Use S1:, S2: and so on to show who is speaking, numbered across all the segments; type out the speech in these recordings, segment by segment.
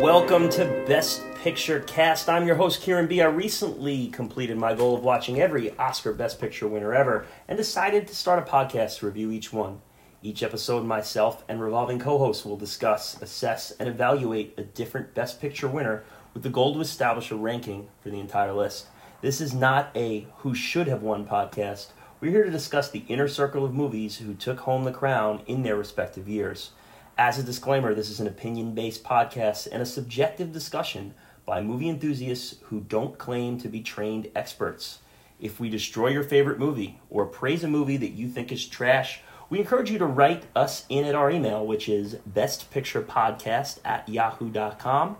S1: Welcome to Best Picture Cast. I'm your host, Kieran B. I recently completed my goal of watching every Oscar Best Picture winner ever and decided to start a podcast to review each one. Each episode, myself and revolving co hosts will discuss, assess, and evaluate a different Best Picture winner with the goal to establish a ranking for the entire list. This is not a who should have won podcast. We're here to discuss the inner circle of movies who took home the crown in their respective years. As a disclaimer, this is an opinion based podcast and a subjective discussion by movie enthusiasts who don't claim to be trained experts. If we destroy your favorite movie or praise a movie that you think is trash, we encourage you to write us in at our email, which is bestpicturepodcast at yahoo.com.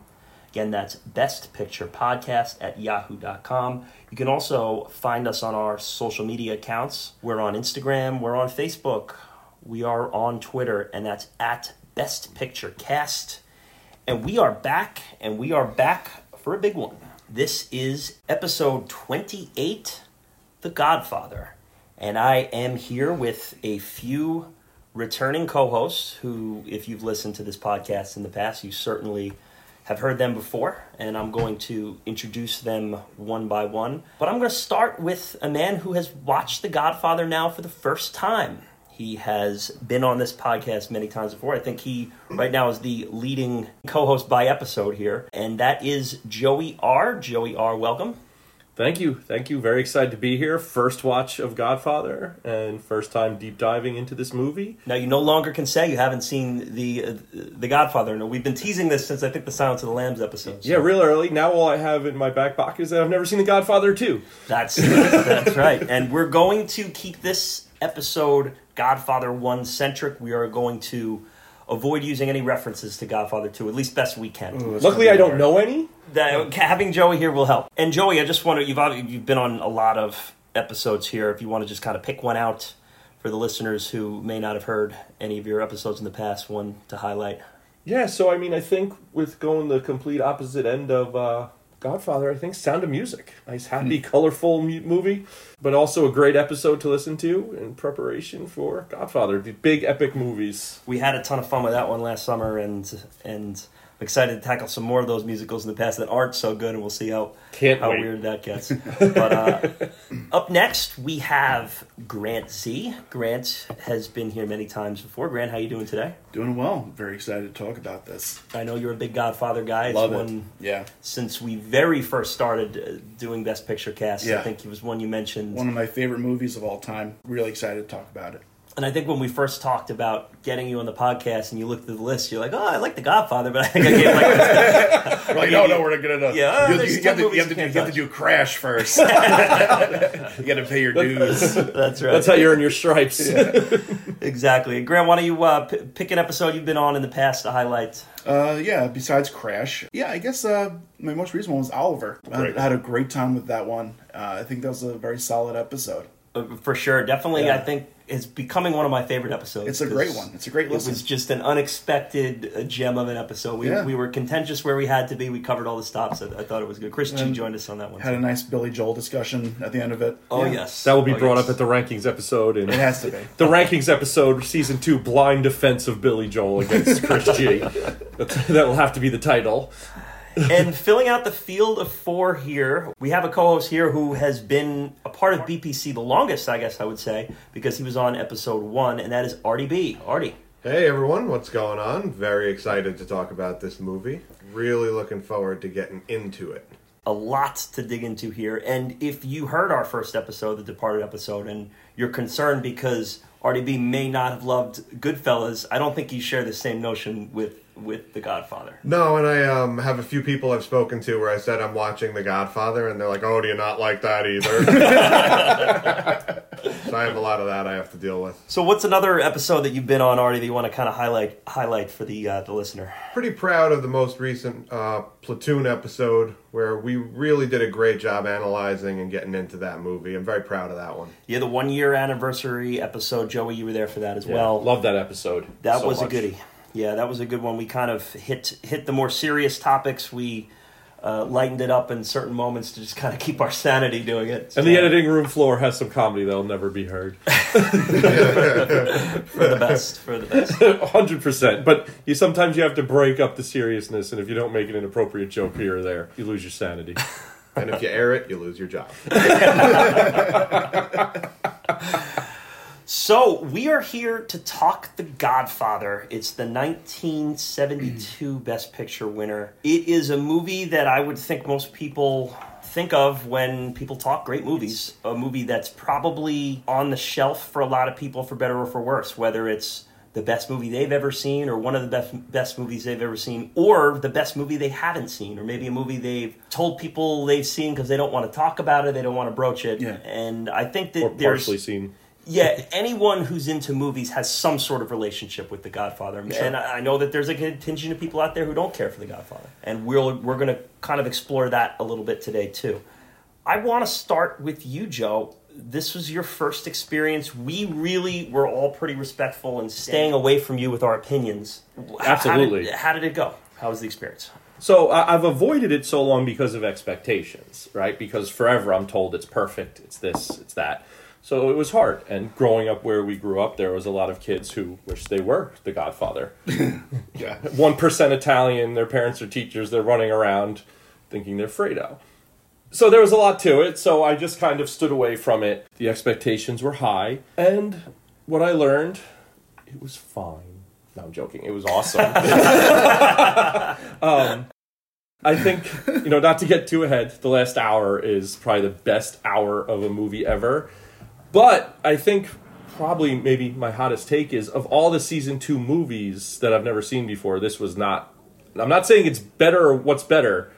S1: Again, that's bestpicturepodcast at yahoo.com. You can also find us on our social media accounts. We're on Instagram, we're on Facebook, we are on Twitter, and that's at Best Picture Cast. And we are back, and we are back for a big one. This is episode 28, The Godfather. And I am here with a few returning co hosts who, if you've listened to this podcast in the past, you certainly have heard them before. And I'm going to introduce them one by one. But I'm going to start with a man who has watched The Godfather now for the first time. He has been on this podcast many times before. I think he right now is the leading co host by episode here. And that is Joey R. Joey R., welcome.
S2: Thank you. Thank you. Very excited to be here. First watch of Godfather and first time deep diving into this movie.
S1: Now you no longer can say you haven't seen the uh, the Godfather. No, we've been teasing this since I think the Silence of the Lambs episode. so
S2: Yeah, real early. Now all I have in my back pocket is that I've never seen The Godfather 2.
S1: that's that's right. And we're going to keep this episode Godfather one centric. We are going to avoid using any references to Godfather two, at least best we can.
S2: Luckily, I don't know any.
S1: that having Joey here will help. And Joey, I just want to you've obvi- you've been on a lot of episodes here. If you want to just kind of pick one out for the listeners who may not have heard any of your episodes in the past, one to highlight.
S2: Yeah, so I mean, I think with going the complete opposite end of uh, Godfather, I think Sound of Music. Nice, happy, colorful mu- movie, but also a great episode to listen to in preparation for Godfather. The big epic movies.
S1: We had a ton of fun with that one last summer, and and I'm excited to tackle some more of those musicals in the past that aren't so good, and we'll see how
S2: Can't
S1: how
S2: wait.
S1: weird that gets. but uh, up next we have Grant Z. Grant has been here many times before. Grant, how you doing today?
S3: Doing well. Very excited to talk about this.
S1: I know you're a big Godfather guy. It's
S3: Love
S1: one
S3: it. Yeah.
S1: since we very first started uh, doing Best Picture cast. I
S3: Yeah.
S1: think it was one you mentioned.
S3: One of my favorite movies of all time. Really excited to talk about it.
S1: And I think when we first talked about getting you on the podcast and you looked at the list, you're like, oh, I like The Godfather, but I think I gave like,
S3: We're like, no, no, we're not gonna.
S1: Yeah,
S3: you,
S1: there's
S3: you, have, to,
S1: still movies
S3: you, have, to,
S1: you
S3: do-
S1: can't
S3: you have to do Crash first. you got to pay your dues.
S1: that's right.
S2: That's how you earn your stripes.
S1: exactly. Grant, why don't you uh, p- pick an episode you've been on in the past to highlight?
S3: Uh, yeah. Besides Crash, yeah, I guess uh, my most recent one was Oliver. I-
S2: Great.
S3: I had a great time with that one. Uh, I think that was a very solid episode.
S1: Uh, For sure. Definitely,
S3: Yeah.
S1: I think it's becoming one of my favorite episodes.
S3: It's a
S1: 'cause
S3: great one. It's a great
S1: It
S3: listen.
S1: was just an unexpected uh, gem of an episode. We,
S3: Yeah.
S1: we were contentious where we had to be. We covered all the stops. I, I thought it was good. Chris G joined us on that one.
S3: Had a nice Billy Joel discussion at the end of it.
S1: oh,
S3: Yeah.
S1: yes.
S2: That will be
S1: Oh,
S2: brought
S1: yes.
S2: up at the rankings episode. And
S3: It has to be.
S2: the rankings episode, season two, blind defense of Billy Joel against Chris G. That's- that will have to be the title.
S1: and filling out the field of four here, we have a co-host here who has been a part of BPC the longest, I guess I would say, because he was on episode one, and that is Artie B. Artie,
S4: Hey everyone, what's going on? Very excited to talk about this movie. Really looking forward to getting into it.
S1: a lot to dig into here. And if you heard our first episode, the Departed episode, and you're concerned because Artie B may not have loved Goodfellas, I don't think you share the same notion with with The Godfather.
S4: No, and I um, have a few people I've spoken to where I said I'm watching The Godfather, and they're like, "Oh, do you not like that either?" so I have a lot of that I have to deal with.
S1: So, what's another episode that you've been on, Artie, that you want to kind of highlight highlight for the uh, the listener?
S4: Pretty proud of the most recent uh, Platoon episode where we really did a great job analyzing and getting into that movie. I'm very proud of that one.
S1: Yeah, the one year anniversary episode, Joey, you were there for that as well.
S2: Love that episode.
S1: That
S2: so
S1: was
S2: much.
S1: a goodie. Yeah, that was a good one. We kind of hit hit the more serious topics. We uh, lightened it up in certain moments to just kind of keep our sanity doing it.
S2: And the editing room floor has some comedy that'll never be heard.
S1: for the best, for the best.
S2: hundred percent. But you sometimes you have to break up the seriousness, and if you don't make an inappropriate joke here or there, you lose your sanity.
S4: And if you air it, you lose your job.
S1: So we are here to talk The Godfather. It's the 1972 Best Picture winner. It is a movie that I would think most people think of when people talk great movies. A movie that's probably on the shelf for a lot of people, for better or for worse, whether it's the best movie they've ever seen, or one of the best best movies they've ever seen, or the best movie they haven't seen, or maybe a movie they've told people they've seen because they don't want to talk about it, they don't want to broach it.
S3: Yeah.
S1: And I think that
S2: Or
S1: there's
S2: partially seen.
S1: yeah, anyone who's into movies has some sort of relationship with The Godfather, and I I know that there's a contingent of people out there who don't care for The Godfather, and we'll we're going to kind of explore that a little bit today too. I want to start with you, Joe. This was your first experience. We really were all pretty respectful and staying away from you with our opinions. How did-
S2: Absolutely.
S1: How did, it go? How was the experience?
S2: So I, I've avoided it so long because of expectations, right? Because forever I'm told it's perfect, it's this, it's that. So it was hard. And growing up where we grew up, there was a lot of kids who wish they were the Godfather.
S3: Yeah.
S2: one percent Italian. Their parents are teachers. They're running around thinking they're Fredo. So there was a lot to it. So I just kind of stood away from it. The expectations were high, and what I learned, it was fine. No, I'm joking. It was awesome. Um, I think you know, not to get too ahead. The last hour is probably the best hour of a movie ever. But I think probably maybe my hottest take is of all the season two movies that I've never seen before, this was not. I'm not saying it's better or what's better,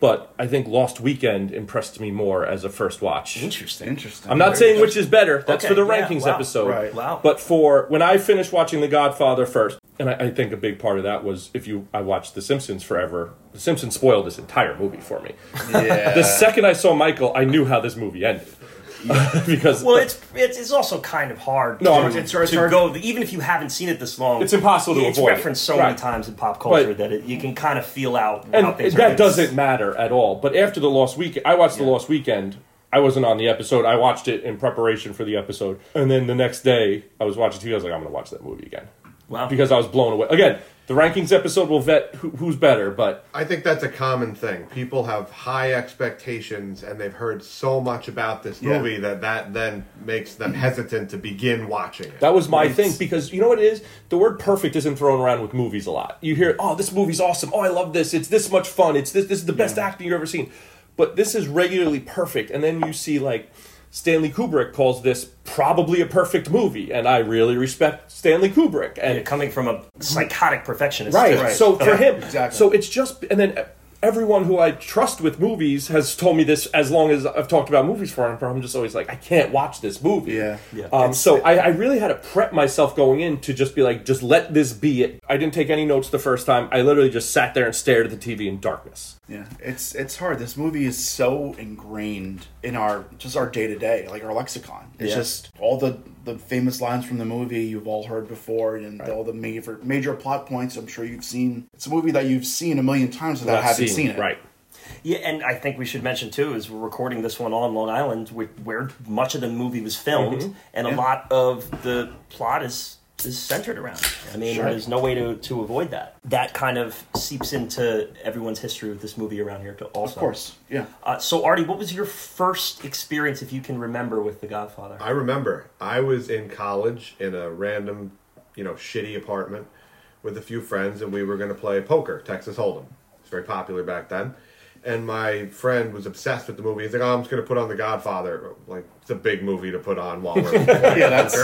S2: but I think Lost Weekend impressed me more as a first watch.
S1: Interesting.
S3: Interesting.
S2: I'm not saying which is better. That's
S1: Okay,
S2: for the
S1: yeah,
S2: rankings
S1: wow,
S2: episode.
S3: right.
S1: Wow.
S2: But for when I finished watching The Godfather first, and I, I think a big part of that was if you I watched The Simpsons forever. The Simpsons spoiled this entire movie for me.
S3: Yeah.
S1: Uh.
S2: The second I saw Michael, I knew how this movie ended because
S1: Well, it's, it's it's also kind of hard.
S2: No,
S1: to,
S2: I mean,
S3: it's hard- it's
S1: to
S3: hard-
S1: go even if you haven't seen it this long.
S2: It's impossible to
S1: it's
S2: avoid it.
S1: referenced so
S2: Right.
S1: many times in pop culture
S2: Right.
S1: that it, you can kind of feel out. how
S2: and
S1: things are
S2: that
S1: gonna-
S2: doesn't matter at all. But after the lost week, I watched the lost weekend. I wasn't on the episode. I watched it in preparation for the episode, and then the next day I was watching TV. I was like, I'm going to watch that movie again
S1: Wow.
S2: because I was blown away. Again, the rankings episode will vet who, who's better, but
S4: I think that's a common thing. People have high expectations and they've heard so much about this
S3: Yeah.
S4: movie that that then makes them hesitant to begin watching it.
S2: That was my thing because you know what it is? The word perfect isn't thrown around with movies a lot. You hear, oh, this movie's awesome. Oh, I love this. It's this much fun. It's this, this is the best acting you've ever seen. But this is regularly perfect. And then you see, like, Stanley Kubrick calls this probably a perfect movie. And I really respect Stanley Kubrick. And
S1: Yeah, coming from a psychotic perfectionist.
S2: Right.
S3: Right.
S2: So for
S3: Yeah,
S2: him,
S3: exactly.
S2: so it's just, and then everyone who I trust with movies has told me this as long as I've talked about movies for him. But I'm just always like, I can't watch this movie.
S3: Yeah. Yeah.
S2: Um, so I, I really had to prep myself going in to just be like, just let this be it. I didn't take any notes the first time. I literally just sat there and stared at the TV in darkness.
S3: Yeah, it's it's hard. This movie is so ingrained in our just our day to day, like our lexicon. It's
S1: Yeah.
S3: just all the the famous lines from the movie you've all heard before, and all the major major plot points. I'm sure you've seen. It's a movie that you've seen a million times without
S2: Not
S3: having
S2: seeing
S3: seen it.
S2: Right.
S1: Yeah, and I think we should mention too is we're recording this one on Long Island, where, where much of the movie was filmed,
S2: Mm-hmm.
S1: and a lot of the plot is is centered around. it. I mean,
S3: Sure.
S1: there's no way to, to avoid that. That kind of seeps into everyone's history with this movie around here. To also,
S3: Of course. Yeah.
S1: Uh, so, Artie, what was your first experience, if you can remember, with The Godfather?
S4: I remember I was in college in a random, you know, shitty apartment with a few friends, and we were going to play poker, Texas Hold'em. It's very popular back then. And my friend was obsessed with the movie. He's like, "Oh, I'm just going to put on The Godfather. Like, it's a big movie to put on while we're
S3: Yeah. That's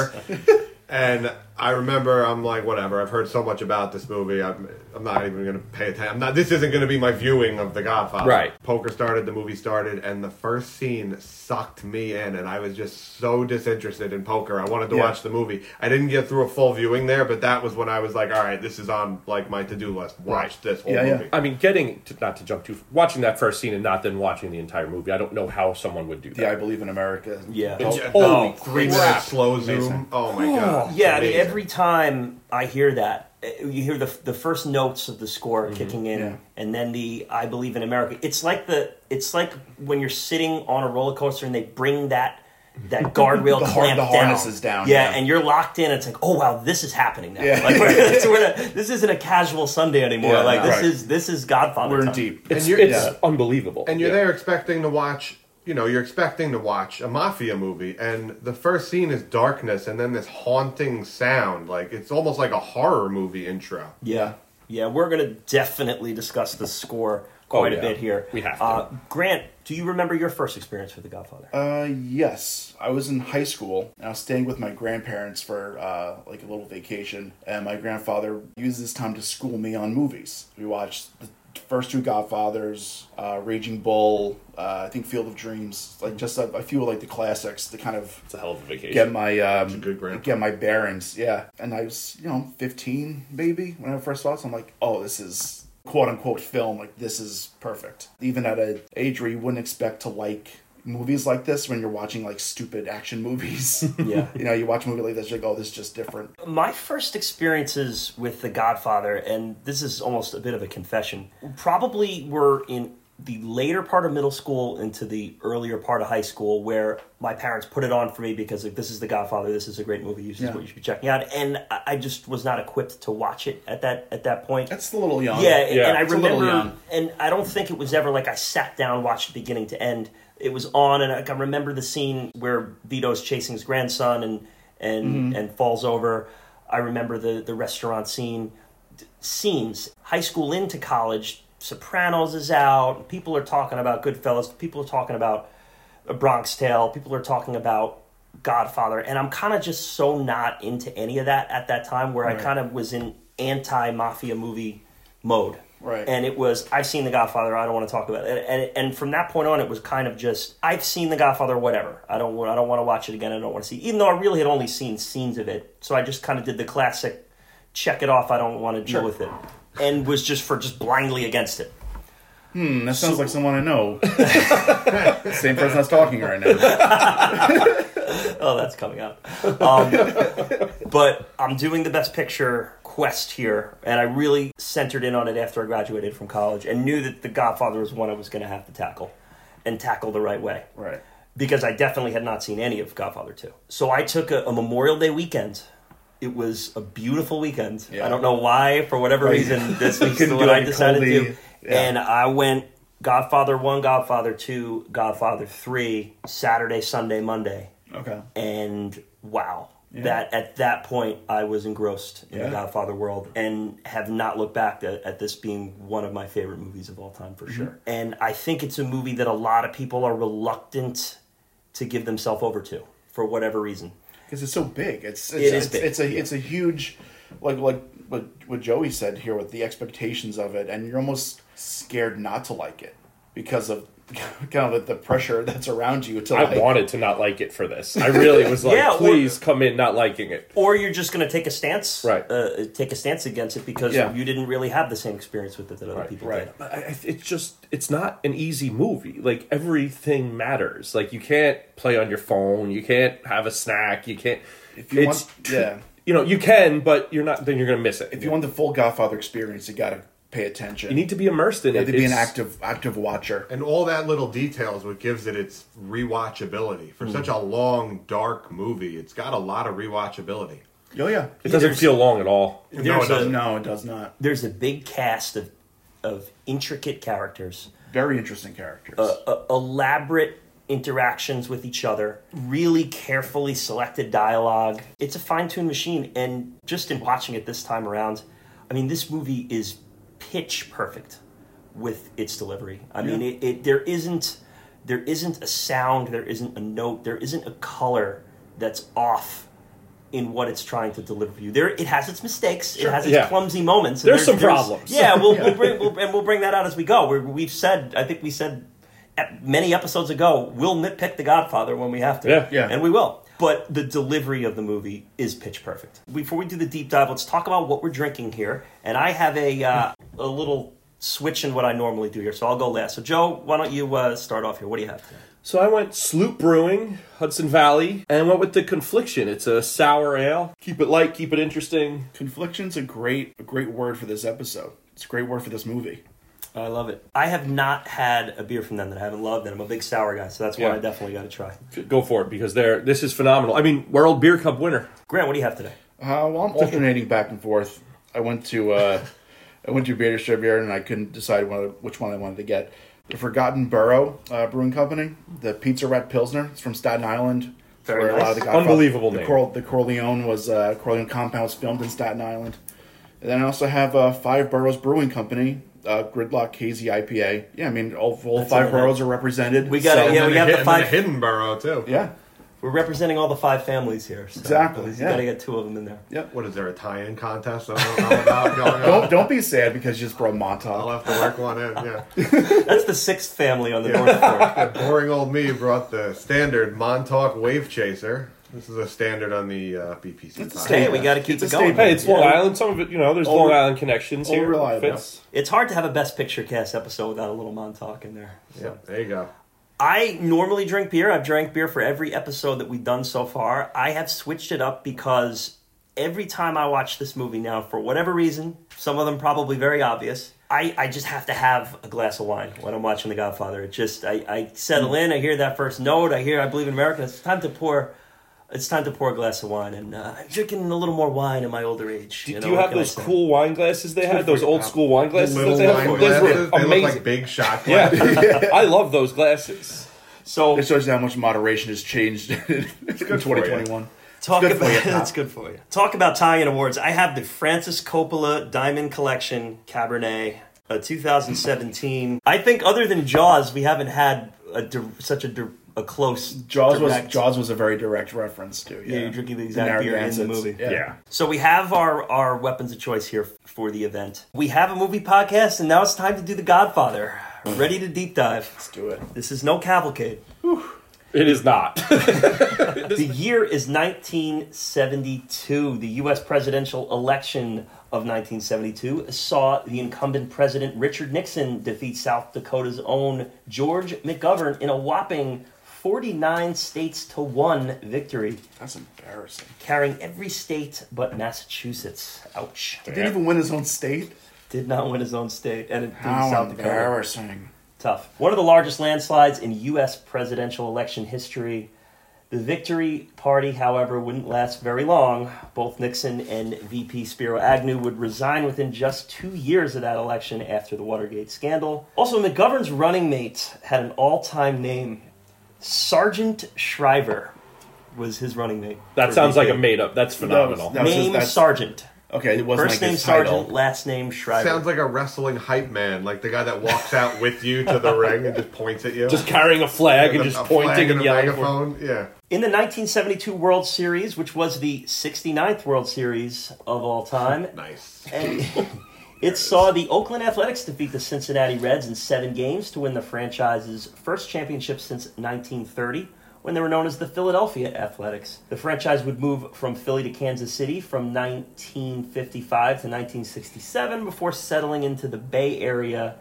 S4: And I remember I'm like, whatever. I've heard so much about this movie. I'm, I'm not even going to pay attention. I'm not. This isn't going to be my viewing of The Godfather.
S2: Right.
S4: Poker started. The movie started, and the first scene sucked me in, and I was just so disinterested in poker. I wanted to
S3: Yeah.
S4: watch the movie. I didn't get through a full viewing there, but that was when I was like, all right, this is on like my to do list. Watch this whole
S3: Yeah, yeah.
S4: movie.
S2: I mean, getting to, not to jump too watching that first scene and not then watching the entire movie. I don't know how someone would do that.
S3: the I Believe in America.
S1: Yeah.
S4: It's-
S2: Holy
S4: Oh, three minute
S2: crap.
S4: slow zoom.
S3: Amazing.
S4: Oh my god.
S2: Oh,
S1: yeah, I mean,
S4: amazing.
S1: every time I hear that, eh, you hear the the first notes of the score kicking in,
S3: Mm-hmm. Yeah.
S1: and then the "I Believe in America." It's like the it's like when you're sitting on a roller coaster and they bring that that guardrail
S3: The har-
S1: clamp
S3: the harnesses down,
S1: Yeah,
S3: yeah.
S1: and you're locked in. It's like, oh wow, this is happening now.
S3: Yeah.
S1: Like, we're, it's- we're not- this isn't a casual Sunday anymore.
S4: Yeah,
S1: like
S4: no.
S1: this
S3: Right.
S1: is this is Godfather.
S3: We're in
S1: time.
S3: deep.
S2: It's,
S4: you're-
S2: it's
S3: yeah.
S2: unbelievable.
S4: and you're
S2: Yeah.
S4: there expecting to watch you know you're expecting to watch a mafia movie and the first scene is darkness and then this haunting sound like it's almost like a horror movie intro
S1: Yeah, yeah, we're gonna definitely discuss the score
S3: Oh,
S1: quite
S2: yeah.
S1: a bit here.
S2: We have to.
S1: Uh, Grant, do you remember your first experience with The Godfather?
S3: Uh, yes, I was in high school and I was staying with my grandparents for uh, like a little vacation, and my grandfather used this time to school me on movies. We watched the first two Godfathers, uh, Raging Bull, uh, I think Field of Dreams, like just a, a few like the classics to kind of
S2: It's a hell of a vacation.
S3: get my um,
S4: good grandpa.
S3: get my bearings. Yeah, and I was you know 15 maybe when I first saw it. So I'm like, oh, this is quote unquote film. Like this is perfect. Even at a age where you wouldn't expect to like movies like this when you're watching like stupid action movies.
S1: Yeah.
S3: you know, you watch a movie like this, you're like, oh, this is just different.
S1: My first experiences with The Godfather, and this is almost a bit of a confession, probably were in the later part of middle school into the earlier part of high school, where my parents put it on for me because like, this is The Godfather, this is a great movie, this is
S3: Yeah.
S1: what you should be checking out, and I I just was not equipped to watch it at that at that point.
S3: That's a little young.
S1: Yeah, and-
S2: Yeah,
S1: and I
S3: it's a little
S1: remember,
S3: young.
S1: and I don't think it was ever like I sat down, watched the beginning to end. It was on, and I can remember the scene where Vito's chasing his grandson and and and falls over. I remember the the restaurant scene, D- scenes. High school into college, Sopranos is out. People are talking about Goodfellas. People are talking about A Bronx Tale. People are talking about Godfather, and I'm kind of just so not into any of that at that time. Where I kind of was in anti mafia movie mode,
S3: Right.
S1: And it was I've seen The Godfather. I don't want to talk about it. And, and from that point on, it was kind of just I've seen The Godfather. Whatever. I don't wa- I don't want to watch it again. I don't want to see. Even though I really had only seen scenes of it, so I just kind of did the classic check it off. I don't want to deal with it, and was just for just blindly against it.
S3: Hmm, that sounds like someone I know. Same person that's talking right now.
S1: Oh, that's coming up. Um, but I'm doing the best picture quest here, and I really centered in on it after I graduated from college and knew that The Godfather was one I was going to have to tackle and tackle the right way.
S3: Right.
S1: Because I definitely had not seen any of Godfather 2. So I took a, a Memorial Day weekend. It was a beautiful weekend.
S3: Yeah.
S1: I don't know why, for whatever reason, this was
S3: couldn't
S1: what
S3: do
S1: I
S3: any
S1: decided to.
S3: coldie. Yeah.
S1: And I went Godfather 1, Godfather 2, Godfather 3, Saturday, Sunday, Monday
S3: Okay.
S1: and wow that at that point i was engrossed in the
S3: Yeah.
S1: godfather world and have not looked back at, at this being one of my favorite movies of all time
S3: Mm-hmm.
S1: for sure and i think it's a movie that a lot of people are reluctant to give themselves over to for whatever reason
S3: because it's so big. It's it's,
S1: It is
S3: it's,
S1: big,
S3: it's a it's a huge like like what what Joey said here with the expectations of it, and you're almost scared not to like it because of kind of the pressure that's around you. To
S2: I
S3: like,
S2: wanted to not like it for this. I really was like,
S1: Yeah, or-
S2: please come in not liking it.
S1: or you're just going to take a stance
S2: Right.
S1: uh, take a stance against it because
S3: Yeah.
S1: you didn't really have the same experience with it that other people
S3: right.
S1: did
S2: I- I, it's just it's not an easy movie like everything matters like you can't play on your phone you can't have a snack you can't if
S3: you want- yeah.
S2: you know you can but you're not then you're gonna miss it
S3: If you want the full Godfather experience, you got to pay attention.
S2: you need to be immersed in
S3: You
S2: it
S3: have to be an
S2: It's-
S3: active active watcher.
S4: and all that little detail is what gives it its rewatchability for such a long dark movie it's got a lot of rewatchability
S3: Oh yeah,
S2: it doesn't feel long at all
S4: no it
S1: There's a-
S4: doesn't
S3: no, it does not.
S1: there's a big cast of of intricate characters
S3: Very interesting characters.
S1: uh, elaborate interactions with each other, really carefully selected dialogue. It's a fine tuned machine. And just in watching it this time around, I mean, this movie is pitch perfect with its delivery. I mean, it, it, there isn't. There isn't a sound, there isn't a note, there isn't a color that's off in what it's trying to deliver for you. There, it has its mistakes, it has its
S2: yeah.
S1: clumsy moments. and
S2: There's some problems.
S1: Yeah, we'll, We'll bring, we'll, and we'll bring that out as we go. We're, we've said, I think we said ep- many episodes ago, we'll nitpick The Godfather when we have to.
S2: Yeah.
S3: Yeah.
S1: And we will. But the delivery of the movie is pitch perfect. Before we do the deep dive, let's talk about what we're drinking here. And I have a, uh, a little switching what I normally do here. So I'll go last. So Joe, why don't you uh, start off here? What do you have? Today?
S2: So I went Sloop Brewing, Hudson Valley, and went with the Confliction. It's a sour ale. Keep it light, keep it interesting.
S3: Confliction's a great, a great word for this episode. It's a great word for this movie.
S2: I love it.
S1: I have not had a beer from them that I haven't loved, and I'm a big sour guy, so that's one
S2: Yeah.
S1: I definitely got to try.
S2: Go for it because they're this is phenomenal. I mean, World Beer Cup winner.
S1: Grant, what do you have today?
S3: Uh, well, I'm alternating back and forth. I went to uh, I went to a beer distributor and I couldn't decide one of- which one I wanted to get. The Forgotten Burrow uh, Brewing Company, the Pizza Rat Pilsner. It's from Staten Island.
S1: Very
S3: where
S1: nice.
S3: Godfather-
S2: Unbelievable
S3: The,
S2: name.
S3: Cor- the Corleone was uh, Corleone Compound was filmed in Staten Island. And then I also have uh, Five Boroughs Brewing Company, uh, Gridlock KZ IPA. Yeah, I mean all, all
S1: That's
S3: five
S1: in the
S3: boroughs are represented.
S1: We got it,
S3: so-
S1: yeah,
S4: and
S1: we
S4: a
S1: have
S4: hid-
S1: the
S4: and then a
S1: five-
S4: hidden burrow too.
S3: yeah,
S1: We're representing all the five families here. So
S3: Exactly,
S1: You
S3: yeah.
S1: got to get two of them in there.
S3: yeah.
S4: What is there a tie-in contest? I don't know about going on.
S3: Don't don't be sad because you just brought
S4: I'll
S1: Oh,
S3: Montauk.
S4: have to work one in. Yeah.
S1: That's the sixth family on the North Fork.
S4: Boring old me brought the standard Montauk Wave Chaser. This is a standard on the uh,
S3: It's
S4: BPC.
S3: a
S4: podcast.
S1: Hey, we got to
S3: It's
S1: keep
S3: a
S1: it going.
S3: staple.
S2: Hey, it's Long
S1: Yeah.
S2: Island. Some of it, you know, there's
S3: All
S2: Long
S3: re-
S2: Island connections
S3: all
S2: here.
S3: reliable.
S2: Fits.
S1: It's hard to have a best picture cast episode without a little Montauk in there. So.
S4: Yeah, there you go.
S1: I normally drink beer. I've drank beer for every episode that we've done so far. I have switched it up because every time I watch this movie now, for whatever reason, some of them probably very obvious, I, I just have to have a glass of wine when I'm watching The Godfather. It just, I, I settle in, I hear that first note, I hear I believe in America. It's time to pour. It's time to pour a glass of wine, and uh, I'm drinking a little more wine in my older age.
S2: Do, do
S1: know,
S2: you
S1: what
S2: have
S1: can I
S2: those
S1: say?
S2: cool wine glasses they had? Those old school wine glasses that
S4: Little
S2: they had?
S4: wine
S2: Those
S4: glasses.
S2: were
S4: They look like
S2: amazing.
S4: big shot
S2: Yeah,
S4: glasses.
S2: I love those glasses.
S1: So
S3: It shows you how much moderation has changed in
S4: good for
S3: 2021.
S1: Talk
S3: It's good for
S1: about
S3: you, Tom.
S1: that's good for you. Talk about tie-in awards. I have the Francis Coppola Diamond Collection Cabernet, uh, 2017. I think other than Jaws, we haven't had a, dir- such a, dir- a close
S3: Jaws
S1: direct-
S3: was Jaws was a very direct reference to yeah.
S1: you're drinking the exact beer in the
S3: Narragansett.
S1: movie.
S3: Yeah.
S1: So we have our our weapons of choice here for the event. We have a movie podcast, and now it's time to do The Godfather.
S3: Hmm.
S1: Ready to deep dive.
S3: let's do it.
S1: This is no cavalcade.
S2: It is not.
S1: The year is 1972. The U.S. presidential election of 1972 saw the incumbent president Richard Nixon defeat South Dakota's own George McGovern in a whopping 49 states to one victory,
S3: That's embarrassing.
S1: carrying every state but Massachusetts. Ouch.
S3: He didn't even win his own state.
S1: Did not win his own state, and it beat
S3: How
S1: South Dakota.
S3: embarrassing!
S1: Tough. One of the largest landslides in U.S. presidential election history. The victory party, however, wouldn't last very long. Both Nixon and VP Spiro Agnew would resign within just two years of that election after the Watergate scandal. Also, McGovern's running mate had an all time name Sergeant Shriver was his running mate.
S2: That
S1: for
S2: sounds like
S1: VP.
S2: a made up. That's phenomenal.
S3: that was his-
S1: Name
S3: that's-
S1: Sergeant.
S3: Okay, it wasn't
S1: First
S3: like
S1: name
S3: his title.
S1: Sergeant, last name Shriver.
S4: Sounds like a wrestling hype man, like the guy that walks out with you to the ring and just points at you.
S2: Just carrying a flag and just
S4: a flag
S2: pointing and
S4: a
S2: yelling. for-
S4: megaphone. Yeah.
S1: In the 1972 World Series, which was the 69th World Series of all time,
S4: Nice.
S1: and it saw the Oakland Athletics defeat the Cincinnati Reds in seven games to win the franchise's first championship since 1930, when they were known as the Philadelphia Athletics. The franchise would move from Philly to Kansas City from 1955 to 1967 before settling into the Bay Area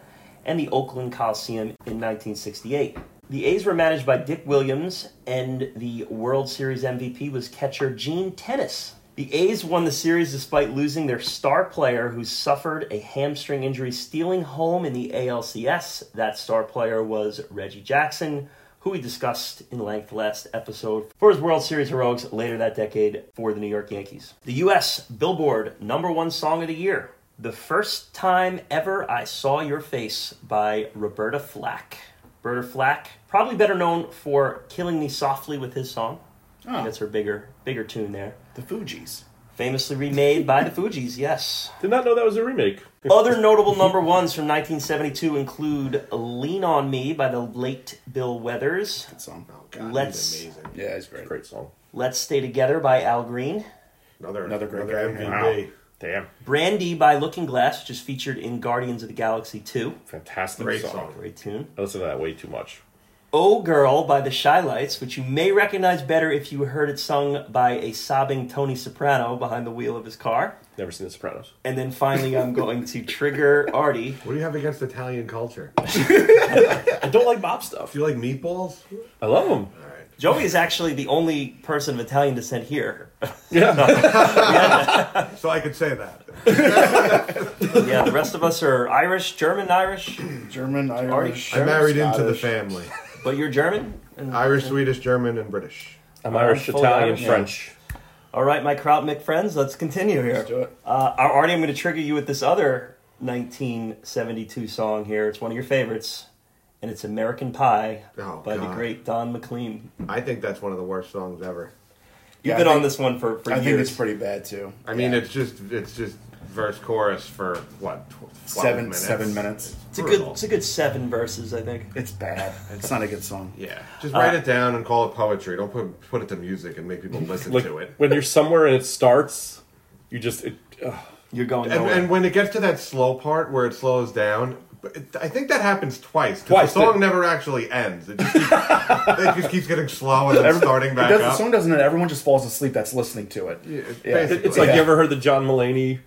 S1: and the Oakland Coliseum in 1968. The A's were managed by Dick Williams, and the World Series MVP was catcher Gene Tennis. The A's won the series despite losing their star player who suffered a hamstring injury stealing home in the ALCS. That star player was Reggie Jackson, who we discussed in length last episode for his World Series heroics later that decade for the New York Yankees. The U.S. Billboard number one song of the year, The First Time Ever I Saw Your Face by Roberta Flack. Roberta Flack, probably better known for Killing Me Softly with his song.
S3: Oh.
S1: That's her bigger, bigger tune there.
S3: The Fugees.
S1: Famously remade by the Fugees, yes.
S2: Did not know that was a remake.
S1: Other notable number ones from 1972 include Lean on Me by the late Bill Weathers,
S3: Good song.
S4: Oh, God, he's
S1: Let's-
S4: amazing.
S3: Yeah, he's great.
S2: Great song.
S1: Let's Stay Together by Al Green,
S4: Another
S3: Another great guy.
S4: MVP.
S2: Damn,
S1: Brandy by Looking Glass, which is featured in Guardians of the Galaxy 2.
S2: fantastic
S4: Great
S2: song.
S4: song.
S1: Great tune.
S2: I listen to that way too much.
S1: Oh Girl by the Shy Lights, which you may recognize better if you heard it sung by a sobbing Tony Soprano behind the wheel of his car.
S2: Never seen The Sopranos.
S1: And then finally, I'm going to trigger Artie.
S4: What do you have against Italian culture?
S2: I don't like mob stuff.
S4: Do you like meatballs? All
S2: I love them.
S4: right.
S1: Joey is actually the only person of Italian descent here.
S2: Yeah.
S4: So I could say that.
S1: yeah, the rest of us are Irish, German, Irish,
S3: German, Irish.
S4: I married into the
S3: Scottish.
S4: family.
S1: but you're German. And-
S4: Irish, Swedish, German, and British.
S2: I'm Irish,
S1: fully
S2: Italian,
S1: Irish, yeah.
S2: French.
S1: All right, my Krautmik friends, let's continue here.
S3: Let's do it.
S1: Uh, Artie, I'm going to trigger you with this other 1972 song here. It's one of your favorites, and it's American Pie
S4: Oh,
S1: by the
S4: God.
S1: great Don McLean.
S4: I think that's one of the worst songs ever.
S1: You've
S3: Yeah, I
S1: been on
S3: think-
S1: this one for, for
S3: I
S1: years.
S3: think it's pretty bad too.
S4: I mean,
S3: Yeah.
S4: it's just it's just verse chorus for what tw- 12
S3: seven
S4: minutes.
S3: seven minutes.
S1: It's a good it's a good seven verses, I think.
S3: It's bad. It's not a good song.
S4: Yeah, just write it down and call it poetry. Don't put put it to music and make people listen
S2: Like
S4: to it.
S2: when you're somewhere and it starts, you just it, ugh.
S1: You're going
S4: And,
S1: nowhere.
S4: and when it gets to that slow part where it slows down, but it, I think that happens twice. 'cause
S2: Twice,
S4: The song
S2: didn't-
S4: never actually ends. It just keeps, it just keeps getting slow and then starting back
S3: it does,
S4: up.
S3: The song doesn't. end. Everyone just falls asleep. That's listening to it. Yeah,
S4: basically.
S2: it's like
S3: Yeah.
S2: you ever heard the John Mulaney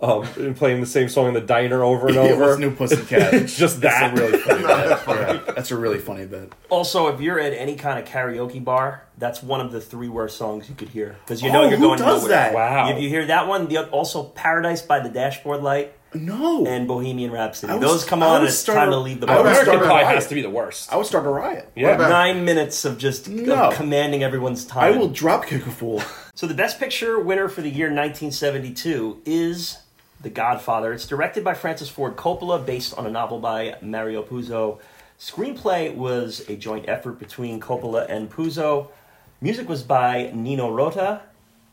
S2: um, playing the same song in the diner over and
S3: Yeah,
S2: over.
S3: what's new pussycat?
S2: It's just that.
S3: That's a really funny bit. Yeah, that's a really funny bit.
S1: also, if you're at any kind of karaoke bar, that's one of the three worst songs you could hear because you
S3: Oh,
S1: know you're
S3: who
S1: going
S3: does
S1: nowhere.
S3: that?
S2: Wow.
S1: If you hear that one, the, also Paradise by the Dashboard Light
S3: No,
S1: and Bohemian Rhapsody.
S3: I would-
S1: Those come
S3: I
S1: on,
S3: would
S1: it's
S3: start
S1: time
S3: a-
S1: to leave the
S3: I would
S1: bar.
S3: start
S2: American
S3: Started
S2: Pie
S3: riot.
S2: has to be the worst.
S3: I would start a riot.
S2: Yeah.
S4: about-
S1: Nine minutes of just
S3: No.
S1: of commanding everyone's time.
S3: I will drop kick a fool.
S1: So the best picture winner for the year 1972 is The Godfather. It's directed by Francis Ford Coppola, based on a novel by Mario Puzo. Screenplay was a joint effort between Coppola and Puzo. Music was by Nino Rota.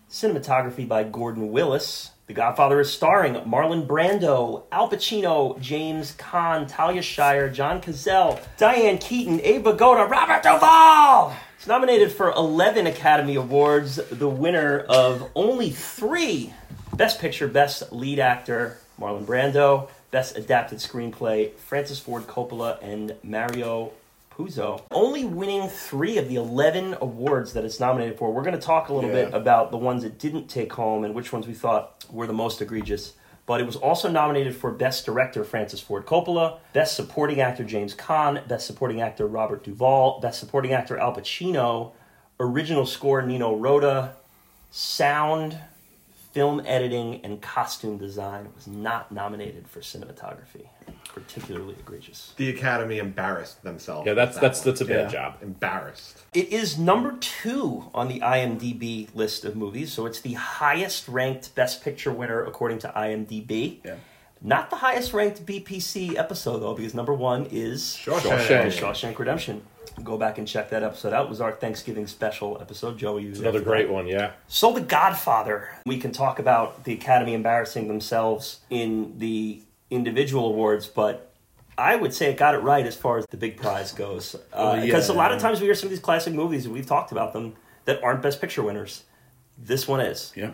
S1: Cinematography by Gordon Willis. The Godfather is starring Marlon Brando, Al Pacino, James Caan, Talia Shire, John Cazell, Diane Keaton, Abe Vigoda, Robert Duvall. It's nominated for 11 Academy Awards, the winner of only three Best Picture, Best Lead Actor, Marlon Brando, Best Adapted Screenplay, Francis Ford Coppola, and Mario Puzo. Only winning three of the 11 awards that it's nominated for. We're going to talk a little
S3: Yeah.
S1: bit about the ones it didn't take home and which ones we thought were the most egregious. But it was also nominated for Best Director Francis Ford Coppola, Best Supporting Actor James Caan, Best Supporting Actor Robert Duvall, Best Supporting Actor Al Pacino, Original Score Nino Rota, Sound, Film Editing, and Costume Design. It was not nominated for Cinematography. Particularly egregious.
S4: the Academy embarrassed themselves.
S2: Yeah, that's
S4: with
S2: that's
S4: that
S2: that's a bad
S3: Yeah.
S2: job.
S4: one. embarrassed.
S1: It is number two on the IMDb list of movies, so it's the highest ranked Best Picture winner according to IMDb.
S3: Yeah.
S1: Not the highest ranked BPC episode, though, because number one is
S2: Shawshank.
S1: Shawshank Redemption. Go back and check that episode out. It was our Thanksgiving special episode. Joey, you
S2: Another great one, yeah.
S1: so, The Godfather, we can talk about the Academy embarrassing themselves in the individual awards, but I would say it got it right as far as the big prize goes. Because a
S3: yeah.
S1: lot of times we hear some of these classic movies, and we've talked about them, that aren't Best Picture winners. This one is.
S3: Yeah,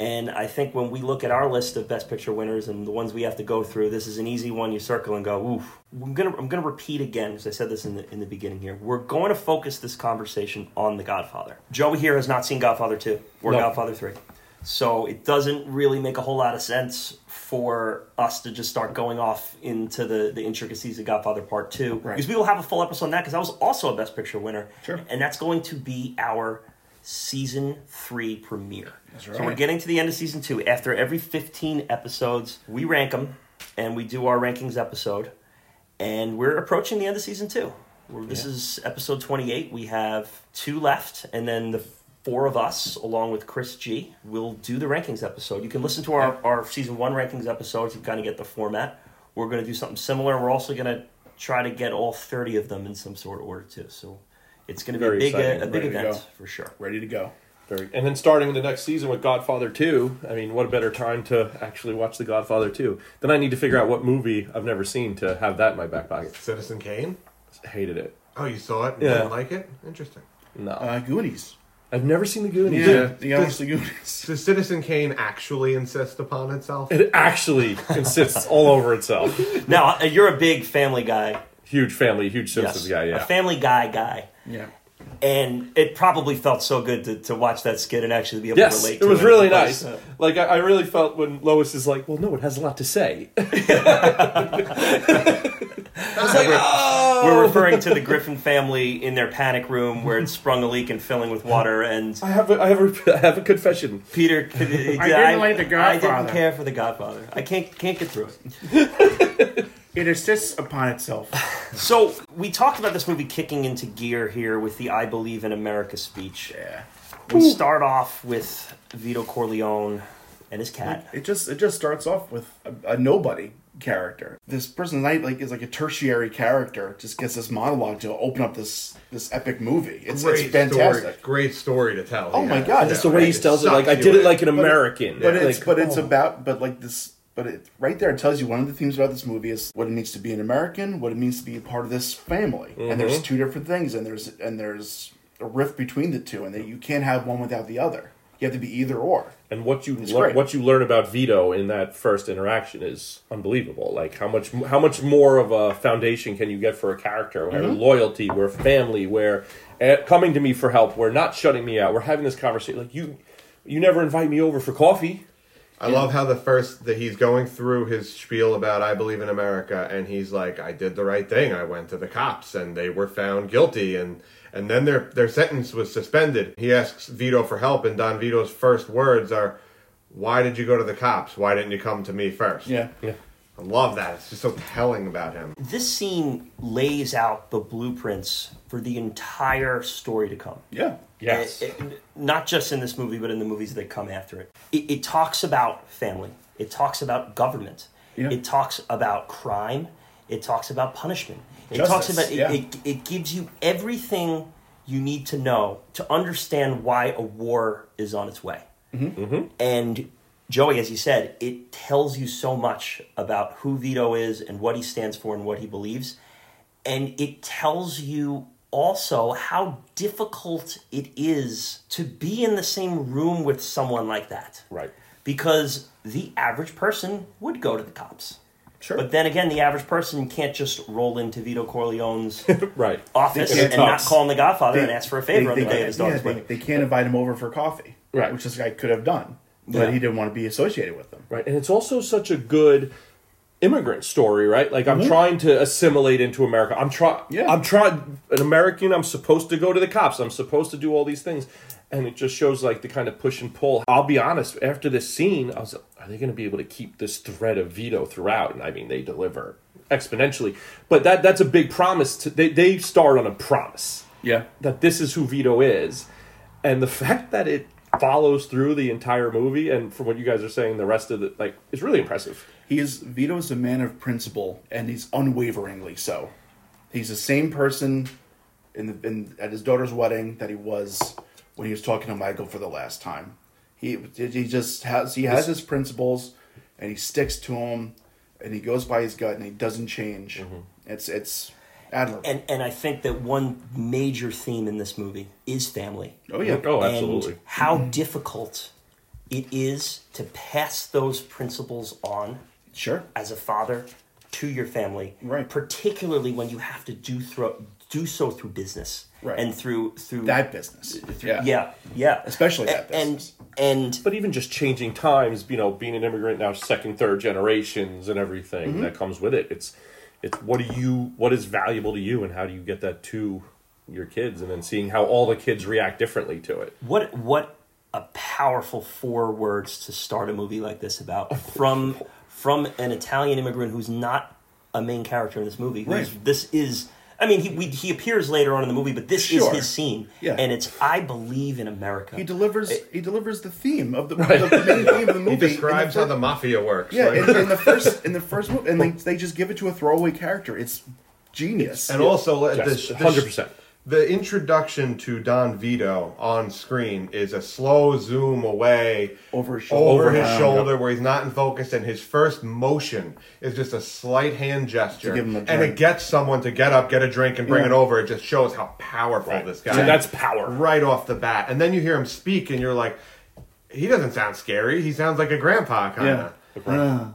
S1: And I think when we look at our list of Best Picture winners and the ones we have to go through, this is an easy one. You circle and go, oof. I'm gonna I'm gonna repeat again because I said this in the in the beginning here. We're going to focus this conversation on The Godfather. Joey here has not seen Godfather two or
S2: No.
S1: Godfather three, so it doesn't really make a whole lot of sense for us to just start going off into the the intricacies of Godfather Part two
S3: Right.
S1: because we will have a full episode on that because that was also a Best Picture winner,
S3: Sure.
S1: and that's going to be our season three premiere. So
S3: right.
S1: we're getting to the end of season two. After every 15 episodes, we rank them and we do our rankings episode. And we're approaching the end of season two. We're, this is episode 28. We have two left, and then the four of us, along with Chris G, will do the rankings episode. You can listen to our, our season one rankings episode to kind of get the format. We're going to do something similar. We're also going to try to get all 30 of them in some sort of order, too. So it's going to be
S2: Very
S1: a big,
S2: exciting.
S1: uh, a big
S3: Ready to
S1: event
S3: go.
S1: for sure.
S3: ready to go.
S2: Very. And then starting the next season with Godfather 2, I mean, what a better time to actually watch The Godfather 2. Then I need to figure out what movie I've never seen to have that in my back pocket.
S4: Citizen Kane.
S2: Hated it.
S4: Oh, you saw it and
S2: Yeah.
S4: didn't like it? Interesting.
S2: No.
S3: Uh, Goonies.
S2: I've never seen The Goonies.
S3: Yeah, you gotta watch the Goonies.
S4: Does Citizen Kane actually insist upon itself?
S2: It actually insists all over itself.
S1: Now uh, you're a big Family Guy
S2: Huge family, huge Simpsons
S1: Yes.
S2: guy. Yeah,
S1: A family guy guy.
S3: Yeah.
S1: And it probably felt so good to, to watch that skit and actually be able
S2: Yes,
S1: to relate
S2: it
S1: to
S2: was
S1: in
S2: really
S1: a place,
S2: nice.
S1: uh,
S2: Like I, I really felt when Lois is like, "Well, no, it has a lot to say." it's like, oh,
S1: We're referring to the Griffin family in their panic room where it sprung a leak and filling with water, and
S2: I have, a, I have, a, I have a confession.
S1: Peter. uh, I
S5: didn't like The
S1: I didn't
S5: Godfather.
S1: care for the Godfather. I can't can't get through it.
S5: It insists upon itself.
S1: So we talked about this movie kicking into gear here with the "I Believe in America" speech.
S3: Yeah.
S1: We start off with Vito Corleone and his cat.
S3: It just it just starts off with a, a nobody character. This person tonight like is like a tertiary character. Just gets this monologue to open up this this epic movie. It's it's fantastic.
S4: Story, great story to tell.
S3: Oh
S4: yeah.
S3: my God,
S2: Just
S3: just
S2: the way he tells it, like I did it like an American.
S3: But it's
S2: Like,
S3: but it's about but like this but it right there it tells you one of the themes about this movie is what it means to be an American, what it means to be a part of this family. And there's two different things and there's and there's a rift between the two and that you can't have one without the other. You have to be either or.
S2: and what you
S3: It's
S2: lear-
S3: great.
S2: what you learn about Vito in that first interaction is unbelievable. Like how much how much more of a foundation can you get for a character where
S3: Mm-hmm.
S2: loyalty, where family, where uh, coming to me for help, where not shutting me out, we're having this conversation. Like you, you never invite me over for coffee.
S4: I love how the first that he's going through his spiel about I believe in America, and he's like, I did the right thing. I went to the cops, and they were found guilty, and and then their their sentence was suspended. He asks Vito for help, and Don Vito's first words are, "Why did you go to the cops? Why didn't you come to me first?
S3: Yeah.
S4: I love that. It's just so telling about him.
S1: This scene lays out the blueprints for the entire story to come.
S3: Yeah.
S2: Yes.
S1: It- it- not just in this movie, but in the movies that come after it. It, it talks about family. It talks about government.
S3: Yeah.
S1: It talks about crime. It talks about punishment. It talks
S3: Justice,
S1: about it,
S3: yeah.
S1: it. It gives you everything you need to know to understand why a war is on its way.
S3: Mm-hmm.
S1: And Joey, as you said, it tells you so much about who Vito is and what he stands for and what he believes. And it tells you also how difficult it is to be in the same room with someone like that.
S2: Right.
S1: Because the average person would go to the cops.
S3: Sure.
S1: But then again, the average person can't just roll into Vito Corleone's
S2: Right.
S1: office
S3: They can't
S1: and not
S2: talk.
S1: call him the Godfather and ask for a favor on the day
S3: can't-
S1: of his daughter's
S3: yeah,
S1: wedding.
S3: they, they can't invite him over for coffee,
S2: Right.
S3: Which this guy could have done, but
S1: Yeah.
S3: he didn't want to be associated with them.
S2: Right. And it's also such a good immigrant story, right? Like I'm trying to assimilate into America. I'm trying
S3: Yeah.
S2: I'm trying an American, I'm supposed to go to the cops. I'm supposed to do all these things. And it just shows like the kind of push and pull. I'll be honest, after this scene, I was like, are they gonna be able to keep this thread of veto throughout? And I mean they deliver exponentially. But that that's a big promise to, they, they start on a promise
S3: Yeah,
S2: that this is who Vito is, and the fact that it follows through the entire movie, and from what you guys are saying, the rest of the like, it's really impressive.
S3: he is Vito is a man of principle, and he's unwaveringly so. He's the same person in the in, at his daughter's wedding that he was when he was talking to Michael for the last time. He he just has he has his principles, and he sticks to them, and he goes by his gut, and he doesn't change.
S4: Mm-hmm.
S3: It's it's admirable.
S1: And and I think that one major theme in this movie is family.
S3: oh yeah,
S2: Oh,
S1: and
S2: absolutely.
S1: how difficult it is to pass those principles on
S3: sure.
S1: as a father to your family,
S3: Right.
S1: Particularly when you have to do through do so through business
S3: Right.
S1: and through through
S3: That business.
S1: yeah yeah
S3: Especially that
S1: A- and
S3: business.
S1: and
S2: But even just changing times, you know, being an immigrant now, second, third generations, and everything that comes with it, it's it's what do you what is valuable to you, and how do you get that to your kids, and then seeing how all the kids react differently to it.
S1: what what a powerful four words to start a movie like this about from from an Italian immigrant who's not a main character in this movie. who's-
S3: Right.
S1: This is I mean he we, he appears later on in the movie, but this
S3: Sure.
S1: is his scene,
S3: Yeah.
S1: and it's I believe in America.
S3: He delivers. he delivers the theme of the, the, main theme of the movie.
S4: He
S3: in the
S4: describes how
S3: fir-
S4: the mafia works.
S3: yeah
S4: like-
S3: in, in the first in the first movie, and they, they just give it to a throwaway character. It's genius.
S4: And also, uh,
S2: Yes,
S4: the- the-
S2: 100%.
S4: The introduction to Don Vito on screen is a slow zoom away
S3: Over his
S4: over
S3: shoulder.
S4: his
S3: Yeah.
S4: shoulder where he's not in focus, and his first motion is just a slight hand gesture,
S3: give him a
S4: and it
S3: drink.
S4: gets someone to get up, get a drink, and bring
S3: Yeah.
S4: it over. It just shows how powerful this guy.
S2: So
S4: is.
S2: that's power.
S4: right off the bat, and then you hear him speak, and you're like, he doesn't sound scary. He sounds like a grandpa kind
S3: yeah.
S4: of.
S3: Ah.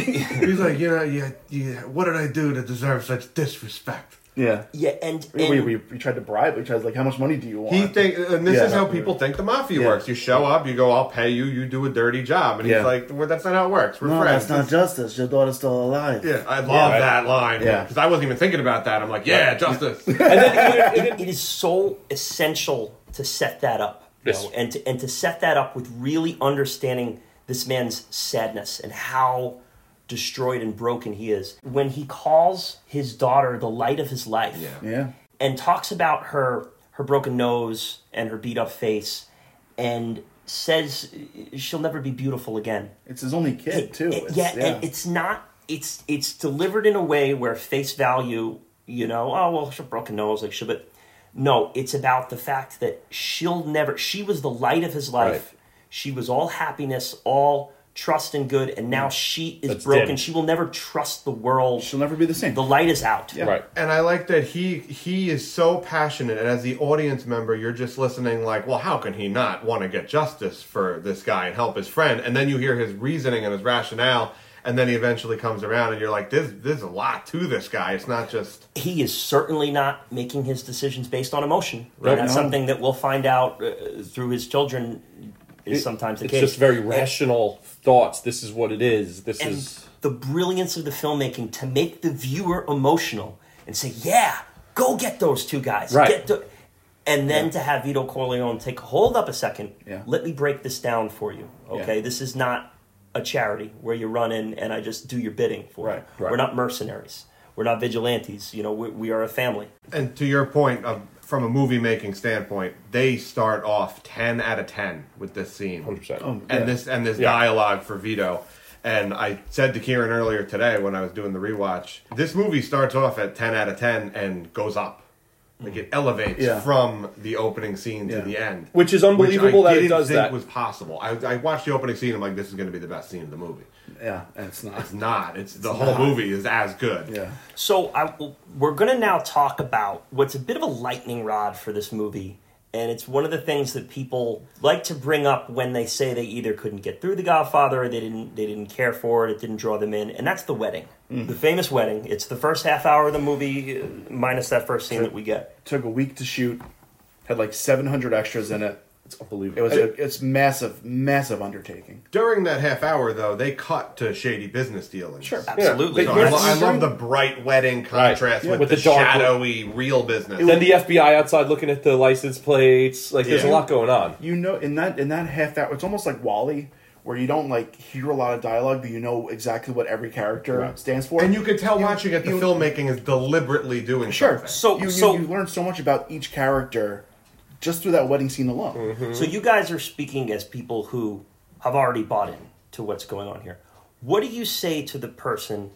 S4: He's like, you know, yeah, yeah, what did I do to deserve such disrespect?
S3: Yeah.
S1: Yeah, and,
S3: We,
S1: and
S3: we, we, we tried to bribe. We tried like, how much money do you want?
S4: He think, and this
S3: Yeah.
S4: is how people think the mafia
S3: Yeah.
S4: works. You show up, you go, I'll pay you, you do a dirty job, and
S3: Yeah.
S4: he's like, well, that's not how it works. We're
S6: No,
S4: friends.
S6: that's not justice. Your daughter's still alive.
S4: yeah, I love
S3: right.
S4: that line.
S3: Yeah.
S4: because I wasn't even thinking about that. I'm like, yeah, justice.
S2: And then even,
S1: it,
S2: and
S1: it is so essential to set that up you know, and to, and to set that up with really understanding this man's sadness and how destroyed and broken he is when he calls his daughter the light of his life
S3: Yeah.
S1: and talks about her her broken nose and her beat up face and says she'll never be beautiful again
S3: It's his only kid, too.
S1: it-
S3: It's-
S1: yeah, and it's not. It's it's delivered in a way where face value, you know, oh well, she's broken nose, like she, but no, it's about the fact that she'll never. She was the light of his life. She was all happiness, all trust and good, and now she is
S2: Mm. That's
S1: broken.
S2: dim.
S1: She will never trust the world.
S3: She'll never be the same.
S1: the light is out.
S2: Right.
S4: and I like that he he is so passionate, and as the audience member, you're just listening, like, well, how can he not want to get justice for this guy and help his friend? And then you hear his reasoning and his rationale, and then he eventually comes around, and you're like, there's there's a lot to this guy. It's not just
S1: He is certainly not making his decisions based on emotion.
S2: Right.
S1: And that's
S2: No.
S1: something that we'll find out uh, through his children. Is
S2: It-
S1: sometimes the
S2: it's
S1: case.
S2: just very rational thoughts. This is what it is. This
S1: and
S2: is
S1: the brilliance of the filmmaking to make the viewer emotional and say, "Yeah, go get those two guys."
S2: Right.
S1: Get the-" and then to have Vito Corleone take hold up a second.
S3: Yeah.
S1: Let me break this down for you. Okay,
S3: Yeah.
S1: this is not a charity where you run in and I just do your bidding for
S3: Right,
S1: you.
S2: right.
S1: We're not mercenaries. We're not vigilantes. You know, we, we are a family.
S4: And to your point of from a movie making standpoint, they start off ten out of ten with this scene,
S2: 100%.
S4: and
S3: yeah.
S4: this and this dialogue for Vito. And I said to Kieran earlier today when I was doing the rewatch, this movie starts off at ten out of ten and goes up, like it elevates
S3: Yeah.
S4: from the opening scene to
S3: Yeah.
S4: the end,
S2: Which is
S4: I
S2: unbelievable that it
S4: didn't
S2: does
S4: think
S2: that.
S4: Was possible. I, I watched the opening scene. I'm like, this is going to be the best scene of the movie.
S3: yeah, and it's not.
S4: It's not. It's the whole movie is as good.
S3: Yeah.
S1: So I, we're going to now talk about what's a bit of a lightning rod for this movie, and it's one of the things that people like to bring up when they say they either couldn't get through The Godfather, or they didn't, they didn't care for it, it didn't draw them in, and that's the wedding,
S2: Mm-hmm.
S1: the famous wedding. It's the first half hour of the movie, uh, minus that first scene that we get.
S3: Took a week to shoot. Had like 700 extras in it.
S2: it's unbelievable.
S3: It was a, it's massive, massive undertaking.
S4: During that half hour, though, they cut to shady business dealings. Sure.
S1: Absolutely,
S4: So
S2: Yeah.
S4: I, lo- I
S2: Yes.
S4: love the bright wedding contrast
S2: Yeah.
S4: with,
S2: With
S4: the,
S2: the dark-
S4: shadowy real business.
S2: then the FBI outside looking at the license plates. Like there's a
S4: Yeah.
S2: lot going on.
S3: You know, in that in that half hour, it's almost like Wally, where you don't like hear a lot of dialogue, but you know exactly what every character stands for.
S4: and you could tell watching it, the
S3: you-
S4: filmmaking is deliberately doing
S3: sure,
S4: something.
S1: So-
S3: you, you,
S1: so-
S3: you learn so much about each character just through that wedding scene alone.
S4: Mm-hmm.
S1: So you guys are speaking as people who have already bought in to what's going on here. What do you say to the person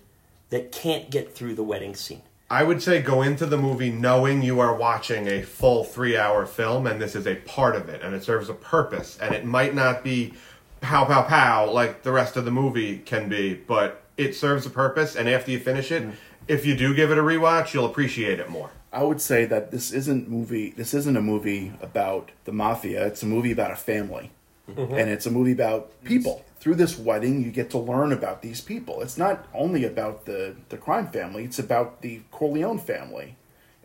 S1: that can't get through the wedding scene?
S4: I would say go into the movie knowing you are watching a full three hour film and this is a part of it and it serves a purpose and it might not be pow pow pow like the rest of the movie can be, but it serves a purpose and after you finish it, if you do give it a rewatch, you'll appreciate it more.
S3: I would say that this isn't movie. This isn't a movie about the mafia. It's a movie about a family,
S4: Mm-hmm.
S3: and it's a movie about people. Through this wedding, you get to learn about these people. It's not only about the the crime family. It's about the Corleone family,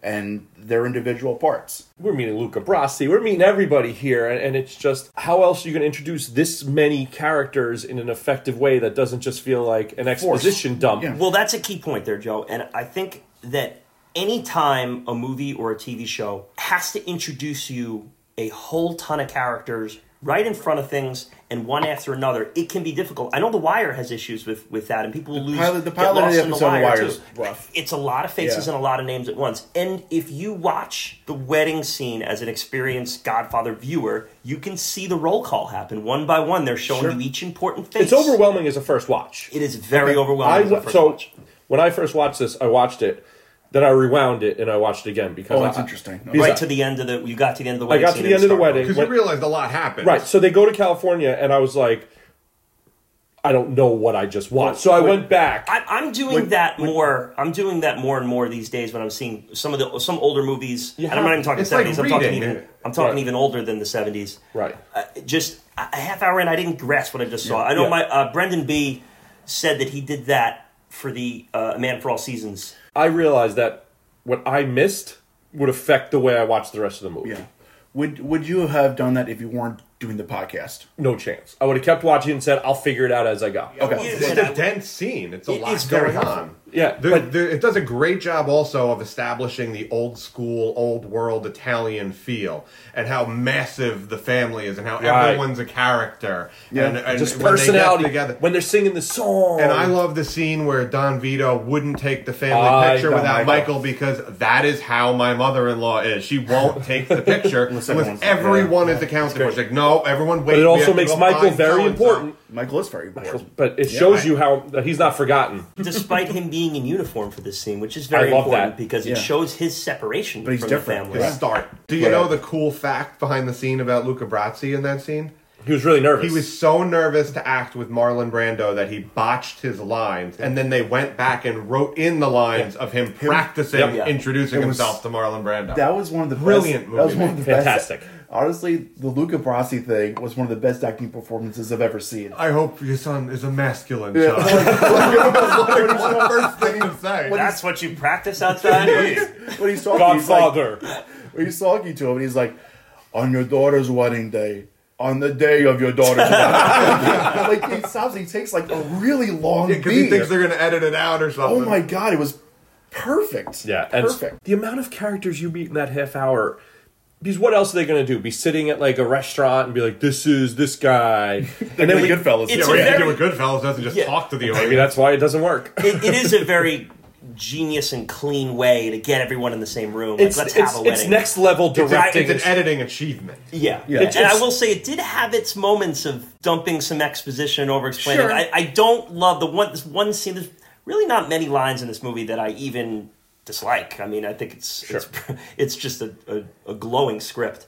S3: and their individual parts.
S2: We're meeting Luca Brasi. We're meeting everybody here, and, and it's just how else are you going to introduce this many characters in an effective way that doesn't just feel like an exposition dump?
S3: Yeah.
S1: Well, that's a key point there, Joe. And I think that any time a movie or a TV show has to introduce you a whole ton of characters right in front of things and one after another, it can be difficult. I know The Wire has issues with, with that, and people lose
S3: pilot- the
S1: get
S3: pilot of
S1: lost
S3: the
S1: in
S3: episode of
S1: Wire,
S3: Wire
S1: too.
S3: is rough.
S1: It's a lot of faces
S3: Yeah.
S1: and a lot of names at once. And if you watch the wedding scene as an experienced Godfather viewer, you can see the roll call happen one by one. They're showing you each important face.
S2: It's overwhelming as a first watch.
S1: It is very
S2: I
S1: overwhelming. as a
S2: w-
S1: first
S2: so
S1: watch.
S2: when I first watched this, I watched it, then I rewound it, and I watched it again because
S3: Oh, that's
S2: I-
S3: interesting.
S2: because
S1: right
S2: I-
S1: to the end of the you got to the end of the wedding.
S2: got to
S1: scene
S2: the
S1: and
S2: end of the
S1: start
S2: wedding.
S4: Because
S2: What-
S4: you realized a lot happened.
S2: Right. So they go to California, and I was like, I don't know what I just watched. So I went back.
S1: I, I'm doing that more. I'm doing that more and more these days when I'm seeing some of the some older movies. And I'm
S2: have-
S1: not even talking
S4: it's like
S1: 70s. I'm talking
S4: reading.
S1: even I'm talking
S2: Right.
S1: even older than the 70s.
S2: Right.
S1: Uh, just a a half hour in, I didn't grasp what I just saw. I know
S2: Yeah.
S1: my uh, Brendan B. said that he did that for the uh, A Man for All Seasons.
S2: I realized that what I missed would affect the way I watched the rest of the movie.
S3: Yeah. Would Would you have done that if you weren't doing the podcast?
S2: No chance. I would have kept watching and said, "I'll figure it out as I go."
S3: Okay.
S1: Yeah,
S4: It's
S1: but I
S4: a
S1: would-
S4: dense scene. It's a
S1: It is
S4: lot
S1: very
S4: going
S1: helpful.
S4: on.
S2: Yeah,
S4: There-
S2: but-
S4: there- it does a great job also of establishing the old school, old world Italian feel and how massive the family is and how
S2: Right.
S4: everyone's a character.
S3: Yeah.
S4: and, and
S2: Just
S4: when they get
S2: personality
S4: together.
S2: when Oh. they're singing the song.
S4: And I love the scene where Don Vito wouldn't take the family
S2: I
S4: picture
S2: know
S4: without
S2: Michael.
S4: Michael because that is how my mother-in-law is. She won't take the picture unless
S3: everyone's-
S4: everyone is accounted for. She's like, no, everyone
S2: but
S4: wait.
S2: it
S4: we have
S2: also
S4: to
S2: makes
S4: go
S2: Michael
S4: find
S2: very
S4: so-and-so."
S2: important.
S3: Michael is very important.
S2: But it shows
S4: I-
S2: you how that he's not forgotten.
S1: Despite him being in uniform for this scene, which is very
S2: I love
S1: important
S2: that.
S1: because
S3: Yeah.
S1: it shows his separation
S3: But he's
S1: from
S3: different.
S1: the
S4: His
S1: family.
S3: Yeah.
S4: start. Do you
S3: Right.
S4: know the cool fact behind the scene about Luca Brazzi in that scene?
S2: He was really nervous.
S4: He was so nervous to act with Marlon Brando that he botched his lines, and then they went back and wrote in the lines of him practicing
S1: Yep. Yeah.
S4: introducing
S3: It was-
S4: himself to Marlon Brando.
S3: That was one of the
S4: Brilliant
S3: Best, that was
S4: movie,
S3: one of the
S2: fantastic.
S3: Best, honestly, the Luca Brasi thing was one of the best acting performances I've ever seen.
S4: I hope your son is a masculine
S3: Yeah.
S4: child. That's like one first thing to say.
S1: That's what you practice outside?
S3: when he's talking, he's like-
S2: Godfather.
S3: when he's talking to him, and he's like, "On your daughter's wedding day." On the day of your daughter's wedding, like he stops, and he takes like a really long
S4: Because he
S3: beat.
S4: thinks they're going to edit it out or something.
S3: Oh my god, it was perfect.
S2: yeah, and
S3: perfect.
S2: The amount of characters you meet in that half hour. Because what else are they going to do? Be sitting at like a restaurant and be like, "This is this guy," and
S3: Really good fellas.
S1: it's
S4: Yeah,
S1: a
S4: what you
S1: very-
S4: do with Goodfellas doesn't just
S1: Yeah.
S4: talk to the
S2: Maybe
S4: audience.
S2: that's why it doesn't work.
S1: it, it is a very genius and clean way to get everyone in the same room. Like,
S2: It's
S1: let's
S2: it's,
S1: have a wedding.
S2: it's next level directing.
S4: It's an editing achievement.
S1: Yeah.
S2: It's-
S1: And I
S2: it's-
S1: will say it did have its moments of dumping some exposition and over explaining.
S2: Sure.
S1: I, I don't love the one this one scene there's really not many lines in this movie that I even dislike. I mean I think it's it's, it's just a, a, a glowing script.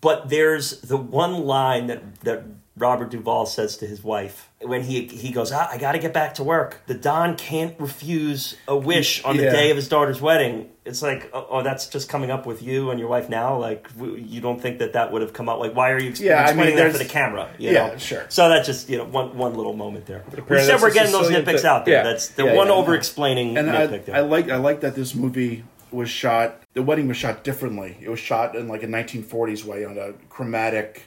S1: But there's the one line that that Robert Duvall says to his wife when he he goes, ah, I gotta get back to work. The Don can't refuse a wish on the
S3: Yeah.
S1: day of his daughter's wedding. It's like, oh, oh, that's just coming up with you and your wife now. Like, w- you don't think that that would have come up. Like, why are you ex-
S3: Yeah, I mean,
S1: explaining that for
S3: there's-
S1: the camera? you
S3: Yeah,
S1: know?
S3: sure.
S1: So that's just you know one one little moment there. We
S2: that's
S1: said we're
S2: a
S1: getting those
S2: Sicilian
S1: nitpicks
S2: thing.
S1: out there.
S2: Yeah.
S1: That's the
S3: Yeah,
S1: one
S3: yeah.
S1: over explaining
S3: And
S1: nitpick
S3: I,
S1: there.
S3: I like I like that this movie was shot. The wedding was shot differently. It was shot in like a 1940s way on a chromatic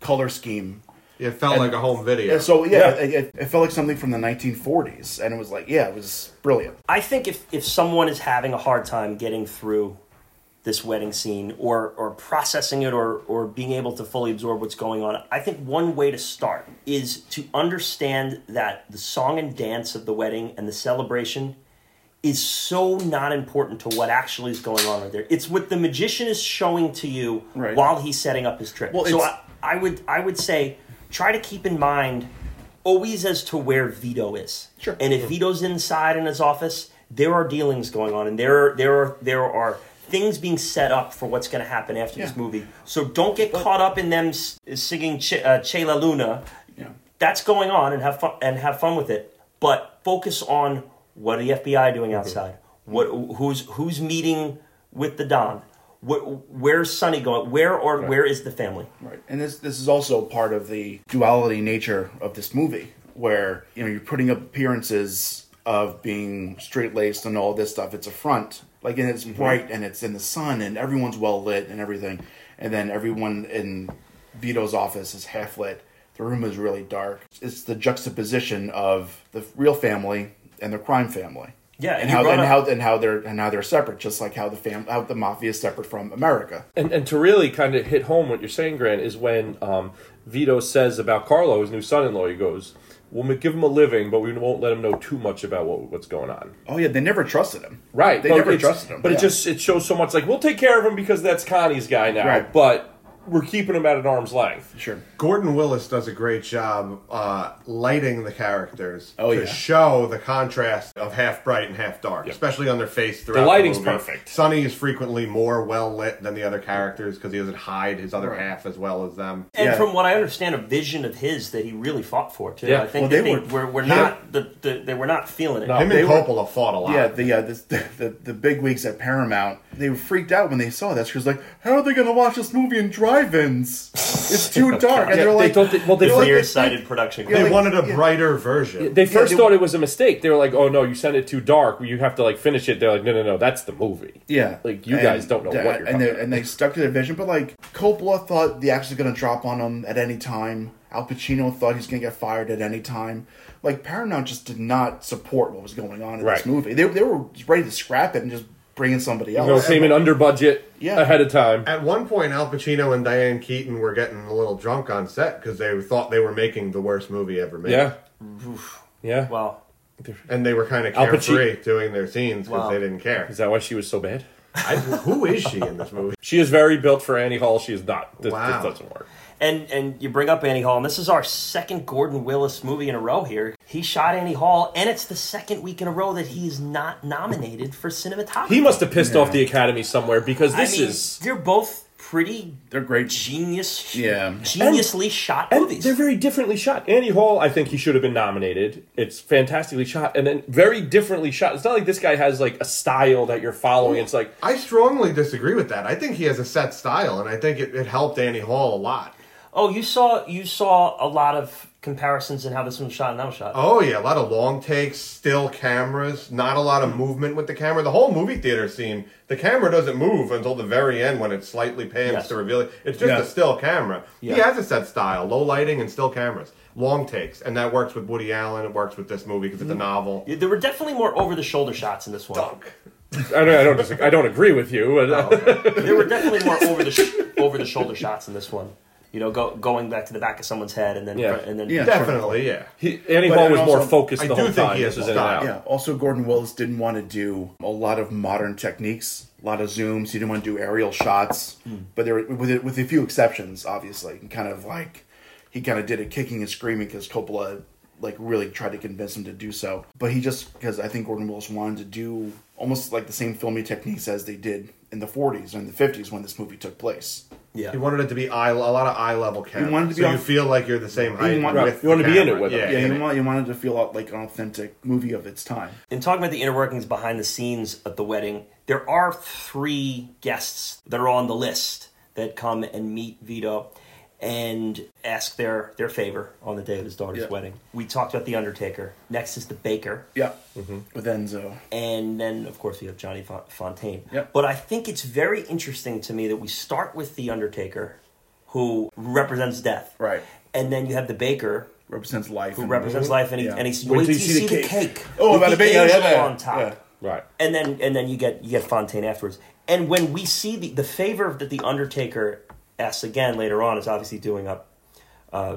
S3: color scheme.
S4: It felt like a home video.
S3: And so yeah,
S2: Yeah.
S3: It, it- it felt like something from the 1940s, and it was like yeah, it was brilliant.
S1: I think if, if someone is having a hard time getting through this wedding scene or, or processing it or, or being able to fully absorb what's going on, I think one way to start is to understand that the song and dance of the wedding and the celebration is so not important to what actually is going on right there. It's what the magician is showing to you
S3: Right.
S1: while he's setting up his trick.
S3: Well,
S1: so
S3: it's-
S1: I, I would I would say try to keep in mind always as to where Vito is.
S3: Sure.
S1: And if Vito's inside in his office, there are dealings going on, and there are there are there are things being set up for what's going to happen after this
S3: Yeah.
S1: movie. So don't get caught up in them s- singing Ch- uh, "Che La Luna."
S3: Yeah.
S1: That's going on, and have fun and have fun with it. But focus on what are the FBI
S3: Mm-hmm.
S1: doing outside? What who's who's meeting with the Don? What, where's Sonny going? Where or where is the family?
S3: Right. And this this is also part of the duality nature of this movie, where you know you're putting up appearances of being straight laced and all this stuff. It's a front, like and
S1: Mm-hmm.
S3: it's bright and it's in the sun and everyone's well lit and everything, and then everyone in Vito's office is half lit. The room is really dark. It's the juxtaposition of the real family and the crime family.
S1: Yeah,
S3: and
S1: you
S3: how
S1: brought
S3: and
S1: up-
S3: how and how they're and how they're separate, just like how the fam how the mafia is separate from America.
S2: and, and to really kind of hit home what you're saying, Grant, is when um, Vito says about Carlo, his new son-in-law, he goes, "We'll ma- give him a living, but we won't let him know too much about what, what's going on."
S3: Oh yeah, they never trusted him.
S2: Right?
S3: they
S2: but
S3: never
S2: it's-
S3: trusted him.
S2: But
S3: yeah.
S2: it just it shows so much. Like we'll take care of him because that's Connie's guy now,
S3: Right.
S2: but we're keeping him out at arm's length.
S3: sure.
S4: Gordon Willis does a great job uh, lighting the characters
S3: Oh,
S4: to
S3: yeah.
S4: show the contrast of half bright and half dark, especially on their face throughout.
S2: lighting's
S4: movie.
S2: perfect.
S4: Sonny is frequently more well lit than the other characters because he doesn't hide his other half as well as them.
S1: And
S3: Yeah.
S1: from what I understand, a vision of his that he really fought for too.
S2: Yeah.
S1: I think
S3: Well,
S1: that
S3: they
S1: they,
S3: were-
S1: were, were not the, the they were not feeling it.
S4: Him
S3: they
S4: and
S3: were-
S4: Coppola fought a lot.
S3: Yeah, the uh, this, the, the the big wigs at Paramount they were freaked out when they saw this because like, how are they going to watch this movie and drive drive-ins. It's too dark, and
S2: Yeah,
S3: they're
S2: they
S3: like,
S2: thought that- well, they
S3: You're
S2: thought-
S3: like-
S1: Clear-sighted production.
S4: They
S1: company.
S4: wanted a brighter version.
S2: They first
S3: they-
S2: thought it was a mistake. They were like, "Oh no, you sent it too dark. You have to like finish it." They're like, "No, no, no, that's the movie."
S3: yeah,
S2: Like, you guys don't know
S3: that-
S2: what you're
S3: and they
S2: talking
S3: and they stuck to their vision. But like Coppola thought the axe was gonna drop on him at any time. Al Pacino thought he's gonna get fired at any time. Like Paramount just did not support what was going on in
S2: Right.
S3: this movie. They they were ready to scrap it and just bring in somebody
S1: Oh,
S2: You know,
S3: else.
S2: it came in under budget
S3: Yeah.
S2: ahead of time.
S4: At one point, Al Pacino and Diane Keaton were getting a little drunk on set because they thought they were making the worst movie ever made.
S2: Yeah, yeah.
S1: Wow.
S4: and they were kind of
S2: Al Pacino-
S4: carefree doing their scenes because
S1: Wow.
S4: they didn't care.
S2: Is that why she was so bad?
S4: I, who is she in this movie?
S2: She is very built for Annie Hall. She is not. This,
S4: Wow.
S2: this doesn't work.
S1: And and you bring up Annie Hall, and this is our second Gordon Willis movie in a row here. He shot Annie Hall, and it's the second week in a row that he is not nominated for cinematography.
S2: He must have pissed off the Academy somewhere because
S1: I
S2: this
S1: mean,
S2: is
S1: they're both pretty
S3: They're great.
S1: genius,
S3: Yeah.
S1: geniusly shot
S2: And
S1: movies.
S2: they're very differently shot. Annie Hall, I think he should have been nominated. It's fantastically shot, and then very differently shot. It's not like this guy has like a style that you're following. It's like
S4: I strongly disagree with that. I think he has a set style, and I think it, it helped Annie Hall a lot.
S1: Oh, you saw you saw a lot of comparisons in how this one was shot and that was shot.
S4: Oh yeah, a lot of long takes, still cameras, not a lot of movement with the camera. The whole movie theater scene, the camera doesn't move until the very end when it slightly pans
S1: Yes.
S4: to reveal it. It's just a
S3: Yes.
S4: still camera. He
S1: Yeah.
S4: has a set style, low lighting and still cameras, long takes, and that works with Woody Allen. It works with this movie because it's a novel.
S1: There were definitely more over the shoulder shots in this one.
S2: I don't, I don't, disagree, I don't agree with you. But,
S1: Oh, There were definitely more over the sh- over the shoulder shots in this one. You know, go, going back to the back of someone's head and then
S2: Yeah.
S1: and then
S3: Yeah.
S4: Definitely, yeah.
S2: he, Annie
S3: But
S2: Hall
S3: and
S2: was more
S3: also,
S2: focused
S4: I
S2: the
S4: do
S2: whole
S4: think
S2: time.
S4: he
S2: This
S4: has
S2: is
S4: a
S2: in and
S4: style.
S2: out.
S3: Yeah. Also, Gordon Willis didn't want to do a lot of modern techniques, a lot of zooms. He didn't want to do aerial shots, but there, with a- with a few exceptions, obviously, and kind of like he kind of did it kicking and screaming because Coppola like really tried to convince him to do so. But he just because I think Gordon Willis wanted to do almost like the same filming techniques as they did in the 40s and the 50s when this movie took place.
S1: yeah.
S4: He wanted it to be eye, a lot of eye level camera.
S3: wanted to be
S4: so
S3: on-
S4: you feel like you're the same height.
S3: want-
S4: with
S2: you want to
S4: the
S2: be in
S4: camera.
S2: it with him.
S4: Yeah,
S3: Yeah,
S4: in
S3: you,
S4: it.
S3: want, you wanted to feel like an authentic movie of its time.
S1: In talking about the inner workings behind the scenes at the wedding, there are three guests that are on the list that come and meet Vito and ask their, their favor on the day of his daughter's
S3: Yeah.
S1: wedding. We talked about the Undertaker. Next is the Baker.
S3: Yeah, uh, with Enzo.
S1: And then, of course, we have Johnny Fon- Fontaine.
S3: Yep.
S1: But I think it's very interesting to me that we start with the Undertaker, who represents death.
S3: Right.
S1: And then you have the Baker,
S3: Represents life.
S1: who
S3: and-
S1: represents life, and he,
S3: Yeah.
S1: and he's,
S2: Wait
S1: wait,
S2: till
S1: till you see, the cake.
S3: Oh,
S1: with
S3: about
S1: the
S3: a bit, yeah,
S1: angel
S3: yeah, yeah.
S1: on top.
S3: Yeah.
S2: Right.
S1: and then and then you get you get Fontaine afterwards. And when we see the the favor that the Undertaker asks again later on is obviously doing up, uh,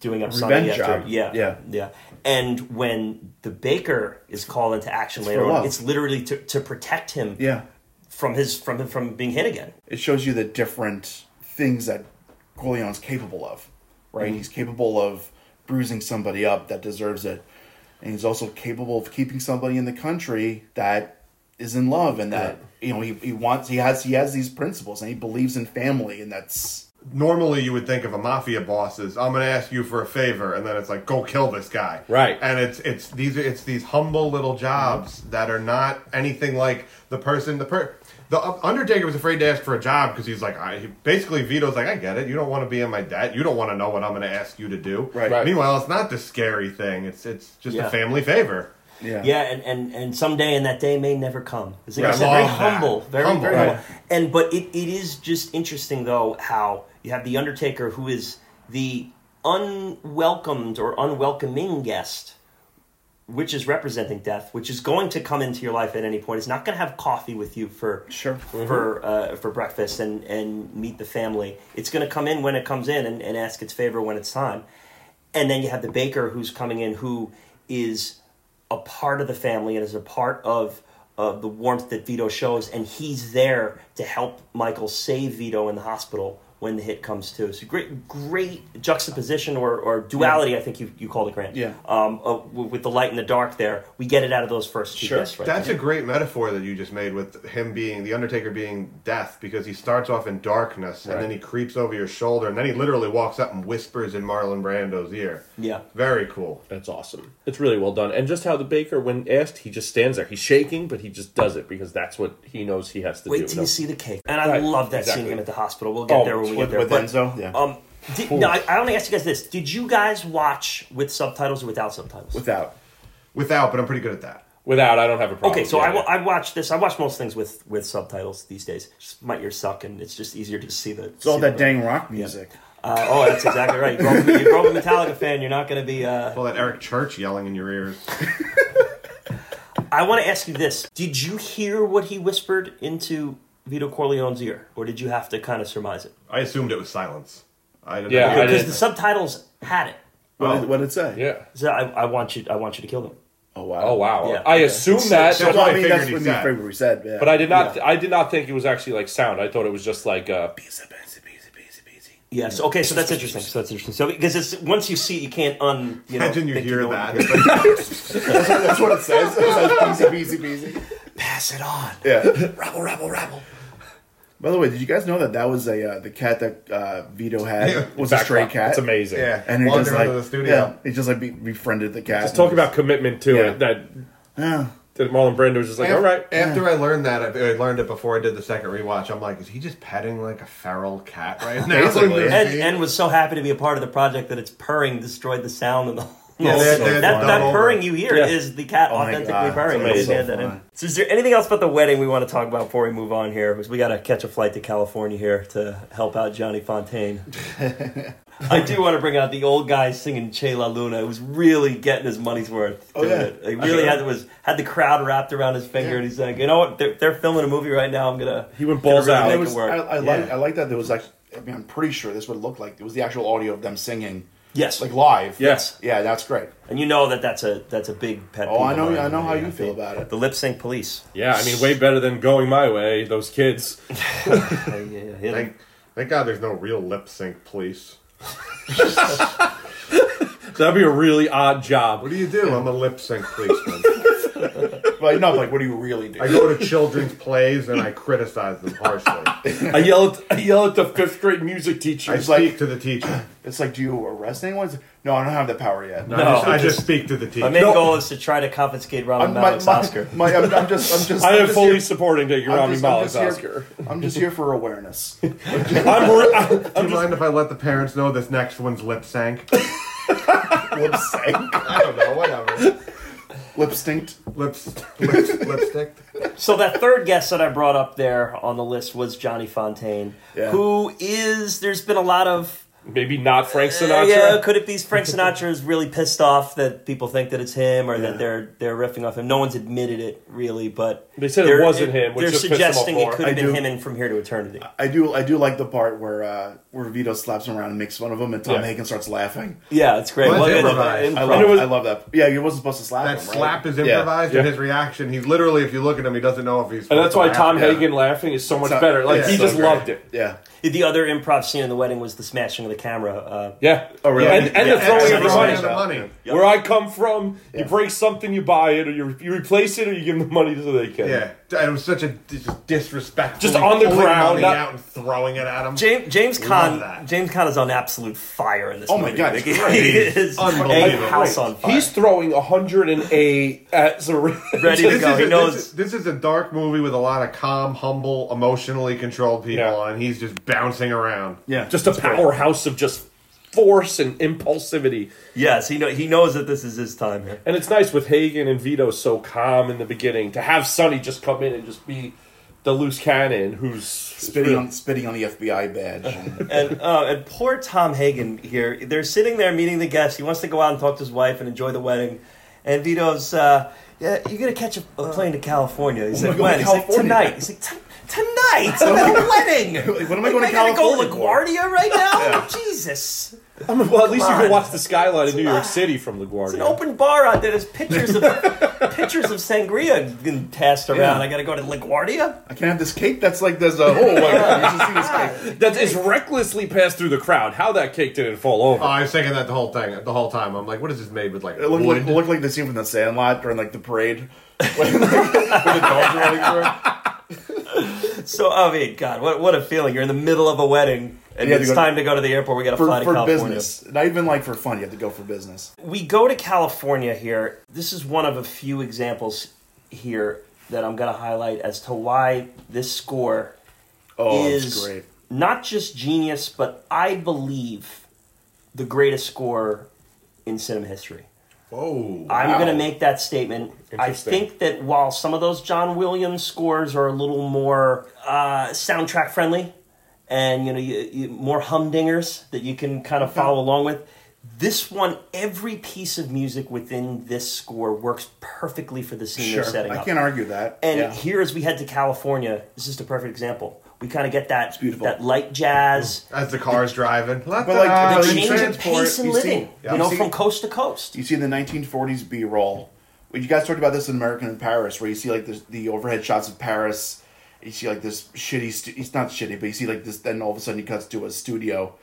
S1: doing up Sunday
S3: Revenge
S1: after
S3: job.
S1: yeah
S3: Yeah.
S1: yeah. And when the Baker is called into action
S3: It's
S1: later
S3: for
S1: on,
S3: love.
S1: it's literally to, to protect him
S3: Yeah.
S1: from his from from being hit again.
S3: it shows you the different things that Corleone's capable of, right? He's capable of bruising somebody up that deserves it, and he's also capable of keeping somebody in the country that is in love and that you know he, he wants he has he has these principles and he believes in family and that's
S4: normally you would think of a mafia boss as I'm going to ask you for a favor, and then it's like go kill this guy,
S2: Right.
S4: And it's it's these it's these humble little jobs that are not anything like the person the per. The uh, Undertaker was afraid to ask for a job because he's like, I he, basically Vito's like, I get it. You don't want to be in my debt. You don't want to know what I'm going to ask you to do.
S3: Right. Right.
S4: Meanwhile, it's not the scary thing. It's it's just
S1: Yeah.
S4: a family favor.
S3: yeah
S1: Yeah, and, and, and someday, and that day may never come. It's like
S4: Right.
S1: I said, very
S4: Love that.
S1: humble, very
S4: Humble,
S1: very
S4: right.
S1: humble. And but it, it is just interesting though how you have the Undertaker who is the unwelcomed or unwelcoming guest, which is representing death, which is going to come into your life at any point. It's not going to have coffee with you for
S3: Sure.
S1: for uh, for breakfast and and meet the family. It's going to come in when it comes in and, and ask its favor when it's time. And then you have the baker who's coming in who is a part of the family and is a part of uh, the warmth that Vito shows, and he's there to help Michael save Vito in the hospital when the hit comes to. So great, great juxtaposition or, or duality. I think you you called it, Grant.
S3: Yeah.
S1: Um, uh, w- with the light and the dark, there we get it out of those first two.
S3: Sure.
S1: guests right
S4: That's
S1: there.
S4: a great metaphor that you just made with him being the Undertaker being death because he starts off in darkness and then he creeps over your shoulder and then he literally walks up and whispers in Marlon Brando's ear.
S1: Yeah.
S4: Very cool.
S2: That's awesome. It's really well done. And just how the baker, when asked, he just stands there. He's shaking, but he just does it because that's what he knows he has to do.
S1: Wait till
S2: No-
S1: you see the cake. And I
S2: Right,
S1: love that
S2: exactly.
S1: seeing him at the hospital. We'll get
S2: Oh,
S1: there. when we
S5: With-
S1: get there.
S5: with
S1: but,
S5: Enzo? Yeah.
S1: Um, did, no, I, I want to ask you guys this: Did you guys watch with subtitles or without subtitles?
S3: without.
S4: Without, but I'm pretty good at that.
S2: Without, I don't have a problem.
S1: Okay, so
S2: oh, Yeah,
S1: I, wa-
S2: yeah.
S1: I watch this. I watch most things with, with subtitles these days. Just my ears suck, and it's just easier to see the.
S3: It's all that dang rock music.
S1: Uh, oh, that's exactly right. You grow, up, you grow up a Metallica fan. You're not going to be. Uh...
S4: All that Eric Church yelling in your ears.
S1: I want to ask you this: Did you hear what he whispered into Vito Corleone's ear, or did you have to kind of surmise it?
S4: I assumed it was silence. I didn't
S2: Yeah,
S4: know.
S2: I
S1: Because
S2: did.
S1: the subtitles had it.
S3: What, did, what did it say?
S2: Yeah.
S1: So I, I want you. I want you to kill them.
S3: Oh wow.
S2: Oh wow.
S1: Yeah.
S2: I assume that,
S4: so-
S2: but,
S3: Well,
S4: what I
S3: I mean,
S4: figured
S3: that's
S4: he
S3: what we
S4: said.
S3: figured we said. Yeah.
S2: but I did not. I did not think it was actually like sound. I thought it was just like. Uh,
S1: Yes. Okay. So that's interesting. So that's interesting. So because it's once you see, it, you can't un. You know,
S4: Imagine you
S1: think
S4: hear
S1: know
S4: that.
S1: what
S4: It's like,
S3: that's, what, that's what it says. It says beezy, beezy, beezy.
S1: Pass it on.
S3: Yeah. rabble, rabble, rabble. By the way, did you guys know that that was a uh, the cat that uh, Vito had was a stray
S2: backdrop.
S3: cat?
S2: It's amazing.
S4: yeah,
S3: And he
S4: wandering
S3: just like
S4: into the studio.
S3: yeah, he just like be, befriended the cat.
S2: Let's talk about commitment to
S3: Yeah.
S2: it. That
S3: Yeah.
S2: that Marlon Brando was just like,
S4: Af-
S2: all right.
S4: After I learned that, I I learned it before I did the second rewatch. I'm like, is he just petting like a feral cat right now?
S3: Basically.
S4: Like,
S1: Ed, Ed was so happy to be a part of the project that its purring destroyed the sound and the.
S4: Yeah, they- they had
S1: that,
S4: to
S1: that
S4: dub
S1: purring
S4: over.
S1: you hear
S2: Yeah.
S1: is the cat
S3: my
S1: authentically
S3: God,
S1: purring.
S3: that's
S1: They
S3: amazing.
S1: had that in.
S3: So fun.
S1: So, is there anything else about the wedding we want to talk about before we move on here? Because we got to catch a flight to California here to help out Johnny Fontaine. I do want to bring out the old guy singing Che La Luna. It was really getting his money's worth.
S3: Oh,
S1: doing
S3: yeah.
S1: it. He really
S3: Sure.
S1: had was had the crowd wrapped around his finger, and he's like, you know what? They're, they're filming a movie right now. I'm gonna.
S2: He went balls
S1: gonna
S2: out.
S1: really
S3: I,
S1: make it
S3: was, I,
S1: work.
S3: I
S1: Yeah.
S3: like I like that there was like I mean I'm pretty sure this would look like it was the actual audio of them singing
S1: Yes.
S3: like live
S2: Yes.
S3: yeah that's great
S1: And you know that that's a that's a big pet.
S3: oh
S1: peeve
S3: I
S1: of
S3: know
S1: mine.
S3: I know how
S1: Yeah.
S3: you feel about it
S1: The lip sync police.
S2: Yeah, I mean, way better than going my way. Those kids.
S1: Yeah, yeah, yeah. Hit him.
S4: thank, thank God there's no real lip sync police.
S2: That'd be a really odd job.
S4: What do you do? I'm a lip sync policeman.
S3: but no but, like what do you really do
S4: I go to children's plays and I criticize them harshly.
S2: I yell at I yell at the fifth grade music teacher.
S4: I
S3: It's
S4: speak
S3: like-
S4: to the teacher.
S3: it's like do you arrest anyone It's- no I don't have the power yet
S4: I, just,
S1: No.
S4: I just speak to the teacher.
S1: My main
S2: No.
S1: goal is to try to confiscate Robin
S3: I'm, my,
S1: Malik's
S3: my,
S1: Oscar.
S3: my- I'm, I'm just I'm just
S2: I
S3: I'm
S2: am
S3: just
S2: fully
S3: here-
S2: supporting taking
S3: I'm
S2: Rami
S3: just, I'm,
S2: Malek's
S3: just
S2: Oscar.
S3: here, I'm just here for awareness
S2: I'm, re- I'm,
S4: do you mind if I let the parents know this next one's lip sync?
S3: lip sync
S4: I don't know, whatever.
S3: lip stinked
S4: Lips, lips, lipstick.
S1: So that third guest that I brought up there on the list was Johnny Fontaine,
S3: Yeah.
S1: who is. There's been a lot of.
S2: maybe not Frank
S1: uh,
S2: Sinatra.
S1: yeah, could it be Frank Sinatra is really pissed off that people think that it's him or that they're they're riffing off him? No one's admitted it really, but
S2: They said it
S1: they're-
S2: wasn't him, which
S1: they're
S2: just pissed them off
S1: suggesting
S2: more.
S1: it could have
S3: I
S1: been
S3: do-
S1: him in From Here to Eternity.
S3: I do I do like the part where uh, where Vito slaps him around and makes fun of him and Tom
S2: Yeah.
S3: Hagen starts laughing
S1: Yeah, it's great.
S4: Well,
S1: Well,
S4: it's
S1: it's-
S4: improvised.
S1: improv.
S3: I love,
S2: it was-
S3: I love that yeah he wasn't supposed to slap
S4: That
S3: him, right?
S4: slap is
S3: Yeah.
S4: improvised,
S2: Yeah.
S4: and his reaction, he's literally, if you look at him, he doesn't know if he's.
S2: And that's why
S4: supposed to
S2: Tom
S4: laugh.
S2: Hagen laughing is so much
S3: So-
S2: better. Like
S4: yeah,
S2: he
S4: so
S2: just
S4: great.
S2: loved it.
S3: yeah
S1: The other improv scene in the wedding was the smashing of the camera. Uh,
S2: Yeah.
S3: Oh, really?
S2: And, and the
S1: Yeah.
S2: throwing
S1: Yeah.
S2: of the
S1: Yeah.
S2: money.
S4: of the money.
S2: Where I come from, you
S3: Yeah.
S2: break something, you buy it, or you, you replace it, or you give them the money so they can.
S4: Yeah, and it was such a dis- just disrespectful.
S2: Just on the
S4: pulling
S2: ground,
S4: money
S2: not-
S4: out and throwing it at him.
S1: James James
S4: that.
S1: Con James Con is on absolute fire in this.
S3: Oh my
S1: movie.
S3: God,
S1: Like,
S3: it's
S1: he is a
S4: Unbelievable.
S1: house on fire.
S2: He's throwing 108 at Zare-
S1: ready to
S4: This
S1: go.
S4: is, a,
S1: He knows.
S4: this, is, this is a dark movie with a lot of calm, humble, emotionally controlled people,
S2: Yeah.
S4: and he's just bouncing around.
S3: yeah
S2: Just a powerhouse of just force and impulsivity.
S1: yes, he know he knows that this is his time here.
S2: And it's nice with Hagen and Vito so calm in the beginning to have Sonny just come in and just be the loose cannon who's
S3: spitting on spitting on the FBI badge. And
S1: And uh, and poor Tom Hagen here. They're sitting there meeting the guests. He wants to go out and talk to his wife and enjoy the wedding. And Vito's, uh, yeah, you're gonna catch a, a plane to California. He's like,
S3: Oh God,
S1: when? He's like,
S3: California.
S1: tonight. He's like, "Ton- tonight. I'm at a wedding.
S3: Like, when am I going to
S1: gotta
S3: California
S1: Go
S3: for?"
S1: LaGuardia right now. Jesus.
S2: Well, at least you
S1: on.
S2: can watch the skyline in New York City from LaGuardia.
S1: It's an open bar out there. There's pictures of pictures of sangria getting passed around. I gotta go to LaGuardia.
S3: I can't have this cake that's like there's a hole. Like, you should see this cake.
S2: That is recklessly passed through the crowd. How that cake didn't fall over.
S1: Uh,
S4: Oh, I was thinking that the whole thing, the whole time. I'm like, what is this made with? Like
S3: It looked
S4: wood?
S3: like, it looked like the scene from The Sandlot during like the parade when, like, when the dogs are running through.
S1: So I mean, God, what what a feeling! You're in the middle of a wedding, and
S3: You had to
S1: it's
S3: go to-
S1: time to go to the airport. We gotta fly to
S3: For, for
S1: California.
S3: business, not even like for fun. You have to go for business.
S1: We go to California here. This is one of a few examples here that I'm gonna highlight as to why this score
S3: Oh, it's
S1: is
S3: great.
S1: not just genius, but I believe the greatest scorer in cinema history.
S3: Oh,
S4: Whoa.
S1: I'm
S2: Wow.
S1: going to make that statement. I
S2: Interesting.
S1: think that while some of those John Williams scores are a little more uh, soundtrack friendly, and you know, you, you, more humdingers that you can kind of follow along with, this one, every piece of music within this score works perfectly for the scene
S3: Sure,
S1: they're setting
S3: I
S1: up.
S3: can't argue that.
S1: And
S3: yeah.
S1: here, as we head to California, this is the perfect example. We kind of get that
S3: beautiful.
S1: that light jazz,
S4: As the car's driving.
S3: like,
S4: But
S1: the
S3: Oh, you
S1: change of
S3: transport,
S1: pace and
S3: you see-
S1: living.
S3: yeah,
S1: you
S3: you
S1: know,
S3: see-
S1: from coast to coast.
S3: you see the 1940s B-roll. Well, You guys talked about this in American in Paris, where you see like the, the overhead shots of Paris. You see like this shitty. St- it's not shitty, but you see like this. Then all of a sudden, it cuts to a studio,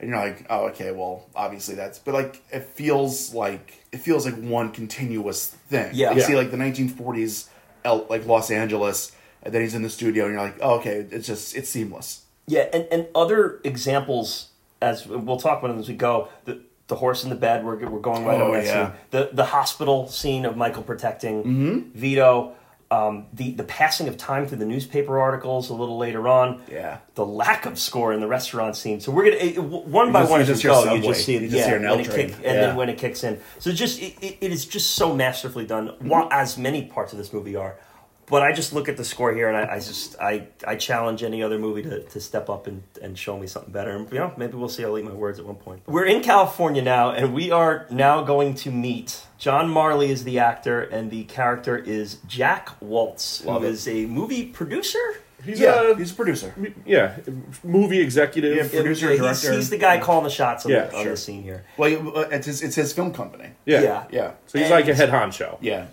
S3: and you're like, oh, okay, well, obviously that's. But like, it feels like it feels like one continuous thing.
S1: Yeah.
S3: You see
S2: Yeah.
S3: like the 1940s, L- like Los Angeles, and then he's in the studio, and you're like, oh, okay, it's just it's seamless.
S1: Yeah, and, and other examples as we'll talk about them as we go. The, the horse in the bed. We're we're going right
S3: Oh,
S1: over that
S3: yeah.
S1: scene. The the hospital scene of Michael protecting Vito. Um, the the passing of time through the newspaper articles a little later on.
S3: Yeah.
S1: The lack of score in the restaurant scene. So we're gonna it, it- one by
S3: just-
S1: one
S3: you
S1: as we
S3: just hear
S1: go. You
S3: Subway.
S1: just see it.
S3: You just
S1: yeah,
S3: hear an
S1: when
S3: L
S1: it
S3: train.
S1: kick- and then
S3: Yeah.
S1: when it kicks in. So just it, it, it is just so masterfully done.
S3: Mm-hmm.
S1: wa- As many parts of this movie are. But I just look at the score here, and I, I just I, I challenge any other movie to, to step up and, and show me something better. And you know, maybe we'll see. I'll eat my words at one point. We're in California now, and we are now going to meet John Marley is the actor, and the character is Jack Waltz, who is
S3: Love it.
S1: a movie producer.
S2: He's
S3: Yeah,
S2: yeah,
S3: he's a producer.
S2: a, yeah, movie executive.
S3: Yeah, Producer,
S1: he's,
S3: director.
S1: he's the guy calling the shots on,
S2: Yeah,
S1: the, on
S2: sure.
S1: the scene here.
S3: Well, uh, it's his, it's his film company.
S1: yeah.
S3: Yeah,
S2: So he's like a head honcho.
S3: yeah.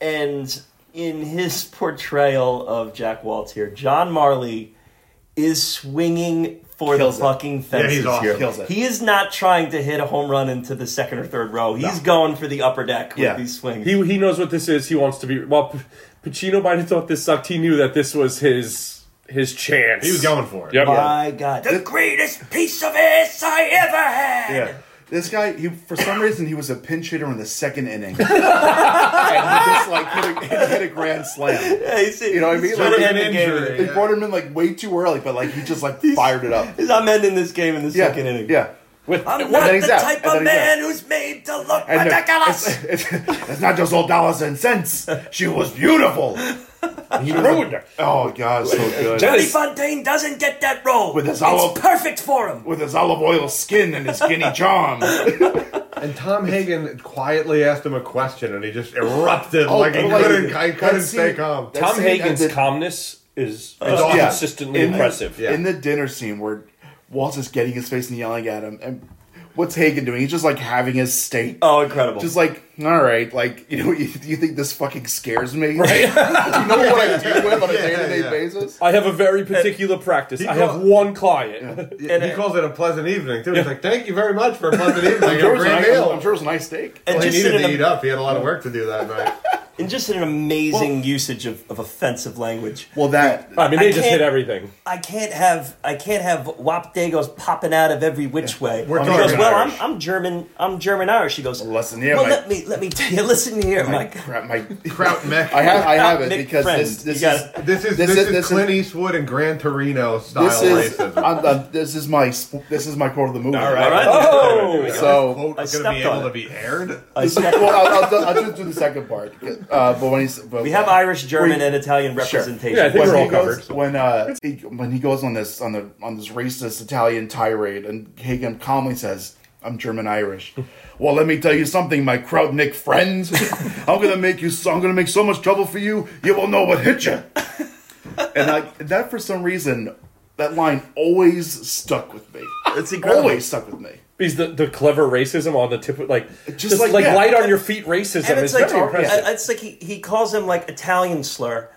S1: and in his portrayal of Jack Waltz here, John Marley is swinging for
S3: Kills it.
S1: the fucking fences
S4: he's awesome.
S1: here.
S3: Kills it.
S1: He is not trying to hit a home run into the second or third row. He's going for the upper deck with
S3: Yeah.
S1: these swings.
S2: He he knows what this is. He wants to be. Well, P- Pacino might have thought this sucked. He knew that this was his his chance.
S4: He was going for it.
S2: Yep.
S1: My God, the greatest piece of ass I ever had.
S3: Yeah. This guy, he for some reason he was a pinch hitter in the second inning, and he just like hit a, hit a grand slam.
S1: Yeah, he's,
S3: You know what I mean?
S1: he's
S3: Like
S1: trying to
S4: an
S1: end the game.
S4: injury.
S3: They brought him in like way too early, but like he just like fired it up.
S1: He's- I'm ending this game in the
S3: Yeah,
S1: second inning.
S3: yeah.
S2: With,
S1: I'm
S3: then
S1: not the
S3: he's out.
S1: type
S3: And
S1: of
S3: then he's out.
S1: man who's made to look
S3: And the-
S1: ridiculous.
S3: it's, it's, it's not just all dollars and cents. She was beautiful.
S2: he ruined it.
S3: Oh god, so good.
S1: Johnny
S2: Yes.
S1: Fontaine doesn't get that role.
S3: With his
S1: it's
S3: olive-
S1: perfect for him.
S3: With his olive oil skin and his skinny charm.
S4: And Tom Hagen quietly asked him a question, and he just erupted
S3: Oh,
S4: like he
S3: like-
S4: couldn't, I couldn't
S3: that
S4: stay
S3: scene-
S4: calm.
S3: that-
S2: Tom
S3: I've seen it,
S2: Hagen's
S3: and the-
S2: calmness is
S4: awesome.
S2: is consistently
S3: In the-
S2: impressive.
S4: Yeah.
S3: In the dinner scene where Walt's is getting his face and yelling at him, and what's Hagen doing? He's just like having his steak.
S1: Oh, incredible!
S3: Just like, all right, like you know, you, you think this fucking scares me? Right? you know what I deal with on a
S4: Yeah,
S3: day to day
S4: yeah.
S3: basis?
S2: I have a very particular practice. I have
S4: got-
S2: one client.
S4: He calls it a pleasant evening, too. He's like, thank you very much for a pleasant evening.
S3: I'm sure,
S4: a
S3: it was a
S4: great
S3: nice,
S4: meal.
S3: I'm sure it was a nice steak.
S1: and,
S4: Well, he
S1: just
S4: needed
S1: in
S4: to
S1: an,
S4: eat up. He had a lot of work to do that night.
S1: and just in an amazing usage of, of offensive language.
S3: Well, that
S2: I mean, they
S1: I
S2: just
S1: can't-
S2: hit everything.
S1: I can't have I can't have Wap Dagos popping out of every which way.
S4: We're
S1: he
S4: talking
S1: goes, well, I'm,
S3: Irish.
S1: I'm German. I'm German Irish. He goes,
S3: Listen here,
S1: Well,
S3: my-
S1: let me let me tell you. Listen here, Mike.
S3: crap, my
S4: Kraut Mac.
S3: I have I have it
S1: Nick
S3: because
S1: Friend.
S3: this this
S1: You
S3: is,
S1: gotta-
S4: This is
S3: This
S4: this,
S3: is-
S4: is,
S3: this is-
S4: Clint Eastwood and Gran Torino style
S3: this is
S4: racism.
S3: I'm, I'm, this is my sp- this is my quote of the movie.
S2: All right.
S1: All right.
S2: Oh!
S1: There we go.
S3: So
S4: quote
S1: I
S4: is going to be
S1: stepped on
S4: able
S1: it.
S4: to be aired.
S1: I stepped-
S3: well, I'll, I'll, do- I'll just do the second part. Uh, but when he's, but
S1: we have Irish, German, and Italian representation.
S2: Yeah, I think
S3: when
S2: we're all
S3: he goes,
S2: covered.
S3: when uh, he, when he goes on this on the on this racist Italian tirade, and Hagen calmly says, "I'm German Irish." well, let me tell you something, my Krautnik friends. I'm gonna make you. So, I'm gonna make so much trouble for you. You won't know what hit you. and I, that, for some reason, that line always stuck with me.
S1: It's incredible.
S3: always stuck with me.
S2: He's the, the clever racism on the tip, of, like just,
S3: like,
S2: like,
S3: yeah.
S2: light on your feet racism.
S1: and
S2: is
S1: it's like
S2: very impressive.
S1: I- it's like he, he calls him like Italian slur,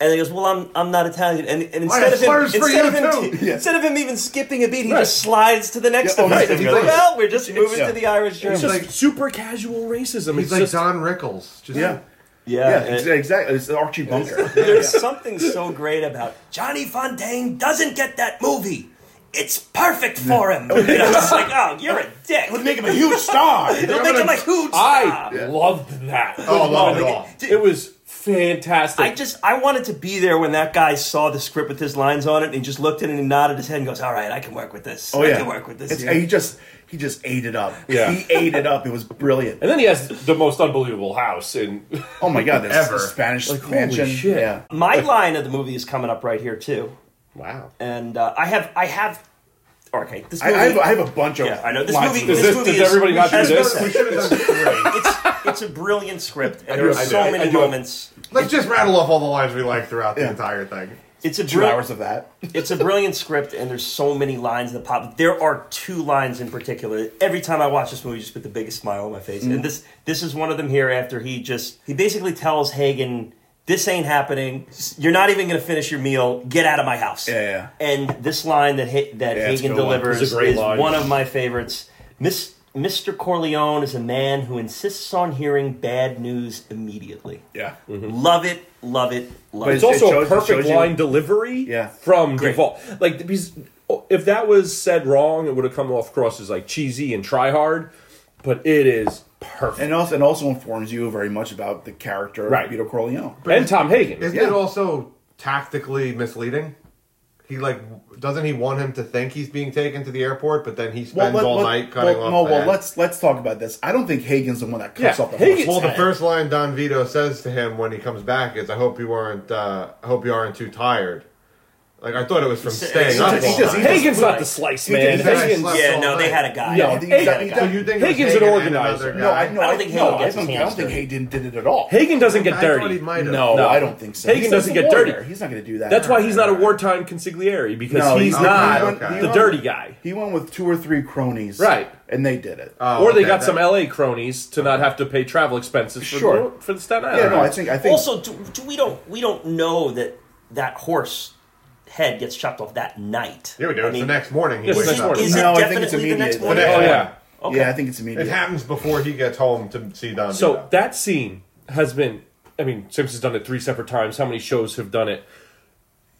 S1: and he goes, "Well, I'm I'm not Italian." And, and
S4: Why,
S1: instead of him,
S4: slurs for
S1: instead of
S4: you
S1: him,
S4: too.
S1: t-
S3: Yeah.
S1: instead of him even skipping a beat, he
S2: Right.
S1: just slides to the next
S3: Yeah, oh,
S1: offense.
S3: right,
S1: and
S3: he's
S1: goes,
S3: like-
S1: well, we're just moving
S3: yeah.
S1: to the Irish
S2: It's
S1: German.
S2: just
S4: like-
S2: super casual racism.
S4: He's
S2: it's
S4: like
S2: just,
S4: Don Rickles. Just,
S3: Yeah.
S1: yeah,
S3: Yeah,
S1: and
S3: ex- exactly. It's Archie Bunker.
S1: there's something so great about Johnny Fontaine doesn't get that movie. It's perfect for him. You know, it's like, oh, you're a dick.
S3: Would make him a huge star.
S1: It'll make him a huge
S2: I
S1: star.
S2: loved that.
S4: Oh, I love it all.
S2: It was fantastic.
S1: I just I wanted to be there when that guy saw the script with his lines on it and he just looked at it and nodded his head and goes, "All right, I can work with this.
S3: Oh
S1: I
S3: yeah,
S1: can work with this."
S3: It's-
S1: yeah."
S3: He just he just ate it up.
S2: Yeah.
S3: he ate it up. It was brilliant.
S2: and then he has the most unbelievable house in
S3: Oh my god, this
S4: Ever.
S3: Spanish
S2: holy
S3: mansion.
S2: shit.
S3: Yeah,
S1: My line of the movie is coming up right here too,
S2: Wow.
S1: and uh, I have I have okay this
S3: I,
S1: movie.
S3: I, have, I have a bunch of
S1: yeah, I know this
S3: lots
S1: movie.
S3: of
S2: Does
S1: This,
S2: this-
S1: movie
S2: does
S1: is,
S2: everybody not do
S1: has
S2: this?
S1: no-
S4: We should have done three.
S1: It's, it's a brilliant script, and
S4: do-
S1: there are
S4: I do-
S1: so
S4: I- I
S1: many
S4: do-
S1: moments.
S4: Let's just rattle off all the lines we like throughout the
S3: Yeah.
S4: entire thing.
S1: It's a
S3: two
S1: bril-
S3: hours of that.
S1: it's a brilliant script, and there's so many lines that pop. There are two lines in particular. that Every time I watch this movie, just put the biggest smile on my face.
S3: Mm.
S1: And this this is one of them here. After he just he basically tells Hagen, "This ain't happening. You're not even going to finish your meal. Get out of my house."
S3: Yeah,
S1: And this line that ha- that
S3: Yeah, it's a
S1: Hagen
S3: good one.
S1: delivers
S2: It's a great
S1: is
S2: line.
S1: one of my favorites. Miss, Mr. Corleone is a man who insists on hearing bad news immediately.
S3: yeah.
S1: Love it, love it, love
S3: Mm-hmm. But
S1: it.
S2: It's also
S3: It shows-
S2: a
S3: it
S2: perfect
S3: shows you-
S2: line delivery
S3: Yeah.
S2: from Duvall. Like because oh, if that was said wrong, it would have come off cross as like cheesy and try hard. But it is perfect.
S3: And also, and also informs you very much about the character
S2: Right.
S3: of Vito Corleone.
S2: And, Tom Hagen.
S4: Isn't
S3: Yeah.
S4: it also tactically misleading? He like doesn't he want him to think he's being taken to the airport, but then he spends all night cutting
S3: well,
S4: off.
S3: No,
S4: the
S3: well,
S4: head.
S3: let's let's talk about this. I don't think Hagen's the one that cuts
S2: Yeah,
S3: off the
S2: Hagen's-
S4: Well,
S3: horse's
S4: the
S3: head.
S4: first line Don Vito says to him when he comes back is, "I hope you aren't. Uh, I hope you aren't too tired." Like I thought it was from staying
S1: it's-
S4: up.
S3: it's-
S4: all
S3: he just-
S4: night.
S3: he
S2: Hagen's not the slice man.
S3: did- he
S2: Hagen's,
S4: slept
S1: yeah,
S4: all
S1: no, they
S4: night.
S1: had a guy.
S2: No,
S3: I think
S2: Hagen-
S3: that guy-
S4: So you think it was
S2: Hagen's an
S4: Hagen and
S2: organizer.
S4: another
S3: No,
S4: guy?
S3: I, no,
S1: I
S3: I
S1: don't
S3: think
S1: think
S3: no,
S1: Hagen
S3: I
S1: gets
S3: don't,
S1: his
S3: I don't
S1: hands
S3: think
S1: dirty.
S3: Hagen did it at all.
S2: Hagen doesn't get
S4: I thought he
S2: dirty.
S4: might have.
S3: No,
S2: No.
S3: I don't think so.
S2: Hagen
S3: He's-
S2: doesn't
S3: he's a
S2: get
S3: warrior.
S2: dirty.
S3: He's not going to do that.
S2: That's why he's not a wartime consigliere because
S3: No,
S2: he's
S3: he-
S2: not
S3: he went- he
S2: the
S3: went-
S2: dirty guy.
S3: He went with two or three cronies,
S2: Right.
S3: And they did it.
S4: Oh,
S2: or they
S4: okay,
S2: got
S4: that-
S2: some LA cronies to not have to pay travel expenses for,
S3: Sure.
S2: for the Staten Island.
S3: yeah, no, I think I think
S1: Also, do, do we don't we don't know that that horse head gets chopped off that night.
S4: Here we go.
S1: I
S4: it's
S1: mean,
S4: the next morning. He
S2: Yes,
S4: wakes
S1: Is
S2: next
S1: it,
S4: up.
S2: morning.
S1: is it
S3: No, I think
S1: definitely
S3: it's
S1: the
S3: immediate.
S1: next
S3: The
S1: morning?
S4: next
S2: oh,
S4: morning.
S2: yeah.
S1: Okay.
S3: yeah, I think it's immediate.
S4: It happens before he gets home to see Don.
S2: So
S4: Vito.
S2: that scene has been. I mean, Simpsons done it three separate times. How many shows have done it?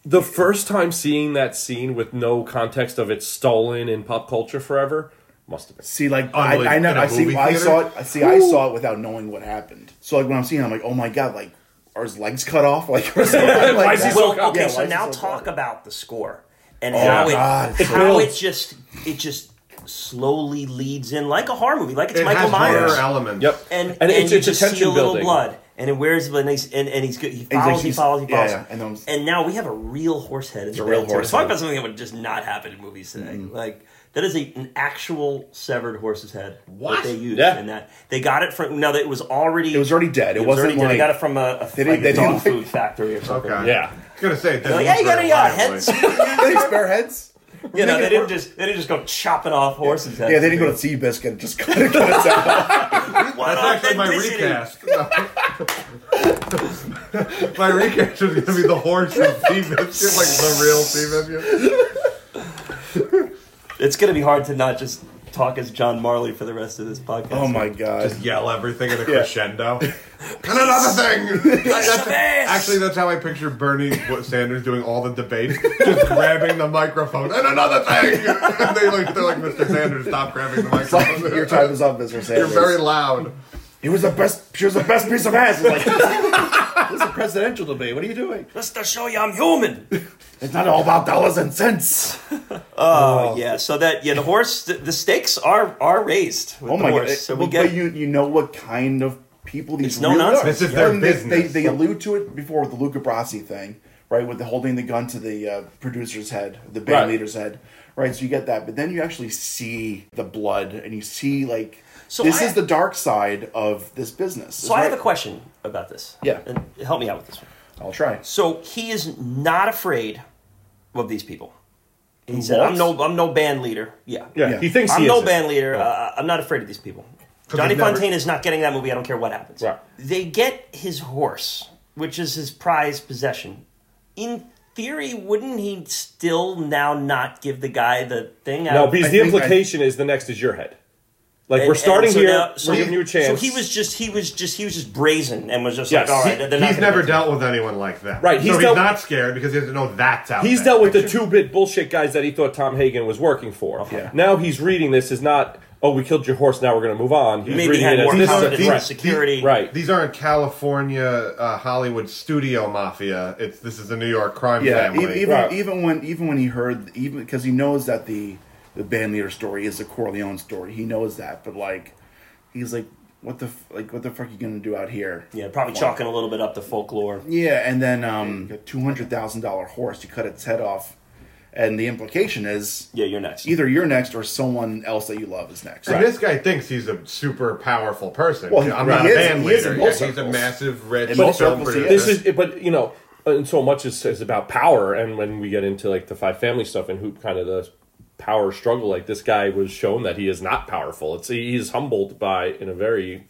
S2: The first time seeing that scene with no context of it's stolen in pop culture forever must have been.
S3: See, like I, I
S4: Unbelievable. In
S3: never,
S4: a
S3: I see,
S4: movie
S3: I
S4: theater?
S3: saw it. I See, I saw it without knowing what happened. So like when I'm seeing, it, I'm like, oh my god, like are his legs cut off? Like, or something like
S2: Why is he
S3: that.
S2: so
S1: Well,
S2: com-
S1: okay.
S3: Oh, yeah, why
S1: so
S3: is
S1: now
S3: it so
S1: talk about the score and
S3: Oh,
S1: how
S3: God,
S1: it
S3: it's
S1: how
S2: so-
S1: it just it just slowly leads in like a horror movie, like it's
S4: it
S1: Michael
S4: has
S1: Myers.
S4: horror elements.
S2: Yep,
S1: and
S2: and it's,
S1: you
S2: it's a
S1: just see a
S2: tension
S1: little
S2: building.
S1: blood, and it wears and he's and, and he's good. He
S3: like,
S1: follows, he
S3: he's-
S1: follows, he
S3: yeah,
S1: follows,
S3: yeah, I know what I'm saying.
S1: and now we have a real horse head. It's a
S3: real horse
S1: Talk
S3: head. Mm-hmm.
S1: about something that would just not happen in movies today. Like that is a, an actual severed horse's head.
S4: What?
S1: that they used
S2: Yeah.
S1: in that they got it from. No, that it was already.
S3: It was already dead. It,
S1: It was already
S3: wasn't
S1: dead.
S3: like
S1: They got it from a, a
S3: They
S1: like
S3: didn't-
S1: a
S3: they didn't
S1: dog
S3: like-
S1: food factory or something.
S4: Okay.
S2: Yeah,
S4: I was gonna say
S1: They're
S4: it doesn't.
S1: like, yeah,
S4: look
S1: you got any
S4: very
S1: uh,
S4: lively.
S1: heads? you
S3: They didn't spare heads.
S1: know,
S3: Make
S1: they
S3: it
S1: didn't
S3: work.
S1: just they didn't just go chopping off horses' heads.
S3: Yeah, they didn't go to Sea Biscuit. Just cut it cuts out.
S1: What
S4: That's actually my
S1: authenticity?
S4: recast. my recast is gonna be the horse and sea biscuit, like the real sea biscuit.
S1: It's gonna be hard to not just talk as John Marley for the rest of this podcast.
S3: Oh my god.
S4: Just yell everything in a crescendo. And another thing. That's-
S1: of ass!
S4: actually, that's how I picture Bernie Sanders doing all the debates, just grabbing the microphone. And another thing. And they like, they're like, Mr. Sanders, stop grabbing the
S3: It's like,
S4: microphone.
S3: your time is up, Mr.
S4: You're
S3: Sanders.
S4: very loud.
S3: It was the best. She was the best piece of ass. It's like this is a presidential debate. What are you doing?
S1: Just to show you I'm human.
S3: It's not all about dollars and cents.
S1: Oh yeah, so that yeah, the horse, the, the stakes are are raised. With
S3: Oh
S1: the
S3: my
S1: horse.
S3: god!
S1: So
S3: but,
S1: we get
S3: but you you know what kind of people these
S1: It's no
S3: really
S1: nonsense.
S3: are.
S4: This is their
S3: And they, they
S4: business.
S3: they allude to it before with the Luca Brasi thing, right? With the holding the gun to the uh, producer's head, the band
S2: Right.
S3: leader's head, right? So you get that, but then you actually see the blood, and you see like
S1: So
S3: this
S1: I-
S3: is the dark side of this business.
S1: so I have a question about this.
S3: Yeah.
S1: and help me out with this one.
S3: I'll try.
S1: So he is not afraid of these people. He
S3: Who
S1: said, "I'm
S3: walks?
S1: no, I'm no band leader." Yeah,
S2: yeah.
S3: Yeah.
S2: He thinks
S1: I'm
S2: he
S1: no
S2: is.
S1: band leader. Uh, I'm not afraid of these people. Johnny
S4: they've never-
S1: Fontaine is not getting that movie. I don't care what happens.
S2: Right.
S1: They get his horse, which is his prized possession. In theory, wouldn't he still now not give the guy the thing?
S2: No,
S1: out?
S2: because
S3: I
S2: the
S3: think I-
S2: implication is the next is your head. Like we're
S1: And-
S2: starting
S1: and so
S2: here.
S1: now- so
S2: we're
S1: he-
S2: giving you a chance.
S1: So he was just he was just he was just brazen and was just
S2: Yes.
S1: like, all
S2: He-
S1: right, they're not
S4: He's
S1: gonna
S4: never
S1: get
S4: dealt with anyone like that.
S2: Right,
S4: so
S2: he's
S4: he's
S2: dealt-
S4: not scared because he doesn't know that's out
S2: He's
S4: there.
S2: dealt with the two bit bullshit guys that he thought Tom Hagen was working for. Now he's reading this as not oh, we killed your horse, now we're going to move on. He's
S1: Maybe
S2: reading
S1: had
S2: it
S1: more
S2: as this is
S1: power
S2: a
S1: than
S2: threat.
S1: security.
S2: Right.
S4: These aren't California uh, Hollywood studio mafia. It's this is a New York crime
S3: Yeah, e-
S4: family.
S3: even even,
S2: Right.
S3: even when even when he heard even because he knows that the the band leader story is a Corleone story, he knows that. But like, he's like, what the f- like, what the fuck are you gonna do out here?
S1: Yeah, probably chalking a little bit up to folklore.
S3: Yeah, and then um, two hundred thousand dollar horse, you cut its head off, and the implication is
S1: Yeah, you're next.
S3: either you're next or someone else that you love is next.
S4: And this guy thinks he's a super powerful person.
S3: Well, he-
S4: I'm
S3: he
S4: not
S3: is-
S4: a band
S3: he is
S4: leader.
S3: in
S4: Yeah,
S3: most
S4: he's a
S3: circles.
S4: massive rich
S3: In
S4: film
S3: most circles, he
S4: producer.
S3: is.
S2: this is but you know and so much is, is about power and when we get into like the five family stuff and who kind of the power struggle like this guy was shown that he is not powerful it's he is humbled by in a very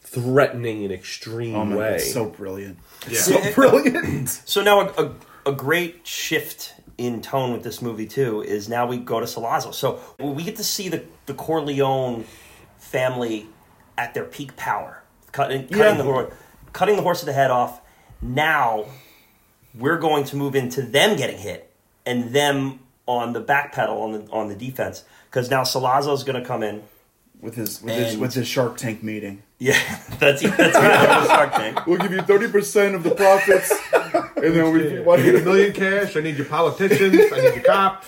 S2: threatening and extreme
S3: Oh my God,
S2: way
S3: it's so brilliant! It's
S4: Yeah.
S3: so brilliant.
S1: So now a, a, a great shift in tone with this movie too is now we go to Salazzo. So we get to see the the Corleone family at their peak power, cutting cutting
S3: Yeah.
S1: the horse, cutting the horse of the head off. Now we're going to move into them getting hit and them on the back pedal on the on the defense because now Salazzo is going to come in.
S3: with his with his
S1: And-
S3: with his Shark Tank meeting,
S1: Yeah, that's that's right. Shark Tank.
S3: we'll give you thirty percent of the profits, and then we
S4: I need a million cash. I need your politicians. I need your cops.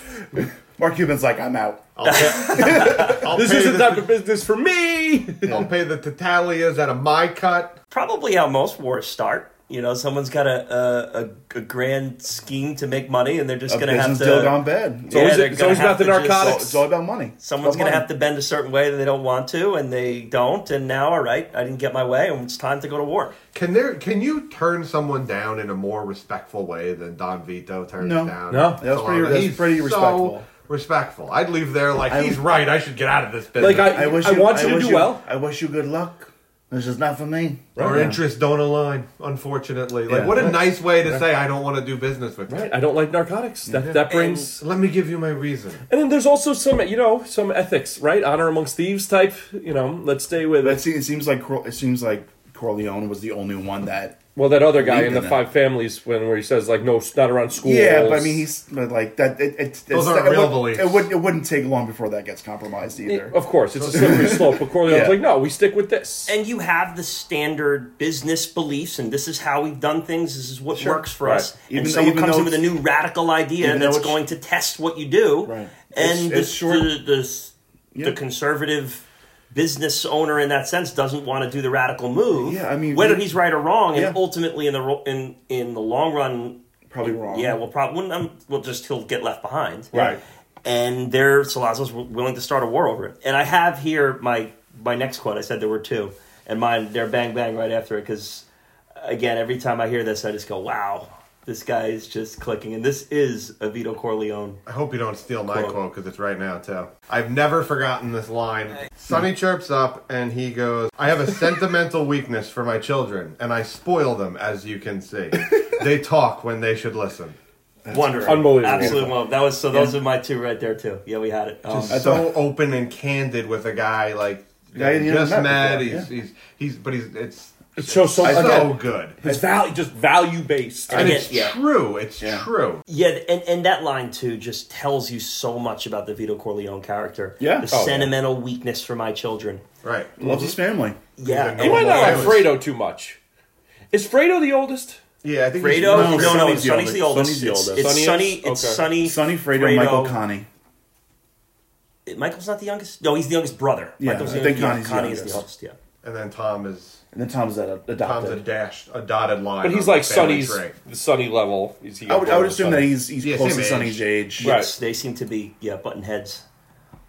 S3: Mark Cuban's like, I'm out.
S4: I'll pay, I'll
S2: this
S4: pay
S2: is the
S4: the-
S2: type of business for me
S4: I'll pay the Tatalias out of my cut.
S1: probably how most wars start. You know, someone's got a a, a, a grand scheme to make money, and they're just
S3: A
S1: going to have
S3: business
S1: to.
S3: deal gone bad. It's
S1: Yeah,
S2: always-
S1: they're
S2: it's
S1: gonna
S2: always
S1: have
S2: about the
S1: to just-
S2: narcotics.
S3: all, it's all about money. It's
S1: Someone's
S3: about
S1: going to
S3: money.
S1: have to bend a certain way that they don't want to, and they don't. And now, all right, I didn't get my way, and it's time to go to war.
S4: Can there? Can you turn someone down in a more respectful way than Don Vito turns
S3: No.
S4: down?
S2: No.
S3: That's pretty-
S4: Solana?
S3: that's
S4: He's
S3: pretty
S4: so
S3: respectful.
S4: respectful. I'd leave there like he's right. I should get out of this business.
S2: like i,
S6: I wish
S2: I
S6: you,
S2: want
S6: I
S2: you to
S6: wish
S2: do well
S6: I wish you good luck. This is not for me.
S4: Our interests don't align, unfortunately. Like,
S2: Yeah.
S4: what a nice way to say I don't want to do business with you.
S2: right i don't like narcotics that that brings
S4: Let me give you my reason.
S2: and then there's also some you know some ethics right honor amongst thieves type you know let's stay with
S3: But it seems, it seems like Cor- it seems like Corleone was the only one that.
S2: Well, that other guy
S3: Believed
S2: in
S3: in
S2: the
S3: that.
S2: five families when where he says like no, it's not around school.
S3: Yeah, but I mean, he's but like that. It, it, it's,
S4: Those aren't
S3: it
S4: real
S3: would-
S4: beliefs.
S3: It wouldn't. It wouldn't take long before that gets compromised either.
S2: of course it's a slippery slope. But Corleone's
S3: Yeah.
S2: like, no, we stick with this.
S1: And you have the standard business beliefs, and this is how we've done things. This is what works for
S2: Right.
S1: us.
S3: Even-
S1: and someone
S3: even
S1: comes
S3: though
S1: in with a new radical idea
S3: even though
S1: that's
S3: it's-
S1: going to test what you do,
S3: Right.
S1: and
S3: It's-
S1: the,
S3: it's short-
S1: the, the,
S3: Yeah.
S1: the conservative business owner in that sense doesn't want to do the radical move.
S3: Yeah, I mean,
S1: whether
S3: we-
S1: he's right or wrong,
S3: Yeah.
S1: and ultimately in the ro- in in the long run,
S3: Probably wrong.
S1: Yeah, well, probably um, well, just he'll get left behind.
S3: Right.
S1: And there, Salazzo's w- willing to start a war over it. And I have here my my next quote. I said there were two, and mine they're bang bang right after it because again, every time I hear this, I just go, wow, this guy is just clicking, and this is a Vito Corleone.
S4: I hope you don't steal my
S1: Quote.
S4: quote because it's right now, too. I've never forgotten this line. Sonny chirps up and he goes, I have a sentimental weakness for my children, and I spoil them, as you can see. they talk when they should listen.
S1: Wonderful,
S2: Unbelievable.
S1: absolutely wonderful. That was so. Those are my two right there too. Yeah, we had it. Um,
S4: so open and candid with a guy like
S3: Guy you never
S4: just
S3: met
S4: mad.
S3: before,
S4: he's, he's, he's, but he's, it's,
S2: It's so so,
S4: so
S2: again,
S4: good.
S2: It's value just value based.
S1: And
S4: And
S1: again,
S4: it's
S1: yeah.
S4: true. It's true.
S1: Yeah, and, and that line too just tells you so much about the Vito Corleone character.
S3: Yeah.
S1: The
S3: Oh,
S2: yeah.
S1: sentimental weakness for my children.
S4: Right.
S3: loves his family.
S1: Yeah.
S4: He's a
S1: and-
S2: You might not like
S4: Yeah.
S2: Fredo too much. Is Fredo the oldest?
S4: Yeah, I think it's-
S1: Fredo? No,
S3: No,
S1: no,
S3: Sonny's the
S1: Sonny's the oldest.
S3: oldest. Sonny's the
S1: It's-
S2: oldest.
S1: It's
S2: Sonny
S1: Sonny.
S2: is?
S1: It's
S2: Okay.
S1: Sonny.
S3: Sonny Fredo, Michael Connie.
S1: Connie. Michael's not the youngest. No, he's the youngest brother.
S3: Yeah,
S1: Michael's
S3: I
S1: the
S3: think
S1: youngest.
S3: Connie's the
S1: Connie is the
S3: youngest.
S1: oldest. Yeah.
S4: And then Tom is
S3: And then Tom's that adopted.
S4: Tom's a dashed, a dotted line.
S2: But he's
S4: on
S2: like
S4: the family
S2: Sonny's
S4: tray.
S2: the Sonny level. Is he
S3: I would, I would assume that
S2: Sonny?
S3: he's he's
S4: Yeah,
S3: close
S4: same
S3: to
S4: age.
S3: Sonny's age.
S2: Right.
S1: Yes, they seem to be yeah button heads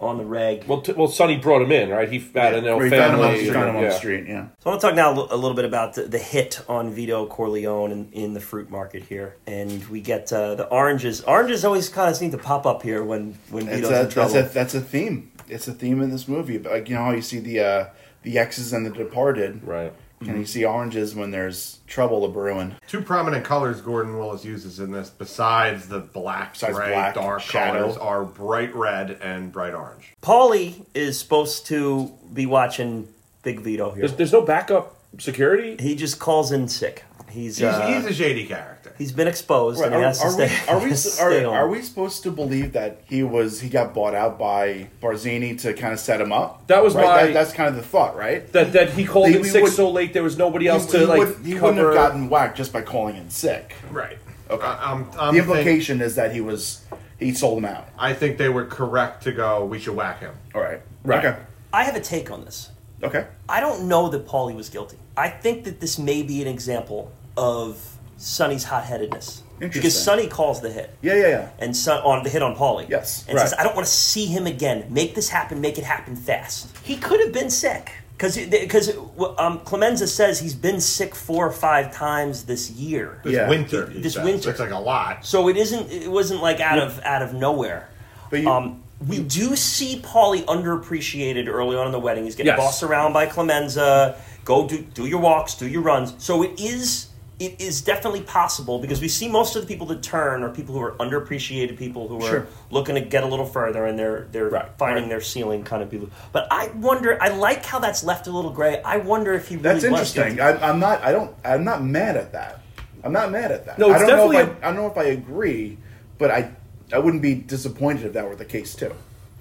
S1: on the rag.
S2: Well, t- well, Sonny brought him in, right? He had an
S3: Where
S2: old
S3: he found him on,
S2: family.
S3: he found him on the
S2: yeah.
S3: street. Yeah.
S1: So I want to talk now a li- a little bit about the, the hit on Vito Corleone in, in the fruit market here, and we get uh, the oranges. Oranges always kind of seem to pop up here when when
S3: It's
S1: Vito's
S3: a,
S1: in trouble.
S3: that's a that's a theme. It's a theme in this movie. But like you know how you see the uh, the X's and the Departed,
S2: Right.
S3: And you see oranges when there's trouble a brewing.
S4: Two prominent colors Gordon Willis uses in this, besides the black,
S3: Besides
S4: gray,
S3: black,
S4: dark
S3: shadow.
S4: colors, are bright red and bright orange.
S1: Paulie is supposed to be watching Big Vito here.
S2: There's, there's no backup security?
S1: He just calls in sick. He's
S4: He's,
S1: uh,
S4: he's a shady character.
S1: he's been exposed.
S3: Right,
S1: and he
S3: are,
S1: has to
S3: are
S1: stay,
S3: we, are, we,
S1: has to
S3: are,
S1: stay on.
S3: are we supposed to believe that he was he got bought out by Barzini to kind of set him up?
S2: That was
S3: right?
S2: my-
S3: That, that's kind of the thought, right?
S2: That that he called
S3: He-
S2: in
S3: we
S2: sick
S3: would-
S2: so late there was nobody else
S3: he
S2: to like
S3: would, he wouldn't
S2: cover.
S3: have gotten whacked just by calling in sick.
S4: Right.
S3: Okay.
S4: I, am I'm
S3: the
S4: think-
S3: implication is that he was he sold him out.
S4: I think they were correct to go. We should whack him.
S3: All right.
S2: Right.
S3: Okay.
S1: I have a take on this.
S3: Okay.
S1: I don't know that Paulie was guilty. I think that this may be an example of Sonny's hot-headedness
S3: Interesting.
S1: because Sonny calls the hit.
S3: Yeah, yeah, yeah.
S1: and son, on the hit on Paulie.
S3: Yes,
S1: and says,
S3: right.
S1: "I don't want to see him again. Make this happen. Make it happen fast." He could have been sick because because um, Clemenza says he's been sick four or five times this year.
S4: This
S3: Yeah.
S4: winter. he
S1: This
S4: says.
S1: winter.
S4: It's like a lot.
S1: So it isn't. It wasn't like out of out of nowhere.
S3: But you-
S1: um, we do see Paulie underappreciated early on in the wedding. He's getting
S2: Yes.
S1: bossed around by Clemenza. Go do do your walks, do your runs. So it is it is definitely possible because we see most of the people that turn are people who are underappreciated, people who are
S3: Sure.
S1: looking to get a little further and they're they're
S3: Right,
S1: finding
S3: right.
S1: their ceiling kind of people. But I wonder. I like how that's left a little gray. I wonder if he really
S3: That's
S1: was
S3: interesting.
S1: guilty.
S3: I, I'm not. I don't. I'm not mad at that. I'm not mad at that.
S2: No, it's
S3: I don't know if
S2: definitely
S3: I, I don't know if I agree, but I I wouldn't be disappointed if that were the case too.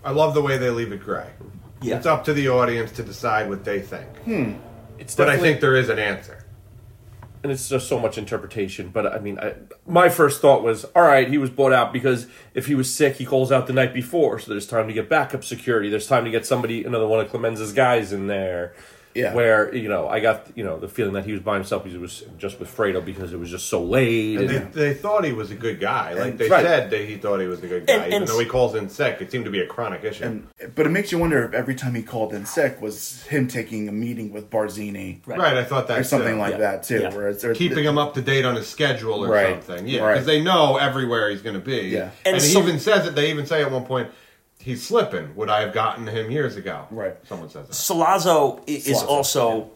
S4: I love the way they leave it gray.
S1: Yeah.
S4: It's up to the audience to decide what they think.
S2: It's
S4: But I
S2: definitely-
S4: think there is an answer.
S2: and it's just so much interpretation. But I mean, I, my first thought was, all right, he was bought out because if he was sick, he calls out the night before, so there's time to get backup security. There's time to get somebody, another one of Clemenza's guys in there.
S3: Yeah.
S2: Where you know, I got you know the feeling that he was by himself because he was just with Fredo because it was just so late.
S4: They,
S2: and-
S4: they thought he was a good guy. Like they
S2: Right.
S4: said that he thought he was a good guy.
S1: And-
S4: Even
S1: and-
S4: though he calls in sick, it seemed to be a chronic issue.
S3: But it makes you wonder if every time he called in sick was him taking a meeting with Barzini
S1: Right.
S4: right, I thought that
S3: or something
S4: too.
S3: like
S1: Yeah.
S3: that too,
S1: Yeah.
S3: where it's or-
S4: keeping him up to date on his schedule or
S3: Right.
S4: something. Yeah,
S3: Right.
S4: because they know everywhere he's going to be.
S3: Yeah.
S1: And
S4: and, he
S1: so-
S4: even says it. They even say at one point, "He's slipping. Would I have gotten him years ago?"
S3: Right.
S4: Someone says that.
S1: Salazzo i- is
S3: Salazzo,
S1: also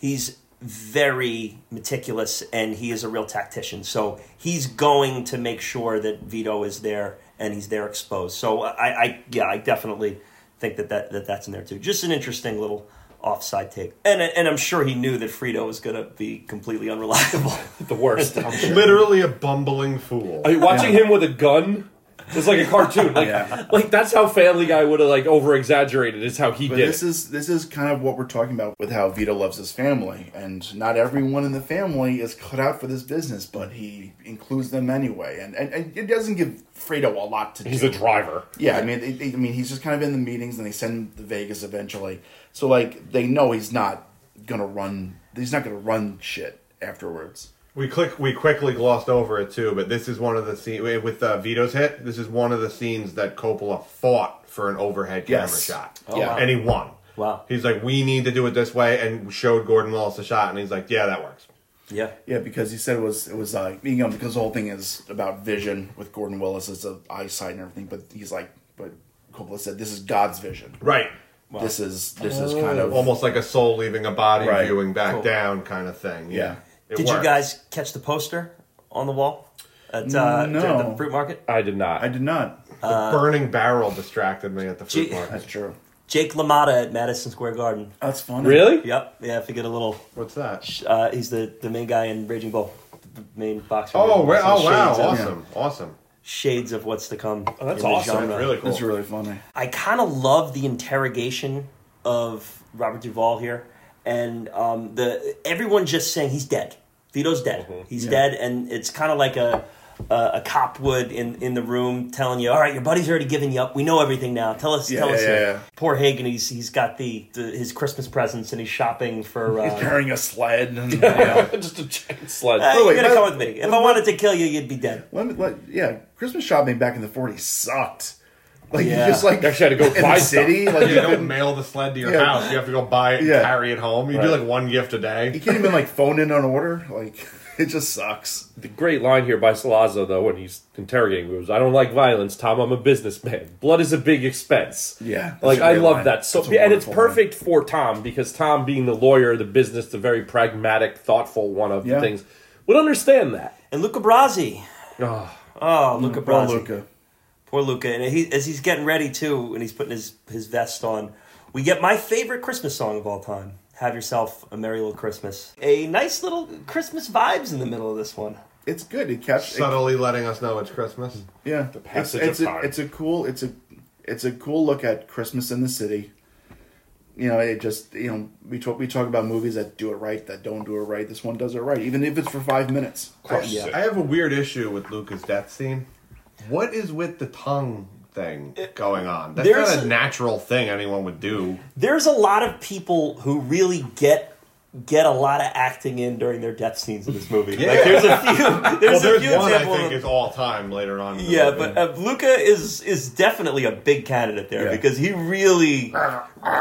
S1: he's very meticulous and he is a real tactician. So he's going to make sure that Vito is there and he's there exposed. So I, I yeah, I definitely think that, that, that that's in there too. Just an interesting little offside take. And and I'm sure he knew that Frito was going to be completely unreliable.
S2: the worst. I
S4: Literally a bumbling fool.
S2: mean, watching him with a gun. It's like a cartoon. Like,
S3: Yeah.
S2: like that's how Family Guy would have like over exaggerated. Is how he
S3: But
S2: did.
S3: this
S2: it.
S3: is this is kind of what we're talking about with how Vito loves his family, and not everyone in the family is cut out for this business, but he includes them anyway, and and, and it doesn't give Fredo a lot to
S2: He's
S3: do.
S2: a driver.
S3: Yeah, I mean, they, they- I mean, he's just kind of in the meetings, and they send him to Vegas eventually. So like, they know he's not gonna run. He's not gonna run shit afterwards.
S4: We click. We quickly glossed over it too, but this is one of the scenes with uh, Vito's hit. This is one of the scenes that Coppola fought for an overhead camera
S3: Yes.
S4: shot,
S3: Oh, Yeah. wow.
S4: and he won.
S1: Wow.
S4: He's like, we need to do it this way, and showed Gordon Wallace the shot, and he's like, yeah, that works.
S1: yeah.
S3: Yeah, because he said it was it was like you know because the whole thing is about vision with Gordon Willis it's a eyesight and everything, but he's like, but Coppola said this is God's vision.
S4: Right.
S3: This is this is kind of
S4: Oh. Almost like a soul leaving a body,
S3: Right.
S4: viewing back
S1: Cool.
S4: down, kind of thing. Yeah.
S3: Yeah.
S4: It
S1: Did you
S4: worked.
S1: guys catch the poster on the wall at uh,
S3: No.
S1: the fruit market?
S2: I did not.
S3: I did not.
S4: The burning barrel distracted me at the
S1: uh,
S4: food
S1: Gee-
S3: That's
S4: market.
S3: true.
S1: Jake LaMotta at Madison Square Garden.
S3: That's funny.
S2: really?
S1: Yep. Yeah, if you get a little
S4: What's that?
S1: Uh, he's the, the main guy in Raging Bull, the main boxer.
S4: Oh,
S1: Some
S4: well, oh wow!
S1: shades of-
S4: Awesome, awesome.
S1: Shades of what's to come.
S2: Oh, that's
S1: in the
S2: awesome.
S1: genre.
S4: Really cool.
S3: That's really funny.
S1: I kind of love the interrogation of Robert Duvall here, and um, the everyone just saying he's dead. Vito's dead.
S2: Mm-hmm.
S1: He's dead, and it's kind of like a, a a cop would in in the room telling you, "All right, your buddy's already given you up. We know everything now. Tell us,
S3: Yeah,
S1: tell us."
S3: yeah,
S1: here."
S3: yeah, yeah.
S1: Poor Hagen. He's he's got the, the his Christmas presents, and he's shopping for. Uh,
S3: Carrying a sled. And, yeah.
S2: Just a giant sled.
S1: "Hey,
S3: Wait,
S1: you're gonna
S3: but-
S1: come with me. If I wanted to kill you, you'd be dead.
S3: let me, let, yeah, Christmas shopping back in the '40s sucked. Like
S1: Yeah.
S3: you just like
S2: You actually had to go
S3: in
S2: buy
S3: the
S2: stuff.
S3: city. Like
S4: You
S3: you
S4: don't
S3: couldn't,
S4: mail the sled to your
S3: Yeah.
S4: house. You have to go buy it and
S3: Yeah.
S4: carry it home. You do
S2: Right.
S4: like one gift a day.
S3: you can't even like phone in an order. Like it just sucks.
S2: The great line here by Salazzo, though, when he's interrogating moves, I don't like violence, Tom. I'm a businessman. Blood is a big expense.
S3: Yeah, that's
S2: like
S3: a
S2: I
S3: great
S2: love
S3: line.
S2: that so,
S3: That's a
S2: and it's
S3: wonderful line.
S2: perfect for Tom because Tom, being the lawyer, the business, the very pragmatic, thoughtful one of
S3: Yeah.
S2: the things, would understand that.
S1: And Luca Brasi.
S2: Ah,
S1: Oh, Luca
S3: Bro,
S1: Brasi.
S3: Luca.
S1: Poor Luca. And he, as he's getting ready, too, and he's putting his, his vest on, we get my favorite Christmas song of all time Have yourself a merry little Christmas. A nice little Christmas vibes in the middle of this one.
S3: It's good. It kept it,
S4: Subtly letting us know it's Christmas.
S3: yeah.
S7: The passage
S3: it's, it's
S7: of
S3: a,
S7: time.
S3: It's a cool. It's a it's a cool look at Christmas in the city. You know, it just you know we talk we talk about movies that do it right that don't do it right. This one does it right, even if it's for five minutes.
S4: I, I have a weird issue with Luca's death scene. What is with the tongue thing going on? That's
S1: there's
S4: not
S1: a-
S4: a natural thing anyone would do.
S1: There's a lot of people who really get get a lot of acting in during their death scenes in this movie. Like there's a few
S4: Well,
S1: there's, a
S4: there's
S1: few
S4: one I
S1: examples.
S4: think
S1: of-
S4: is all time later on. in the
S1: yeah,
S4: movie.
S1: but uh, Luca is is definitely a big candidate there because he really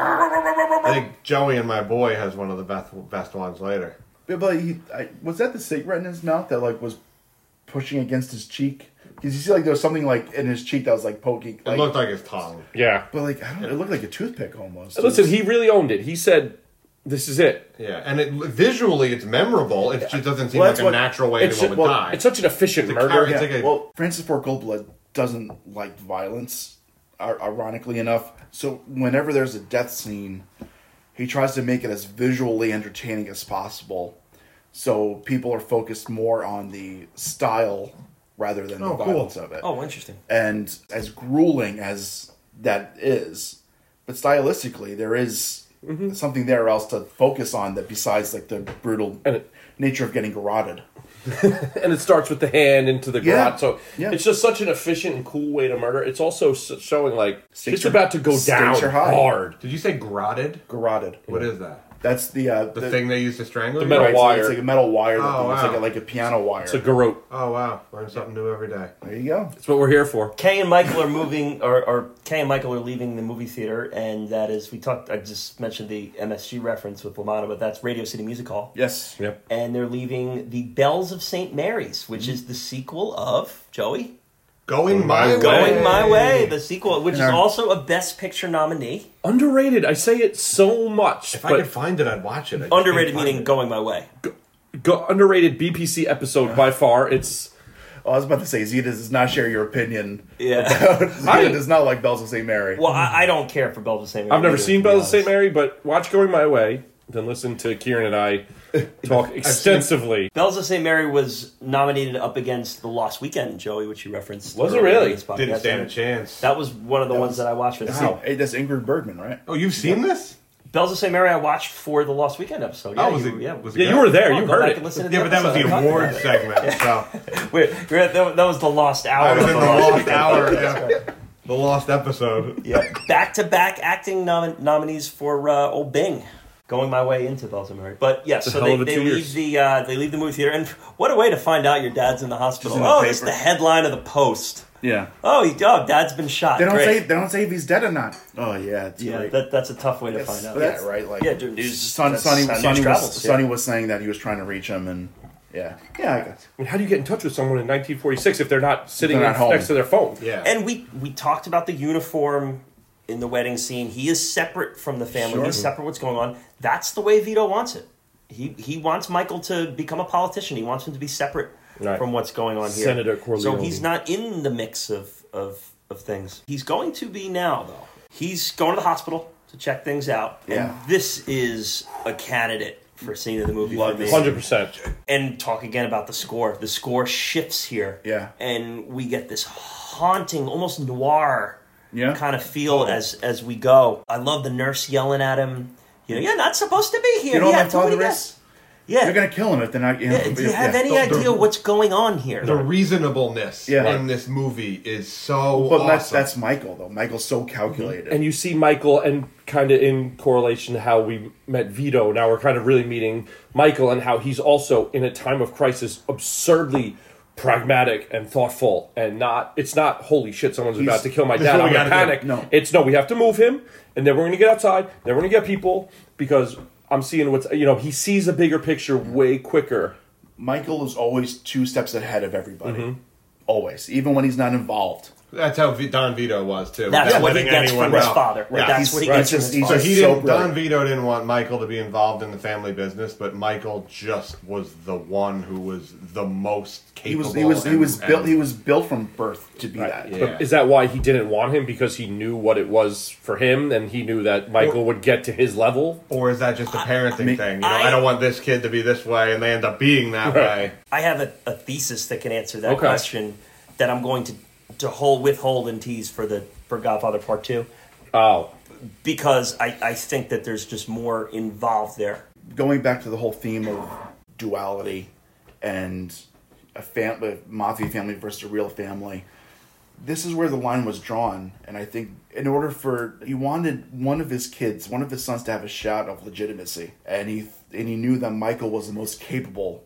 S4: I think Joey and my boy has one of the best best ones later.
S3: Yeah, but he, I, was that the cigarette in his mouth that like was pushing against his cheek? Because you see, like there was something like in his cheek that was like poking.
S4: It
S3: Like,
S4: looked like his tongue.
S7: Yeah.
S3: but like I don't. know, It looked like a toothpick almost.
S2: Listen, he really owned it. He said, "This is it."
S4: Yeah, and it visually it's memorable. It just doesn't seem
S3: Well,
S4: like
S3: that's
S4: a
S3: what-
S4: natural way
S2: It's,
S4: anyone would
S2: well,
S4: die.
S2: it's such an efficient
S4: It's a
S2: murder.
S4: character.
S3: Yeah,
S4: like a-
S3: well, Francis Ford Coppola doesn't like violence, ir- ironically enough. So whenever there's a death scene, he tries to make it as visually entertaining as possible. So people are focused more on the style rather than the
S4: Oh, cool.
S3: violence of it.
S1: oh interesting.
S3: And as grueling as that is, but stylistically there is something there else to focus on that besides like the brutal
S2: And it-
S3: nature of getting garroted.
S2: and it starts with the hand into the
S3: Yeah.
S2: garage. So
S3: Yeah.
S2: it's just such an efficient and cool way to murder. It's also s- showing like
S3: Stakes
S2: it's
S3: are-
S2: about to go
S3: stakes
S2: down
S3: are high.
S2: hard.
S4: Did you say grotted?
S3: Garroted.
S4: What is that?
S3: That's the uh,
S4: The, thing they use to strangle
S2: the
S4: you?
S2: metal
S3: Right, so
S2: wire.
S3: it's like a metal wire. That
S4: Oh,
S3: thing. It's
S4: wow.
S3: like a, like a piano wire.
S2: It's a garrote.
S4: Oh wow, learn something new every day.
S3: there you go.
S2: That's what we're here for.
S1: Kay and Michael are moving, or, or Kay and Michael are leaving the movie theater, and that is, we talked, I just mentioned the MSG reference with Lamanna, but that's Radio City Music Hall.
S3: Yes.
S2: Yep.
S1: And they're leaving The Bells of St. Mary's, which is the sequel of Joey
S4: Going my way.
S1: Going My Way, the sequel, which is
S3: our-
S1: also a Best Picture nominee.
S2: Underrated. I say it so much,
S4: If I could
S2: but
S4: find it, I'd watch it. I just
S1: Underrated
S4: can't find
S1: meaning
S4: it.
S1: Going My Way.
S2: go, underrated BPC episode by far. It's
S3: Oh, I was about to say Zeta does not share your opinion.
S1: Yeah.
S3: Zeta does not like Bells of St. Mary.
S1: well, I, I don't care for Bells of St. Mary's.
S2: I've never
S1: either, to
S2: seen
S1: be
S2: Bells of St.
S1: honest.
S2: Mary, but watch Going My Way, then listen to Kieran and I talk extensively.
S1: Bells of St. Mary was nominated up against The Lost Weekend, Joey, which you referenced.
S2: Was it
S1: earlier in
S2: really?
S1: this podcast.
S4: Didn't stand a chance.
S1: That was one of the ones that I watched for the
S3: Wow. Hey, that's Ingrid Bergman, right?
S4: Oh, you've seen this?
S1: Bells of St. Mary I watched for the Lost Weekend episode. Yeah,
S4: Oh, was
S1: you,
S4: it-
S1: yeah.
S4: was it
S2: Yeah,
S4: good?
S2: you were there.
S1: Oh,
S2: you
S1: go
S2: heard
S1: back
S2: it.
S1: and listen to
S4: Yeah, but that was the
S1: episode.
S4: award segment. So
S1: Wait, wait, that, that was the Lost Hour.
S4: I was in
S1: of
S4: the
S1: the Lost-
S4: lost hour. yeah. The lost episode.
S1: yeah, back-to-back acting nom- nominees for uh, Old Bing. Going my way into Bells of Mary, but yes, so
S2: hell
S1: they,
S2: of a
S1: they
S2: two
S1: leave
S2: years.
S1: the uh, they leave the movie theater, and what a way to find out your dad's in the hospital.
S3: in the
S1: oh, this is the
S3: paper.
S1: headline of the Post.
S3: Yeah.
S1: Oh, he, oh, dad's been shot.
S3: They don't
S1: Great.
S3: say they don't say if he's dead or not. Oh yeah, it's
S1: yeah,
S3: great.
S1: that, that's a tough way to
S3: That's-
S1: find out.
S3: but that's- right, like-
S1: yeah, dude, news,
S3: Son,
S1: that's
S3: Sonny,
S1: how news
S3: Sonny, was,
S1: travels, yeah.
S3: Sonny was saying that he was trying to reach him, and yeah, yeah, I guess.
S2: I mean, how do you get in touch with someone in 1946 if they're not sitting
S3: They're not home.
S2: next to their phone?
S4: Yeah.
S1: And we we talked about the uniform in the wedding scene. He is separate from the family. He's
S3: Mm-hmm.
S1: separate what's going on. That's the way Vito wants it. He he wants Michael to become a politician. He wants him to be separate
S2: Right.
S1: from what's going on here.
S2: Senator
S1: So
S2: Corleone.
S1: he's not in the mix of, of of things. He's going to be now though. He's going to the hospital to check things out.
S3: Yeah.
S1: And this is a candidate for scene of the movie
S3: Love
S1: for me
S3: this.
S2: 100%.
S1: and talk again about the score. The score shifts here.
S3: Yeah.
S1: And we get this haunting, almost noir
S3: Yeah.
S1: kind of feel as as we go. I love the nurse yelling at him. You know, you're not supposed to be here.
S3: You know
S1: yeah,
S3: what my
S1: do what he
S3: father
S1: does."
S3: is?
S1: Yeah.
S3: They're gonna kill him if they're not. You know,
S1: yeah. Do you
S3: if-
S1: have
S3: yeah.
S1: any
S4: The- the-
S1: idea what's going on here?
S4: the reasonableness
S3: Yeah.
S4: in this movie is so
S3: But
S4: awesome.
S3: that's that's Michael though. Michael's so calculated.
S2: And you see Michael, and kind of in correlation to how we met Vito, now we're kind of really meeting Michael and how he's also, in a time of crisis, absurdly pragmatic and thoughtful and not it's not holy shit someone's about to kill my dad
S4: what
S2: i'm
S4: we
S2: gonna
S4: gotta do.
S2: panic
S3: No.
S2: it's no we have to move him and then we're gonna get outside then we're gonna get people because i'm seeing what's you know he sees a bigger picture way quicker
S1: Mm-hmm.
S3: Michael is always two steps ahead of everybody. Always, even when he's not involved.
S4: That's how V- Don Vito was too.
S1: That's
S4: without
S1: what he
S4: letting
S1: gets
S4: anyone
S1: from his
S4: know.
S1: father. Right?
S4: Yeah.
S1: That's
S3: he's-
S1: what he
S3: right,
S1: gets from
S3: just-
S1: his
S3: he's
S4: So
S1: father.
S4: he
S3: So
S4: didn't. Don
S3: brilliant.
S4: Vito didn't want Michael to be involved in the family business, but Michael just was the one who was the most
S3: He
S4: capable.
S3: was he was he
S4: and-
S3: was built
S4: and-
S3: he was built from birth to be that.
S4: yeah.
S2: But is that why he didn't want him? Because he knew what it was for him, and he knew that Michael would get to his level.
S4: Or is that just a parenting thing? You know, I,
S1: I-
S4: don't want this kid to be this way, and they end up being that way.
S1: I have a, a thesis that can answer that
S2: Okay.
S1: question that I'm going to to hold withhold and tease for the for Godfather Part Two
S2: Oh,
S1: because I, I think that there's just more involved there.
S3: Going back to the whole theme of duality and a family mafia family versus a real family. This is where the line was drawn, and I think in order for he wanted one of his kids, one of his sons, to have a shot of legitimacy, and he and he knew that Michael was the most capable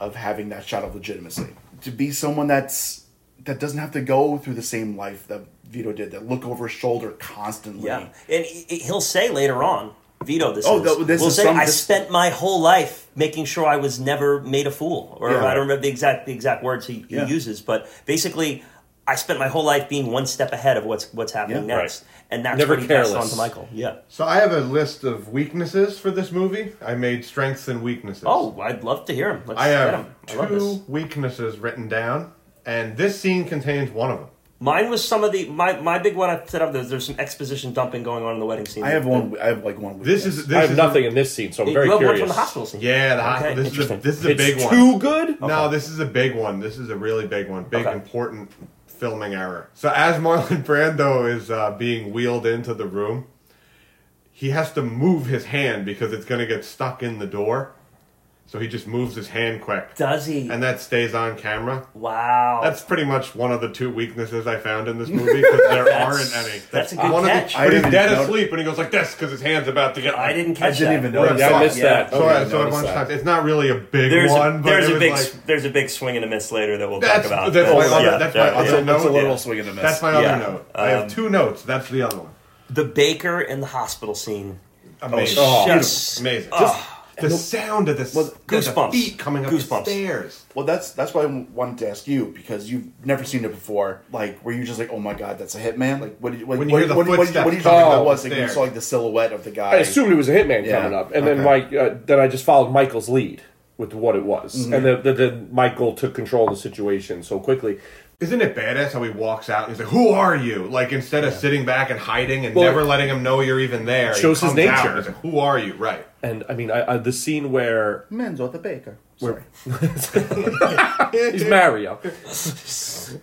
S3: of having that shot of legitimacy to be someone that's that doesn't have to go through the same life that Vito did, that look over his shoulder constantly.
S1: Yeah, and he- he- he'll say later on, Vito, this
S3: Oh,
S1: is.
S3: th- this
S1: will
S3: is
S1: say,
S3: some-
S1: I
S3: this-
S1: spent my whole life making sure I was never made a fool, or
S3: Yeah.
S1: I don't remember the exact the exact words he, he
S3: Yeah.
S1: uses, but basically, I spent my whole life being one step ahead of what's what's happening
S3: Yeah.
S1: next, and that's
S2: Never
S1: what he passed on
S2: careless.
S1: to Michael. Yeah.
S4: So I have a list of weaknesses for this movie. I made strengths and weaknesses.
S1: Oh, I'd love to hear him. Let's
S4: I
S1: get
S4: have
S1: him. I love this.
S4: two weaknesses written down, and this scene contains one of them.
S1: Mine was some of the my, my big one I set up. There's, there's some exposition dumping going on in the wedding scene.
S3: I have one. I have like one.
S4: This
S3: weakness.
S4: is this
S2: I have
S4: is
S2: nothing in this scene, so I'm
S1: You
S2: very
S1: have one
S2: curious.
S1: from the hospital scene.
S4: yeah, the hot,
S1: Okay,
S4: this is a,
S1: interesting.
S4: this is a
S2: It's
S4: big one. Oh.
S2: too good.
S4: No, this is a big one. This is a really big one. Big
S1: Okay.
S4: important filming error. So as Marlon Brando is uh, being wheeled into the room, he has to move his hand because it's going to get stuck in the door. So he just moves his hand quick,
S1: Does he?
S4: and that stays on camera.
S1: wow.
S4: That's pretty much one of the two weaknesses I found in this movie because there aren't any.
S1: that's a good
S4: one of
S1: catch.
S4: The,
S3: I
S4: but he's
S3: didn't
S4: dead
S3: notice-
S4: asleep and he goes like this because his hand's about to get.
S1: I didn't
S3: I
S1: catch
S3: didn't
S1: that.
S3: even
S4: Right,
S3: notice.
S2: Yeah, I
S4: so-
S2: missed
S3: Yeah.
S2: that.
S4: So,
S2: Okay,
S4: I-
S2: I
S4: so at
S2: noticed
S4: one
S2: that.
S4: time, it's not really a big
S1: There's
S4: one,
S1: a,
S4: but
S1: there's
S4: it
S1: a
S4: was
S1: big
S4: like
S1: there's a big swing and a miss later that we'll talk
S4: That's-
S1: about. Oh,
S4: that's my
S1: yeah,
S4: other- that's my
S1: yeah,
S4: other
S1: yeah.
S4: note.
S3: That's a little
S4: Yeah.
S3: swing and a miss.
S4: That's my other
S1: Yeah. um, oh,
S4: note. I have two notes. That's the other one.
S1: The baker and the hospital scene.
S4: Amazing.
S2: Oh,
S1: Just-
S4: Amazing.
S1: Oh.
S4: the sound of this
S1: Goosebumps.
S4: feet coming up
S1: Goosebumps.
S4: the stairs.
S3: Well, that's that's why I wanted to ask you because you've never seen it before. Like, were you just like, "Oh my god, that's a hitman"? Like, what did you like?
S4: When you
S3: what,
S4: hear the
S3: what, what, what,
S4: footsteps
S3: did you
S4: coming
S3: think
S4: up
S3: that was?
S4: the
S3: Like, you
S4: stairs.
S3: saw like the silhouette of the guy.
S2: I assumed it was a hitman
S3: Yeah.
S2: coming up, and then
S3: Okay.
S2: Mike. Uh, then I just followed Michael's lead with what it was,
S1: Mm-hmm.
S2: and then the, the, Michael took control of the situation so quickly.
S4: Isn't it badass how he walks out and he's like, "Who are you?" Like instead of sitting back and hiding and
S2: Well,
S4: never letting him know you're even there, he
S2: shows his
S4: comes out
S2: nature.
S4: and he's like, Who are you? Right.
S2: And I mean, I, I, the scene where
S3: Menzo the baker. Sorry.
S2: He's Mario. this,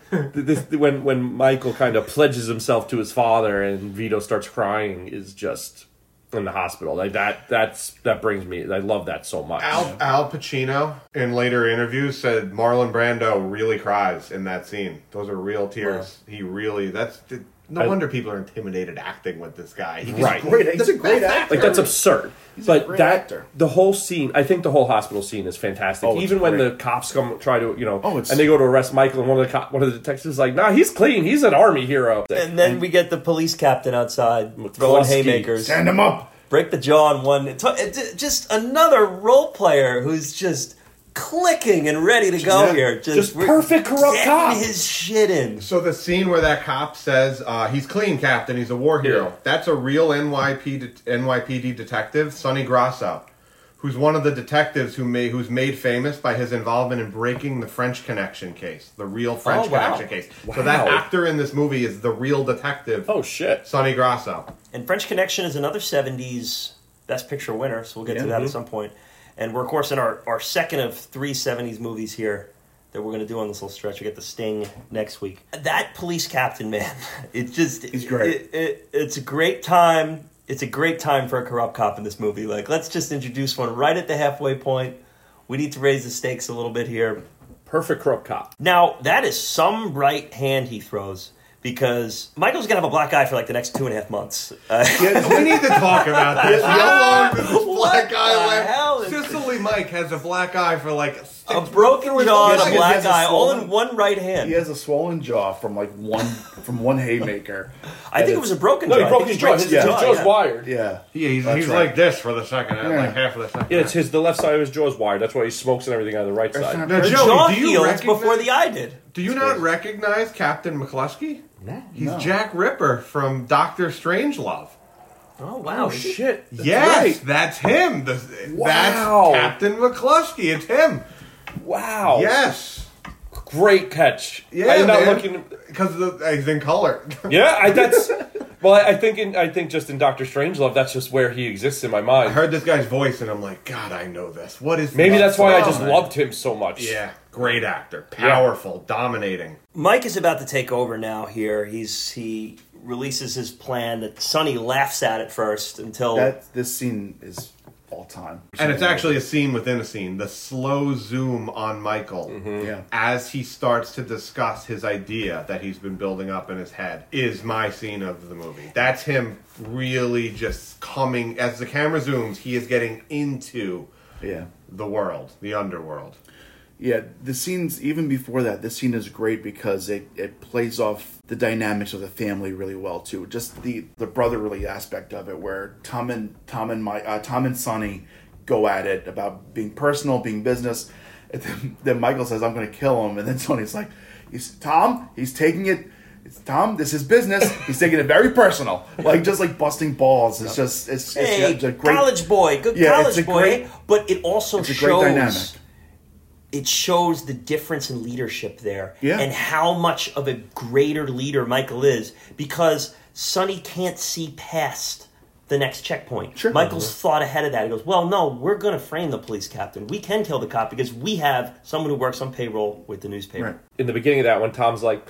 S2: when when Michael kind of pledges himself to his father and Vito starts crying is just in the hospital. Like that that's that brings me. I love that so much.
S4: Al, Al Pacino in later interviews said Marlon Brando really cries in that scene. Those are real tears. He really. That's no
S2: I-
S4: wonder people are intimidated acting with this guy. He's
S2: Right.
S3: Great, he's a great actor.
S2: Like that's absurd. but
S3: great
S2: that
S3: actor.
S2: the whole scene, I think the whole hospital scene is fantastic.
S3: it's
S2: Even when
S3: great.
S2: the cops come try to, you know,
S3: Oh, it's-
S2: and they go to arrest Michael, and one of the cop, one of the detectives is like, "Nah, he's clean. He's an army hero."
S1: And then we get the police captain outside throwing
S2: Kowalski.
S1: haymakers.
S3: Stand him up.
S1: Break the jaw on one. it's- it's Just another role player who's just clicking and ready to go
S3: Yeah.
S1: here. Just,
S2: Just
S1: we're
S2: perfect corrupt
S1: getting
S2: cop.
S1: his shit in.
S4: So the scene where that cop says uh, he's clean, Captain, he's a war hero.
S2: Yeah.
S4: That's a real NYPD, det- NYPD detective, Sonny Grasso, who's one of the detectives who made who's made famous by his involvement in breaking the French Connection case, the real French
S2: Oh, wow.
S4: Connection case. So that
S2: Wow.
S4: actor in this movie is the real detective,
S2: Oh shit!
S4: Sonny Grasso.
S1: And French Connection is another 70s Best Picture winner, so we'll get to
S3: Yeah.
S1: that at some point. And we're, of course, in our, our second of three 70s movies here that we're going to do on this little stretch. We get The Sting next week. That police captain, man, it just.
S3: He's great.
S1: It, it, it's a great time. It's a great time for a corrupt cop in this movie. Like, let's just introduce one right at the halfway point. We need to raise the stakes a little bit here.
S2: Perfect corrupt cop.
S1: Now, that is some right hand he throws because Michael's going to have a black eye for like the next two and a half months. Uh,
S4: we need to talk about this. How long does this
S1: Ah, What
S4: black eye
S1: the
S4: last?
S1: hell is-
S4: Sicily Mike has a black eye for like six
S1: a broken jaw and
S3: Yes,
S1: a
S3: he
S1: black
S3: has a
S1: eye, all in
S3: swollen-
S1: one right hand.
S3: He has a swollen jaw from like one from one haymaker.
S1: I think it was a broken
S2: No,
S1: jaw.
S2: he broke his jaw. His,
S3: yeah.
S2: his jaw's
S1: yeah.
S2: wired.
S3: Yeah,
S4: Yeah, he's,
S3: That's
S4: he's
S3: right.
S4: like this for the second half, like half of the second.
S2: Yeah,
S4: half.
S2: it's his. The left side of his jaw's wired. That's why he smokes and everything on the right side.
S3: not-
S4: Now,
S1: Her
S4: Joey,
S1: jaw
S4: do you
S1: healed
S4: recognize-
S1: before the eye did.
S4: Do you not recognize Captain McCluskey?
S1: No.
S4: He's
S3: No.
S4: Jack Ripper from Doctor Strangelove.
S1: Oh wow!
S2: Oh shit! That's
S4: yes,
S2: right.
S4: that's him. The-
S2: Wow.
S4: That's Captain McCluskey. It's him.
S2: Wow!
S4: Yes.
S2: Great catch.
S4: Yeah,
S2: I'm not
S4: man.
S2: looking.
S4: Because he's in color.
S2: Yeah, I, that's. well, I, I think in, I think just in Doctor Strangelove, that's just where he exists in my
S4: I
S2: mind.
S4: heard this guy's voice and I'm like, God, I know this. What is
S2: Maybe
S4: this?
S2: that's why I just
S4: Oh,
S2: loved him so much.
S4: Yeah, great actor, powerful, dominating.
S1: Mike is about to take over now. Here, he's he releases his plan that Sonny laughs at at first until
S3: That this scene is all time.
S4: And it's actually a scene within a scene. The slow zoom on Michael
S3: Yeah.
S4: as he starts to discuss his idea that he's been building up in his head is my scene of the movie. That's him really just coming as the camera zooms. He is getting into
S3: Yeah.
S4: the world, the underworld.
S3: Yeah, the scenes even before that, this scene is great because it, it plays off the dynamics of the family really well too. Just the, the brotherly aspect of it, where Tom and Tom and my uh, Tom and Sonny go at it about being personal, being business. And then, then Michael says, "I'm going to kill him," and then Sonny's like, "He's Tom. He's taking it. It's Tom. This is business. He's taking it very personal. Like just like busting balls. It's just it's, it's,
S1: hey,
S3: it's a great
S1: college boy, good
S3: Yeah,
S1: college
S3: it's a
S1: boy.
S3: great-
S1: but it also
S3: it's a great
S1: shows
S3: dynamic.
S1: it shows the difference in leadership there
S3: Yeah.
S1: and how much of a greater leader Michael is because Sonny can't see past the next checkpoint.
S3: Sure.
S1: Michael's thought ahead of that. He goes, Well, no, we're going to frame the police captain. We can kill the cop because we have someone who works on payroll with the newspaper.
S3: Right.
S2: in the beginning of that when Tom's like,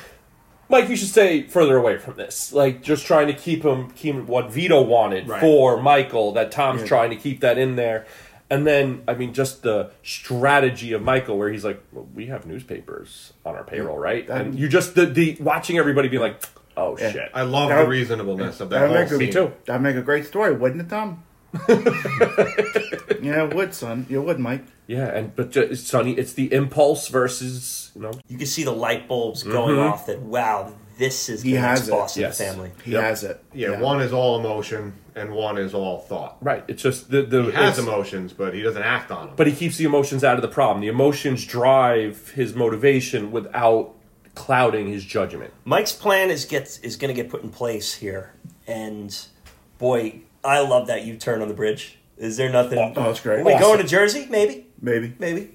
S2: Mike, you should stay further away from this. Like, just trying to keep him, keep what Vito wanted
S4: Right.
S2: for Michael, that Tom's
S3: Yeah.
S2: trying to keep that in there. And then, I mean, just the strategy of Michael, where he's like, well, we have newspapers on our payroll, right?
S3: That-
S2: and you just, the, the watching everybody be like, oh, shit.
S4: I love
S3: That-
S4: the reasonableness of that
S3: That'd
S4: whole
S3: make, a,
S4: scene.
S2: Me too.
S3: that'd make a great story, wouldn't it, Tom? yeah, it would, son. You would, Mike.
S2: yeah, and but ju- Sonny, it's the impulse versus, you know,
S1: You can see the light bulbs going off that, wow, this is
S3: He
S1: the next
S3: has it.
S1: boss of
S2: Yes.
S1: the family.
S3: He
S2: Yep.
S3: has it.
S4: Yeah, one is all emotion and one is all thought.
S2: right? It's just the the
S4: He has
S2: it's-
S4: emotions, but he doesn't act on them.
S2: but he keeps the emotions out of the problem. The emotions drive his motivation without clouding his judgment.
S1: Mike's plan is gets is going to get put in place here, and boy, I love that U turn on the bridge. Is there nothing?
S3: Oh, that's great.
S1: we
S3: Awesome.
S1: going to Jersey? Maybe,
S3: Maybe.
S1: maybe.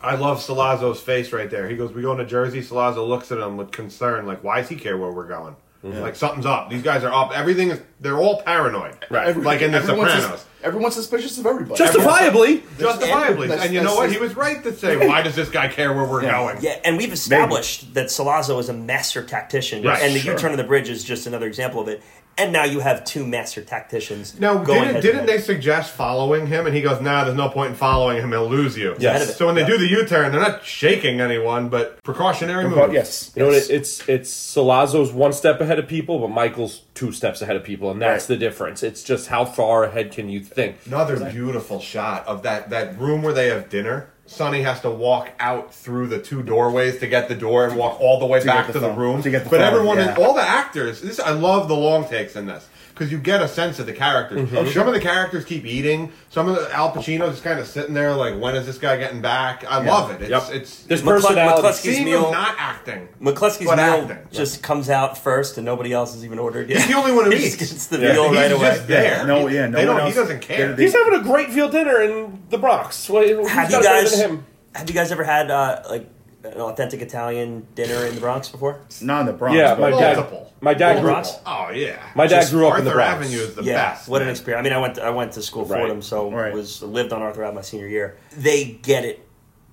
S4: I love Salazzo's face right there. He goes, "We going to Jersey?" Salazzo looks at him with concern, like, "Why does he care where we're going? Like something's up. These guys are up. Everything is. They're all paranoid, right?
S3: Every-
S4: like in The
S3: everyone's sus-
S4: Sopranos."
S3: everyone's suspicious of everybody.
S2: Justifiably,
S4: Justifiably,
S3: That's-
S4: and you know
S3: that's-
S4: what? He was right to say, "Why does this guy care where we're
S3: Yeah.
S4: going?"
S1: Yeah, and we've established that Salazzo is a master tactician,
S4: Right,
S1: and the
S4: sure.
S1: U turn on the bridge is just another example of it. And now you have two master tacticians.
S4: Now,
S1: going
S4: didn't,
S1: head
S4: didn't
S1: to
S4: they
S1: head.
S4: suggest following him? And he goes, nah, there's no point in following him. He'll lose you.
S2: Yes. Ahead of it.
S4: So when they do the U-turn, they're not shaking anyone, but precautionary
S3: But
S4: moves.
S3: yes.
S2: you know
S3: yes.
S2: what? It's it's Salazzo's one step ahead of people, but Michael's two steps ahead of people, and that's the
S3: Right.
S2: difference. It's just how far ahead can you think?
S4: Another beautiful shot of that, that room where they have dinner. Sonny has to walk out through the two doorways to get the door and walk all the way back
S3: the
S4: to the
S3: phone.
S4: room.
S3: To get the
S4: but
S3: phone,
S4: everyone,
S3: yeah.
S4: all the actors, this I love the long takes in this because you get a sense of the characters.
S3: Mm-hmm.
S4: Some of the characters keep eating. Some of the Al Pacino's just kind of sitting there like, when is this guy getting back? I love it. It's,
S2: Yep.
S4: it's
S2: There's
S1: McClu-
S2: personality.
S1: McCluskey-
S4: Seeing
S1: meal-
S4: him not acting.
S1: McCluskey's
S4: But
S1: meal
S4: acting.
S1: just comes out first, and nobody else has even ordered yet.
S4: He's the only one who
S1: He
S4: eats.
S1: just gets the
S4: Yeah.
S1: meal
S4: He's
S1: right away.
S4: just there.
S3: No, yeah, no one
S4: They don't- he
S3: else-
S4: doesn't care.
S3: They-
S2: He's having a great veal dinner in the Bronx. Well, who's
S1: Have you
S2: got it better
S1: guys?
S2: than him?
S1: Have you guys ever had uh, like an authentic Italian dinner in the Bronx before?
S3: not in the Bronx.
S2: Yeah, my
S3: but
S2: dad-
S4: Multiple.
S2: my dad
S1: grew-
S4: Multiple. Oh yeah.
S2: My dad grew up in the
S4: Arthur
S2: Bronx.
S4: Avenue is the
S1: yeah,
S4: best.
S1: what an
S4: man.
S1: experience! I mean, I went to, I went to school for
S2: Right.
S1: them, so
S3: Right.
S1: was lived on Arthur Ave my senior year. They get it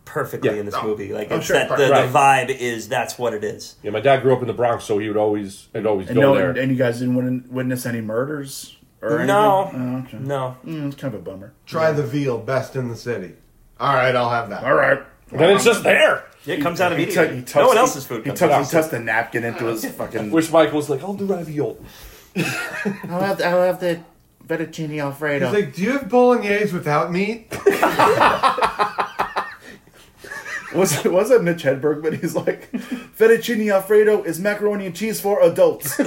S1: perfectly
S2: Yeah.
S1: in this
S4: Oh.
S1: movie. Like
S4: Oh,
S1: it's
S4: sure.
S1: that the,
S2: Right.
S1: the vibe is that's what it is.
S2: Yeah, my dad grew up in the Bronx, so he would always and always
S3: And,
S2: go
S3: no,
S2: there.
S3: and, and you guys didn't win, witness any murders or
S1: No.
S3: anything? Oh,
S1: No,
S3: okay. Mm, it's kind of a bummer.
S4: Try the veal, best in the city. All right, I'll have that.
S3: All right.
S2: then it's just there.
S1: it comes out of
S3: He tuck- he
S1: immediately.
S3: tucks-
S1: No one
S3: he-
S1: else's food.
S3: He
S1: comes
S3: tucks,
S1: out.
S3: he tucks the napkin into his fucking.
S2: Which Michael's like, I'll do ravioli.
S6: I'll have, I'll have the fettuccine alfredo.
S4: He's like, do you have bolognese without meat?
S3: Was it was it Mitch Hedberg? But he's like, fettuccine alfredo is macaroni and cheese for adults.
S1: We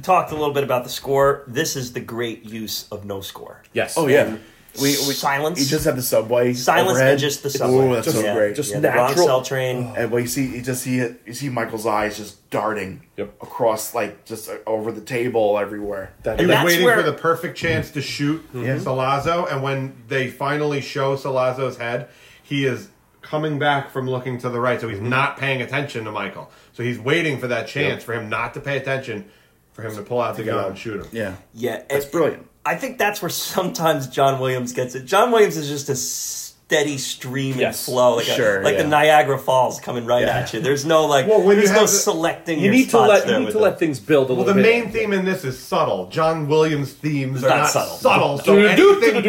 S1: talked a little bit about the score. This is the great use of no score.
S2: Yes.
S3: oh yeah, We, we
S1: Silence.
S3: You just have the subway.
S1: Silence
S3: overhead.
S1: and just the subway.
S3: Ooh, that's so
S1: Yeah,
S3: great. Oh.
S2: just
S1: yeah, the Bronx
S2: natural-
S1: Cell train.
S3: And well, you see, you just see it. You see Michael's eyes just darting
S2: Yep.
S3: across, like just uh, over the table everywhere.
S2: That
S4: He
S2: is
S4: was
S1: that's
S4: waiting
S1: where-
S4: for the perfect chance to shoot
S2: Mm-hmm.
S4: Salazzo, and when they finally show Salazzo's head, he is coming back from looking to the right, so he's
S2: Mm-hmm.
S4: not paying attention to Michael. So he's waiting for that chance for him not to pay attention, for him to pull out the gun and shoot him.
S3: Yeah,
S1: Yeah, and-
S3: that's brilliant.
S1: I think that's where sometimes John Williams gets it. John Williams is just a steady stream
S2: Yes,
S1: and flow, like a-
S3: sure,
S1: like the
S3: yeah.
S1: Niagara Falls coming right
S3: Yeah.
S1: at you. There's no like,
S4: Well, when you
S1: there's no
S4: have the-
S1: selecting.
S2: you
S1: your
S2: need to
S1: spots
S2: let
S1: there
S2: you need
S1: with
S2: to
S1: them.
S2: let things build a
S4: Well,
S2: little
S4: the
S2: bit.
S4: main theme in this is subtle. John Williams' themes are
S1: Not
S4: not,
S1: subtle.
S4: subtle. so anything,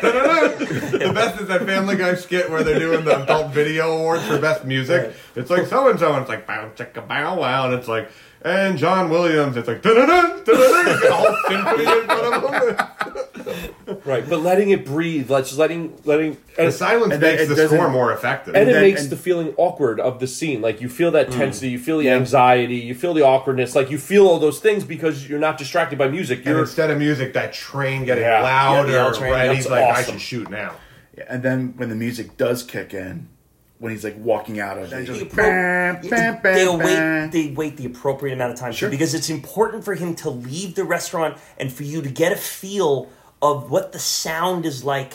S4: the best is that Family Guy skit where they're doing the adult video awards for best music. It's like so and so, and it's like bow chicka bow wow, and it's like and John Williams. It's like da-da-da, da-da-da, it's got all symphony in front of him.
S2: right, but letting it breathe, let's just letting letting
S4: The
S2: and,
S4: silence
S3: And then
S4: makes
S3: it
S4: the score
S3: doesn't-
S4: more effective.
S2: and it
S3: then-
S2: makes
S3: and-
S2: the feeling awkward of the scene. Like you feel
S1: Mm.
S2: that tensity, you feel the anxiety, you feel the awkwardness, like you feel all those things because you're not distracted by music.
S4: and
S2: You're
S4: instead of music, that train getting
S2: Yeah.
S4: louder,
S1: Yeah, the L train,
S4: right?
S2: that's
S4: He's like, I
S2: awesome.
S4: should shoot now.
S3: Yeah. And then when the music does kick in, when he's like walking out of, it,
S1: The
S3: just,
S1: appro-
S3: Bam, bam, bam,
S1: they wait
S3: bam.
S1: they wait the appropriate amount of time too, because it's important for him to leave the restaurant and for you to get a feel of what the sound is like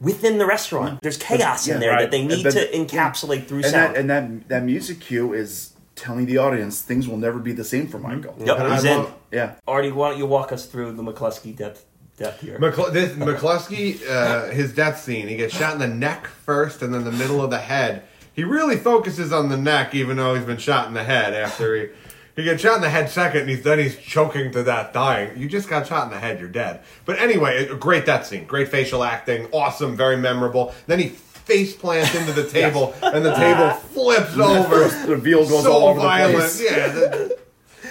S1: within the restaurant there's chaos in
S3: Yeah,
S1: there
S3: right.
S1: that they
S3: And
S1: need
S3: then-
S1: to encapsulate through
S3: and
S1: sound
S3: that and that that music cue is telling the audience things will never be the same for Michael.
S1: Mm-hmm. yep
S4: And I
S1: he's in
S4: love-
S3: Yeah.
S1: artie why don't you walk us through the mccluskey depth depth here
S4: McCl- this, McCluskey, uh, his death scene, he gets shot in the neck first and then the middle of the head. He really focuses on the neck, even though he's been shot in the head after he. He gets shot in the head second, and he's, then he's choking to death, dying. You just got shot in the head, you're dead. But anyway, a- a great death scene. Great facial acting. Awesome, very memorable. Then he face plants into the table, and the table flips over.
S3: The veal goes
S4: so
S3: all over the
S4: violent.
S3: place.
S4: Yeah, the-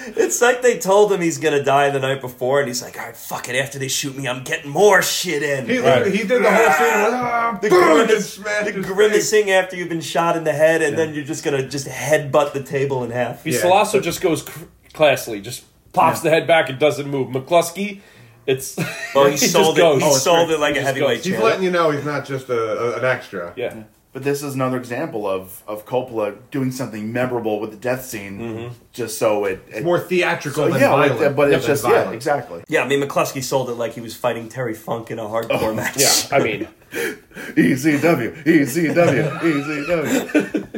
S1: It's like they told him he's gonna die the night before, and he's like, "All right, fuck it. After they shoot me, I'm getting more shit in."
S4: He, he did the whole scene. and went, "Ah,
S1: the,
S4: boom,"
S1: grimace-
S4: and smashed
S1: the
S4: his face.
S1: grimacing after you've been shot in the head, and then you're just gonna just headbutt the table in half.
S2: He
S4: Yeah.
S2: Salasso just goes cr- classily, just pops the head back and doesn't move. McCluskey, it's
S1: Well, Oh, he,
S2: just
S1: sold it.
S2: goes.
S4: Oh,
S1: He sold it like
S2: He
S1: a
S2: just
S1: heavyweight
S2: goes.
S4: He's
S1: champ.
S4: letting you know he's not just a, a- an extra.
S2: Yeah,
S3: But this is another example of of Coppola doing something memorable with the death scene, just so it, it
S4: It's more theatrical
S3: so,
S4: than
S3: yeah, like
S4: violent.
S3: that, but it's
S4: than
S3: just yeah,
S4: violent.
S3: exactly.
S1: yeah, I mean McCluskey sold it like he was fighting Terry Funk in a hardcore
S4: Oh,
S1: match.
S2: yeah. I mean,
S3: E ECW, ECW, ECW.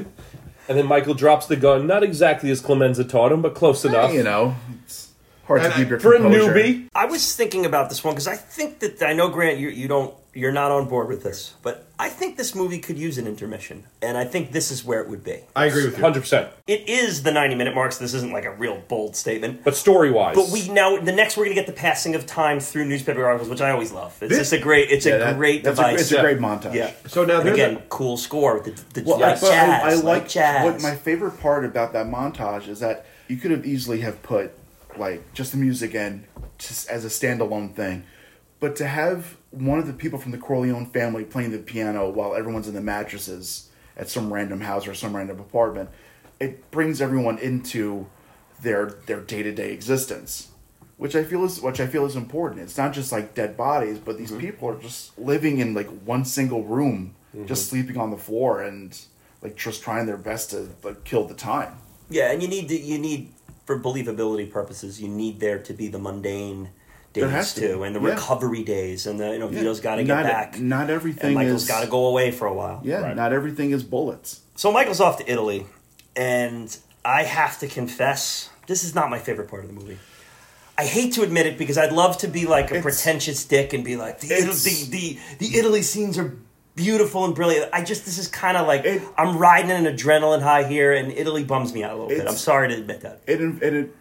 S2: and then Michael drops the gun, not exactly as Clemenza taught him, but close
S4: Eh,
S2: enough
S3: You know, it's hard
S4: And
S3: to keep
S4: I-
S3: your
S2: for a
S3: composure.
S2: newbie.
S1: I was thinking about this one because I think that I know Grant, you you don't you're not on board with this, but I think this movie could use an intermission, and I think this is where it would be.
S4: I agree with you.
S2: Hundred percent,
S1: It is the 90 minute marks. This isn't like a real bold statement.
S2: but story wise,
S1: But we now the next we're gonna get the passing of time through newspaper articles, which I always love. It's
S4: This-
S1: just a great, it's
S3: Yeah,
S1: a
S3: that-
S1: great
S3: that's
S1: device.
S3: A, it's a great montage.
S1: yeah.
S4: So now
S1: And
S4: there's
S1: again,
S4: a-
S1: cool score with the, the
S3: Well,
S1: like
S3: I, but
S1: jazz,
S3: I, I
S1: like,
S3: like
S1: jazz.
S3: What my favorite part about that montage is that you could have easily have put like just the music in just as a standalone thing, but to have one of the people from the Corleone family playing the piano while everyone's in the mattresses at some random house or some random apartment, it brings everyone into their their day to day existence. Which I feel is which I feel is important. It's not just like dead bodies, but
S1: Mm-hmm.
S3: these people are just living in like one single room,
S1: Mm-hmm.
S3: just sleeping on the floor and like just trying their best to like kill the time.
S1: yeah, and you need to, you need for believability purposes, you need there to be the mundane
S3: There has
S1: days
S3: to be,
S1: too, and the
S3: yeah.
S1: recovery days, and the you know Vito's got to get
S3: not, e-,
S1: back,
S3: Not
S1: and
S3: everything
S1: Michael's
S3: is
S1: got to go away for a while.
S3: Yeah,
S2: Right.
S3: not everything is bullets.
S1: So Michael's off to Italy, and I have to confess, this is not my favorite part of the movie. I hate to admit it because I'd love to be like a
S3: It's-
S1: pretentious dick and be like the, Italy,
S3: It's-
S1: the, the the Italy scenes are beautiful and brilliant. I just this is kind of like
S3: It-
S1: I'm riding an adrenaline high here, and Italy bums me out a little bit.
S3: It's-
S1: I'm sorry to admit that.
S3: It it it,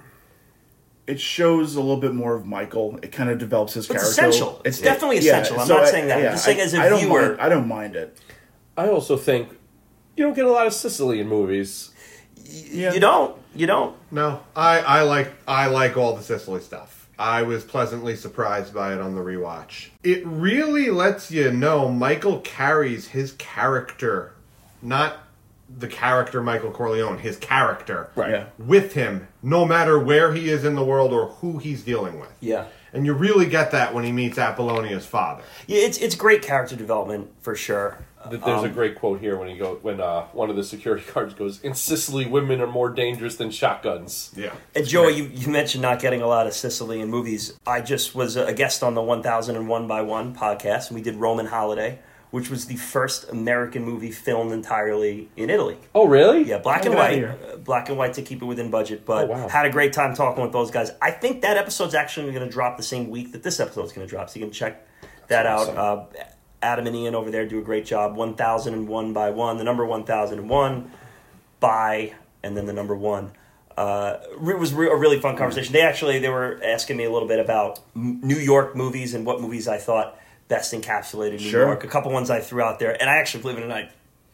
S3: it shows a little bit more of Michael. It kind of develops his
S1: It's
S3: character.
S1: essential. It's definitely essential. I'm not saying that. I'm just saying as a
S3: a don't
S1: viewer-
S3: mind, I don't mind it.
S2: I also think you don't get a lot of Sicilian movies.
S3: Yeah.
S1: You don't. You don't.
S4: No, I, I like I like all the Sicily stuff. I was pleasantly surprised by it on the rewatch. It really lets you know Michael carries his character, not the character Michael Corleone, his character,
S3: Right. Yeah.
S4: with him, no matter where he is in the world or who he's dealing with.
S1: Yeah.
S4: And you really get that when he meets Apollonia's father.
S1: Yeah, it's it's great character development for sure.
S2: Th- There's
S1: Um,
S2: a great quote here when he go when uh, one of the security guards goes, "In Sicily, women are more dangerous than shotguns."
S4: Yeah.
S1: And Joey, you, you mentioned not getting a lot of Sicily in movies. I just was a guest on the 1001 by 1 podcast, and we did Roman Holiday, which was the first American movie filmed entirely in Italy.
S2: Oh, really?
S1: Yeah, black and
S5: Get outta
S1: white,
S5: here.
S1: uh, black and white to keep it within budget. But
S2: Oh, wow.
S1: had a great time talking with those guys. I think that episode's actually going to drop the same week that this episode's going to drop, so you can check that out. Uh, Adam and Ian over there do a great job. One thousand and one by one, the number one thousand and one by, and then the number one. Uh, it was re- a really fun conversation. They actually they were asking me a little bit about m- New York movies and what movies I thought best encapsulated New
S4: Sure.
S1: York. A couple ones I threw out there, and I actually believe it or not.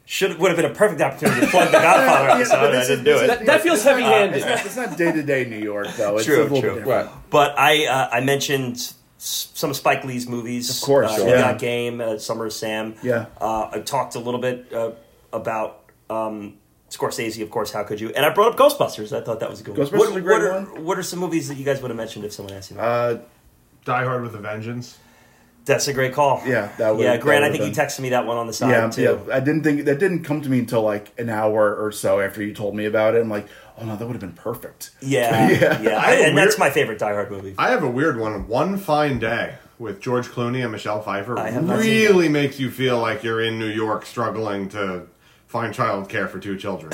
S1: Should would have been a perfect opportunity to plug the Godfather
S3: Yeah,
S1: episode,
S3: but
S1: and I
S3: this
S1: didn't
S3: is-
S1: do it.
S3: this is-
S2: That, that feels heavy-handed.
S3: It's not- It's not day to day New York though. It's
S1: True,
S3: a little
S1: true.
S3: different.
S2: right.
S1: But I uh, I mentioned s- some of Spike Lee's movies. Of
S3: course,
S1: uh,
S3: sure.
S1: You
S3: Yeah.
S1: Got Game, uh, Summer of Sam.
S3: Yeah.
S1: uh, I talked a little bit uh, about um, Scorsese, of course. How could you? And I brought up Ghostbusters. I thought that was a good. one.
S3: Ghostbusters
S1: what,
S3: is a great
S1: what are,
S3: one.
S1: What are some movies that you guys would have mentioned if someone asked you? That?
S3: Uh,
S4: Die Hard with a Vengeance.
S1: That's a great call.
S3: yeah, that would-
S1: yeah,
S3: that
S1: Grant. I
S3: would've
S1: think you
S3: been-
S1: texted me that one on the side
S3: yeah,
S1: too.
S3: yeah. I didn't think that didn't come to me until like an hour or so after you told me about it. I'm like, oh no, that would have been perfect.
S1: Yeah, yeah,
S4: I have a
S1: and that's
S4: weird-
S1: my favorite Die Hard movie.
S4: I have a weird one. One Fine Day with George Clooney and Michelle Pfeiffer
S1: I have not seen
S4: really makes you feel like you're in New York struggling to find childcare for two children.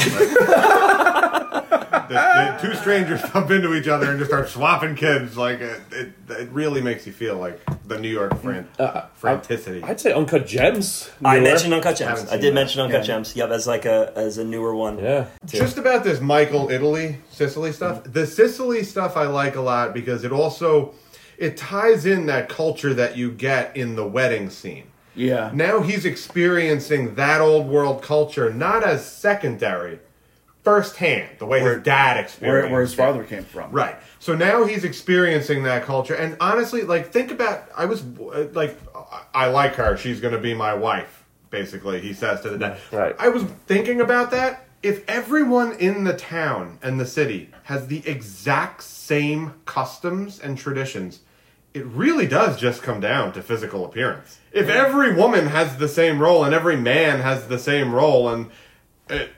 S4: Like, the- the two strangers bump into each other and just start swapping kids. Like it, it, it really makes you feel like the New York fran-
S1: Mm, uh,
S4: franticity.
S2: I'd say Uncut Gems.
S1: I
S2: Mueller.
S1: mentioned Uncut Gems.
S4: Haven't
S1: I
S4: seen
S1: did
S4: that.
S1: mention Uncut
S3: Yeah.
S1: Gems. Yep, as like a as a newer one.
S2: Yeah.
S4: Just about this Michael Italy Sicily stuff.
S1: Mm.
S4: The Sicily stuff I like a lot because it also it ties in that culture that you get in the wedding scene.
S3: Yeah,
S4: Now he's experiencing that old world culture not as secondary, firsthand, the way his dad experienced.
S3: where, where his
S4: it.
S3: father came from.
S4: Right. So now he's experiencing that culture, and honestly, like think about I was uh, like I- I like her. She's going to be my wife. Basically, he says to the dad.
S2: Right.
S4: I was thinking about that. If everyone in the town and the city has the exact same customs and traditions, it really does just come down to physical appearance. If every woman has the same role and every man has the same role, and it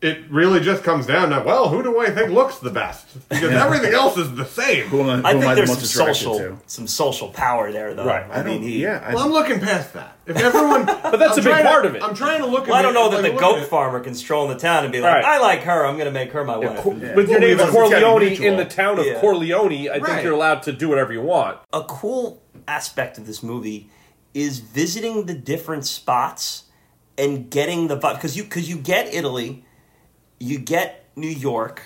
S4: it really just comes down to well, who do I think looks the best? Because everything else is the same.
S3: Who am I, who
S1: I
S3: am
S1: think
S3: I the
S1: there's
S3: most
S1: some
S3: attracted
S1: social
S3: to?
S1: some social power there though.
S2: Right.
S1: I,
S3: I
S1: mean,
S3: don't.
S1: he,
S3: yeah, I,
S4: Well, I'm looking past that. If everyone, but
S2: that's a big part of it.
S4: I'm trying to look.
S1: Well, I
S4: at
S1: don't
S4: the-
S1: know that
S4: I'm
S1: the
S4: looking
S1: goat
S4: at-
S1: farmer can stroll in the town and be like,
S2: Right.
S1: "I like her. I'm going to make her my wife."
S2: Cor- With your name
S3: Well, because
S2: is
S3: it's gotta be
S2: Corleone
S3: mutual.
S2: in the town of
S1: Yeah.
S2: Corleone, I think
S4: Right.
S2: you're allowed to do whatever you want.
S1: a cool aspect of this movie is visiting the different spots and getting the vibe because you because you get Italy, you get New York,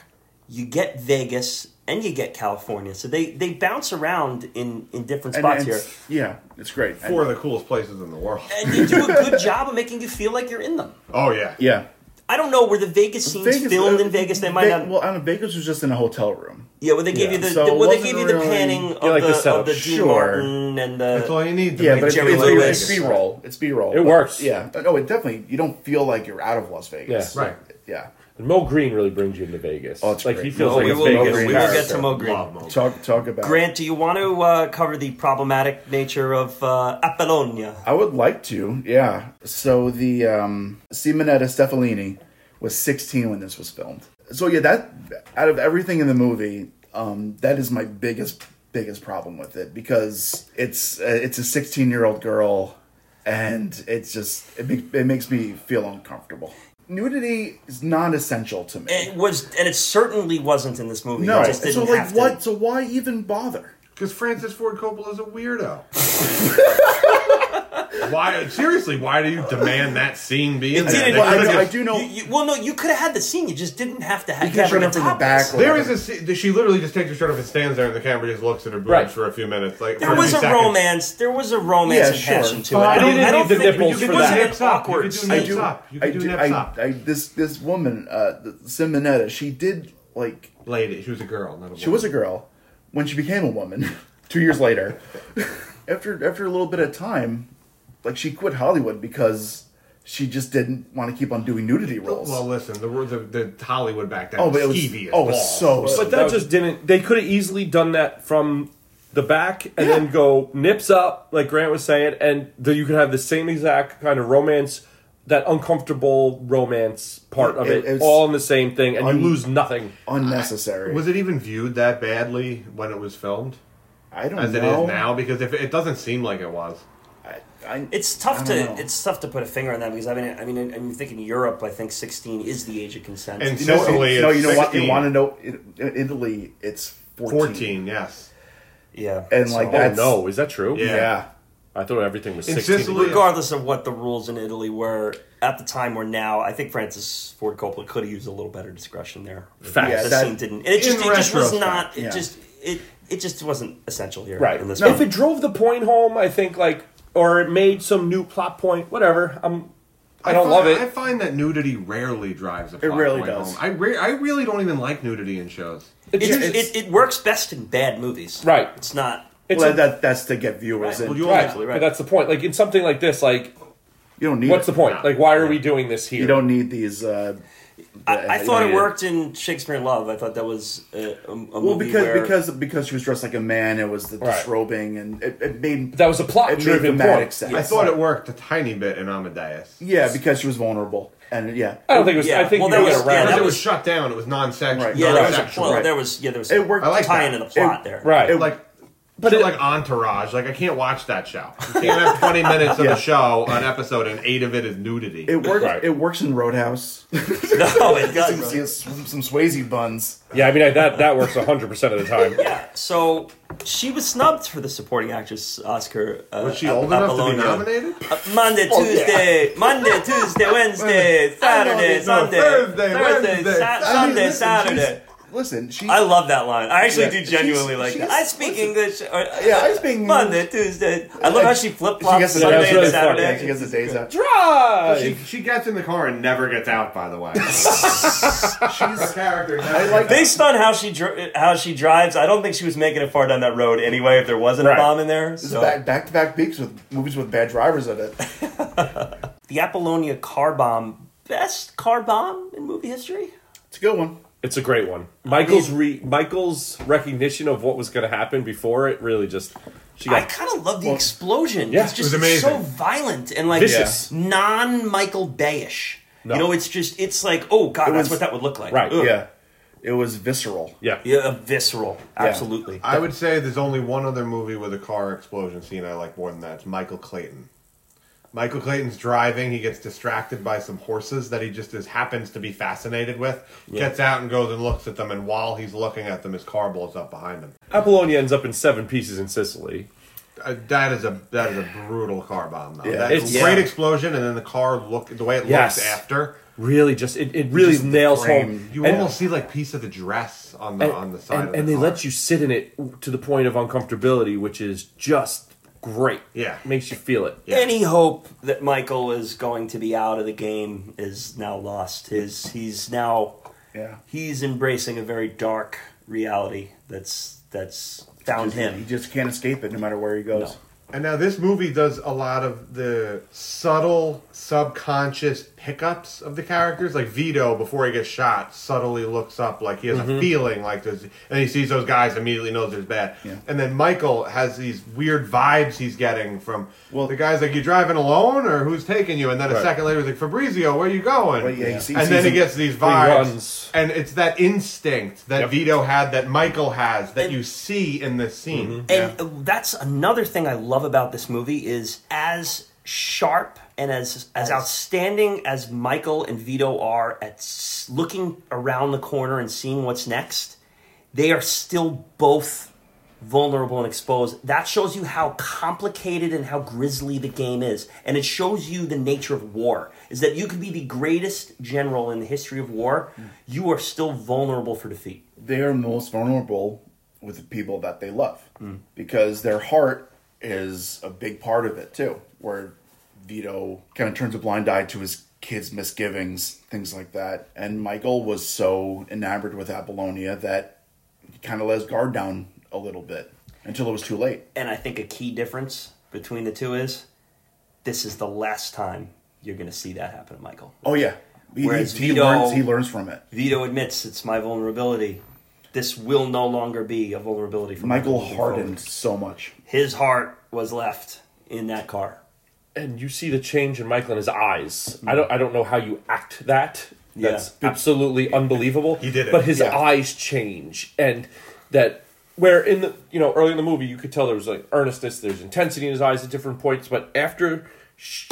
S1: you get Vegas, and you get California. So they they bounce around in in different
S3: and,
S1: spots
S3: and,
S1: here.
S3: Yeah, it's great. And-
S4: Four of the coolest places in the world.
S1: And they do a good job of making you feel like you're in them.
S4: Oh yeah.
S3: yeah, uh,
S1: I don't know where the Vegas scenes filmed in Vegas. They might
S3: Ve-
S1: not.
S3: Well, I mean, Vegas was just in a hotel room.
S1: yeah, well, they gave you the,
S3: so
S1: the-
S3: it
S1: well, they
S3: wasn't
S1: gave you the
S3: really-
S1: panning of,
S2: Yeah, like the
S1: the, of
S2: setup,
S1: the Dean
S3: sure.
S1: Martin and the
S4: That's all you need. To
S3: Yeah,
S4: make
S3: but it's,
S1: Jerry
S3: it's,
S1: Lee Lewis.
S3: it's B-roll. It's B-roll.
S2: It
S3: But-
S2: works.
S3: Yeah. Oh, it definitely. You don't feel like you're out of Las Vegas.
S2: Yeah.
S4: Right.
S3: Yeah.
S2: And Mo Green really brings you into Vegas. Oh,
S3: it's
S2: like
S3: great.
S2: he feels
S1: No,
S2: like
S1: we
S2: a
S1: will-
S2: Vegas
S1: we will
S2: character.
S1: get to Mo Green.
S4: Love Mo.
S3: Talk talk about
S1: Grant, do you want to uh, cover the problematic nature of uh, Apollonia?
S3: I would like to. Yeah. So the um, Simonetta Stefanini was 16 when this was filmed. So yeah, that out of everything in the movie, um, that is my biggest biggest problem with it because it's uh, it's a 16 year old girl, and it's just it, make, it makes me feel uncomfortable. Nudity is not essential to me.
S1: It was, and it certainly wasn't in this movie.
S3: no,
S1: it just didn't
S3: so like
S1: have to.
S3: what? So why even bother?
S4: Because Francis Ford Coppola is a weirdo. why? Seriously, why do you demand that scene be in
S1: It
S4: there?
S1: didn't-
S4: They
S1: well, I
S4: could've
S1: know-
S4: just-
S3: I do know.
S1: You, you, well, no, you could have had the scene. You just didn't have to have.
S3: You could've
S1: have it
S3: shown
S1: in
S3: up from the
S1: topless.
S3: back or-
S4: There is a scene. She literally just takes her shirt off and stands there, and the camera just looks at her boobs
S2: Right.
S4: for a few minutes. Like
S1: There was a romance. There was a romance
S3: Yeah,
S1: and
S3: sure.
S1: passion to it.
S3: Fine.
S1: I
S3: You
S1: don't,
S2: didn't
S1: I don't
S2: need the
S1: think
S2: nipples
S1: it
S2: for
S1: wasn't
S2: that.
S1: an
S4: Nips up. You
S1: awkward.
S4: could do
S1: I
S4: nips
S1: do-
S4: up. You
S3: I
S4: could do
S3: do-
S4: nips
S3: I,
S4: up.
S3: I, this this woman, uh, the- Simonetta, she did like
S4: lady. She was a girl, not a woman.
S3: she was a girl when she became a woman. two years later, after after a little bit of time, like she quit Hollywood because she just didn't want to keep on doing nudity roles.
S4: Well, listen, the, the the Hollywood back then.
S3: oh, but it was
S4: skeevy as
S3: oh, it was so.
S4: balls.
S2: But that just didn't. They could have easily done that from the back and then go nips up, like Grant was saying, and the, you could have the same exact kind of romance, that uncomfortable romance part of it,
S3: It- it's-
S2: all in the same thing, and
S3: Un-
S2: you lose nothing.
S3: unnecessary.
S4: Was it even viewed that badly when it was filmed
S3: I don't
S4: as
S3: know.
S4: it is now? Because if it doesn't seem like it was,
S3: I, I,
S1: It's tough
S3: I
S1: to
S3: don't know.
S1: it's tough to put a finger on that because I mean I mean I mean thinking Europe I think 16 is the age of consent.
S4: And
S3: you know,
S4: Sicily
S3: you know,
S4: is
S3: you know what? You
S4: 16.
S3: want to know? In, in Italy, it's 14.
S4: fourteen. Yes.
S1: yeah.
S3: And like that's
S2: oh no, is that true?
S4: Yeah.
S3: yeah.
S2: I thought everything was
S4: In
S2: 16.
S4: Sicily-
S1: regardless of what the rules in Italy were at the time or now, I think Francis Ford Coppola could have used a little better discretion there.
S2: Facts.
S1: The
S3: Yeah, that-
S1: scene didn't. It just,
S4: in
S1: it just was
S4: retrospect,
S1: not. It
S3: yeah.
S1: just it it just wasn't essential here.
S3: Right.
S1: In this
S3: No.
S1: film.
S2: If it drove the point home, I think like, or it made some new plot point. Whatever. I'm. I don't
S4: find,
S2: love it.
S4: I find that nudity rarely drives a plot
S3: rarely
S4: point
S3: does.
S4: home. I, re- I really don't even like nudity in shows.
S1: It's-
S2: It's-
S1: it, it, works best in bad movies.
S2: Right.
S1: It's not.
S2: It's
S3: well,
S2: a-
S3: that that's to get viewers
S1: Right.
S3: in.
S1: Well,
S3: you,
S4: you-
S2: right,
S1: Absolutely right.
S2: but that's the point. Like in something like this, like
S3: don't need.
S2: what's
S3: it.
S2: the point? Like why are we doing this here?
S3: You don't need these. Uh, the-
S1: I, I thought it
S3: yeah.
S1: worked in Shakespeare in Love. I thought that was a, a, a
S3: Well,
S1: movie
S3: because
S1: where-
S3: because because she was dressed like a man, it was the
S2: Right.
S3: disrobing, and it, it made
S2: That was a plot
S3: it made
S2: driven
S3: thematic
S2: point.
S3: sense.
S4: I thought it worked a tiny bit in Amadeus.
S3: Yeah, because she was vulnerable, and yeah,
S2: I don't think it was.
S1: Yeah,
S2: I think
S1: well,
S2: we
S1: that
S2: went
S1: was- yeah,
S2: around.
S4: Because
S1: that
S4: it was
S1: was-
S4: shut down. It was non-sex.
S3: Right.
S1: yeah, there was a
S4: non-sexual.
S1: plot.
S3: right.
S1: There was yeah, there was
S3: It worked.
S1: a
S4: I like
S1: tie
S4: that.
S1: into the plot
S3: It-
S1: there.
S2: right.
S3: it-
S4: like but like entourage like i can't watch that show you can't have 20 minutes of
S3: Yeah.
S4: a show an episode and eight of it is nudity
S3: it works.
S2: Right.
S3: It works in Roadhouse.
S1: No, it
S3: You
S1: does.
S3: see us- some, some Swayze buns.
S2: yeah, I mean I, that that works hundred percent of the time.
S1: yeah. So she was snubbed for the supporting actress Oscar. Uh,
S4: was she
S1: Ap-
S4: old enough to
S1: Apollonia.
S4: be nominated
S1: Uh, Monday,
S3: Oh,
S1: Tuesday, Monday, Tuesday, Wednesday, Saturday,
S4: No,
S1: Sunday,
S4: Thursday, Wednesday,
S1: Sa-
S4: Saturday.
S1: Sunday,
S3: listen,
S1: Saturday.
S3: she's- Listen, she.
S1: I love that line. I actually
S3: Yeah,
S1: do genuinely
S3: she's-
S1: like that.
S3: she's-
S1: I speak English. Or,
S3: Yeah, I speak English.
S1: Monday, Tuesday. I love how she flip
S3: she
S1: flops
S3: gets the
S1: Sunday
S2: that's
S1: and
S2: really funny.
S1: Saturday.
S3: Yeah, she gets the days out.
S2: Drive.
S4: she, she gets in the car and never gets out by the way she's a character never
S3: I like
S1: Based on how she dri- how she drives, I don't think she was making it far down that road anyway. If there wasn't
S2: Right.
S1: a bomb in there, so
S3: back back to back beats with movies with bad drivers in it.
S1: the Apollonia car bomb, best car bomb in movie history.
S3: It's a good one.
S2: It's a great one. Michael's re- Michael's recognition of what was going to happen before it really just she
S1: I
S2: got
S1: kind of love the explosion.
S2: yeah,
S1: it's
S2: it
S1: just
S4: was amazing.
S1: so violent and like
S2: Vicious.
S1: non Michael Bayish.
S2: No.
S1: You know, it's just it's like oh god, that's
S3: was-
S1: what that would look like.
S2: Right.
S1: Ugh.
S3: Yeah, it was visceral.
S2: yeah.
S1: Yeah, visceral. Absolutely.
S4: I would say there's only one other movie with a car explosion scene I like more than that. It's Michael Clayton. Michael Clayton's driving. He gets distracted by some horses that he just is, happens to be fascinated with. Gets out and goes and looks at them. And while he's looking at them, his car blows up behind him.
S2: Apollonia ends up in seven pieces in Sicily.
S4: Uh, that is a that is a brutal car bomb. Though.
S3: Yeah.
S4: That is
S2: It's-
S4: a great
S1: yeah.
S4: explosion, and then the car look the way it
S2: Yes.
S4: looks after.
S2: Really, just it, it really
S3: Just the
S2: nails
S3: frame.
S2: home.
S4: You
S2: And-
S4: almost see like piece of the dress on the
S2: and,
S4: on the side.
S2: and,
S4: of the
S2: and they
S4: car.
S2: let you sit in it to the point of uncomfortability, which is just great.
S4: Yeah.
S2: makes you feel it.
S4: Yeah.
S1: Any hope that Michael is going to be out of the game is now lost. His he's now
S3: Yeah.
S1: he's embracing a very dark reality that's that's found
S3: He
S1: him.
S3: just can't escape it no matter where he goes.
S4: And now this movie does a lot of the subtle, subconscious pickups of the characters. Like Vito, before he gets shot, subtly looks up, like he has
S3: Mm-hmm.
S4: a feeling, like there's, and he sees those guys, immediately knows there's bad.
S3: Yeah.
S4: And then Michael has these weird vibes he's getting from
S3: Well-
S4: the guys, like you driving alone, or who's taking you? And then a
S2: Right.
S4: second later, he's like Fabrizio, where you going?
S3: Well, yeah, he sees-
S4: and then he
S3: sees him-
S4: gets these
S2: runs.
S4: vibes, and it's that instinct that
S2: Yep.
S4: Vito had, that Michael has, that you see in this scene.
S1: And uh, that's another thing I love about this movie is as sharp and as as outstanding as Michael and Vito are at s- looking around the corner and seeing what's next, they are still both vulnerable and exposed. That shows you how complicated and how grisly the game is. And it shows you the nature of war is that you could be the greatest general in the history of war, you are still vulnerable for defeat.
S3: They are most vulnerable with the people that they love
S1: Hmm.
S3: because their heart is a big part of it too. Where Vito kind of turns a blind eye to his kids' misgivings, things like that. And Michael was so enamored with Apollonia that he kind of let his guard down a little bit until it was too late.
S1: and I think a key difference between the two is this is the last time you're going to see that happen to Michael.
S3: Oh yeah. He, he,
S1: Whereas
S3: he
S1: Vito-
S3: learns he learns from it.
S1: Vito admits it's my vulnerability. This will no longer be a vulnerability for
S3: Michael
S1: moving forward.
S3: hardened so much.
S1: His heart was left in that car.
S2: and you see the change in Michael in his eyes. I don't I don't know how you act that.
S1: Yeah.
S2: That's absolutely unbelievable. He
S4: did it.
S2: But his
S3: Yeah.
S2: eyes change and that where in the you know early in the movie you could tell there was like earnestness, there's intensity in his eyes at different points, but after sh-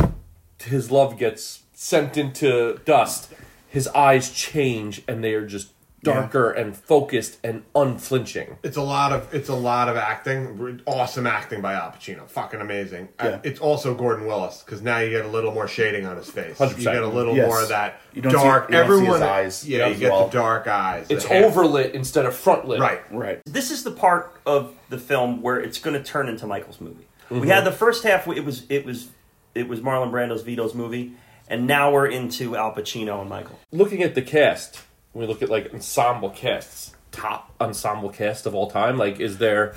S2: his love gets sent into dust, his eyes change and they are just darker and focused and unflinching.
S4: It's a lot of it's a lot of acting, awesome acting by Al Pacino, fucking amazing.
S3: Yeah.
S4: Uh, It's also Gordon Willis because now you get a little more shading on his face. You
S2: 100%.
S4: get a little
S3: Yes.
S4: more of that
S3: You don't see-
S4: dark.
S3: you don't see his
S4: everyone,
S3: eyes
S4: yeah, you
S3: as
S4: get
S3: well.
S4: the dark eyes.
S2: It's
S4: the half-
S2: overlit instead of frontlit.
S4: right.
S3: Right.
S1: This is the part of the film where it's going to turn into Michael's movie.
S3: Mm-hmm.
S1: We had the first half; it was it was it was Marlon Brando's Vito's movie, and now we're into Al Pacino and Michael.
S2: looking at the cast, when we look at like ensemble casts, top ensemble cast of all time, like is there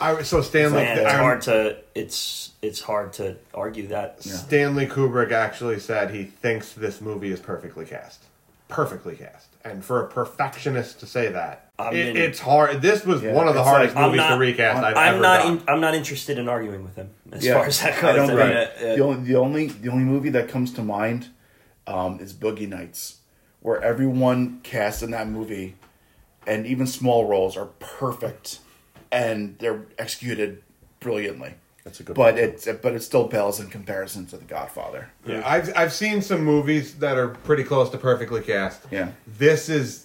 S4: I, so Stanley,
S1: Man, it's
S4: I'm-
S1: hard to it's it's hard to argue that.
S4: Stanley Kubrick actually said he thinks this movie is perfectly cast. Perfectly cast. And for a perfectionist to say that,
S1: I
S4: it,
S1: mean-
S4: it's hard. This was
S3: Yeah,
S4: one of the
S3: it's
S4: hardest
S3: like,
S1: I'm
S4: movies
S1: not-
S4: to recast I've
S1: I'm
S4: ever
S1: not
S4: done.
S1: in, I'm not interested in arguing with him as
S3: Yeah.
S1: far as that
S3: I
S1: goes. I
S3: don't-
S1: mean,
S3: right.
S1: uh, uh,
S3: the only the only the only movie that comes to mind um, is Boogie Nights, where everyone cast in that movie, and even small roles are perfect, and they're executed brilliantly.
S2: That's a good
S3: But
S2: one,
S3: it's but it still pales in comparison to The Godfather.
S4: Yeah, I've, I've seen some movies that are pretty close to perfectly cast.
S3: Yeah.
S4: This is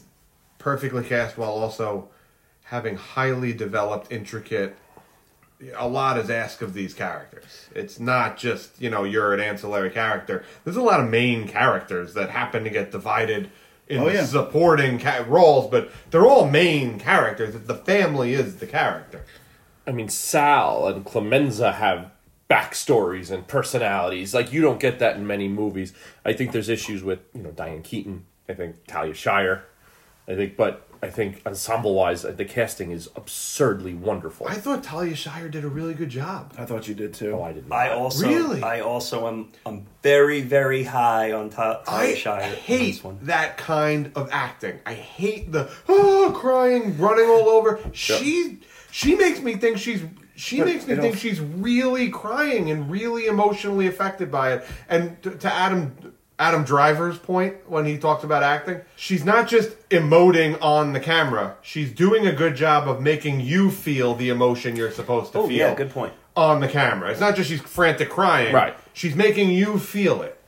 S4: perfectly cast while also having highly developed, intricate. A lot is asked of these characters. It's not just, you know, you're an ancillary character. There's a lot of main characters that happen to get divided in
S3: Oh,
S4: the
S3: yeah.
S4: supporting ca- roles, but they're all main characters. The family is the character.
S2: I mean Sal and Clemenza have backstories and personalities. Like you don't get that in many movies. I think there's issues with, you know, Diane Keaton, I think Talia Shire. I think but I think ensemble wise the casting is absurdly wonderful.
S4: I thought Talia Shire did a really good job.
S3: I thought you did too.
S2: Oh, I did not.
S1: I also
S4: Really?
S1: I also am I'm very very high on Ta-
S4: I
S1: Talia Shire. on
S4: hate
S1: this one.
S4: that kind of acting. I hate the oh, crying, running all over. She she makes me think she's she
S3: But
S4: makes me
S3: it
S4: think
S3: also-
S4: she's really crying and really emotionally affected by it. And to, to Adam Adam Driver's point when he talks about acting, she's not just emoting on the camera. She's doing a good job of making you feel the emotion you're supposed to
S1: Oh,
S4: feel.
S1: yeah, good point.
S4: On the camera, it's not just she's frantic crying.
S2: Right.
S4: she's making you feel it.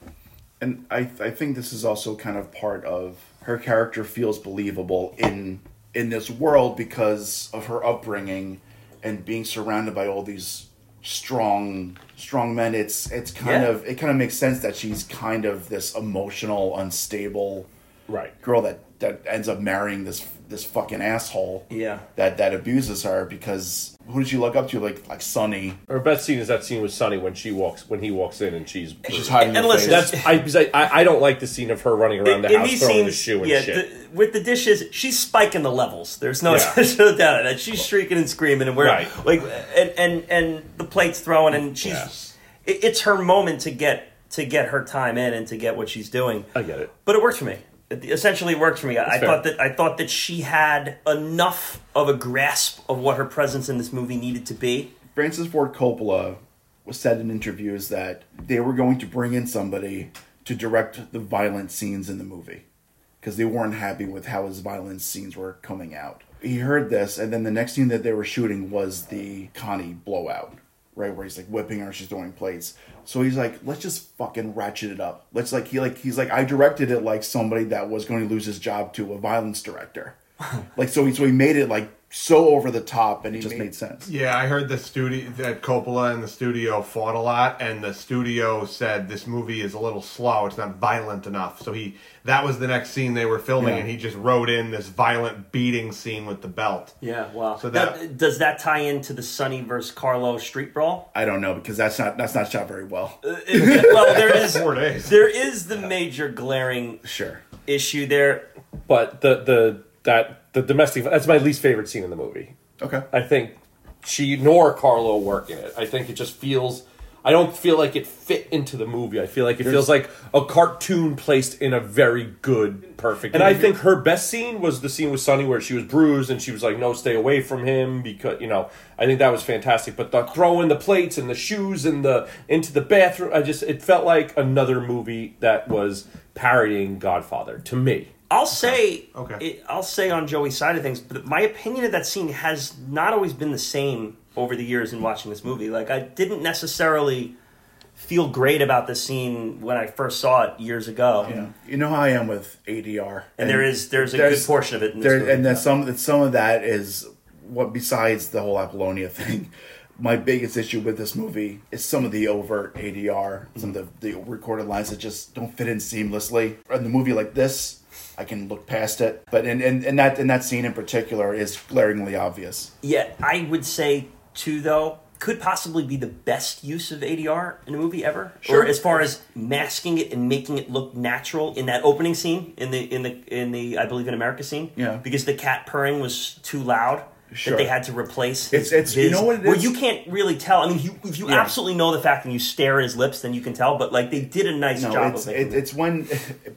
S3: and I I think this is also kind of part of her character feels believable in in this world because of her upbringing and being surrounded by all these strong strong men. It's it's kind
S1: Yeah.
S3: of it kind of makes sense that she's kind of this emotional, unstable
S2: right.
S3: girl that that ends up marrying this this fucking asshole.
S1: Yeah.
S3: That that abuses her because who did she look up to? Like like Sonny.
S2: Her best scene is that scene with Sonny when she walks when he walks in and she's
S3: She's hiding
S1: And
S3: her
S1: listen,
S3: face.
S2: That's I, because I I I don't like the scene of her running around the house throwing the shoe and
S1: yeah,
S2: shit.
S1: the- with the dishes, she's spiking the levels. There's no,
S2: Yeah.
S1: there's no doubt of that. She's shrieking and screaming, and we're
S2: Right.
S1: like, and and and the plates throwing, and she's, it, it's her moment to get to get her time in and to get what she's doing.
S2: I get it.
S1: but it worked for me. It essentially worked for me. I, I
S2: fair.
S1: thought that I thought that she had enough of a grasp of what her presence in this movie needed to be.
S3: Francis Ford Coppola was said in interviews that they were going to bring in somebody to direct the violent scenes in the movie because they weren't happy with how his violent scenes were coming out. He heard this, and then the next scene that they were shooting was the Connie blowout, right where he's like whipping her, she's throwing plates. So he's like, "Let's just fucking ratchet it up." Let's like he like he's like I directed it like somebody that was going to lose his job to a violence director, like so he so he made it like so over the top, and it just made sense.
S4: Yeah, I heard the studio that Coppola and the studio fought a lot, and the studio said this movie is a little slow. It's not violent enough. So he that was the next scene they were filming,
S3: Yeah.
S4: and he just wrote in this violent beating scene with the belt.
S1: Yeah, wow.
S4: So that-
S1: does that tie into the Sonny versus Carlo street brawl?
S3: I don't know because that's not that's not shot very well.
S1: Uh, well, there is
S4: Four days.
S1: there is the major glaring
S3: Sure.
S1: issue there.
S2: But the the that the domestic that's my least favorite scene in the movie.
S3: Okay.
S2: I think she nor Carlo work in it. I think it just feels. I don't feel like it fit into the movie. I feel like it feels like a cartoon placed in a very good, perfect. And I think her best scene was the scene with Sunny where she was bruised and she was like, "No, stay away from him," because you know, I think that was fantastic. But the throwing the plates and the shoes and the into the bathroom, I just it felt like another movie that was parodying Godfather to me.
S1: I'll say,
S4: Okay.
S1: it, I'll say on Joey's side of things, but my opinion of that scene has not always been the same over the years in watching this movie. Like I didn't necessarily feel great about this scene when I first saw it years ago,
S3: You know, you know how I am with ADR,
S1: and there is there's a good portion of it. In this
S3: there,
S1: movie.
S3: and that some that some of that is what besides the whole Apollonia thing. My biggest issue with this movie is some of the overt ADR, some of the, the recorded lines that just don't fit in seamlessly. In the movie like this, I can look past it, but in, in, in that in that scene in particular is glaringly obvious.
S1: Yeah, I would say two though could possibly be the best use of ADR in a movie ever. Or as far as masking it and making it look natural in that opening scene in the in the in the I believe in America scene.
S3: Yeah.
S1: Because the cat purring was too loud.
S3: Sure.
S1: That they had to replace.
S3: It's- it's- you know what it
S1: Well,
S3: is?
S1: you can't really tell. I mean, you, if you absolutely know the fact and you stare at his lips, then you can tell. But like, they did a nice
S3: No,
S1: job
S3: it's
S1: of making
S3: it, it's when,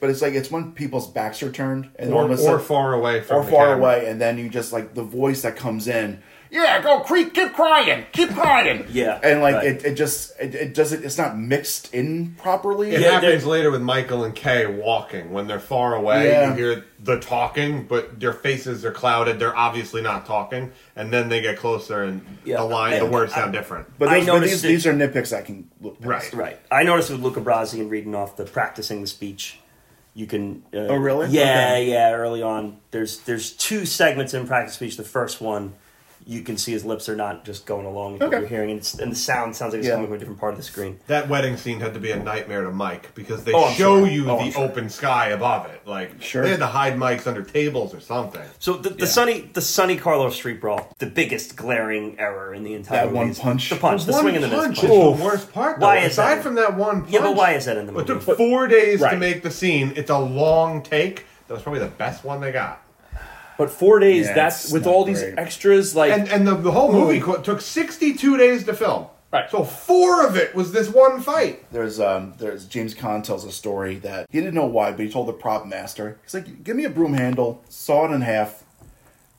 S3: but it's like it's when people's backs are turned and all
S4: Or,
S3: of a
S4: or
S3: sudden-
S4: far away from
S3: or
S4: the
S3: far
S4: camera.
S3: away, and then you just like the voice that comes in. Yeah, go creep, keep crying, keep crying.
S1: Yeah,
S3: and like
S1: right.
S3: it, it just it, it doesn't it's not mixed in properly.
S4: It
S1: Yeah,
S4: happens
S1: they're-
S4: later with Michael and Kay walking. When they're far away,
S3: Yeah.
S4: you hear the talking, but their faces are clouded. They're obviously not talking. And then they get closer, and
S1: Yeah.
S4: the line,
S1: I-
S4: the words sound different.
S3: But,
S1: I
S3: those, but
S1: noticed
S3: these
S1: it-
S3: these are nitpicks I can look past.
S4: Right.
S1: Right. I noticed with Luca Brasi and reading off the practicing the speech, you can. Uh, oh
S3: really?
S1: Yeah,
S3: Okay.
S1: yeah. Early on, there's there's two segments in practice speech. The first one, you can see his lips are not just going along with what
S3: Okay.
S1: you're hearing, and, it's, and the sound sounds like it's
S3: Yeah.
S1: coming from a different part of the screen.
S4: That wedding scene had to be a nightmare to Mike because they
S1: Oh, I'm
S4: show
S1: sure.
S4: you
S1: Oh, I'm
S4: the
S1: sure.
S4: open sky above it. Like
S3: Sure.
S4: they had to hide mics under tables or something.
S1: So the, the sunny the sunny Carlos Street brawl, the biggest glaring error in the entire
S3: That
S1: movie
S3: one
S1: is
S3: punch.
S1: The punch, the,
S4: one
S1: swing and the miss
S4: punch
S1: punch.
S4: is the worst part. Though.
S1: Why is
S4: Aside
S1: that?
S4: from that one punch,
S1: Yeah, but why is that in the
S4: It took
S1: movie?
S4: four days to
S2: Right.
S4: make the scene. It's a long take. That was probably the best one they got.
S2: But four days,
S3: Yeah,
S2: that's
S3: it's
S2: with
S3: not
S2: all these
S3: great.
S2: extras, like
S4: And and the, the whole movie co- took sixty two days to film.
S2: Right.
S4: So four of it was this one fight.
S3: There's um there's James Caan tells a story that he didn't know why, but he told the prop master. He's like, "Give me a broom handle, saw it in half,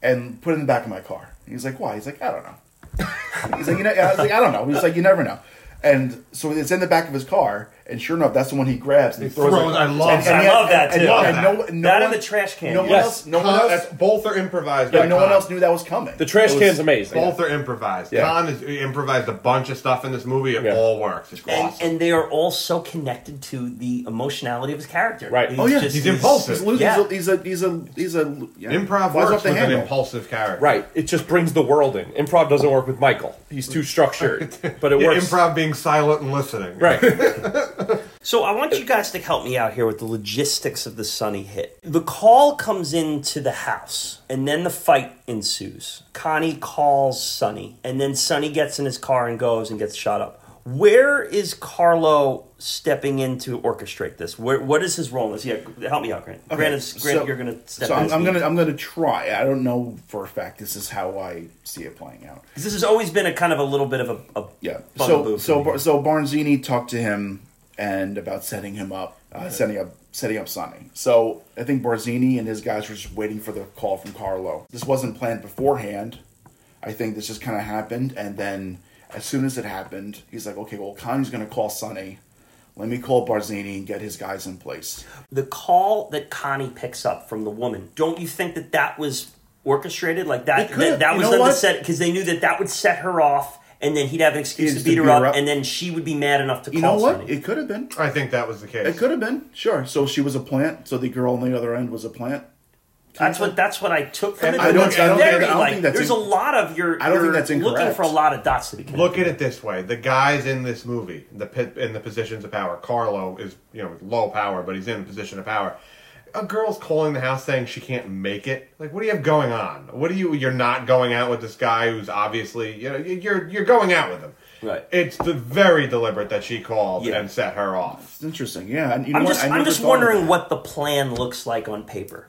S3: and put it in the back of my car." He's like, "Why?" He's like, "I don't know." He's like, "You know," I was like, "I don't know." He's like, "You never know." And so it's in the back of his car, and sure enough, that's the one he grabs and he throws.
S4: throws-
S3: it.
S4: I love
S3: And- and
S4: that.
S3: he-
S1: I love that,
S3: and-
S1: too.
S3: And, and no, no
S1: That
S3: one,
S1: and the trash can.
S3: No one
S2: Yes.
S3: else. No one else.
S4: That's- both are improvised.
S3: Yeah,
S4: by
S3: no one
S4: Khan.
S3: else knew that was coming.
S2: the trash
S3: It was-
S2: can's amazing.
S4: Both are improvised.
S3: Yeah.
S4: Khan is, he improvised a bunch of stuff in this movie. It
S2: Yeah.
S4: all works. It's
S1: And,
S4: awesome.
S1: and they are all so connected to the emotionality of his character.
S2: Right.
S1: He's
S3: Oh yeah,
S1: just-
S4: He's impulsive.
S3: He's, lo- he's,
S1: Yeah.
S3: a, he's a he's a he's a yeah.
S4: Improv
S3: Flies
S4: works
S3: off
S4: with
S3: the
S4: an
S3: handle.
S4: impulsive character.
S2: Right. It just brings the world in. Improv doesn't work with Michael. He's too structured. But it
S4: Yeah,
S2: works.
S4: improv being silent and listening.
S2: Right.
S1: So I want you guys to help me out here with the logistics of the Sunny hit. The call comes into the house, and then the fight ensues. Connie calls Sunny, and then Sunny gets in his car and goes and gets shot up. Where is Carlo stepping in to orchestrate this? Where, what is his role in this? Yeah, help me out, Grant. Grant, is, Grant
S3: so-
S1: you're going to step
S3: So
S1: in.
S3: I'm,
S1: this
S3: I'm
S1: week.
S3: gonna I'm gonna try. I don't know for a fact. This is how I see it playing out.
S1: 'Cause This has always been a kind of a little bit of a, a
S3: Yeah.
S1: bugaboo
S3: So
S1: for
S3: so
S1: me.
S3: Bar- so Barnzini talked to him and about setting him up, uh, setting up setting up Sonny. So I think Barzini and his guys were just waiting for the call from Carlo. This wasn't planned beforehand. I think this just kind of happened, and then as soon as it happened, he's like, "Okay, well, Connie's gonna call Sonny. Let me call Barzini and get his guys in place."
S1: the call that Connie picks up from the woman, don't you think that that was orchestrated? Like that,
S3: It could
S1: that,
S3: have.
S1: that
S3: You
S1: was
S3: know
S1: them to
S3: what?
S1: set because they knew that that would set her off, and then he'd have an excuse to beat, her, up, and then she would be mad enough to
S3: You
S1: call
S3: know what?
S1: Sonny.
S3: It could have been.
S4: I think that was the case.
S3: It could have been. Sure. So she was a plant. So the girl on the other end was a plant.
S1: That's what that's what I took from
S4: And
S1: it.
S4: I don't-
S1: It's
S4: I don't think-
S1: very,
S3: I don't
S1: like,
S3: think that's
S1: there's
S3: in-
S1: a lot of your.
S3: I don't think
S1: you're
S3: that's
S1: Looking
S3: incorrect.
S1: for a lot of dots to be connected.
S4: Look at it this way: the guys in this movie, the pit, in the positions of power. Carlo is, you know, low power, but he's in a position of power. A girl's calling the house saying she can't make it. Like, what do you have going on? What do you? You're not going out with this guy who's obviously, you know, you're you're going out with him.
S1: Right.
S4: It's the, very deliberate that she called
S1: Yeah.
S4: and set her off.
S3: It's interesting. Yeah. And you know
S1: I'm
S3: what?
S1: just
S3: I
S1: I'm
S3: never
S1: just
S3: thought of
S1: wondering
S3: that.
S1: what the plan looks like on paper.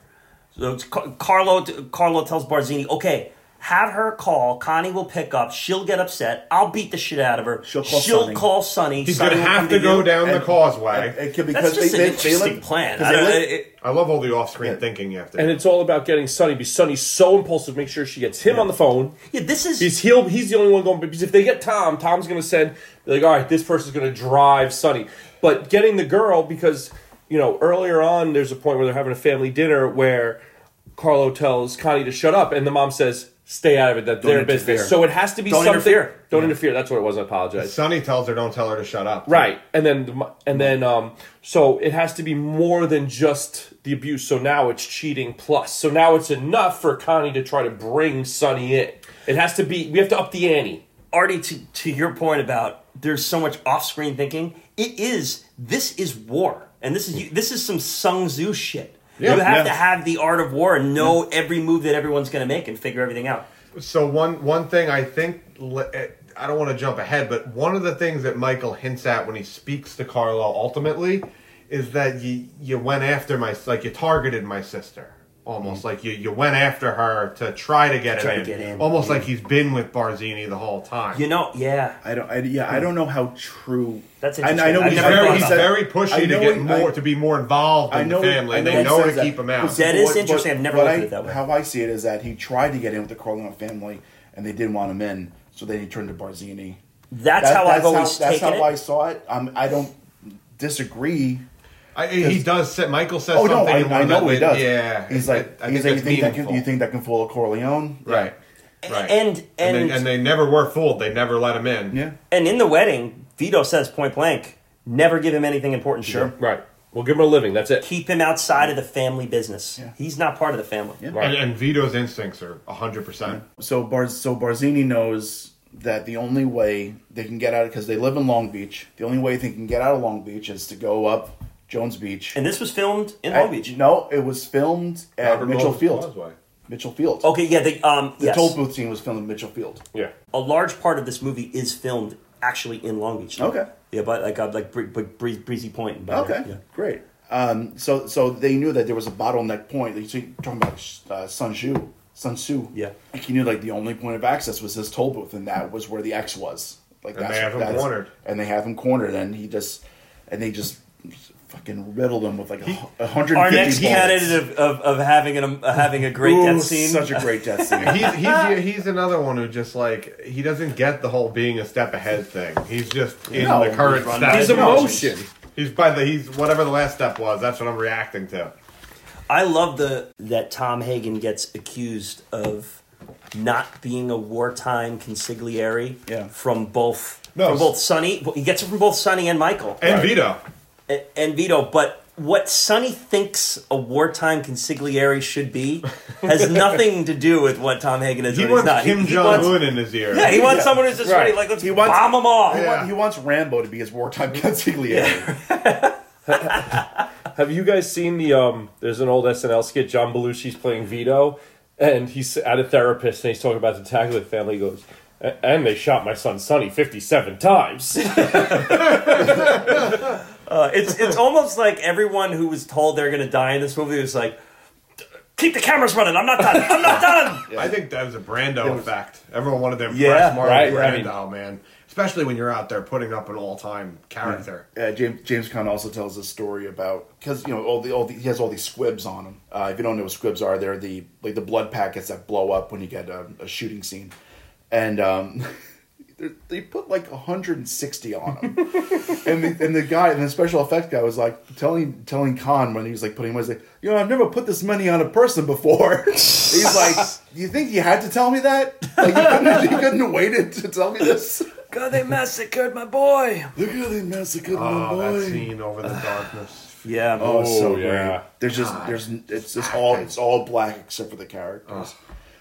S1: So it's Car- Carlo Carlo tells Barzini, okay, Have her call. Connie will pick up. She'll get upset. I'll beat the shit out of her.
S3: She'll call Sonny.
S1: call Sonny.
S4: He's
S1: Sonny
S4: gonna
S1: will
S4: have
S1: come
S4: to go
S1: you.
S4: down the
S3: And-
S4: causeway.
S3: It could
S1: That's
S3: because
S1: just
S3: they,
S1: an
S3: they, they
S1: interesting
S3: live,
S1: plan.
S3: 'cause
S1: I
S3: they
S1: don't-
S3: live-
S1: it- it-
S4: I love all the off-screen thinking you have to.
S2: And
S4: do.
S2: it's all about getting Sonny because Sonny's so impulsive. Make sure she gets him on the phone.
S1: yeah, this is
S2: He's he'll, he's the only one going because if they get Tom, Tom's going to send be like all right, this person's going to drive Sonny. But getting the girl because you know earlier on there's a point where they're having a family dinner where Carlo tells Connie to shut up and the mom says stay out of it that their
S3: interfere.
S2: business. So it has to be
S3: Don't
S2: something.
S3: interfere.
S2: Don't interfere. That's what it was. I apologize.
S4: Sonny tells her, "Don't tell her to shut up."
S2: Right, and then the mo- and then um, so it has to be more than just the abuse. So now it's cheating plus. So now it's enough for Connie to try to bring Sonny in. It has to be. We have to up the ante.
S1: Artie, to, to your point about there's so much off-screen thinking, it is this is war, and this is this is some Sung Tzu shit.
S4: Yeah,
S1: you have
S4: yeah.
S1: to have the art of war and know every move that everyone's going to make and figure everything out.
S4: So one one thing I think le- eh, I don't want to jump ahead, but one of the things that Michael hints at when he speaks to Carlo ultimately is that you you went after my like you targeted my sister almost
S3: Mm-hmm.
S4: like you you went after her to try to get
S1: Try
S4: it
S1: to
S4: in.
S1: get in,
S4: almost like he's been with Barzini the whole time.
S1: You know, yeah.
S3: I don't. I, yeah, I don't know how true.
S1: Hmm. That's
S3: I- I,
S1: interesting.
S3: know
S1: I've
S3: he
S4: He's
S1: never thought
S3: said-
S4: very,
S3: he
S4: he's
S1: about
S3: said-
S1: that.
S4: very pushy
S3: I
S4: to
S3: know
S4: get
S3: he-
S4: more
S3: I-
S4: to be more involved in
S3: I know.
S4: the family.
S3: I know
S4: they
S3: he
S4: know to
S3: says that.
S4: keep him out.
S1: That is
S3: But-
S1: interesting. I've never
S3: but
S1: looked
S3: I-
S1: at it that way.
S3: How I see it is that he tried to get in with the Corleone family, and they didn't want him in, so then he turned to Barzini.
S1: That's
S3: That-
S1: how I've always
S3: that's
S1: taken
S3: how
S1: it.
S3: I saw it. Um, I don't disagree.
S4: I, he does. Say, Michael says
S3: Oh no,
S4: something.
S3: I,
S4: in one
S3: I
S4: of
S3: know
S4: the-
S3: he does.
S4: Yeah,
S3: he's
S4: I-
S3: like,
S4: I
S3: he's like, you
S4: think that's
S3: think that can,
S4: meaningful.
S3: you think that can fool a Corleone?
S4: right, right,
S1: And-
S4: they-
S1: and-
S4: and they never were fooled. They never let him in.
S3: Yeah.
S1: And in the wedding, Vito says point blank, never give him anything important. to
S3: Sure.
S1: do.
S2: Right. We'll give him a living. That's it.
S1: Keep him outside of the family business.
S3: Yeah.
S1: He's not part of the family.
S3: Yeah.
S2: Right.
S4: And, and Vito's instincts are 100%.
S3: So Barz, so Barzini knows that the only way they can get out because they live in Long Beach. The only way they can get out of Long Beach is to go up Jones Beach.
S1: And this was filmed in Long
S3: At-
S1: Beach.
S3: No, it was filmed at
S4: Robert
S3: Mitchell
S4: Gold's
S3: Field.
S4: Causeway.
S3: Mitchell Field.
S1: Okay, yeah, the um
S3: The
S1: yes.
S3: toll booth scene was filmed at Mitchell Field.
S2: Yeah.
S1: a large part of this movie is filmed actually in Long Beach.
S3: Okay.
S1: Yeah, but like uh, like Bree- Bree- Bree- breezy point. and by there,
S3: Okay,
S1: Oh, yeah.
S3: great. Um, so so they knew that there was a bottleneck point. Like, So you're talking about uh, Sun Shu, Sun Tzu.
S1: Yeah.
S3: Like he knew like the only point of access was his toll booth, and that was where the X was. Like
S4: And they have him cornered.
S3: And they have him cornered, and he just and they just fucking riddled him with like a, hu- a hundred.
S1: Our next candidate of, of, of having an, um, uh, having a great death scene.
S3: Such a great death scene.
S4: He's, he's, he's another one who just like, he doesn't get the whole being a step ahead thing. He's just in
S3: No,
S4: the current
S3: he's run-
S4: step.
S2: His
S3: I know.
S2: emotion.
S4: He's by the, he's whatever the last step was, that's what I'm reacting to.
S1: I love the that Tom Hagen gets accused of not being a wartime consigliere
S3: Yeah.
S1: from both
S4: No,
S1: from
S4: s-
S1: both Sonny. He gets it from both Sonny and Michael.
S4: And Vito.
S1: and, and Vito, but what Sonny thinks a wartime consigliere should be has nothing to do with what Tom Hagen is.
S4: He
S1: when he's
S4: wants
S1: not.
S4: Kim
S1: he
S4: Jong
S1: wants-
S4: Un in his ear.
S1: Yeah, he wants
S3: Yeah.
S1: someone who's just
S2: Right.
S1: ready. Like, let's
S3: He wants-
S1: bomb them all.
S3: He,
S4: Yeah.
S3: want- he wants Rambo to be his wartime consigliere.
S2: Have you guys seen the um? There's an old SNL skit. John Belushi's playing Vito, and he's at a therapist, and he's talking about the Taglit family. He goes, "A- and they shot my son Sonny 57 times.
S1: Uh, it's it's almost like everyone who was told they're going to die in this movie was like, keep the cameras running. I'm not done. I'm not done.
S4: I think that was a Brando effect. Everyone wanted to impress
S1: Yeah,
S4: Marlon
S2: right, right.
S4: Brando, man. Especially when you're out there putting up an all time character.
S3: Uh, James James Conn also tells a story about because you know all the all the, he has all these squibs on him. Uh, if you don't know what squibs are, they're the like the blood packets that blow up when you get um, a, a shooting scene, and um, they're- they put like 160 on him. and the and the guy and the special effects guy was like telling telling Khan when he was like putting him away, he's like, you know, I've never put this many on a person before. he's like, you think you had to tell me that? Like you couldn't, you couldn't have waited to tell me this.
S1: God, they massacred my boy.
S3: Look how they massacred my
S4: Oh,
S3: boy.
S4: that scene over the darkness.
S1: Yeah.
S3: Oh, it's so
S2: Oh, yeah.
S3: great. There's just there's it's just all it's all black except for the characters.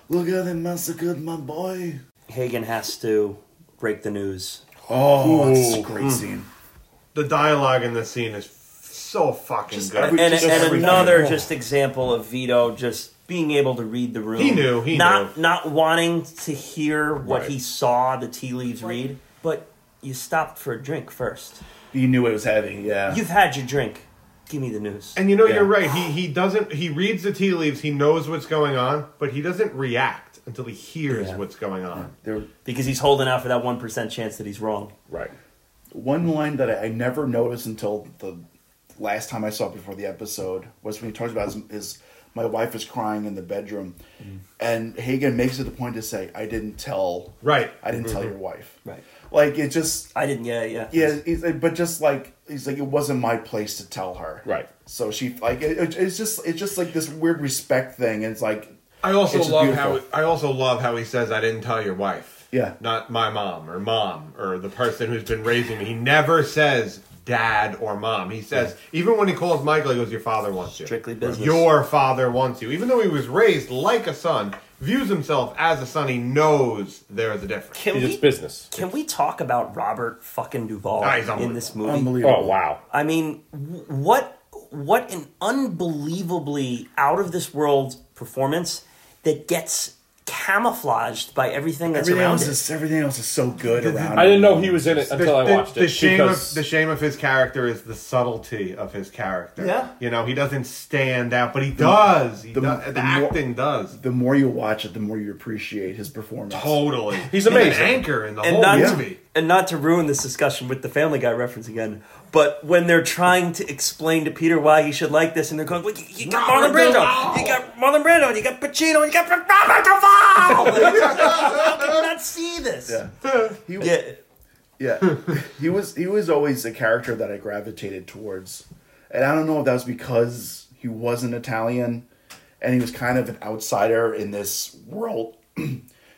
S3: Look at them massacred my boy.
S1: Hagen has to break the news.
S3: Oh, it's a great scene.
S4: The dialogue in this scene is f- so fucking good.
S3: every-
S1: and,
S3: just
S1: and
S3: everything.
S1: another just example of Vito just being able to read the room.
S4: He knew, he
S1: not
S4: knew.
S1: not wanting to hear what
S2: Right.
S1: he saw the tea leaves read, but you stopped for a drink first.
S3: You knew it was heavy. Yeah.
S1: You've had your drink. Give me the news.
S4: And you know you're right. He he doesn't. He reads the tea leaves. He knows what's going on, but he doesn't react until he hears
S1: Yeah.
S4: what's going on.
S3: There,
S1: because he's holding out for that one percent chance that he's wrong.
S2: Right.
S3: one line that I, I never noticed until the last time I saw it before the episode was when he talks about his, his my wife is crying in the bedroom, and Hagen makes it a point to say, "I didn't tell."
S4: Right.
S3: I didn't tell your wife.
S1: Right.
S3: Like it just.
S1: I didn't. Yeah, yeah.
S3: Yeah, he's like, but just like he's like, it wasn't my place to tell her.
S2: Right.
S3: So she like it, it- it's just it's just like this weird respect thing, and it's like
S4: I also
S3: It's
S4: love
S3: beautiful.
S4: how I also love how he says, "I didn't tell your wife."
S3: Yeah.
S4: Not my mom or mom or the person who's been raising me. He never says dad or mom. He says even when he calls Michael, he goes, "Your father wants you."
S1: Strictly business.
S4: Your father wants you. Even though he was raised like a son, views himself as a son. He knows there is a difference.
S1: Can
S2: It's
S1: we
S2: business.
S1: can we talk about Robert fucking Duvall
S4: Ah, he's
S1: in
S4: unbelievable.
S1: this movie?
S3: unbelievable.
S2: Oh wow.
S1: I mean, w- what what an unbelievably out of this world performance that gets camouflaged by everything that's
S3: Everything
S1: around
S3: else
S1: it.
S3: is everything else is so good around.
S2: I didn't
S3: him.
S2: know he was in it until I
S4: the,
S2: watched
S4: the
S2: it.
S4: shame
S2: because-
S4: of the shame of his character is the subtlety of his character.
S1: Yeah.
S4: You know, he doesn't stand out, but he does. He
S3: the-
S4: does. The,
S3: the more-
S4: acting does.
S3: The more you watch it, the more you appreciate his performance.
S4: Totally.
S2: He's amazing.
S4: an anchor in the
S1: and
S4: whole
S1: not
S4: movie.
S1: and not to ruin this discussion with the Family Guy reference again, but when they're trying to explain to Peter why he should like this, and they're going, well, you, you got Marlon
S4: Robert
S1: Brando,
S4: Duvall."
S1: you got Marlon Brando, you got Pacino, you got Robert Duvall." Like, How can you not see this?
S3: He,
S1: yeah.
S3: Yeah, he was he was always a character that I gravitated towards, and I don't know if that was because he wasn't Italian, and he was kind of an outsider in this world.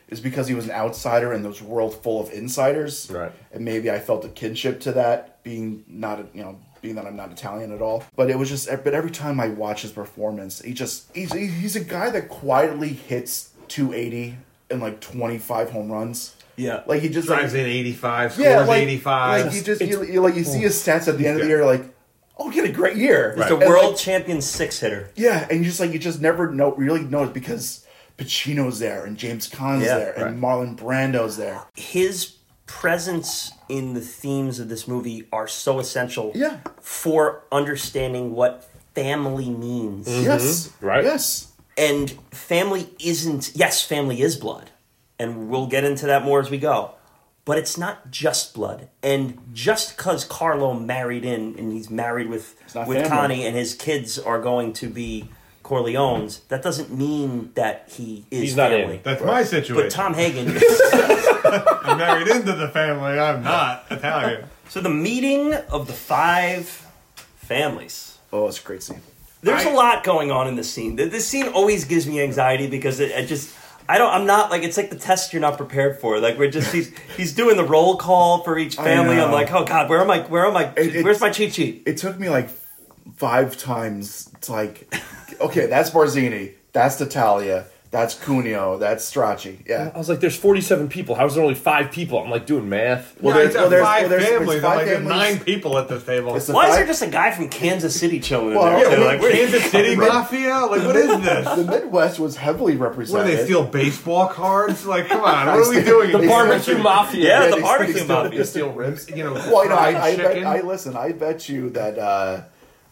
S3: Is because he was an outsider in this world full of insiders,
S2: Right.
S3: And maybe I felt a kinship to that, being not you know being that I'm not Italian at all. But it was just, but every time I watch his performance, he just he's he's a guy that quietly hits 280 and like 25 home runs.
S1: Yeah.
S3: like he just
S4: Drives
S3: like,
S4: in 85, scores
S3: yeah, like,
S4: 85.
S3: Like you just you, you- like you see his stats at the end of the
S4: Yeah.
S3: year, like, oh, he had a great year.
S1: He's the
S3: And,
S1: world
S3: like,
S1: champion six hitter.
S3: yeah, and you just like you just never know really know it because Pacino's there and James Caan's
S1: Yeah,
S3: there and Marlon Brando's there.
S1: his presence in the themes of this movie are so essential
S3: Yeah.
S1: for understanding what family means.
S3: Yes,
S2: Right.
S3: Yes,
S1: And family isn't, yes, family is blood. And we'll get into that more as we go. But it's not just blood. And just because Carlo married in and he's married with,
S3: not
S1: with
S3: family.
S1: Connie and his kids are going to be Corleones, that doesn't mean that he is
S2: He's not in.
S1: family.
S4: That's my situation.
S1: But Tom Hagen
S4: I'm married into the family. I'm not Italian.
S1: So the meeting of the five families.
S3: oh, it's a great scene.
S1: There's a
S5: I-
S1: lot going on in this scene. Th- This scene always gives me anxiety because it, I just I don't I'm not like it's like the test you're not prepared for. Like we're just he's he's doing the roll call for each family. I'm
S3: know.
S1: like, oh god, where am I? Where am I?
S3: It- it-
S1: where's my cheat sheet?
S3: It took me like five times to like, okay, that's Barzini, that's Natalia, that's Cuneo, that's Stracci. Yeah,
S2: I was like, there's 47 people. How is there only five people? I'm like doing math.
S3: Well,
S4: yeah,
S3: there's-
S4: it's
S3: well, there's-
S4: five
S3: well, there's-
S4: families.
S3: it's
S4: I'm
S3: five
S4: like, there's
S3: families.
S4: nine people at this table.
S3: It's the
S1: Why is
S3: five-
S1: there just a guy from Kansas City chilling
S3: Well,
S1: in
S4: yeah,
S1: there? too?
S4: what,
S1: Like, where-
S4: Kansas City Mafia? Like, what is this?
S3: the Midwest was heavily
S4: What
S3: represented.
S4: do they steal baseball cards? Like, come on, what are we doing?
S3: The
S4: It's-
S2: Barbecue mafia.
S1: yeah,
S3: they-
S1: the
S3: they
S1: barbecue
S3: still-
S1: mafia.
S4: They steal ribs, you know,
S3: Well, you know, I, I,
S4: fried
S3: bet,
S4: chicken.
S3: I listen. I bet you that uh,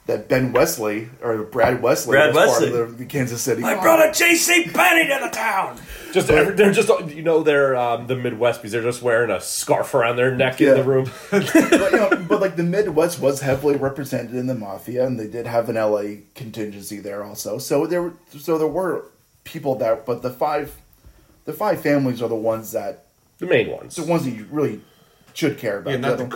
S3: that Ben Wesley or Brad Wesley,
S1: Brad
S3: was
S1: Wesley.
S3: part of the, the Kansas City.
S1: I brought a J.C. Penney to the town.
S2: Just every, they're just you know they're um, the Midwest because they're just wearing a scarf around their neck
S3: Yeah.
S2: in the room.
S3: but, you know, but like the Midwest was heavily represented in the mafia, and they did have an LA contingency there also. So there, were- so there were people that, but the five, the five families are the ones that
S2: the main ones.
S3: the ones that you really should care about.
S4: Yeah, not the
S3: other-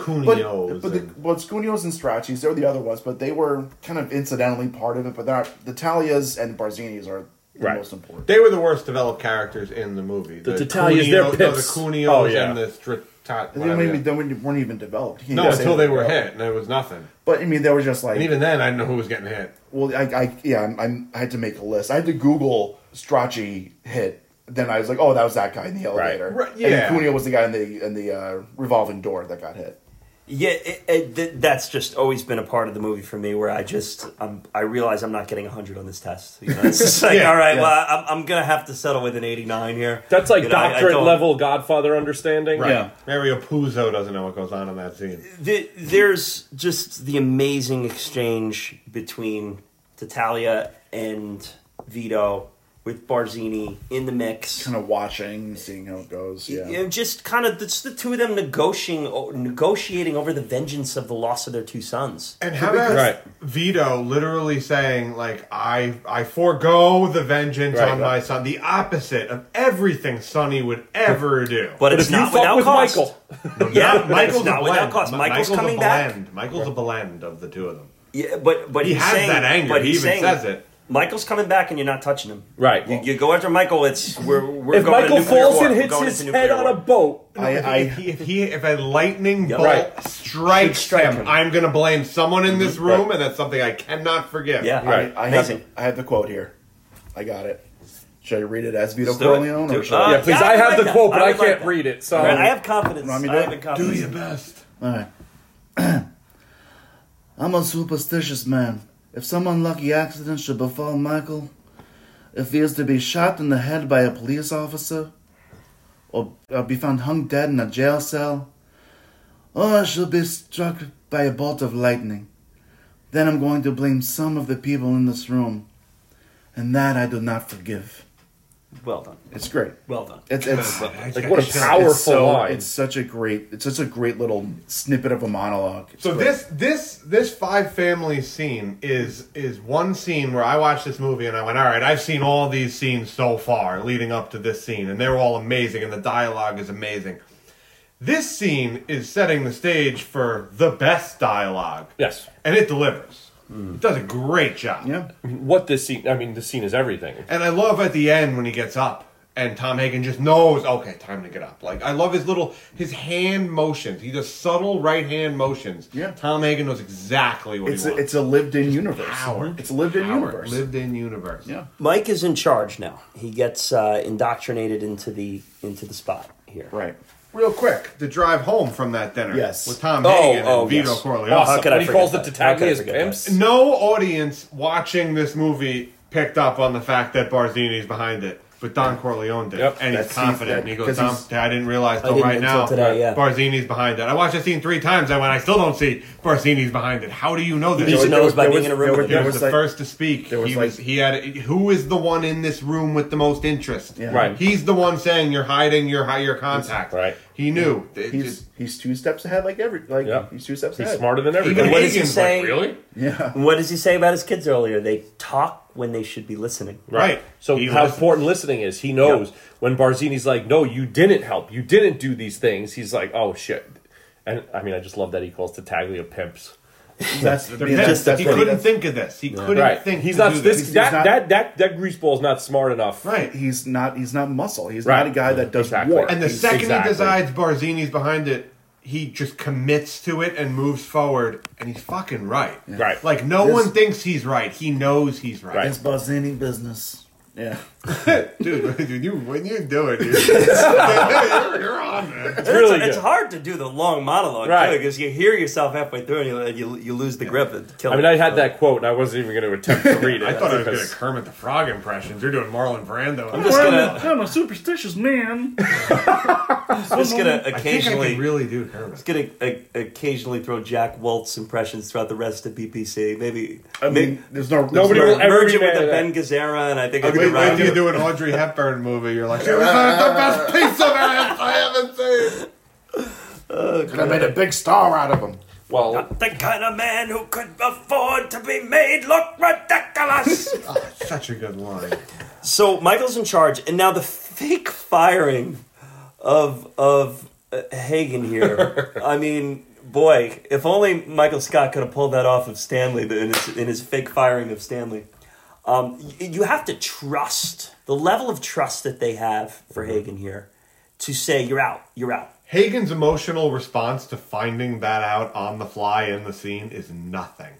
S3: But,
S4: Cuneos
S3: but
S4: and-
S3: the, well, it's Cuneos and Strachis. They're the other ones, but they were kind of incidentally part of it. But they're not, the Talias and Barzinis are the
S2: Right.
S3: most important.
S4: They were the worst developed characters in the movie. The,
S2: Tatalias, they're
S4: Cuneo-
S2: pimps.
S4: No, the Cuneos
S2: Oh, yeah.
S4: and the Stratat.
S3: They, weren't even, they weren't weren't even developed. He
S4: No,
S3: didn't say
S4: until they
S3: anything
S4: were
S3: about it.
S4: hit, and it was nothing.
S3: But I mean, they were just like,
S4: And even then, I didn't know who was getting hit.
S3: well, I, I yeah, I'm, I'm, I had to make a list. I had to Google Strachey hit. Then I was like, oh, that was that guy in the elevator.
S4: Right,
S3: And
S4: yeah.
S3: then Cuneo was the guy in the in the uh, revolving door that got hit.
S1: Yeah, it, it, th- that's just always been a part of the movie for me, where I just um, I realize I'm not getting hundred on this test. You know, it's just like,
S4: Yeah,
S1: all right,
S3: yeah.
S1: well, I'm, I'm gonna have to settle with an 89 here.
S2: That's like
S1: You know, I- I
S2: doctorate
S1: don't-
S2: level Godfather understanding.
S4: Right.
S3: Yeah.
S4: Mario Puzo doesn't know what goes on in that scene.
S1: The, there's just the amazing exchange between Tatalia and Vito with Barzini in the mix.
S3: Kind of watching, seeing how it goes. Yeah.
S1: You know, just kind of it's the two of them negotiating o- negotiating over the vengeance of the loss of their two sons.
S4: And how about
S2: Right.
S4: Vito literally saying like I I forego the vengeance
S2: Right,
S4: on
S2: right.
S4: my son, the opposite of everything Sonny would ever do.
S1: But,
S2: But
S1: it's
S2: if you
S1: not
S2: fuck
S1: without
S2: with
S1: cost.
S2: Michael,
S1: yeah,
S4: Not-
S1: but it's
S4: a
S1: not without
S4: blend.
S1: cost.
S4: Mi-
S1: Michael's
S4: a
S1: coming back.
S4: blend. Michael's a blend of the two of them.
S1: Yeah, but but
S4: He
S1: he's
S4: has
S1: saying,
S4: that anger.
S1: But
S4: He
S1: he's
S4: even
S1: saying,
S4: says it.
S1: Michael's coming back, and you're not touching him.
S2: Right.
S1: You, you go after Michael. It's we're we're
S2: if
S1: going to
S2: Michael
S1: nuclear
S2: falls
S1: war.
S2: and
S1: We're
S2: hits
S1: going
S2: his
S1: into nuclear
S2: head on
S1: war.
S2: a boat,
S3: I,
S4: if,
S3: I,
S4: he, if he if a lightning
S1: Yeah.
S4: bolt
S2: Right.
S4: strikes
S1: Should strike
S4: him,
S1: him.
S4: I'm gonna blame someone in this room, and that's something I cannot forgive.
S1: Yeah,
S2: Right.
S3: I, have,
S1: amazing.
S3: the- I have the quote here. I got it. Should I read it as Vito
S1: Let's do it.
S3: Corleone?
S1: Do
S3: Or
S1: it.
S3: should I-
S1: Uh,
S2: yeah,
S1: yeah,
S2: please.
S1: I
S2: I
S1: would
S2: have
S1: like
S2: the
S1: that.
S2: quote, but
S1: I
S2: I,
S1: would like
S2: can't
S1: that.
S2: read it. So
S1: Right, I have confidence.
S3: Want me to
S1: I
S3: do
S1: have
S3: it?
S1: confidence.
S4: Do your best.
S3: All right. I'm a superstitious man. If some unlucky accident should befall Michael, if he is to be shot in the head by a police officer, or uh, be found hung dead in a jail cell, or should be struck by a bolt of lightning, then I'm going to blame some of the people in this room, and that I do not forgive.
S1: Well done.
S3: It's great.
S1: Well done.
S3: It's it's
S2: like what a powerful
S3: it's so,
S2: line.
S3: It's such a great. It's such a great little snippet of a monologue. It's
S4: So
S3: great.
S4: this this this five family scene is is one scene where I watched this movie and I went, all right, I've seen all these scenes so far leading up to this scene, and they're all amazing, and the dialogue is amazing. This scene is setting the stage for the best dialogue.
S2: Yes.
S4: and it delivers.
S2: Hmm.
S4: It does a great job.
S3: yeah.
S2: what this scene? I mean, this scene is everything.
S4: And I love at the end when he gets up and Tom Hagen just knows, okay, time to get up. Like I love his little his hand motions. He does subtle right hand motions.
S3: Yeah.
S4: Tom Hagen knows exactly what
S3: It's
S4: he
S3: a,
S4: wants.
S3: it's a lived-in universe.
S4: power.
S3: It's a lived-in
S4: Power.
S3: universe.
S4: Lived in universe.
S3: yeah.
S1: Mike is in charge now. He gets uh, indoctrinated into the into the spot here.
S3: Right.
S4: Real quick, the drive home from that dinner
S3: Yes.
S4: with Tom
S2: Oh,
S4: Hagen
S2: oh,
S4: and Vito
S2: yes.
S4: Corleone.
S1: Awesome. How could I
S2: when he
S1: forget
S2: calls
S1: that?
S2: the
S1: How could I
S2: Tataglia as
S1: forget
S2: pimps.
S4: No audience watching this movie picked up on the fact that Barzini's behind it, but Don Corleone did,
S2: Yep.
S4: and he's
S3: That's-
S4: confident.
S3: that-
S4: and he goes,
S3: 'cause
S4: "Tom,
S3: he's-
S4: I didn't realize till
S1: didn't
S4: right
S1: until
S4: now
S1: today, yeah.
S4: Barzini's behind it." I watched the scene three times. I went, "I still don't see Barzini's behind it." How do you know this?
S1: He just
S3: There
S1: knows
S3: was-
S1: by
S3: there
S1: being
S3: was-
S1: in a room
S3: there
S1: with
S4: He
S1: him.
S3: there
S4: was,
S3: was
S4: the
S3: like-
S4: first to speak.
S3: there was
S4: he was
S3: like-
S4: he had who is the one in this room with the most interest?
S3: Yeah.
S2: Right.
S4: He's the one saying you're hiding your hi- your contact.
S2: Right.
S4: He knew. It
S3: He's
S4: just-
S3: he's two steps ahead. Like every like
S2: Yep.
S3: he's two steps
S2: He's
S3: ahead.
S2: smarter than
S4: Even
S2: everybody.
S1: what does he
S4: Hagen's
S1: say?
S4: like, really?
S3: Yeah.
S1: What does he say about his kids earlier? They talk when they should be listening.
S4: Right.
S2: So
S4: He
S2: how
S4: listens.
S2: important listening is. He knows when Barzini's like, "No, you didn't help. You didn't do these things." He's like, "Oh shit." And I mean, I just love that he calls Tataglia pimps.
S3: That's
S4: They're
S3: yeah,
S4: pissed.
S3: that's
S4: he
S3: what
S4: couldn't
S3: does.
S4: think of this. He couldn't
S2: Right.
S4: think.
S2: He's
S4: to
S2: not
S4: do
S2: this
S3: He's
S2: that,
S3: not-
S2: that that that greaseball's not smart enough.
S4: Right.
S3: He's not. He's not muscle. He's
S4: Right.
S3: not a guy that does
S2: Exactly.
S3: war.
S4: and the
S2: He's-
S4: second
S2: exactly.
S4: he decides Barzini's behind it, he just commits to it and moves forward. And he's fucking right.
S2: Right.
S4: Like no
S3: This-
S4: one thinks he's right. He knows he's right.
S2: Right.
S3: it's Barzini business. Yeah.
S4: dude, dude, you when you do it, dude, you're, you're on man.
S2: It's really
S1: it's,
S2: good.
S1: hard to do the long monologue
S2: Right.
S1: because you hear yourself halfway through and you, and you, you lose the grip. And kill
S2: I mean, I had that quote, and I wasn't even going to attempt to read it.
S4: I thought I was
S2: because-
S4: gonna Kermit the Frog impressions. You're doing Marlon Brando. I'm
S1: just gonna-
S3: I'm a superstitious man.
S1: I'm just gonna
S4: I think I
S1: occasionally
S4: can really do Kermit.
S1: gonna uh, occasionally throw Jack Waltz impressions throughout the rest of BPC. Maybe
S3: I mean, there's no there's
S2: Nobody
S3: no-
S2: will ever
S1: merge
S2: be
S1: it with
S2: mad
S1: the
S2: at
S1: Ben Gazzara, and I think I
S4: Wait,
S1: could
S4: wait
S1: rhyme
S4: till you
S1: it.
S4: do an Audrey Hepburn movie. You're like, it was not the best piece of ass I haven't seen.
S6: Could have made a big star out of him.
S2: Well,
S1: The kind of man who could afford to be made look ridiculous.
S4: Oh, such a good line.
S1: so Michael's in charge, and now the fake firing of of uh, Hagen here. I mean, boy, if only Michael Scott could have pulled that off of Stanley in his, in his fake firing of Stanley. Um, y- you have to trust the level of trust that they have for Hagen here to say you're out, you're out.
S4: Hagen's emotional response to finding that out on the fly in the scene is nothing.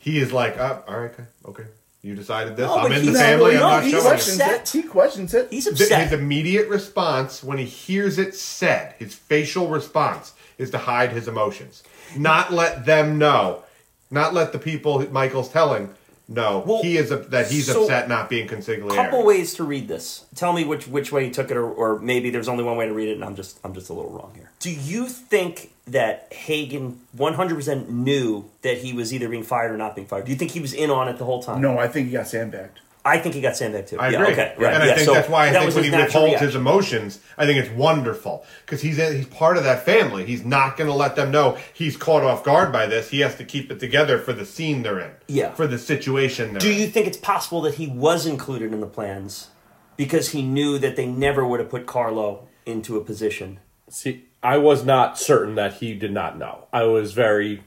S4: He is like, uh, all right, okay, okay. You decided this.
S1: No,
S4: I'm
S1: but
S4: in the
S1: he's-
S4: family.
S1: no,
S4: I'm
S1: he's
S4: not
S3: He
S4: showing
S1: upset.
S3: questions it. He
S4: you.
S3: questions it.
S1: He's
S4: Th-
S1: upset.
S4: His immediate response when he hears it said, his facial response is to hide his emotions, not let them know, not let the people Michael's telling know
S1: Well,
S4: he is up that he's
S1: so-
S4: upset not being conciliatory.
S1: couple ways to read this. Tell me which which way you took it, or, or maybe there's only one way to read it, and I'm just I'm just a little wrong here. Do you think that Hagen 100% knew that he was either being fired or not being fired? Do you think he was in on it the whole time?
S3: No, I think he got sandbagged.
S1: I think he got sandbagged too.
S4: I
S1: yeah,
S4: agree.
S1: Okay. Right.
S4: And I
S1: yeah,
S4: think
S1: so
S4: that's why I
S1: that
S4: think
S1: was
S4: when
S1: his
S4: he
S1: natural
S4: withholds his
S1: reaction.
S4: emotions, I think it's wonderful because he's he's part of that family. He's not going to let them know he's caught off guard by this. He has to keep it together for the scene they're in.
S1: Yeah.
S4: For the situation they're
S1: Do
S4: in.
S1: you think it's possible that he was included in the plans because he knew that they never would have put Carlo into a position?
S2: See, I was not certain that he did not know. I was very.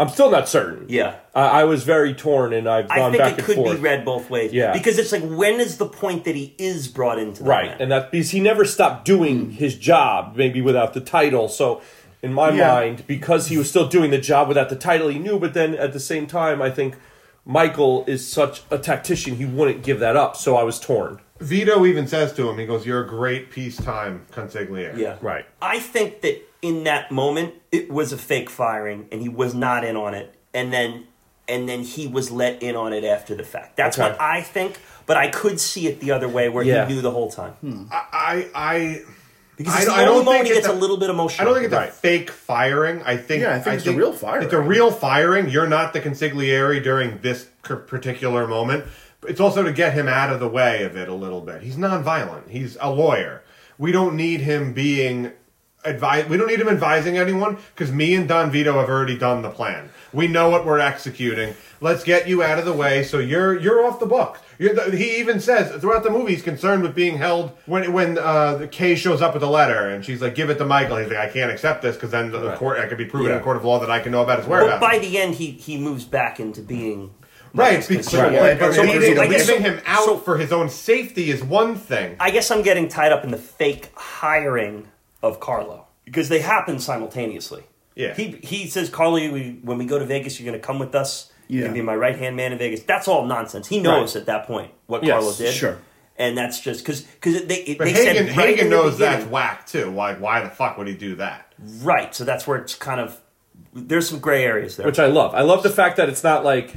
S2: I'm still not certain.
S1: Yeah.
S2: I, I was very torn, and I've
S1: I
S2: gone
S1: think
S2: back
S1: it
S2: and
S1: could
S2: forth.
S1: be read both ways.
S2: Yeah.
S1: Because it's like, when is the point that he is brought into the
S2: Right,
S1: plan?
S2: and that because he never stopped doing his job, maybe without the title. So, in my
S5: Yeah.
S2: mind, because he was still doing the job without the title, he knew. But then at the same time, I think Michael is such a tactician; he wouldn't give that up. So I was torn.
S4: Vito even says to him, he goes, "You're a great peacetime consigliere."
S1: Yeah.
S2: Right.
S1: I think that in that moment it was a fake firing and he was not in on it. And then and then he was let in on it after the fact. That's
S2: Okay.
S1: what I think, but I could see it the other way where
S2: Yeah.
S1: he knew the whole time.
S4: I I.
S1: Because
S4: Hmm. I
S1: it's
S4: don't-
S1: the
S4: I don't
S1: only moment
S4: think
S1: he
S4: it's
S1: gets a,
S4: a-
S1: little bit
S4: I
S1: emotional.
S4: don't think it's a fake firing. I think
S3: Yeah, I think it's a real firing.
S4: It's a real firing. You're not the consigliere during this c- particular moment. It's also to get him out of the way of it a little bit. He's nonviolent. He's a lawyer. We don't need him being advi- We don't need him advising anyone because me and Don Vito have already done the plan. We know what we're executing. Let's get you out of the way so you're you're off the book. You're the, he even says throughout the movie he's concerned with being held when when uh, the Kay shows up with a letter and she's like, "Give it to Michael." He's like, "I can't accept this because then the court I could be proven in
S1: Yeah.
S4: a court of law that I can know about his
S1: but
S4: whereabouts."
S1: by the end he he moves back into being
S4: right, because
S1: Right.
S4: like,
S3: Yeah,
S4: so
S3: so
S4: leaving,
S1: I guess-
S4: leaving him out
S1: so-
S4: for his own safety is one thing.
S1: I guess I'm getting tied up in the fake hiring of Carlo because they happen simultaneously.
S4: Yeah.
S1: He he says, Carlo, we, when we go to Vegas, you're going to come with us. You're going
S3: Yeah.
S1: to be my right hand man in Vegas. That's all nonsense. He knows at that point what
S2: Yes,
S1: Carlo did.
S3: sure.
S1: And that's just because because they it,
S4: But
S1: they
S4: Hagen,
S1: said right
S4: Hagen
S1: in the
S4: knows that's
S1: beginning-
S4: whack too. Why why the fuck would he do that?
S1: right. So that's where it's kind of there's some gray areas there.
S2: which I love. I love the fact that it's not like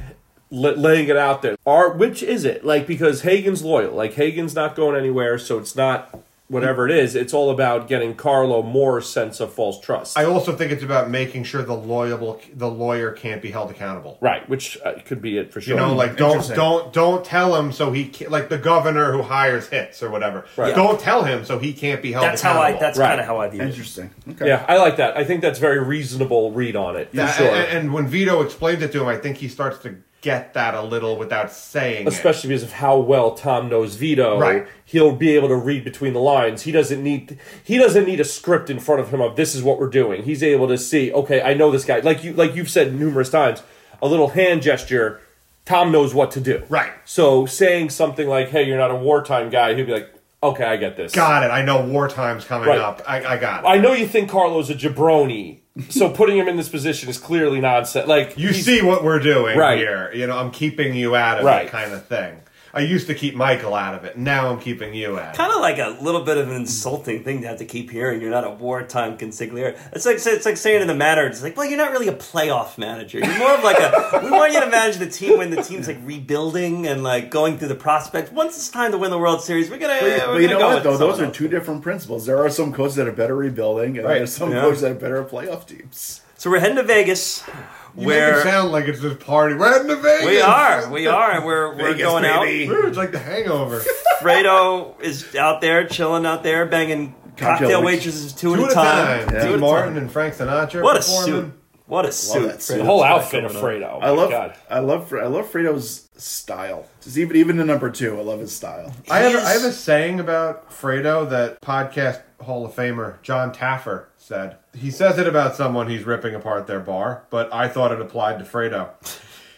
S2: la- laying it out there. Or which is it? Like because Hagen's loyal. Like Hagen's not going anywhere, so it's not whatever it is. It's all about getting Carlo more sense of false trust.
S4: I also think it's about making sure the loyal the lawyer can't be held accountable.
S2: right, which uh, could be it for sure.
S4: You know, like don't
S5: Interesting.
S4: don't don't tell him so he can, like the governor who hires hits or whatever.
S2: Right.
S4: Don't tell him so he can't be held.
S1: that's how
S4: accountable.
S1: I that's
S2: Right.
S1: kind of how I view it.
S3: Interesting. Okay.
S2: yeah, I like that. I think that's very reasonable read on it.
S4: That-
S2: for sure.
S4: and, and when Vito explains it to him, I think he starts to get that a little without saying. it.
S2: especially because of how well Tom knows Vito.
S4: Right.
S2: He'll be able to read between the lines. He doesn't need he doesn't need a script in front of him of this is what we're doing. He's able to see, okay, I know this guy. Like you like you've said numerous times, a little hand gesture, Tom knows what to do.
S4: Right.
S2: So saying something like, "Hey, you're not a wartime guy." He'll be like, "Okay, I get this."
S4: Got it. I know wartime's coming
S2: Right.
S4: up. I, I got it.
S2: I know you think Carlo's a jabroni, so putting him in this position is clearly nonsense. Like
S4: you
S2: he's-
S4: see what we're doing
S2: Right.
S4: here. You know, I'm keeping you out of
S2: Right.
S4: it, kind of thing. I used to keep Michael out of it. Now I'm keeping you out. of
S1: kind of like a little bit of an insulting thing to have to keep hearing. You're not a wartime consigliere. It's like it's like saying in the matter, it's like, well, you're not really a playoff manager. You're more of like a. we want you to manage the team when the team's like rebuilding and like going through the prospects. Once it's time to win the World Series, we're gonna.
S3: But,
S1: we're
S3: but you
S1: gonna
S3: know
S1: go
S3: what
S1: with
S3: though? Those
S1: someone
S3: are two different principles. There are some coaches that are better rebuilding, and
S4: Right.
S3: there's some
S1: Yeah.
S3: coaches that are better at playoff teams.
S1: else. So we're heading to Vegas,
S4: it. You make it
S1: where
S4: sound like it's this party. We're heading to Vegas.
S1: we are, we are, and we're we're
S3: Vegas,
S1: going
S3: baby.
S4: Ooh, it's like the hangover.
S1: out. Fredo is out there chilling out there, banging cocktail,
S3: Cocktail
S1: waitresses two,
S4: Two
S1: at a time.
S4: Dean
S1: Two at a
S4: Martin
S1: time.
S4: and Frank Sinatra.
S1: What a
S4: performing.
S1: suit! What a suit!
S3: that suit.
S2: the
S1: Fredo.
S2: whole outfit of Fredo.
S3: I
S2: My
S3: love,
S2: God.
S3: I love, Fre- I love Fredo's style. Just even, even in number two, I love his style.
S4: I have,
S1: He's-
S4: I have a saying about Fredo that podcast Hall of Famer John Taffer said. He says it about someone he's ripping apart their bar, but I thought it applied to Fredo.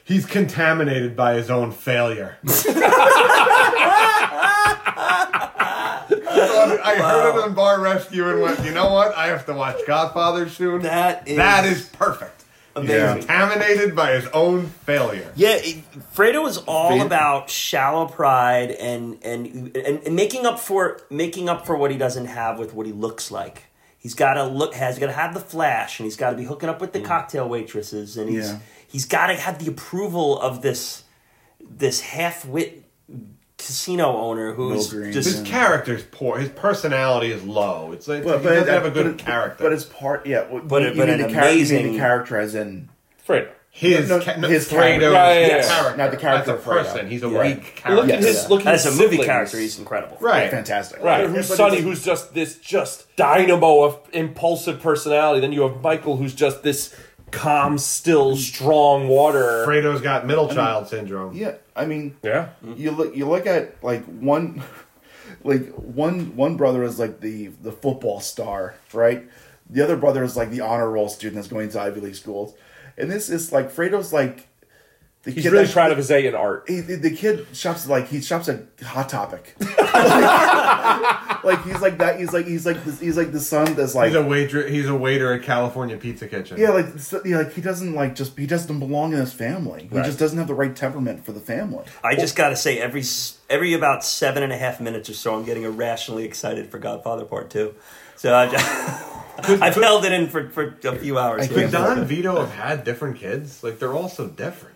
S4: He's contaminated by his own failure. I, thought it- I heard it on Bar Rescue and went, you know what? I have to watch Godfather soon.
S1: That is-
S4: that is perfect.
S1: Amazing.
S4: He's contaminated by his own failure.
S1: Yeah, it, Fredo is all
S3: Fan-
S1: about shallow pride and, and and and making up for making up for what he doesn't have with what he looks like. He's got to look has got to have the flash, and he's got to be hooking up with the cocktail waitresses, and he's
S3: Yeah.
S1: he's got to have the approval of this this half wit casino owner who's
S3: Milgram,
S1: just
S4: His character's poor. His personality is low. It's like
S3: But,
S4: he
S3: but
S4: doesn't
S3: it-
S4: have a
S3: but
S4: good
S3: it-
S4: character.
S3: But it's part, yeah. But,
S1: But
S3: you,
S1: it-
S3: you
S1: but
S3: need
S1: an
S3: the character, you need
S1: amazing-
S3: the character as in
S2: Fredo.
S4: his
S5: No, no,
S4: ca- no,
S5: his
S4: Fredo's
S5: character.
S2: Right, yeah, yeah.
S4: character,
S5: Not the character
S4: That's a
S5: of Fredo.
S4: person. He's a
S5: Yeah.
S4: weak
S2: Look
S4: character.
S2: at his.
S5: Yes.
S2: Look at
S1: As
S2: his
S1: a movie
S2: siblings.
S1: character, he's incredible.
S4: right.
S5: Fantastic.
S2: Right,
S5: But
S2: who's
S5: it's-
S2: Sonny, who's just this just dynamo of impulsive personality. Then you have Michael, who's just this calm, still, strong water.
S4: Fredo's got middle child syndrome.
S5: Yeah, I mean,
S2: Yeah,
S5: you look you look at like one like one one brother is like the the football star right the other brother is like the honor roll student that's going to ivy league schools and this is like fredo's like the
S2: he's really
S5: that-
S2: proud of his A in art.
S5: he, the kid shops like he shops at hot topic like he's like that he's like he's like this, he's like the son that's like
S4: He's a waiter. He's a waiter at California Pizza Kitchen.
S5: yeah, like so, yeah, like he doesn't like just he doesn't belong in his family. He just doesn't have the right temperament for the family.
S1: I just got to say, every s- every about seven and a half minutes or so, I'm getting irrationally excited for Godfather Part Two. So I've, I've held it in for, for a few hours.
S4: Could Don and Vito have had different kids? Like they're all so different.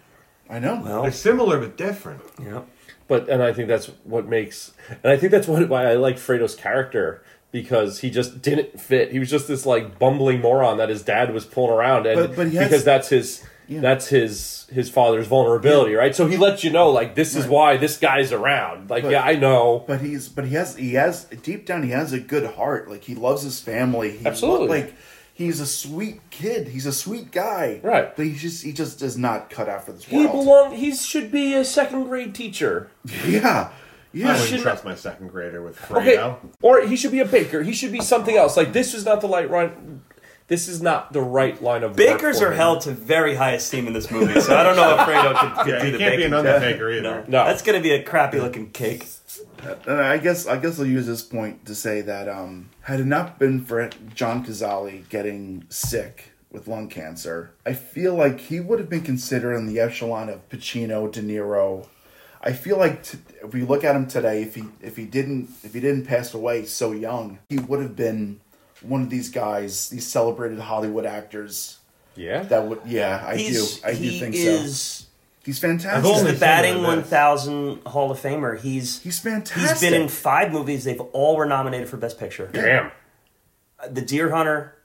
S5: I know.
S1: Well,
S4: They're similar but different.
S1: yeah.
S2: But and I think that's what makes, and I think that's what why I like Fredo's character because he just didn't fit. He was just this like bumbling moron that his dad was pulling around, and
S5: But- but he has-
S2: because that's his. That's his his father's vulnerability, right? So he lets you know, like this is why this guy's around. Like, yeah, I know.
S5: But he's but he has he has deep down he has a good heart. Like he loves his family. He
S2: Absolutely.
S5: Like he's a sweet kid. He's a sweet guy.
S2: Right.
S5: But he just he just does not cut out for this
S2: He
S5: world.
S2: belong. He should be a second grade teacher.
S5: yeah.
S4: I
S5: Yeah.
S4: wouldn't
S2: should-
S4: trust my second grader with
S2: Okay,
S4: Fredo.
S2: or he should be a baker. He should be something else. Like this is not the light line. This is not the right line of work
S1: Bakers
S2: for
S1: are
S2: him.
S1: held to very high esteem in this movie, so I don't know if Fredo could, could
S4: Yeah,
S1: do
S4: he
S1: the
S4: can't be
S1: baking.
S4: an undertaker either.
S1: no.
S2: No.
S1: that's gonna be a crappy looking cake.
S5: And I guess I guess I'll use this point to say that um had it not been for John Cazale getting sick with lung cancer, I feel like he would have been considered in the echelon of Pacino, De Niro. I feel like t- if we look at him today, if he if he didn't if he didn't pass away so young, he would have been one of these guys, these celebrated Hollywood actors.
S2: Yeah.
S5: That would yeah, I
S1: He's-
S5: do I do
S1: he
S5: think so.
S1: is
S5: He's
S4: I've
S5: fantastic.
S1: he's
S4: only
S1: the batting
S4: seen him in
S1: one
S4: this.
S1: thousand Hall of Famer. He's he's
S5: He's fantastic.
S1: been in five movies. They've all were nominated for Best Picture.
S2: Damn.
S1: The Deer Hunter,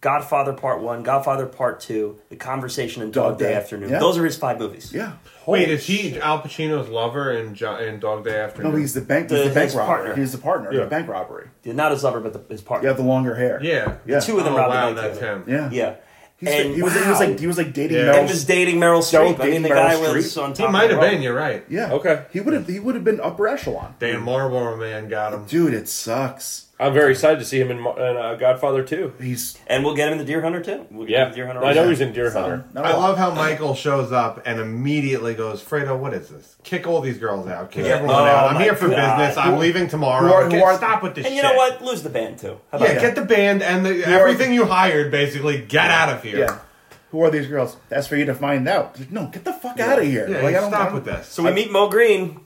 S1: Godfather Part One, Godfather Part Two, The Conversation, and Dog,
S5: Dog
S1: Day
S5: Day.
S1: Afternoon.
S5: Yeah.
S1: Those are his five movies.
S5: yeah.
S4: Wait, is he Al Pacino's lover in, jo- in Dog Day Afternoon?
S5: No, he's the bank. He's
S1: The-
S5: the, bank
S1: his
S5: robber.
S1: partner.
S5: He's the partner.
S4: Yeah.
S5: The bank robbery.
S1: Not his lover, but the, his partner.
S5: You have the longer hair.
S4: yeah.
S5: Yeah.
S1: Two of them.
S4: Oh
S1: Robin
S4: wow,
S1: Hood
S4: that's
S1: too.
S4: him.
S5: Yeah.
S1: Yeah,
S5: He's, he was. He was like. He was like dating.
S4: Yeah.
S5: Meryl
S1: and was dating Meryl
S5: That was
S1: Streep. I mean,
S5: dating
S1: the
S5: Meryl
S1: guy was
S5: Streep.
S1: on top.
S4: He
S1: of
S4: might
S1: the
S4: have
S1: world.
S4: been. You're right.
S5: Yeah.
S2: Okay.
S5: He would have. He would have been upper echelon.
S4: Damn, Marlboro Man got him.
S5: Dude, it sucks.
S2: I'm very excited to see him in, Mo- in uh, Godfather 2.
S5: He's.
S1: And we'll get him in the Deer Hunter too. We'll get him
S2: Yeah.
S1: in Deer Hunter.
S2: I know
S1: also.
S2: he's in Deer Hunter.
S5: not
S4: I
S5: a lot.
S4: love how Michael shows up and immediately goes, Fredo, what is this? Kick all these girls out. Kick
S1: Yeah.
S4: everyone
S1: Oh,
S4: out. I'm
S1: my
S4: here for
S1: God.
S4: business. I'm leaving tomorrow.
S5: who are-
S4: Get-
S5: who are-
S4: stop with this
S1: And you
S4: shit.
S1: know what? Lose the band too. How about
S4: Yeah,
S1: that?
S4: get the band and the, everything you hired, basically, get out of here.
S5: Yeah. Who are these girls? That's for you to find out. Like, no, get the fuck out of here.
S4: Yeah,
S5: like,
S4: you
S5: I don't
S4: stop
S5: I
S4: with this.
S1: So we meet Mo Green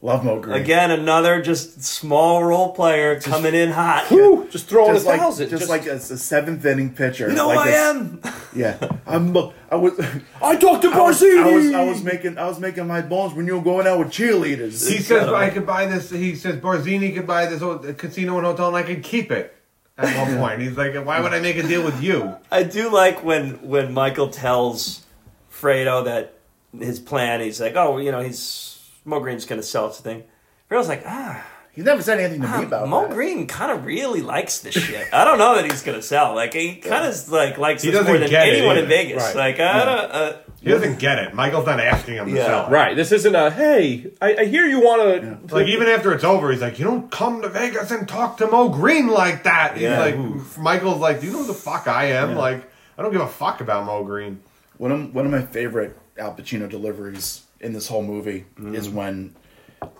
S5: Love Mo Green.
S1: again, another just small role player comoming in hot.
S2: Woo! Just throwing
S5: Just
S2: a
S5: like,
S2: thousand.
S5: just, like a, a seventh inning pitcher.
S1: You know
S5: like
S1: who I
S5: this-
S1: am.
S5: Yeah, I'm. look, I was,
S2: I talked to
S5: I was, I was,
S2: Barzini!
S5: I was making, I was making my bones when you were going out with cheerleaders.
S4: He says I could buy this. He says Barzini could buy this old uh, casino and hotel, and I could keep it. At one point, he's like, "Why would I make a deal with you?"
S1: I do like when when Michael tells Fredo that his plan. He's like, oh, you know, he's Mo Green's gonna sell it to thing. Fredo's like, ah,
S5: He never said anything to me about
S1: Mo
S5: that.
S1: Green kind of really likes this shit. I don't know that he's gonna sell. Like he kind of like likes
S4: He
S1: this
S4: doesn't
S1: more than
S4: get it
S1: anyone in
S4: either.
S1: Vegas.
S2: Right.
S1: Like I don't. Uh,
S4: He doesn't get it. Michael's not asking him
S1: Yeah.
S4: to sell. it.
S2: Right. This isn't a, hey, I, I hear you want to.
S4: Like even after it's over, he's like, "You don't come to Vegas and talk to Mo Green like that." He's
S1: Yeah.
S4: like, Michael's like, "Do you know who the fuck I am?" Like, I don't give a fuck about Mo Green.
S5: One of one of my favorite Al Pacino deliveries in this whole movie
S4: Mm-hmm.
S5: is when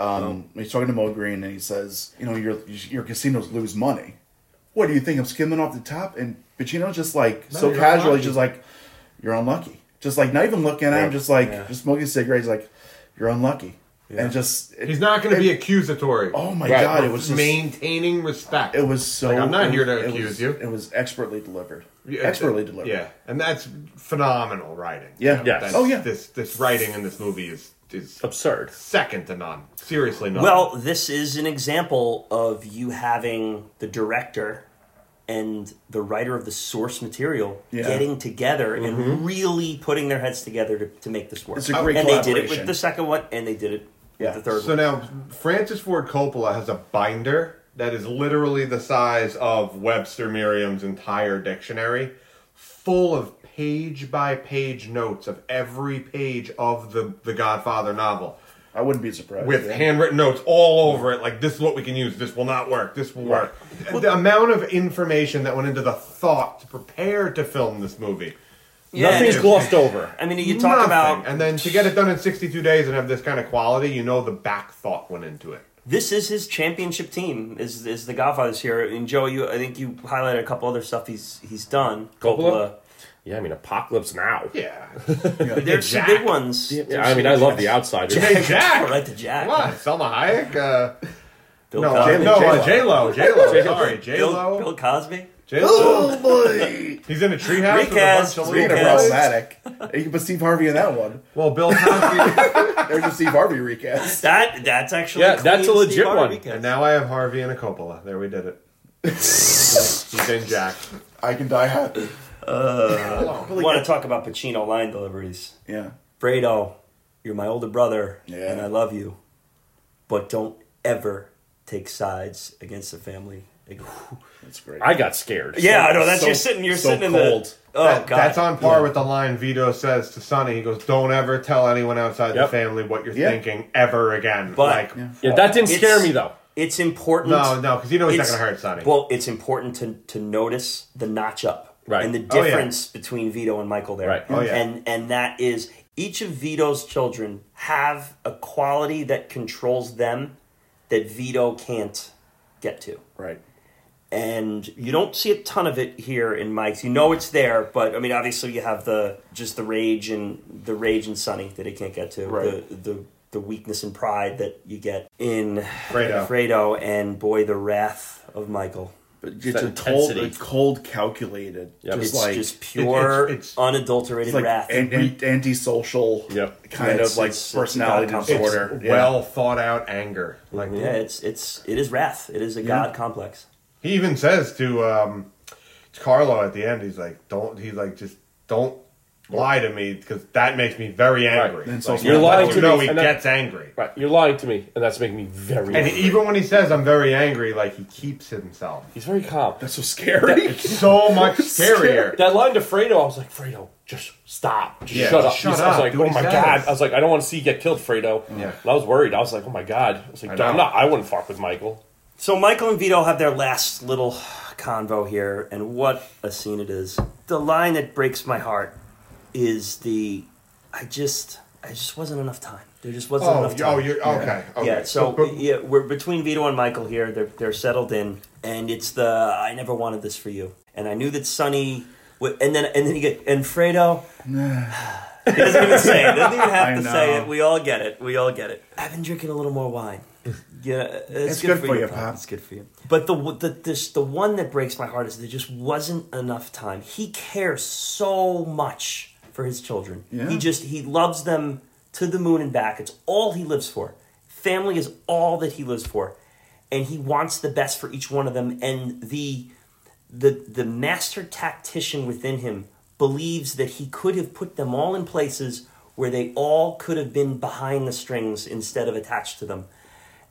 S4: Oh.
S5: um, he's talking to Mo Green and he says, "You know, your your casinos lose money. What do you think I'm skimming off the top?" And Pacino's just like so
S4: you're
S5: casually,
S4: unlucky.
S5: just like, "You're unlucky." Just like not even looking at him, just like just smoking a cigarette. He's like, "You're unlucky," and just it-
S4: He's not going to be
S5: it-
S4: accusatory.
S5: Oh my
S2: Right.
S5: god! It was just,
S4: maintaining respect.
S5: It was so.
S4: Like, I'm not
S5: it
S4: here
S5: was-
S4: to
S5: it
S4: accuse
S5: was-
S4: you.
S5: It was expertly delivered.
S4: Yeah,
S5: expertly delivered.
S4: Yeah, and that's phenomenal writing.
S5: Yeah. Yes.
S4: that's-
S5: Oh, yeah.
S4: This this writing in this movie is is
S2: Absurd.
S4: second to none. Seriously, none.
S1: well, this is an example of you having the director and the writer of the source material
S3: Yeah.
S1: getting together
S4: Mm-hmm.
S1: and really putting their heads together to, to make this work.
S3: It's a great
S1: and they did it with
S3: collaboration.
S1: the second one, and they did it
S3: Yeah.
S1: with the third
S4: So
S1: one.
S4: now Francis Ford Coppola has a binder that is literally the size of Webster Merriam's entire dictionary, full of page by page notes of every page of the the Godfather novel.
S3: I wouldn't be surprised.
S4: With
S3: yeah.
S4: handwritten notes all over it, like this is what we can use, this will not work, this will work. the amount of information that went into the thought to prepare to film this movie.
S1: Yeah,
S2: Nothing's
S1: and-
S2: glossed over.
S1: I mean, you talk
S4: Nothing.
S1: about
S4: and then to get it done in 62 days and have this kind of quality, you know the back thought went into it.
S1: this is his championship team. Is is the Godfather's here? And Joe, you I think you highlighted a couple other stuff he's he's done.
S2: Coppola? Yeah, I mean, Apocalypse Now.
S4: Yeah.
S1: but there's some big ones. Oh,
S2: Yeah, I mean, I love The Outsider.
S4: Hey, Jack.
S1: right to Jack.
S4: What? Selma Hayek? Uh,
S1: Bill
S4: no,
S1: Cosby.
S4: uh, no, uh, J-Lo. J-Lo. Sorry,
S1: Bill, Bill
S4: J-Lo.
S1: Cosby.
S4: J-Lo.
S3: boy.
S4: He's in a treehouse with a
S1: Recast,
S4: bunch of
S3: Speaking
S4: little
S1: Recast.
S3: of
S4: boys.
S3: problematic, you can put Steve Harvey in that one.
S4: Well, Bill Cosby.
S3: There's a Steve Harvey recast.
S1: That that's actually
S2: Yeah, that's
S1: Queen's
S2: a legit
S1: Steve Harvey
S2: one.
S1: weekend.
S4: and now I have Harvey and a Coppola. There, we did it. He's in Jack.
S3: I can die happy.
S1: I want to talk about Pacino line deliveries.
S3: Yeah.
S1: Fredo, you're my older brother,
S3: Yeah.
S1: and I love you, but don't ever take sides against the family. Like,
S3: That's great.
S2: I got scared.
S1: yeah, I know. That's
S3: so-
S1: you're sitting. You're
S2: so
S1: sitting
S2: cold.
S1: in the. Oh
S4: That-
S1: God,
S4: That's on par with the line Vito says to Sonny. He goes, "Don't ever tell anyone outside
S2: Yep.
S4: the family what you're
S3: Yeah.
S4: thinking ever again."
S1: But-
S4: like,
S2: Yeah, that didn't
S1: It's-
S2: scare me, though.
S1: It's important.
S4: no, no, because you know he's not
S1: It's-
S4: going to hurt Sonny.
S1: Well, it's important to, to notice the notch up
S2: Right.
S1: and the
S4: Oh, yeah.
S1: difference between Vito and Michael there.
S2: Right.
S4: Oh, yeah.
S1: And and that is each of Vito's children have a quality that controls them that Vito can't get to.
S3: right.
S1: And you don't see a ton of it here in Mike's. You know it's there, but I mean obviously you have the just the rage and the rage and Sonny that he can't get to.
S3: Right.
S1: The the the weakness and pride that you get in
S4: Fredo.
S1: Fredo and boy the wrath of Michael.
S3: But
S2: that
S3: it's a cold,
S2: intensity.
S3: it's cold, calculated.
S2: Yep.
S3: Just
S1: It's
S3: like
S1: just pure,
S4: it's- it's-
S1: unadulterated
S3: it's like
S1: wrath.
S3: an, an, antisocial
S2: Yep.
S1: Yeah,
S3: kind
S1: it's-
S3: of like
S1: it's- it's
S3: personality
S1: not
S4: it's
S1: comfortable.
S3: disorder. Yeah.
S4: well thought out anger. Like
S1: yeah, it's it's it is wrath. It is a god complex.
S4: he even says to um, to Carlo at the end, he's like, "Don't." He's like, "Just don't lie to me because that makes me very angry."
S3: And so-
S4: Like,
S3: You're
S4: you
S2: lying to
S4: know
S2: me,
S4: he
S2: and that-
S4: gets angry.
S2: Right, you're lying to me, and that's making me very.
S4: And
S2: angry.
S4: even when he says, "I'm very angry," like he keeps himself.
S2: he's very calm.
S3: That's so scary.
S4: So much scarier.
S2: That line to Fredo, I was like, Fredo, just stop, just
S4: Yeah,
S2: shut up.
S4: just shut
S2: He's- I was
S4: up,
S2: like,
S4: do
S2: oh
S4: what he
S2: my
S4: says.
S2: god, I was like, I don't want to see you get killed, Fredo.
S4: Yeah.
S2: And I was worried. I was like, oh my god. I was like,
S4: I
S2: I'm
S4: know.
S2: not. I wouldn't fuck with Michael.
S1: So Michael and Vito have their last little convo here, and what a scene it is. The line that breaks my heart is the I just I just wasn't enough time. There just wasn't
S4: Oh,
S1: enough
S4: you-
S1: time.
S4: oh, you're okay. okay.
S1: Yeah, so
S4: But- but-
S1: yeah, we're between Vito and Michael here. They're they're settled in, and it's the I never wanted this for you, and I knew that Sonny. would- And then and then you get and Fredo. he doesn't even say it. Doesn't even have
S3: I
S1: to say
S3: know.
S1: it. We all get it. We all get it. I've been drinking a little more wine. Yeah, it's,
S3: good for you, Pop.
S1: It's good for you. But the the this, the one that breaks my heart is there just wasn't enough time. He cares so much for his children.
S3: Yeah.
S1: He just he loves them to the moon and back. It's all he lives for. Family is all that he lives for, and he wants the best for each one of them. And the the the master tactician within him believes that he could have put them all in places where they all could have been behind the strings instead of attached to them.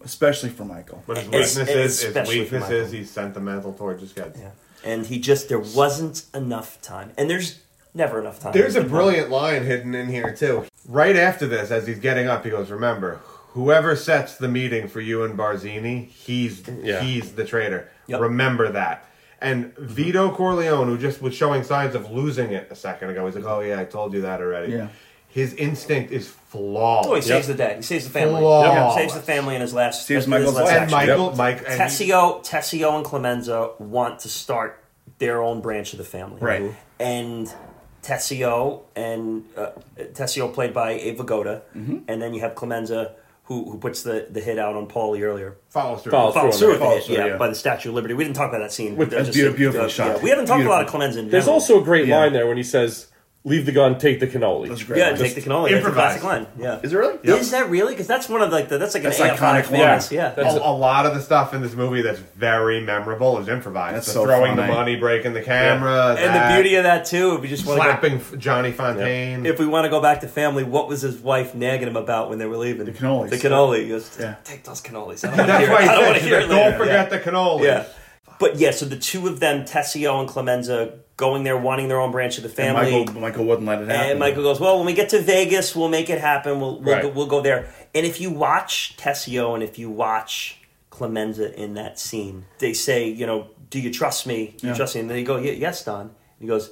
S3: Especially for Michael.
S4: But his
S1: It's-
S4: weakness
S1: it's
S4: is, his
S1: especially for
S4: weakness
S1: Michael.
S4: is he's sentimental towards his kids.
S1: Yeah. And he just there wasn't enough time. And there's never enough time.
S4: There's a brilliant line hidden in here too. Right after this, as he's getting up, he goes, "Remember, whoever sets the meeting for you and Barzini, he's
S2: Yeah.
S4: he's the traitor.
S1: Yep.
S4: Remember that." And Vito Corleone, who just was showing signs of losing it a second ago, he's like, "Oh yeah, I told you that already."
S3: Yeah.
S4: His instinct is flawed.
S1: Oh, he saves the day. He saves the family.
S4: Flawless.
S1: Saves the family in his last.
S3: Saves
S1: his
S3: Michael's
S1: last
S3: life.
S4: and
S1: action.
S4: Michael, Mike, and he-
S1: Tessio, Tessio, and Clemenza want to start their own branch of the family.
S3: Right.
S1: And Tessio and uh, Tessio played by Ava Goda,
S3: Mm-hmm.
S1: and then you have Clemenza who who puts the, the hit out on Paulie earlier.
S4: follows through.
S2: Follows
S1: Follows through with
S3: Follows
S1: it,
S3: through,
S1: yeah,
S3: yeah.
S1: by the Statue of Liberty. We didn't talk about that scene.
S3: With-
S1: That
S3: that's beautiful- beautiful
S1: yeah,
S3: shot.
S1: we haven't talked a lot of
S3: Beautiful.
S1: Clemenza. In
S2: There's
S1: general.
S2: also a great
S3: Yeah.
S2: line there when he says, leave the gun, take the cannoli.
S5: That's a great.
S1: Yeah,
S5: line.
S1: take the cannoli. That's a
S4: improvise.
S1: classic line. Yeah.
S5: Is it really?
S1: Is that really? Because that's one of like the that's like an
S5: That's
S1: AFI
S5: iconic
S1: famous,
S2: lines.
S1: Yeah.
S4: A, a lot of the stuff in this movie that's very memorable is improvised.
S5: That's
S4: the
S5: so
S4: throwing the
S5: funny.
S4: money, breaking the camera,
S1: and the
S4: that,
S1: beauty of that too, if we just want to
S4: slapping F- Johnny Fontaine.
S1: if we want to go back to family, what was his wife nagging him about when they were leaving? The
S5: cannolis.
S1: The cannoli. He goes,
S5: Yeah.
S1: take those cannolis. I don't want to
S4: That's
S1: hear it.
S4: why he
S1: I don't
S4: said,
S1: want to
S4: she's
S1: hear
S4: like,
S1: it.
S4: don't
S1: later."
S4: forget the cannoli.
S1: Yeah. But yeah, so the two of them, Tessio and Clemenza, going there, wanting their own branch of the
S5: And
S1: family.
S5: Michael Michael wouldn't let it happen.
S1: And Michael goes, "Well, when we get to Vegas, we'll make it happen. We'll we'll,
S2: Right.
S1: go, we'll go there." And if you watch Tessio and if you watch Clemenza in that scene, they say, "You know, do you trust me? Do you trust me?" And they go, "Ye- "Yes, Don." And he goes,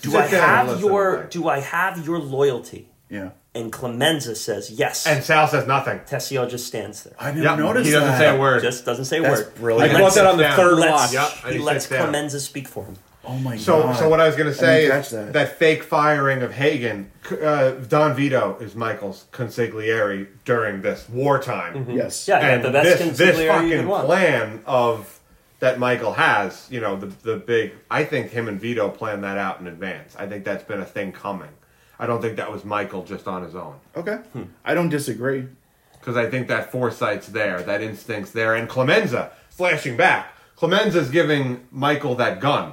S1: "Do
S4: Sit
S1: I
S4: down and
S1: have
S4: listen,
S1: your
S4: like-
S1: Do I have your loyalty?"
S5: Yeah.
S1: And Clemenza says, "Yes."
S4: And
S1: And
S4: Sal says nothing.
S1: Tessio just stands there,
S5: I never
S4: Yep.
S5: noticed.
S4: He doesn't
S5: that.
S4: say a word.
S1: just doesn't say a
S5: That's
S1: word.
S2: I
S5: brilliant.
S1: He
S2: caught
S1: lets,
S2: that on the
S4: Yeah.
S2: third
S1: lets,
S2: watch.
S4: Yep, and
S1: he
S4: he
S1: lets
S4: sits down.
S1: Clemenza speak for him.
S5: Oh my
S4: So,
S5: god.
S4: so what I was going to say
S5: didn't
S4: is
S5: catch that.
S4: that. fake firing of Hagen, c- uh, Don Vito is Michael's consigliere during this wartime.
S5: Yes.
S1: Yeah, yeah,
S4: And
S1: the best
S4: this, this
S1: consigliere you
S4: fucking
S1: could want.
S4: plan of that Michael has, you know, the the big. I think him and Vito planned that out in advance. I think that's been a thing coming. I don't think that was Michael just on his own
S5: Okay. I don't disagree.
S4: because I think that foresight's there, that instinct's there, and Clemenza flashing back. Clemenza's giving Michael that gun,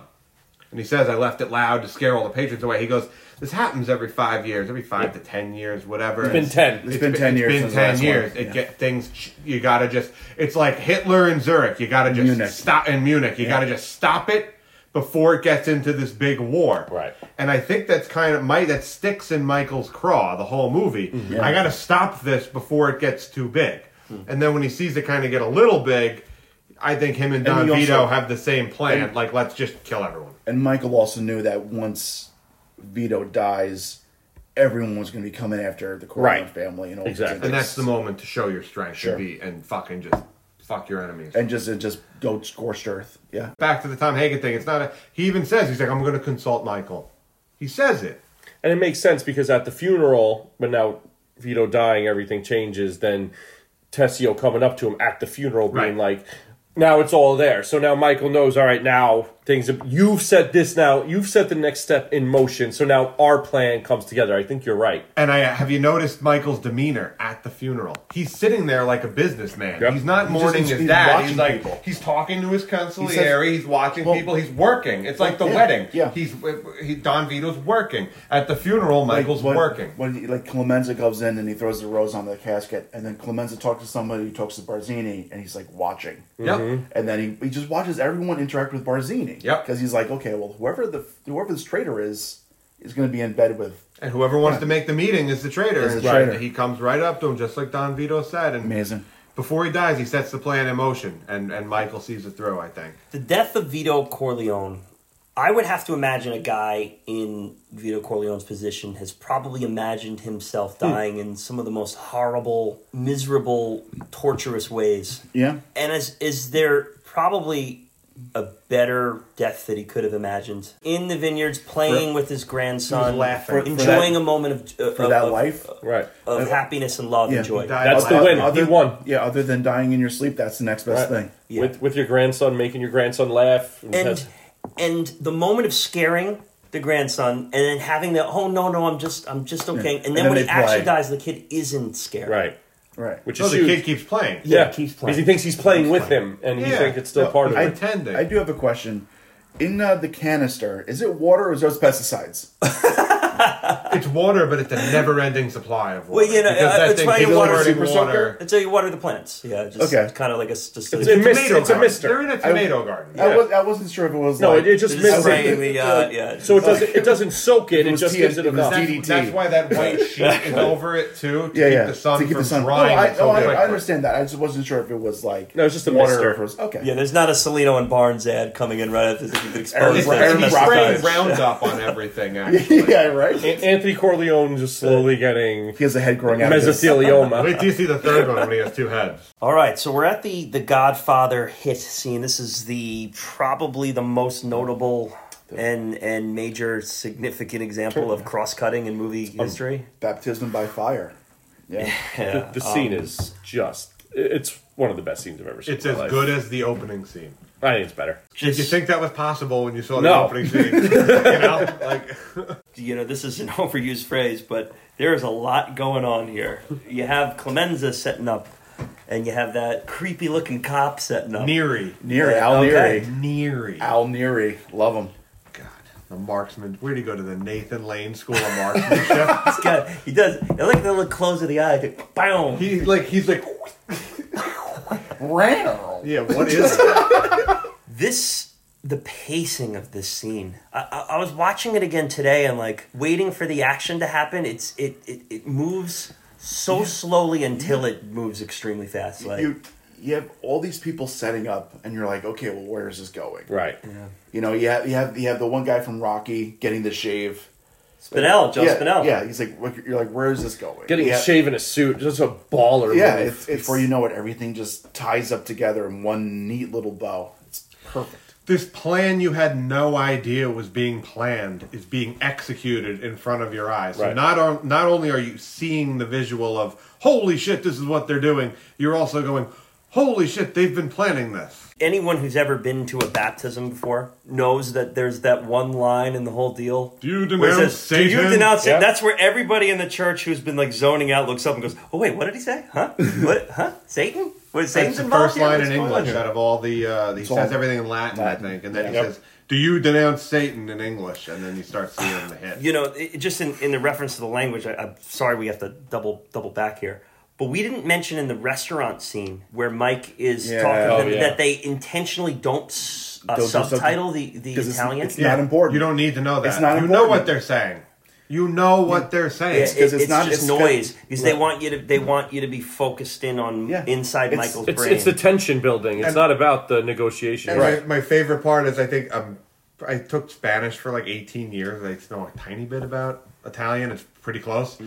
S4: and he says, "I left it loud to scare all the patrons away." He goes, "This happens every five years, every five to ten years, whatever."
S2: It's been 10.
S5: It's been 10 years
S4: It's been
S5: since the
S4: ten
S5: last
S4: years.
S5: one.
S4: It
S5: Yeah.
S4: get things. ch- You gotta just. It's like Hitler in Zurich. You gotta just
S5: Munich.
S4: stop in Munich. You gotta just stop it before it gets into this big war.
S2: Right.
S4: And I think that's kind of my that sticks in Michael's craw the whole movie.
S5: Mm-hmm.
S4: I gotta stop this before it gets too big.
S5: Mm.
S4: And then when he sees it kind of get a little big, I think him and Don
S5: he also-
S4: Vito have the same plan. like let's just kill everyone.
S5: And Michael also knew that once Vito dies, everyone was going to be coming after the Corleone
S2: Right.
S5: family and all
S2: Exactly.
S4: And that's the moment to show your strength
S5: Sure.
S4: and be and fucking just fuck your enemies.
S5: and just and just go scorched earth. Yeah.
S4: back to the Tom Hagen thing. It's not a. He even says he's like, I'm going to consult Michael. He says it.
S2: And it makes sense because at the funeral, but now Vito dying, everything changes. Then Tessio coming up to him at the funeral, being like, "Now it's all there." So now Michael knows. All right, now things have, you've set this now. You've set the next step in motion. So now our plan comes together. I think you're right.
S4: And I have you noticed Michael's demeanor at the funeral? He's sitting there like a businessman.
S2: Yep.
S4: He's not mourning
S5: he's-
S4: his
S5: he's
S4: dad.
S5: watching
S4: He's like
S5: people.
S4: he's talking to his
S5: He
S4: consigliere.
S5: says-
S4: he's watching
S5: Well-
S4: people. He's working. It's like the
S5: Yeah,
S4: wedding.
S5: yeah.
S4: He's he, Don Vito's working at the funeral. Michael's
S5: Like, when-
S4: working.
S5: When he- like Clemenza goes in and he throws the rose on the casket, and then Clemenza talks to somebody who talks to Barzini, and he's like watching.
S2: Mm-hmm.
S4: Yep.
S5: And then he, he just watches everyone interact with Barzini.
S4: Yep.
S5: Because he's like, okay, well, whoever the whoever this traitor is is going to be in bed with.
S4: And whoever wants
S5: Yeah.
S4: to make the meeting is the traitor.
S5: Is
S4: and
S5: the
S4: right,
S5: traitor.
S4: He comes right up to him, just like Don Vito said. And
S5: Amazing.
S4: Before he dies, he sets the plan in motion, and, and Michael sees it through. I think.
S1: The death of Vito Corleone, I would have to imagine a guy in Vito Corleone's position has probably imagined himself
S5: Hmm.
S1: dying in some of the most horrible, miserable, torturous ways.
S5: Yeah.
S1: And is is there probably a better death that he could have imagined in the vineyards, playing with his grandson,
S4: laughing. For- for
S1: enjoying
S5: that-
S1: a moment of
S5: For
S1: of,
S2: Uh,
S5: that
S1: of-
S5: life. Uh,
S2: Right.
S1: of happiness and love
S5: Yeah,
S1: and joy.
S4: he died
S2: That's the
S4: laughing.
S2: win. He won.
S5: Yeah, other than dying in your sleep, that's the next best
S2: Right.
S5: thing.
S1: Yeah.
S2: With with your grandson, making your grandson laugh.
S1: and and the moment of scaring the grandson and then having the oh no no I'm just I'm just okay and then,
S5: And then
S1: when he
S5: they
S1: actually
S5: play.
S1: dies the kid isn't scared
S2: right,
S5: Right.
S2: which
S4: No,
S2: is
S4: Oh, the
S2: huge.
S4: kid keeps playing.
S2: yeah,
S1: keeps
S2: because he
S1: playing.
S2: thinks he's playing with him, and he
S4: Yeah.
S2: thinks it's still
S4: No,
S2: part of
S4: I-
S2: it.
S4: pretending.
S5: I do have a question. In uh, the canister, is it water or is those pesticides?
S4: It's water, but it's a never-ending supply of water.
S1: Well, you know,
S4: Because
S1: uh,
S4: that
S1: it's
S4: thing
S1: probably
S4: keeps
S1: water-
S4: diverting
S5: Super soaker?
S1: until you water the plants yeah just
S5: Okay.
S1: kind of like a s- just
S2: It's
S1: a,
S2: a mist.
S4: Tomato
S2: It's a
S4: garden.
S2: mister.
S4: They're in a tomato garden.
S5: I, was, I wasn't sure if it was.
S2: No,
S5: like,
S2: it, it just
S1: They're just
S2: misses
S1: spraying the, uh,
S2: it.
S1: yeah.
S2: So it doesn't it doesn't soak it. It,
S5: It was
S2: just
S5: T-
S2: gives it
S5: it was
S2: enough.
S5: T-
S4: That's,
S5: DDT.
S4: that's why that white sheet is over it too, to
S5: yeah,
S4: keep
S5: yeah.
S4: the sun
S5: to keep
S4: from
S5: the sun. No,
S4: drying.
S5: I,
S4: it so
S5: no, I, I
S4: quickly.
S5: understand that. I just wasn't sure if it was like
S2: No, it's just a
S5: water.
S2: mister.
S5: or if it was- okay.
S1: yeah there's not a Salino and Barnes ad coming in right after this if
S4: It's,
S1: exposed
S5: Aaron-
S1: that.
S5: Aaron
S4: he's
S5: Brock
S4: spraying
S5: eyes.
S4: Roundup on everything. Actually,
S5: yeah, right.
S2: An- Anthony Corleone just slowly getting
S5: He has a head growing out. of his-
S2: mesothelioma.
S4: wait till you see the third one when he has two heads.
S1: all right so we're at the the Godfather hit scene this is the probably the most notable and and major significant example of cross cutting in movie history
S5: Baptism by fire. Yeah.
S1: yeah.
S2: the scene is just it's one of the best scenes I've ever seen.
S4: um, It's
S2: in
S4: as
S2: my life.
S4: good as the opening scene.
S2: I think it's better.
S4: Did you
S1: Just-
S4: think that was possible when you saw the
S2: No.
S4: opening scene? you know, like
S1: you know, this is an overused phrase, but there is a lot going on here. You have Clemenza setting up, and you have that creepy looking cop setting up.
S4: Neary,
S5: Neary, Al
S1: Okay.
S5: Neary.
S4: Neary.
S5: Al Neary. Love him.
S4: God, the marksman. Where'd he go to the Nathan Lane School of Marksmanship?
S1: This guy, he does. I like the look close of the eye. Like, boom.
S4: he like he's like
S5: Ram.
S4: yeah. What is that?
S1: this the pacing of this scene I, I, I was watching it again today and like waiting for the action to happen it's it it, it moves so slowly until it moves extremely fast like
S5: You, you have all these people setting up, and you're like, okay, well, where is this going?
S2: Right.
S5: You know, you have, you have you have the one guy from Rocky getting the shave.
S1: spinell joe
S5: yeah,
S1: spinell
S5: Yeah, he's like, what- you're like, where is this going?
S2: Getting
S5: yeah,
S2: a shave in a suit, just a baller.
S5: Yeah,
S2: move.
S5: it's, it's, before you know it, everything just ties up together in one neat little bow. It's perfect.
S4: This plan you had no idea was being planned is being executed in front of your eyes. So
S2: Right.
S4: not on, not only are you seeing the visual of holy shit, this is what they're doing. You're also going, holy shit, they've been planning this.
S1: anyone who's ever been to a baptism before knows that there's that one line in the whole deal
S4: Do you
S1: where it
S4: denounce
S1: says, "Do you
S4: Satan?"
S1: denounce Satan?"
S2: Yeah.
S1: That's where everybody in the church who's been like zoning out looks up and goes, "Oh wait, what did he say? Huh? what? Huh? Satan? What? Satan's
S4: That's the
S1: involved
S4: first
S1: here?
S4: line
S1: What's
S4: in
S1: going on
S4: English
S1: here?"
S4: out of all the. Uh, he says
S5: all-
S4: everything in Latin,
S5: Latin.
S4: I think, and then he
S2: Yep.
S4: says, "Do you denounce Satan?" in English, and then you start seeing the hit.
S1: you know, it, it just in, in the reference to the language, I, I'm sorry we have to double double back here. But we didn't mention in the restaurant scene where Mike is
S5: Yeah.
S1: talking to
S2: Oh,
S1: them
S2: yeah.
S1: that they intentionally don't s- uh,
S5: Don't do
S1: subtitle the,
S5: something-
S1: the
S5: 'cause it's-
S1: Italian.
S5: it's not important.
S4: You don't need to know that.
S5: It's not
S4: you know
S5: important.
S4: what they're saying. You know what they're saying.
S1: It's,
S5: Yeah, 'cause
S1: it's,
S5: it's not
S1: just
S5: just-
S1: noise because they
S5: Right.
S1: want you to they want you to be focused in on
S5: Yeah.
S1: inside
S5: It's-
S1: Michael's
S2: It's,
S1: brain.
S2: it's the tension building. It's
S4: And-
S2: not about the negotiation.
S4: And my, my favorite part is I think um, I took Spanish for like 18 years. I just know a tiny bit about Italian. It's pretty close.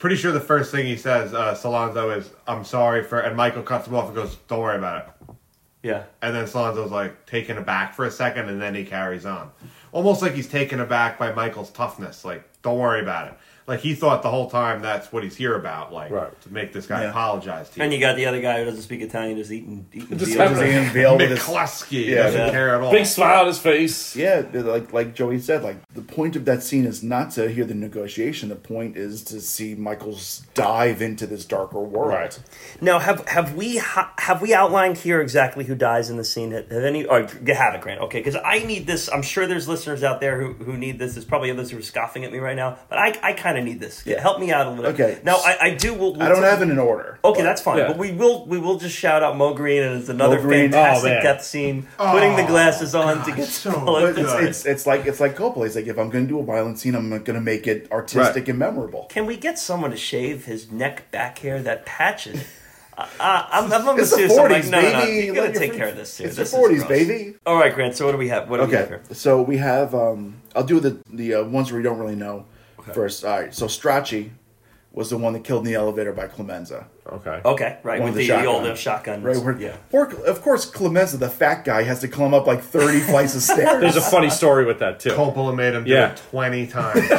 S4: Pretty sure the first thing he says, uh, Salonzo, is "I'm sorry for," and Michael cuts him off and goes, "Don't worry about it."
S1: yeah.
S4: And then Salonzo's like taken aback for a second, and then he carries on, almost like he's taken aback by Michael's toughness. Like, don't worry about it. Like he thought the whole time that's what he's here about. Like
S2: Right.
S4: to make this guy
S5: Yeah.
S4: apologize to you.
S1: And you got the other guy who doesn't speak Italian, just eating eating
S2: Just
S1: deals.
S2: having a-
S5: Ian Veal with his-
S4: McCluskey
S5: Yeah.
S4: doesn't
S1: Yeah.
S4: care at all.
S2: Big smile on his face.
S5: Yeah, like like Joey said, like the point of that scene is not to hear the negotiation. The point is to see Michael's dive into this darker world.
S2: Right.
S1: Now, have have we ha- have we outlined here exactly who dies in the scene? Have, have any? Or you have it, Grant. Okay, because I need this. I'm sure there's listeners out there who, who need this. There's probably others who are scoffing at me right now, but I, I kind of need this.
S5: Yeah.
S1: Help me out a little.
S5: Okay.
S1: Now I, I do. We'll, we'll
S5: I don't have it in order.
S1: Okay, that's fine.
S2: Yeah.
S1: But we will we will just shout out Mo Green and it's another
S5: Mo Green,
S1: fantastic
S2: oh, man.
S1: death scene. Putting the glasses on to get
S4: so
S1: swallowed.
S5: But it's,
S4: good.
S5: it's it's like it's like Coppola. He's like, if I'm going to do a violent scene, I'm going to make it artistic
S4: Right.
S5: and memorable.
S1: Can we get someone to shave his neck back hair that patches? Uh, I'm, I'm gonna
S5: It's the
S1: sue somebody.
S5: 40s,
S1: No, no, no.
S5: baby.
S1: You gotta
S5: Like,
S1: take
S5: if-
S1: care of this too.
S5: It's
S1: This
S5: the
S1: is
S5: 40s,
S1: gross.
S5: baby.
S1: All right, Grant. So what do we have? What do we have
S5: Okay,
S1: here?
S5: so we have. um I'll do the the uh, ones we don't really know first. All right, so Stracci was the one that killed in the elevator by Clemenza.
S2: Okay.
S5: Oh.
S1: Okay, right.
S5: One
S1: with
S5: with
S1: the,
S5: the
S1: the old
S5: shotgun.
S1: uh, shotgun.
S5: Right, where,
S1: yeah.
S5: poor- of course, Clemenza, the fat guy, has to climb up like thirty flights of stairs.
S2: There's a funny story with that too.
S4: Coppola made him do
S2: Yeah.
S4: it 20 times.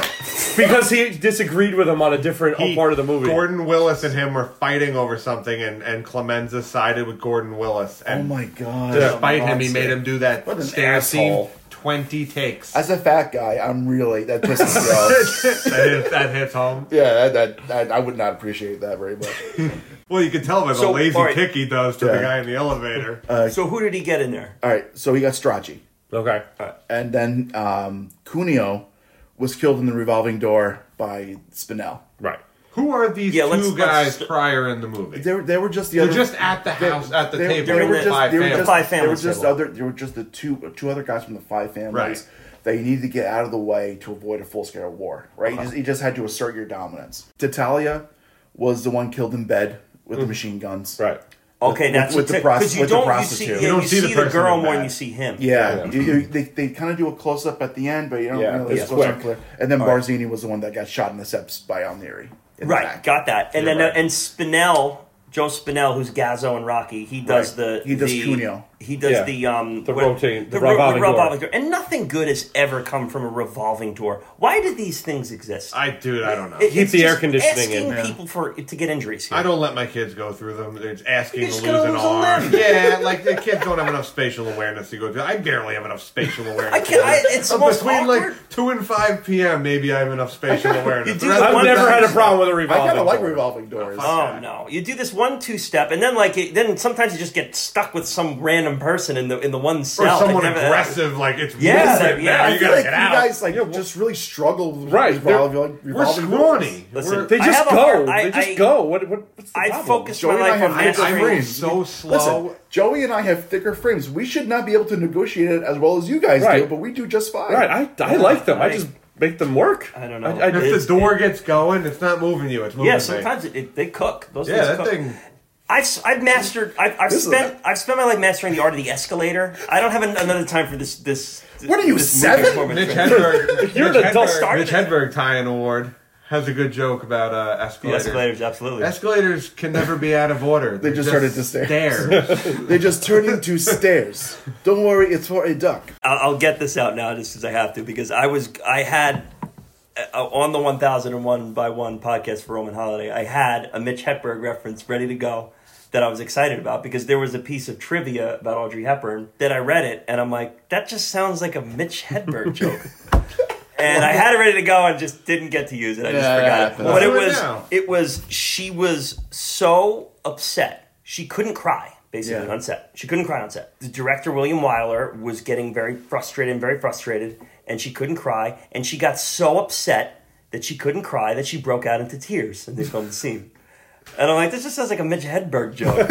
S2: Because he disagreed with him on a different
S4: He-
S2: part of the movie.
S4: Gordon Willis and him were fighting over something, and, and Clemenza sided with Gordon Willis.
S5: oh
S4: And
S5: my god!
S4: despite him, he
S5: Monster.
S4: made him do that
S5: What an
S4: stair scene
S5: asshole.
S4: 20 takes.
S5: As a fat guy, I'm really that pisses me off.
S4: that, hits, that hits home.
S5: Yeah, that, that, that I would not appreciate that very much.
S4: Well, you can tell by the
S1: So,
S4: lazy
S1: all right.
S4: kick he does to the
S5: Yeah. Uh,
S4: guy in the elevator.
S1: So who did he get in there?
S5: All right, so we got Strachey,
S2: Okay.
S5: and then um, Cuneo was killed in the revolving door by Spinell.
S2: Right.
S4: Who are these
S1: Yeah,
S4: 2
S1: let's- let's-
S4: guys prior in the movie?
S5: They were, they were just the
S4: They're
S5: other.
S4: just at the
S5: they-
S4: house, at the
S5: they-
S4: table.
S5: They were
S1: During the
S5: just,
S4: five
S5: they were
S4: families.
S5: just,
S1: Five
S5: they were
S1: families
S5: just
S1: table.
S5: other. They were just the two two other guys from the five families
S4: Right.
S5: that you needed to get out of the way to avoid a full scale war. Right? You, just, you just had to assert your dominance. Tatalia was the one killed in bed with the machine guns.
S2: Right.
S1: Okay,
S5: With-
S1: that's
S5: with
S1: what
S5: the
S1: took-
S5: prosti-
S1: 'cause you
S5: with the
S1: don't you see,
S5: prostitute.
S1: yeah,
S5: You
S1: you
S4: don't
S1: see,
S4: see the
S1: the,
S4: person
S1: girl
S4: in
S1: more than
S4: that.
S1: you see him.
S5: Yeah, You- you- they, they kind of do a close up at the end, but you don't
S2: Yeah,
S5: really.
S2: it's
S5: It's close
S2: quick.
S5: up clear. And then Barzini was the one that got shot in the steps by Alneri. in the
S1: Right,
S5: back.
S1: got that. And
S2: You're
S1: then
S2: right.
S1: and Spinell, Joe Spinell, who's Gazzo and Rocky, he does the
S5: Right. He does
S1: the,
S5: Cuneo.
S1: He does
S2: Yeah.
S1: the um
S2: The
S1: what-
S2: rotating- the
S1: ro-
S2: revolving door.
S1: and nothing good has ever come from a revolving door. Why do these things exist?
S4: I dude, I don't know.
S1: It-
S2: Keep
S1: it's
S2: the air
S1: just
S2: conditioning in,
S1: asking
S2: yeah.
S1: people for to get injuries. Here.
S4: I don't let my kids go through them. It's asking
S1: You're
S4: to
S1: just
S4: lose
S1: gonna
S4: an
S1: lose a
S4: arm.
S1: limb.
S4: yeah, like the kids don't have enough spatial awareness to go through. I barely have enough spatial awareness.
S1: I can't- I- it's the most
S4: between
S1: awkward.
S4: like two and five p.m. Maybe I have enough spatial awareness.
S1: You
S4: The
S1: do
S4: rest
S1: the
S4: of
S2: I've
S4: the
S2: never
S4: time-
S2: had a problem with a
S3: I
S2: revolving.
S3: kind of like
S2: door.
S3: revolving doors.
S1: Oh no! You do this one-two step, and then like it, then sometimes you just get stuck with some random person in the in the one
S4: Or
S1: cell.
S4: someone
S1: It never-
S4: aggressive, like it's
S1: Yeah,
S4: moving
S1: yeah.
S4: now.
S1: I
S4: You
S3: feel
S4: gotta
S3: like
S4: get
S3: you
S4: out.
S3: guys like just really struggle with
S2: Right, they're-
S3: revolving,
S4: We're
S3: revolving doors.
S4: scrawny.
S1: Listen,
S4: We're-
S2: They
S1: I
S2: just
S1: have a
S2: go.
S1: hard- I-
S2: they just
S1: I-
S2: go. What? what what's the
S1: I
S2: problem?
S1: focus my
S3: Joey and I
S1: life on
S3: have thicker
S4: I, I
S1: mastering.
S4: ran
S3: frames.
S4: so
S3: Listen,
S4: slow.
S3: Joey and I have thicker frames. We should not be able to negotiate it as well as you guys
S2: Right.
S3: do, but we do just fine.
S2: Right. I, I like them. I,
S1: I-
S2: just make them work.
S1: I don't know.
S2: I,
S1: It's-
S2: just,
S4: if the door gets going, it's not moving you. It's moving
S1: Yeah,
S4: me.
S1: sometimes it, it, they cook. Those
S4: Yeah,
S1: things
S4: that
S1: cook.
S4: thing.
S1: I've, s- I've mastered. I've, I've
S3: This is
S1: spent. I've spent my life mastering the art of the escalator. I don't have an, another time for this. This.
S3: What are you,
S1: this
S3: seven?
S1: moving forward
S4: Mitch
S1: thing.
S4: Hedberg.
S2: You're
S4: Mitch
S2: an adult.
S4: Hedberg,
S1: Started
S4: Mitch
S1: it.
S4: Hedberg tie-in award has a good joke about uh,
S1: The
S4: escalators.
S1: escalators, absolutely.
S4: Escalators can never be out of order. They
S3: just started to stare.
S4: Stairs.
S3: They just turn into stairs. Don't worry, it's for a duck.
S1: I'll, I'll get this out now just because I have to because I was I had uh, on the 1001 by one podcast for Roman Holiday I had a Mitch Hepburn reference ready to go that I was excited about because there was a piece of trivia about Audrey Hepburn that I read it and I'm like that just sounds like a Mitch Hedberg joke. And I had it ready to go and just didn't get to use it. I just
S3: Yeah,
S1: forgot
S3: that
S1: it.
S3: happens.
S1: But it
S4: Do it
S1: was
S4: now.
S1: it was she was so upset she couldn't cry basically
S3: Yeah.
S1: on set she couldn't cry on set the director william wyler was getting very frustrated and very frustrated and she couldn't cry and she got so upset that she couldn't cry that she broke out into tears and they filmed the scene and i'm like this just sounds like a mitch hedberg joke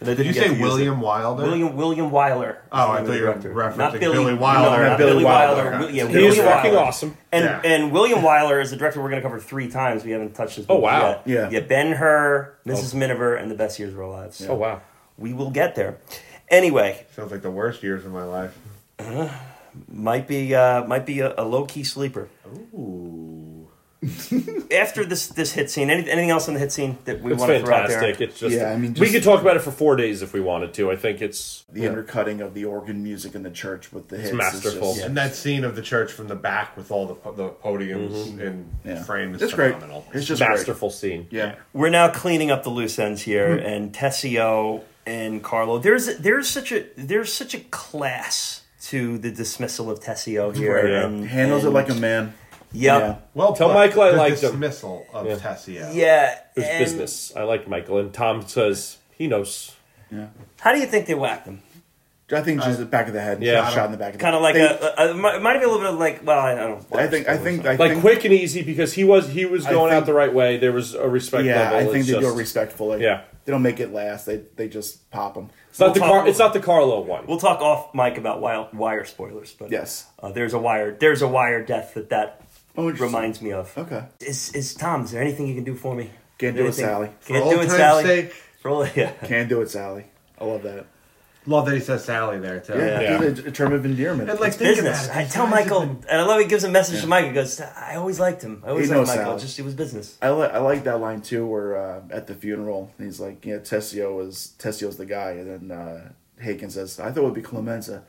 S1: And I didn't
S4: Did you
S1: get to
S4: say
S1: use it.
S4: William Wilder?
S1: William William Wyler. is
S4: Oh, I
S1: the name of
S4: thought
S1: the director.
S4: you were referencing
S1: Not Billy,
S4: Billy Wyler.
S1: No, not
S3: Billy
S1: Billy,
S3: Wilder.
S1: Wyler. Wil- Yeah,
S2: He
S1: Billy
S2: is fucking
S1: Wyler.
S2: awesome.
S1: And
S4: Yeah.
S1: and William Wyler is a director we're going to cover three times. We haven't touched his.
S2: Oh,
S1: movies
S2: wow.
S1: Yet.
S3: Yeah.
S1: yeah. Ben Hur, Mrs. Miniver, and The Best Years of Our Lives.
S2: oh wow.
S1: We will get there. Anyway,
S4: Sounds like the worst years of my life.
S1: might be uh, might be a, a low key sleeper.
S4: Ooh.
S1: After this this hit scene, any, anything else on the hit scene that we
S2: It's
S1: want to throw out
S2: fantastic.
S1: there?
S2: It's just,
S3: Yeah, I mean,
S2: we
S3: just-
S2: could talk about it for four days if we wanted to. I think it's
S3: The undercutting of the organ music in the church with the hits. is
S2: masterful.
S3: just-
S4: And that scene of the church from the back with all the po- the podiums and
S3: yeah.
S4: frames.
S3: It's great.
S4: phenomenal.
S3: It's just great.
S2: masterful scene.
S3: Yeah.
S1: We're now cleaning up the loose ends here,
S3: Hmm.
S1: and Tessio and Carlo. There's there's such a there's such a class to the dismissal of Tessio here.
S2: Right, yeah.
S1: and,
S3: Handles it
S1: and-
S3: like a man.
S1: Yep.
S4: Well,
S2: Tell
S4: put.
S2: Michael I
S4: the
S2: liked him.
S4: dismissal of Tessio.
S1: Yeah.
S2: It was
S1: and
S2: business. I like Michael. And Tom says he knows.
S1: How do you think they whacked him?
S3: I think just the back of the head.
S2: yeah.
S3: Shot in the back of the
S1: Kind of like
S3: They-
S1: a, a, a. Might might be a little bit like. Well, I don't know.
S3: I think. I think. I
S2: Like
S3: think.
S2: quick and easy because he was he was
S3: I
S2: going
S3: think-
S2: out the right way. There was a respect
S3: Yeah,
S2: level.
S3: I think
S2: It's
S3: they do
S2: just-
S3: it respectfully.
S2: Yeah.
S3: They don't make it last. They they just pop them.
S2: It's not
S1: We'll
S2: the
S1: talk-
S2: car. It's not the Carlo one.
S1: We'll talk off mic about wire, wire spoilers, but
S3: Yes.
S1: uh, there's a wire. There's a wire death that that
S3: Oh, interesting.
S1: reminds me of.
S3: Okay.
S1: Is is Tom? Is there anything you can do for me?
S3: Can't do it,
S1: Anything?
S3: Sally.
S4: For
S1: Can't
S4: old
S1: do it,
S4: time's
S1: Sally.
S4: sake,
S1: For all- yeah.
S3: Can do it, Sally. I love that.
S4: love that he says Sally there too.
S3: Yeah.
S2: Yeah.
S3: it's A, a term of endearment.
S4: And like think
S1: Business.
S4: about it.
S1: I
S4: These
S1: tell
S4: guys have
S1: Michael,
S4: been-
S1: and I love he gives a message to Mike. He goes, "I always liked him. I always
S3: He
S1: liked
S3: knows
S1: Michael.
S3: Sally.
S1: Just it was business."
S3: I, li- I like that line too, where uh, at the funeral he's like, "Yeah, Tessio was Tessio's the guy," and then uh, Haken says, "I thought it would be Clemenza."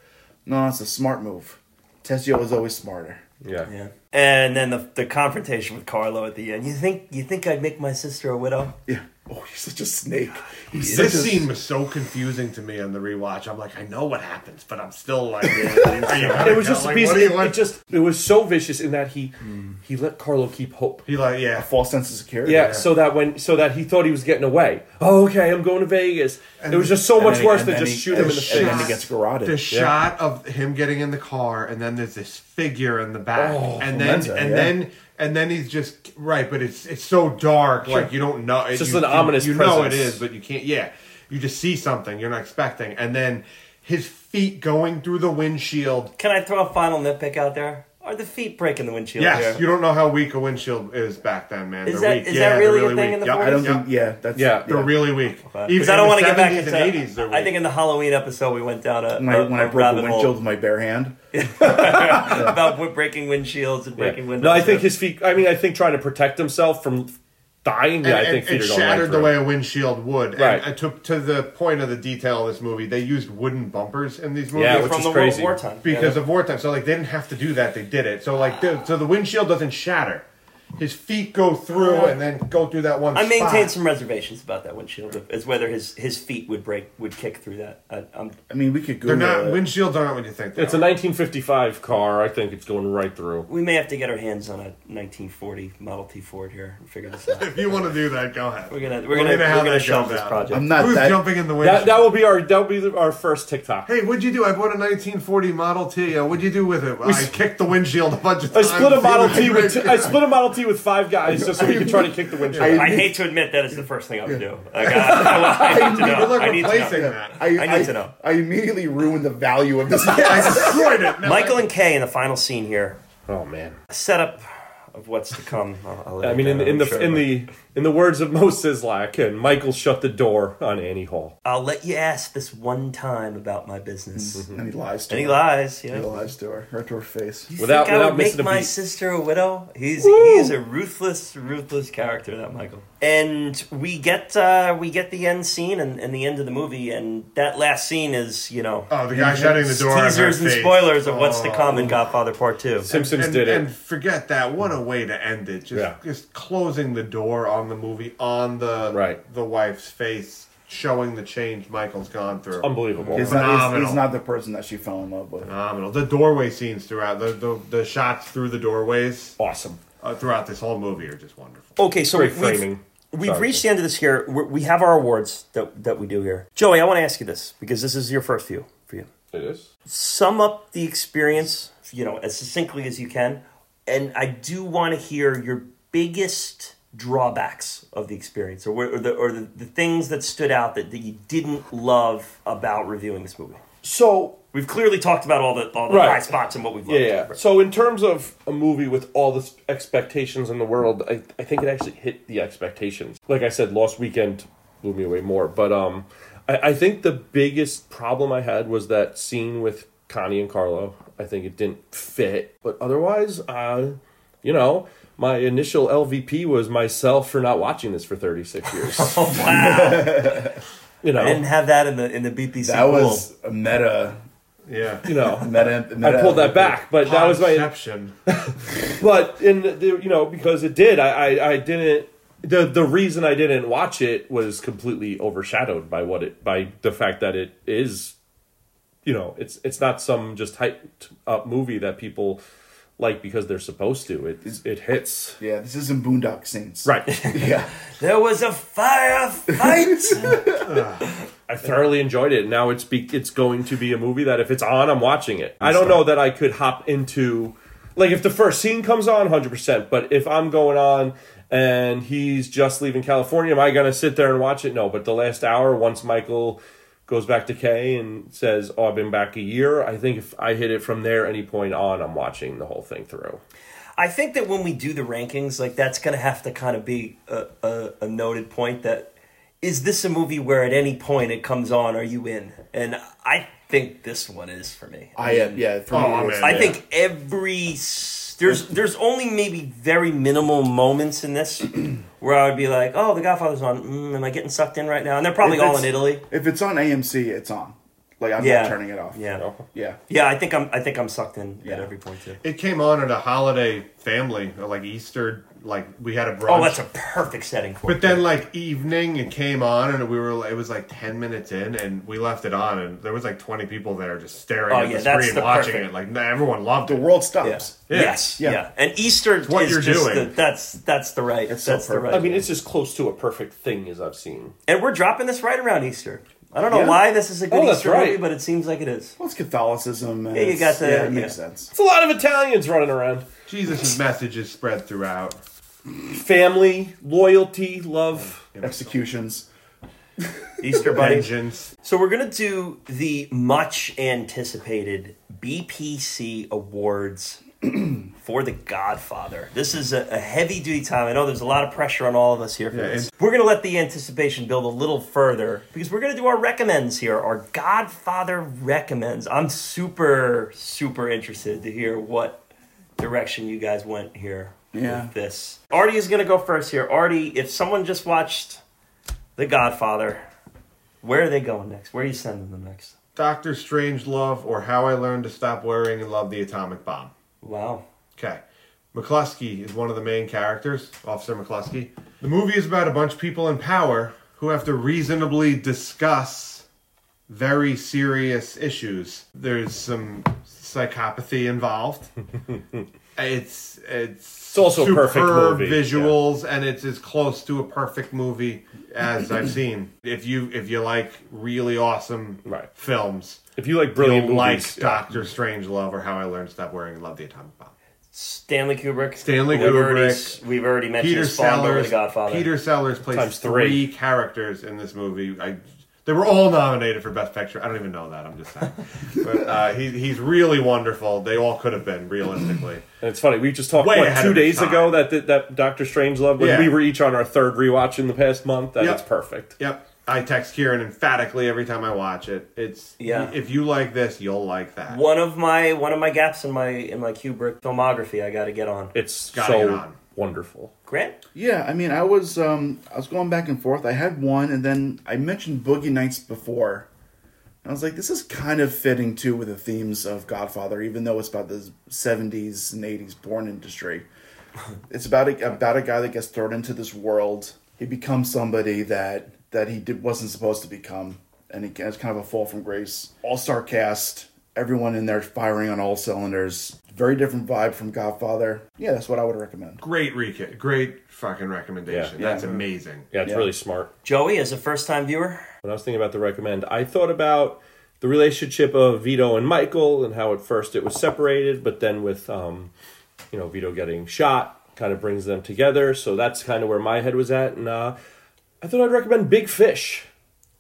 S3: No, it's a smart move. Tessio was always smarter.
S2: Yeah.
S1: Yeah. And then the, the confrontation with Carlo at the end. You think you think I'd make my sister a widow?
S3: Yeah. Oh, he's such a snake. He's
S4: This
S3: such a-
S4: scene was so confusing to me on the rewatch. I'm like, I know what happens, but I'm still like,
S2: It was just a piece.
S4: Of,
S2: Of, it, it just it was so vicious in that he he let Carlo keep hope.
S4: he like, yeah,
S3: false sense of security.
S2: Yeah, so that when so that he thought he was getting away. Oh, okay, I'm going to Vegas.
S4: And-
S2: it was just so
S3: And
S2: much
S3: then he-
S2: worse
S3: and
S2: than
S3: then
S2: just
S3: he-
S2: shoot him in the
S3: and then he
S2: face.
S3: gets garroted.
S4: The shot of him getting in the car, and then there's this figure in the back,
S2: Oh,
S4: and then
S3: Clemenza,
S4: and
S3: yeah.
S4: then and then he's just right, but it's it's so dark, like you don't know. It's
S2: just
S4: you,
S2: an
S4: you-
S2: ominous
S4: You know it
S2: presence.
S4: is, but you can't. Yeah, you just see something you're not expecting, and then his feet going through the windshield.
S1: Can I throw a final nitpick out there? Are the feet breaking the windshield?
S4: Yes,
S1: here?
S4: you don't know how weak a windshield is back then, man.
S1: Is
S4: They're
S1: that-
S4: weak.
S1: is that
S4: yeah, they're
S1: really a
S4: really
S1: thing
S4: weak.
S1: in the
S4: Yup,
S3: I don't
S4: yup.
S3: think. Yeah, that's
S2: Yeah.
S4: They're really weak.
S1: Because I don't want to get back into.
S4: the 80s. They're weak.
S1: I think in the Halloween episode we went down a
S3: When I,
S1: a-
S3: when
S1: a
S3: I broke the
S1: rabbit hole
S3: windshield with my bare hand,
S1: about what breaking windshields and breaking windows.
S2: No, I think his feet. I mean, I think trying to protect himself from dying. Yeah,
S4: and,
S2: I think feet
S4: and, it
S2: are going right
S4: shattered the
S2: through.
S4: way a windshield would.
S2: Right.
S4: And uh, to, to the point of the detail of this movie, they used wooden bumpers in these movies.
S2: Yeah, which
S1: from
S2: is
S1: the
S2: crazy.
S1: World War time.
S4: because of wartime. So like they didn't have to do that. They did it. So like the, so the windshield doesn't shatter. His feet go through and then go through that one.
S1: I maintain
S4: spot.
S1: some reservations about that windshield, as whether his, his feet would break would kick through that. I, I'm
S3: I mean, we could go.
S4: They're not windshields aren't what you think. They
S2: It's a
S4: are.
S2: 1955 car. I think it's going right through.
S1: We may have to get our hands on a 1940 Model T Ford here and figure this out.
S4: If you want to do that, go ahead.
S1: We're gonna we're
S4: We'll
S1: gonna,
S4: see how
S1: we're gonna
S4: that
S1: shelve
S4: goes
S1: this
S4: out.
S1: project.
S3: I'm not
S4: Who's
S3: that.
S4: jumping in the
S2: That
S4: windshield?
S2: that will be our that will be the- our first TikTok.
S4: Hey, what'd you do? I bought a 1940 Model T. Uh, what'd you do with it? I kicked the windshield a bunch of
S2: I
S4: times.
S2: split a Model T
S4: Right.
S2: with I split a Model T with five guys just so we could try to kick the windshield.
S1: I hate to admit that is the first thing I would do. Like, I, I, I need to
S4: Good
S1: know.
S4: luck
S1: I need to
S4: replacing
S1: know.
S4: that.
S3: I,
S1: I need to know.
S3: I immediately ruined the value of this.
S4: I destroyed it. Now
S1: Michael and Kay in the final scene here.
S2: Oh man.
S1: Setup of what's to come. I'll- I'll leave
S2: I mean,
S1: it there, I'm
S2: in, in the
S1: sure.
S2: in the in the words of Mo Sizlak, and Michael shut the door on Annie Hall.
S1: I'll let you ask this one time about my business.
S2: Mm-hmm.
S3: and he lies to
S1: And he
S3: her.
S1: lies. You know?
S3: He lies to her, right to her face.
S1: You
S2: Without-
S1: think I
S2: without
S1: would
S2: missing
S1: make
S2: a
S1: my
S2: beat.
S1: sister a widow? He's he is a ruthless, ruthless character, that Michael. And we get uh, we get the end scene and, and the end of the movie, and that last scene is you know
S4: Oh, the guy shutting the door. in her
S1: teasers and
S4: face.
S1: spoilers of what's to
S4: Oh.
S1: come in Godfather Part Two.
S2: Simpsons
S4: and,
S2: did it.
S4: and forget that. What a way to end it. Just
S2: Yeah.
S4: just closing the door on the movie on the
S2: Right.
S4: the wife's face, showing the change Michael's gone through.
S2: Unbelievable.
S3: He's not, he's,
S4: Phenomenal.
S3: he's not the person that she fell in love with.
S4: Phenomenal. The doorway scenes throughout the the, the shots through the doorways
S2: awesome.
S4: uh, throughout this whole movie are just wonderful.
S1: Okay, so
S2: Great
S1: we've,
S2: framing.
S1: we've
S2: Sorry.
S1: reached the end of this here. We're, we have our awards that that we do here. Joey, I want to ask you this because this is your first view for you.
S2: It is.
S1: sum up the experience, you know, as succinctly as you can. And I do want to hear your biggest drawbacks of the experience or, where, or, the, or the, the things that stood out that, that you didn't love about reviewing this movie.
S2: So
S1: We've clearly talked about all the, all the
S2: Right.
S1: high spots and what we've
S2: yeah,
S1: loved.
S2: yeah. So in terms of a movie with all the s- expectations in the world, I, I think it actually hit the expectations. Like I said, Lost Weekend blew me away more. But um, I, I think the biggest problem I had was that scene with Connie and Carlo. I think it didn't fit. But otherwise, uh, you know, my initial LVP was myself for not watching this for 36 years. you
S1: I Oh, didn't
S2: know,
S1: have that in the, in the BPC
S3: That
S1: pool.
S3: was a meta,
S4: Yeah.
S2: you know.
S3: meta,
S2: I
S3: meta.
S2: pulled that back, but that was my
S4: Conception. Oh,
S2: but in the, the you know because it did I, I i didn't the the reason i didn't watch it was completely overshadowed by what it by the fact that it is you know it's it's not some just hyped up movie that people like because they're supposed to it it hits
S3: Yeah, this isn't Boondock Saints.
S2: right
S3: Yeah.
S1: There was a fire fight.
S2: i thoroughly enjoyed it now it's be, it's going to be a movie that if it's on i'm watching it i don't know that i could hop into like if the first scene comes on 100% but if i'm going on and he's just leaving california am i going to sit there and watch it no but the last hour once michael goes back to kay and says oh i've been back a year i think if i hit it from there any point on i'm watching the whole thing through
S1: I think that when we do the rankings, like that's going to have to kind of be a, a, a noted point that is this a movie where at any point it comes on, are you in? And I think this one is for me.
S3: I am. Yeah. For
S4: Oh,
S3: me, it's-
S4: man.
S1: I think every s- there's there's only maybe very minimal moments in this where I would be like, oh, The Godfather's on. Mm, am I getting sucked in right now? And they're probably
S3: If
S1: all in
S3: it's-
S1: Italy.
S3: If it's on AMC, it's on. Like I'm
S1: Yeah,
S3: not turning it off.
S1: Yeah,
S3: Yeah.
S1: yeah. I think I'm I think I'm sucked in at
S3: Yeah.
S1: every point too.
S4: It came on at a holiday family, or like Easter. Like we had a brunch.
S1: Oh, that's a perfect setting for
S4: But
S1: it.
S4: then, like evening, it came on, and we were. It was like ten minutes in, and we left it on, and there was like twenty people there just staring
S1: Oh,
S4: at
S1: yeah,
S4: the
S1: that's
S4: screen,
S1: the
S4: watching
S1: perfect-
S4: it. Like nah, everyone loved
S3: The
S4: it.
S3: world stops.
S4: Yeah.
S1: Yes, yeah.
S3: Yeah.
S1: And Easter is
S4: what you're
S1: just
S4: doing.
S1: the- that's that's the right.
S3: It's so
S1: that's the right.
S3: perfect.
S2: i mean it's as close to a perfect thing as i've seen
S1: and we're dropping this right around Easter. I don't know
S3: Yeah.
S1: why this is a good
S2: Oh, that's
S1: Easter
S2: right.
S1: movie, but it seems like it is.
S3: Well, it's Catholicism. And
S1: you
S3: it's-
S1: got the-
S3: Yeah, it
S1: yeah.
S3: makes sense.
S2: it's a lot of italians running around
S4: Jesus' message is spread throughout.
S2: family loyalty love
S3: Executions.
S1: Easter bunny.
S4: Vengeance.
S1: so we're gonna do the much anticipated BPC Awards for The Godfather. This is a, a heavy duty time. I know there's a lot of pressure on all of us here for
S4: Yeah,
S1: this. We're gonna let the anticipation build a little further because we're gonna do our recommends here. Our Godfather recommends. I'm super super interested to hear what direction you guys went here
S3: Yeah.
S1: this. Artie is going to go first here. Artie, if someone just watched The Godfather, where are they going next? Where are you sending them next?
S4: Doctor Strange Love or How I Learned to Stop Worrying and Love the Atomic Bomb.
S1: Wow.
S4: Okay. McCluskey is one of the main characters, Officer McCluskey. The movie is about a bunch of people in power who have to reasonably discuss very serious issues. There's some psychopathy involved. it's it's it's
S2: also a perfect movie, yeah.
S4: visuals and it's as close to a perfect movie as I've seen. If you if you like really awesome
S2: Right.
S4: films,
S2: If you like brilliant
S4: you'll
S2: movies,
S4: like
S2: yeah.
S4: Doctor Strange Love or How I Learned to Stop Worrying and Love the Atomic Bomb.
S1: Stanley Kubrick.
S4: Stanley
S1: We've Already,
S4: Kubrick.
S1: s- we've already mentioned
S4: Peter
S1: his fond over The
S4: Sellers.
S1: Godfather.
S4: Peter Sellers plays
S2: Times
S4: three.
S2: three.
S4: characters in this movie. I, they were all nominated for Best Picture. I don't even know that. I'm just saying. but uh, he, he's really wonderful. They all could have been realistically.
S2: And it's funny. We just talked
S4: Way
S2: what,
S4: ahead
S2: two
S4: of its
S2: days ago
S4: time.
S2: that that, that Doctor Strange Love when
S4: Yeah.
S2: we were each on our third rewatch in the past month. That
S4: Yep.
S2: it's perfect.
S4: Yep. I text Kieran emphatically every time I watch it. It's
S1: Yeah.
S4: If you like this, you'll like that.
S1: One of my one of my gaps in my in my Kubrick filmography, I got to get on.
S2: It's
S4: Gotta get
S2: so
S4: on.
S2: wonderful.
S1: Grant,
S3: Yeah, I mean, I was um, I was going back and forth. I had one, and then I mentioned Boogie Nights before. And I was like, this is kind of fitting too with the themes of Godfather, even though it's about the '70s and '80s porn industry. It's about a, about a guy that gets thrown into this world. He becomes somebody that that he did, wasn't supposed to become, and he it's kind of a fall from grace. All star cast, everyone in there firing on all cylinders. Very different vibe from Godfather. Yeah, that's what I would recommend.
S4: Great recap. Great fucking recommendation.
S2: Yeah.
S4: That's amazing.
S2: Yeah, it's
S3: Yeah.
S2: really smart.
S1: Joey, as a first time viewer,
S2: When I was thinking about the recommend, I thought about the relationship of Vito and Michael and how at first it was separated, but then with um, you know Vito getting shot, kind of brings them together. So that's kind of where my head was at, and uh, I thought I'd recommend Big Fish.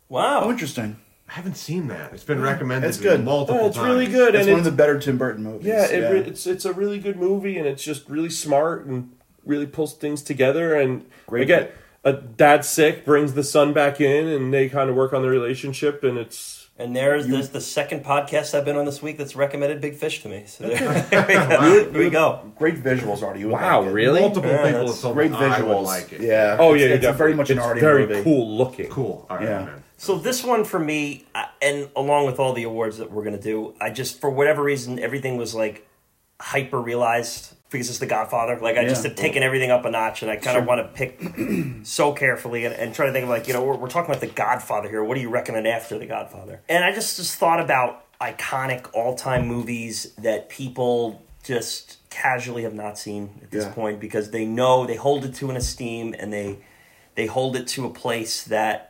S1: wow,
S3: Oh, interesting.
S4: I haven't seen that. It's been recommended
S3: It's good.
S4: multiple
S2: Yeah, it's
S4: times.
S2: really good,
S3: It's
S2: and
S3: one of
S2: it's
S3: the better Tim Burton movies.
S2: Yeah, it, re it's it's a really good movie, and it's just really smart and really pulls things together. And
S3: Great
S2: again,
S3: movie.
S2: a dad's sick brings the son back in, and they kind of work on the relationship, and it's
S1: And there's, there's the second podcast I've been on this week that's recommended Big Fish to me. So there, there we go. Here we go.
S3: great visuals, Artie. You would like it.
S4: Multiple people have told me
S3: Great
S4: I
S3: visuals.
S4: would like it.
S3: Yeah.
S2: Oh
S3: It's-
S2: yeah,
S3: it's, a very much an
S2: it's
S3: Artie
S2: very
S3: movie.
S2: cool looking.
S4: Cool. All right,
S3: Yeah.
S4: man.
S1: So this one for me, I- and along with all the awards that we're gonna do, I just for whatever reason everything was like hyper realized because it's The Godfather. Like I just
S3: Yeah.
S1: have taken everything up a notch, and I kind of want to pick so carefully and, and try to think of like you know we're, we're talking about The Godfather here. What do you recommend after The Godfather? And I just just thought about iconic all time movies that people just casually have not seen at this
S3: Yeah.
S1: point because they know they hold it to an esteem and they they hold it to a place that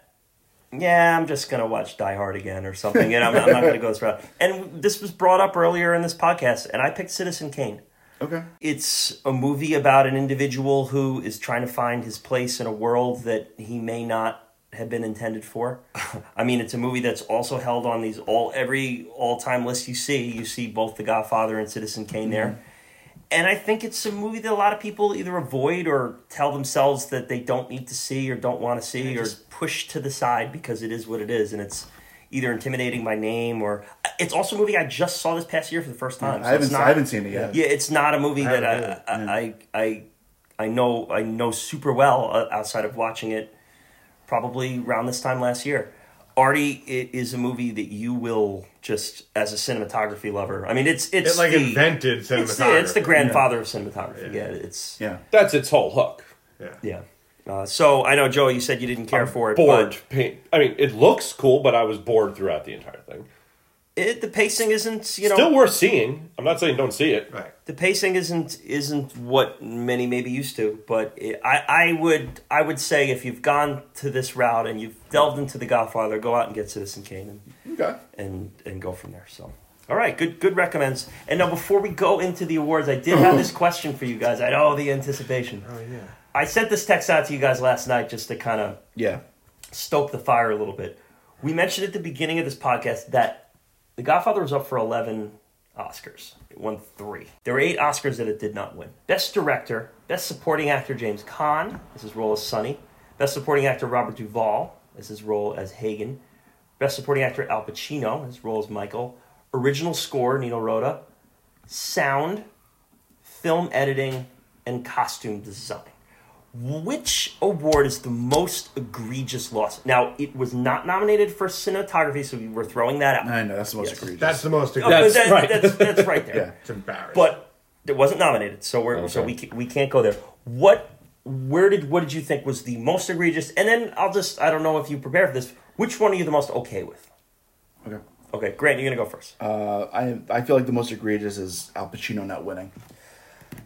S1: yeah, I'm just gonna watch Die Hard again or something, and I'm, I'm not gonna go this route. And this was brought up earlier in this podcast, and I picked Citizen Kane.
S3: Okay.
S1: It's a movie about an individual who is trying to find his place in a world that he may not have been intended for. I mean, it's a movie that's also held on these all every all time list you see. You see both The Godfather and Citizen Kane there. And I think it's a movie that a lot of people either avoid or tell themselves that they don't need to see or don't want to see or push to the side because it is what it is and it's either intimidating by name or it's also a movie I just saw this past year for the first time. so
S3: I haven't
S1: it's not-
S3: I haven't seen it yet.
S1: yeah, it's not a movie that
S4: haven't either.
S1: I, I, I I I know I know super well uh, outside of watching it probably around this time last year. Artie it is a movie that you will just as a cinematography lover. I mean, it's it's
S4: It like
S1: the,
S4: invented cinematography.
S1: It's the, it's the grandfather of cinematography. Yeah, it's
S3: Yeah.
S2: That's its whole hook.
S4: Yeah.
S1: yeah. Uh, so I know Joe, you said you didn't care for it.
S2: Bored.
S1: but
S2: Pain. I mean, it looks cool, but I was bored throughout the entire thing.
S1: It, the pacing isn't you know
S2: Still worth seeing. I'm not saying don't see it.
S4: Right.
S1: the pacing isn't isn't what many may be used to, but it, I I would I would say if you've gone to this route and you've delved into The Godfather, go out and get Citizen Kane
S3: Okay.
S1: and and, and go from there. So. All right, good good recommends. And now before we go into the awards, I did have this question for you guys. I know the anticipation.
S4: Oh yeah.
S1: I sent this text out to you guys last night just to kind of
S3: Yeah.
S1: stoke the fire a little bit. We mentioned at the beginning of this podcast that The Godfather was up for 11 Oscars. It won three. There were eight Oscars that it did not win. Best Director, Best Supporting Actor James Caan, as his role as Sonny. Best Supporting Actor Robert Duvall, as his role as Hagen. Best Supporting Actor Al Pacino, his role as Michael. Original Score, Nino Rota. Sound, Film Editing, and costume design. Which award is the most egregious loss? Now, it was not nominated for cinematography, so we were throwing that out.
S5: I know that's the most egregious.
S4: That's the most.
S1: Oh, but
S2: That's
S1: that-
S2: right.
S1: that's, that's right there.
S4: it's embarrassing.
S1: But it wasn't nominated, so we're so we ca- we can't go there. What? Where did what did you think was the most egregious? And then I'll just I don't know if you prepared for this. Which one are you the most okay with?
S5: okay.
S1: Okay, Grant, you're gonna go first
S5: Uh, I I feel like the most egregious is Al Pacino not winning.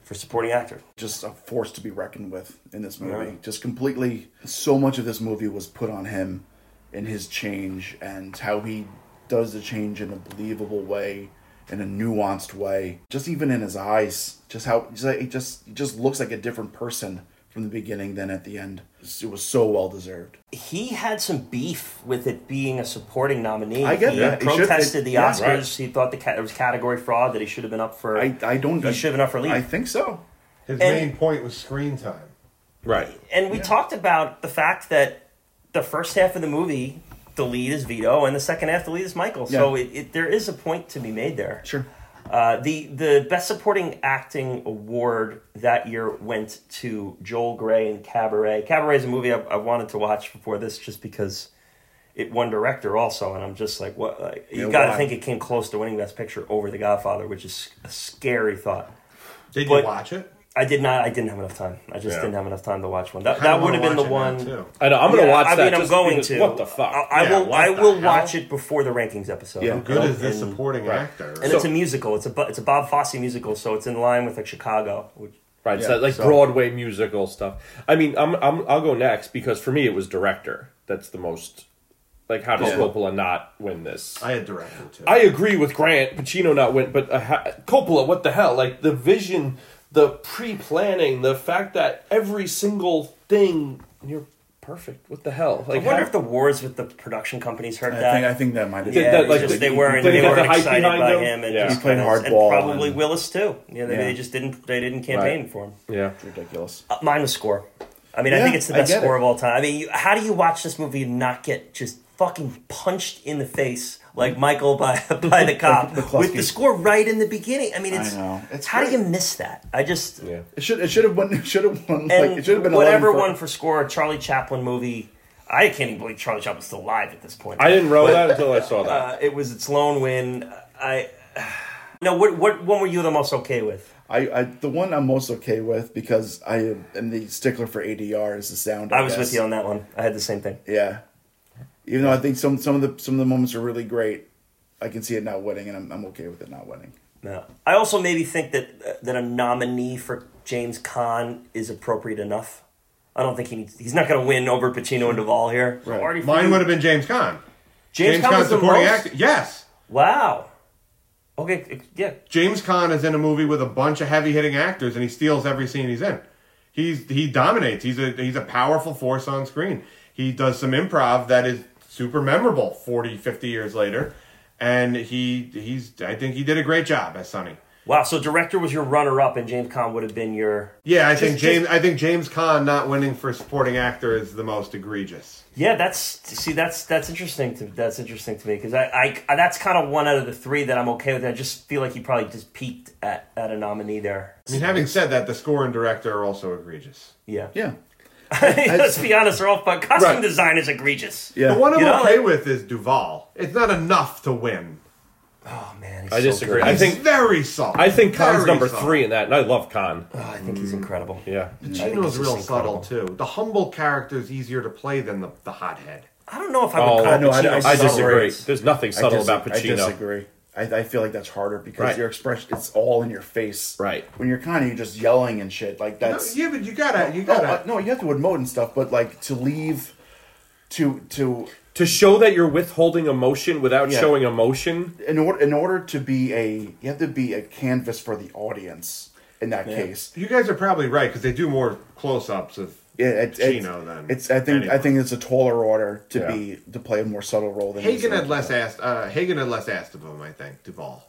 S1: for supporting actor.
S5: Just a force to be reckoned with in this movie.
S1: Yeah.
S5: Just completely. So much of this movie was put on him, in his change and how he does the change in a believable way, in a nuanced way. Just even in his eyes, just how just like, it just he just looks like a different person from the beginning than at the end. It was so well deserved.
S1: He had some beef with it being a supporting nominee.
S5: I get
S1: he
S5: that. It should-
S1: protested
S5: it-
S1: the
S5: yeah,
S1: Oscars.
S5: right.
S1: He thought the ca- it was category fraud that he should have been up for.
S5: I I don't.
S1: He should have been up for lead.
S5: I think so.
S4: His
S1: and-
S4: main point was screen time.
S2: Right.
S1: and we talked about the fact that the first half of the movie, the lead is Vito, and the second half, the lead is Michael. So
S5: Yeah.
S1: it, it, there is a point to be made there.
S5: Sure.
S1: Uh, the the best supporting acting award that year went to Joel Grey in Cabaret. Cabaret is a movie I, I wanted to watch before this, just because it won director also, and I'm just like, what? Like, you
S5: Yeah,
S1: got to
S5: why?
S1: think it came close to winning Best Picture over The Godfather, which is a scary thought.
S4: Did
S1: But-
S4: you watch it?
S1: I did not. I didn't have enough time. I just
S4: Yeah.
S1: didn't have enough time to watch one. That,
S4: Kinda
S1: that would
S4: wanna
S1: have been the
S4: watch it
S1: one.
S4: now, too.
S2: I know. I'm gonna
S1: Yeah,
S2: watch
S1: I
S2: that.
S1: mean, I'm
S2: just
S1: going
S2: because-
S1: to.
S2: What the fuck?
S1: I, I
S4: Yeah,
S1: will.
S4: what
S1: I
S4: the
S1: will
S4: hell?
S1: watch it before the rankings episode.
S5: Yeah.
S4: How good is this
S1: And,
S4: supporting actor?
S1: and it's a
S2: So-
S1: musical. It's a bu- it's a Bob Fosse musical, so it's in line with like Chicago. Which,
S2: Right,
S5: Yeah,
S2: so like
S1: so-
S2: Broadway musical stuff. I mean, I'm, I'm I'll go next because for me it was director. That's the most like how does
S5: Yeah.
S2: Coppola not win this? I,
S4: I had directed too.
S2: agree with Grant. Pacino not win, but uh, ha- Coppola, what the hell? Like the vision, the pre-planning, the fact that every single thing you're perfect. What the hell?
S1: I
S2: Like
S1: wonder
S2: how-
S1: if the wars with the production companies hurt
S5: I
S1: that.
S5: think I think that might have.
S1: yeah,
S2: that,
S1: it's
S2: like,
S1: just
S2: the-
S1: they weren't
S2: they
S1: they,
S2: had the
S1: weren't
S2: hype
S1: excited
S2: behind
S1: by
S2: them?
S1: him, and
S2: Yeah.
S1: just
S2: He
S5: played
S1: kinda-
S5: hardball
S1: and probably
S5: and-
S1: Willis too. Yeah, they, they
S5: Yeah.
S1: just didn't they didn't campaign
S2: Right.
S1: for him.
S2: yeah.
S5: ridiculous.
S1: Uh, mine was score. I mean, I
S5: Yeah,
S1: think it's the
S5: I
S1: best
S5: get
S1: score
S5: it.
S1: of all time. I mean, you, how do you watch this movie and not get just fucking punched in the face like Michael by by the cop with the
S5: McCluskey.
S1: score right in the beginning? I mean, it's,
S5: know. It's
S1: how do
S5: great.
S1: you miss that? I just
S2: Yeah.
S5: It should it should have won. It should have
S1: and
S5: won. Like it should have been
S1: whatever
S5: 11 for-
S1: one for score. A Charlie Chaplin movie. I can't even believe Charlie Chaplin's still alive at this point.
S2: I didn't roll that until I saw that.
S1: Uh, it was its lone win. I no. What what one were you the most okay with?
S5: I, I the one I'm most okay with because I am am the stickler for ADR is the sound.
S1: I was
S5: guess.
S1: with you on that one. I had the same thing.
S5: Yeah, even though I think some some of the some of the moments are really great, I can see it not winning, and I'm I'm okay with it not winning.
S1: No. I also maybe think that that a nominee for James Caan is appropriate enough. I don't think he needs. He's not going to win over Pacino and Duvall here.
S5: Right.
S1: Marty
S4: Mine
S1: Friedman-
S4: would have been James Caan.
S1: James, Caan was the
S4: supporting
S1: most?
S4: actor. Yes.
S1: Wow. Okay. it- Yeah.
S4: James Caan is in a movie with a bunch of heavy hitting actors, and he steals every scene he's in. He's he dominates. He's a he's a powerful force on screen. He does some improv that is super memorable 40, 50 years later, and he he's I think he did a great job as Sonny.
S1: Wow. So director was your runner-up, and James Caan would have been your.
S4: Yeah, I think
S1: Just-
S4: James I think James Caan not winning for supporting actor is the most egregious.
S1: Yeah, that's see, that's that's interesting to that's interesting to me because I, I that's kind of one out of the three that I'm okay with. I just feel like he probably just peaked at at a nominee there.
S4: I mean, having said that, the score and director are also egregious.
S1: Yeah.
S5: Yeah,
S1: Let's be honest, they're all fuck. Costume
S2: Right.
S1: design is egregious.
S5: yeah.
S4: The one I'm
S1: You know,
S4: okay
S1: like-
S4: with is Duval. It's not enough to win.
S1: Oh man, he's
S2: I
S1: so
S2: disagree.
S1: good.
S2: I
S4: He's
S2: think
S4: very soft.
S2: I think Khan's
S4: Very
S2: number
S4: soft.
S2: three in that, and I love Khan.
S1: Oh, I think he's incredible.
S2: Yeah.
S4: Pacino's
S1: it's
S4: real
S1: just
S4: subtle too. The humble character is easier to play than the, the hothead.
S1: I don't know if I would
S2: Oh,
S1: call
S2: I know,
S5: I-
S1: Pacino
S2: I
S5: I
S1: subtle.
S2: disagree.
S5: disagree.
S2: There's nothing subtle
S5: dis-
S2: about
S5: I
S2: Pacino.
S5: disagree. I, I feel like that's harder because
S2: Right.
S5: your expression it's all in your face.
S2: Right.
S5: When you're kind of you're just yelling and shit like
S4: No,
S5: that's
S4: yeah, but you gotta you
S5: no, uh,
S4: gotta.
S5: no you have to emote and stuff, but like to leave to to
S2: to show that you're withholding emotion without
S5: Yeah.
S2: showing emotion.
S5: in order in order to be a you have to be a canvas for the audience in that case.
S4: You guys are probably right because they do more close ups of
S5: Yeah, it, it,
S4: Pacino than
S5: it's. I think I
S4: anyone.
S5: think it's a taller order to
S2: Yeah.
S5: be to play a more subtle role than
S4: Hagen
S5: he's-
S4: had less asked. Uh, Hagen had less asked of him, I think. Duvall.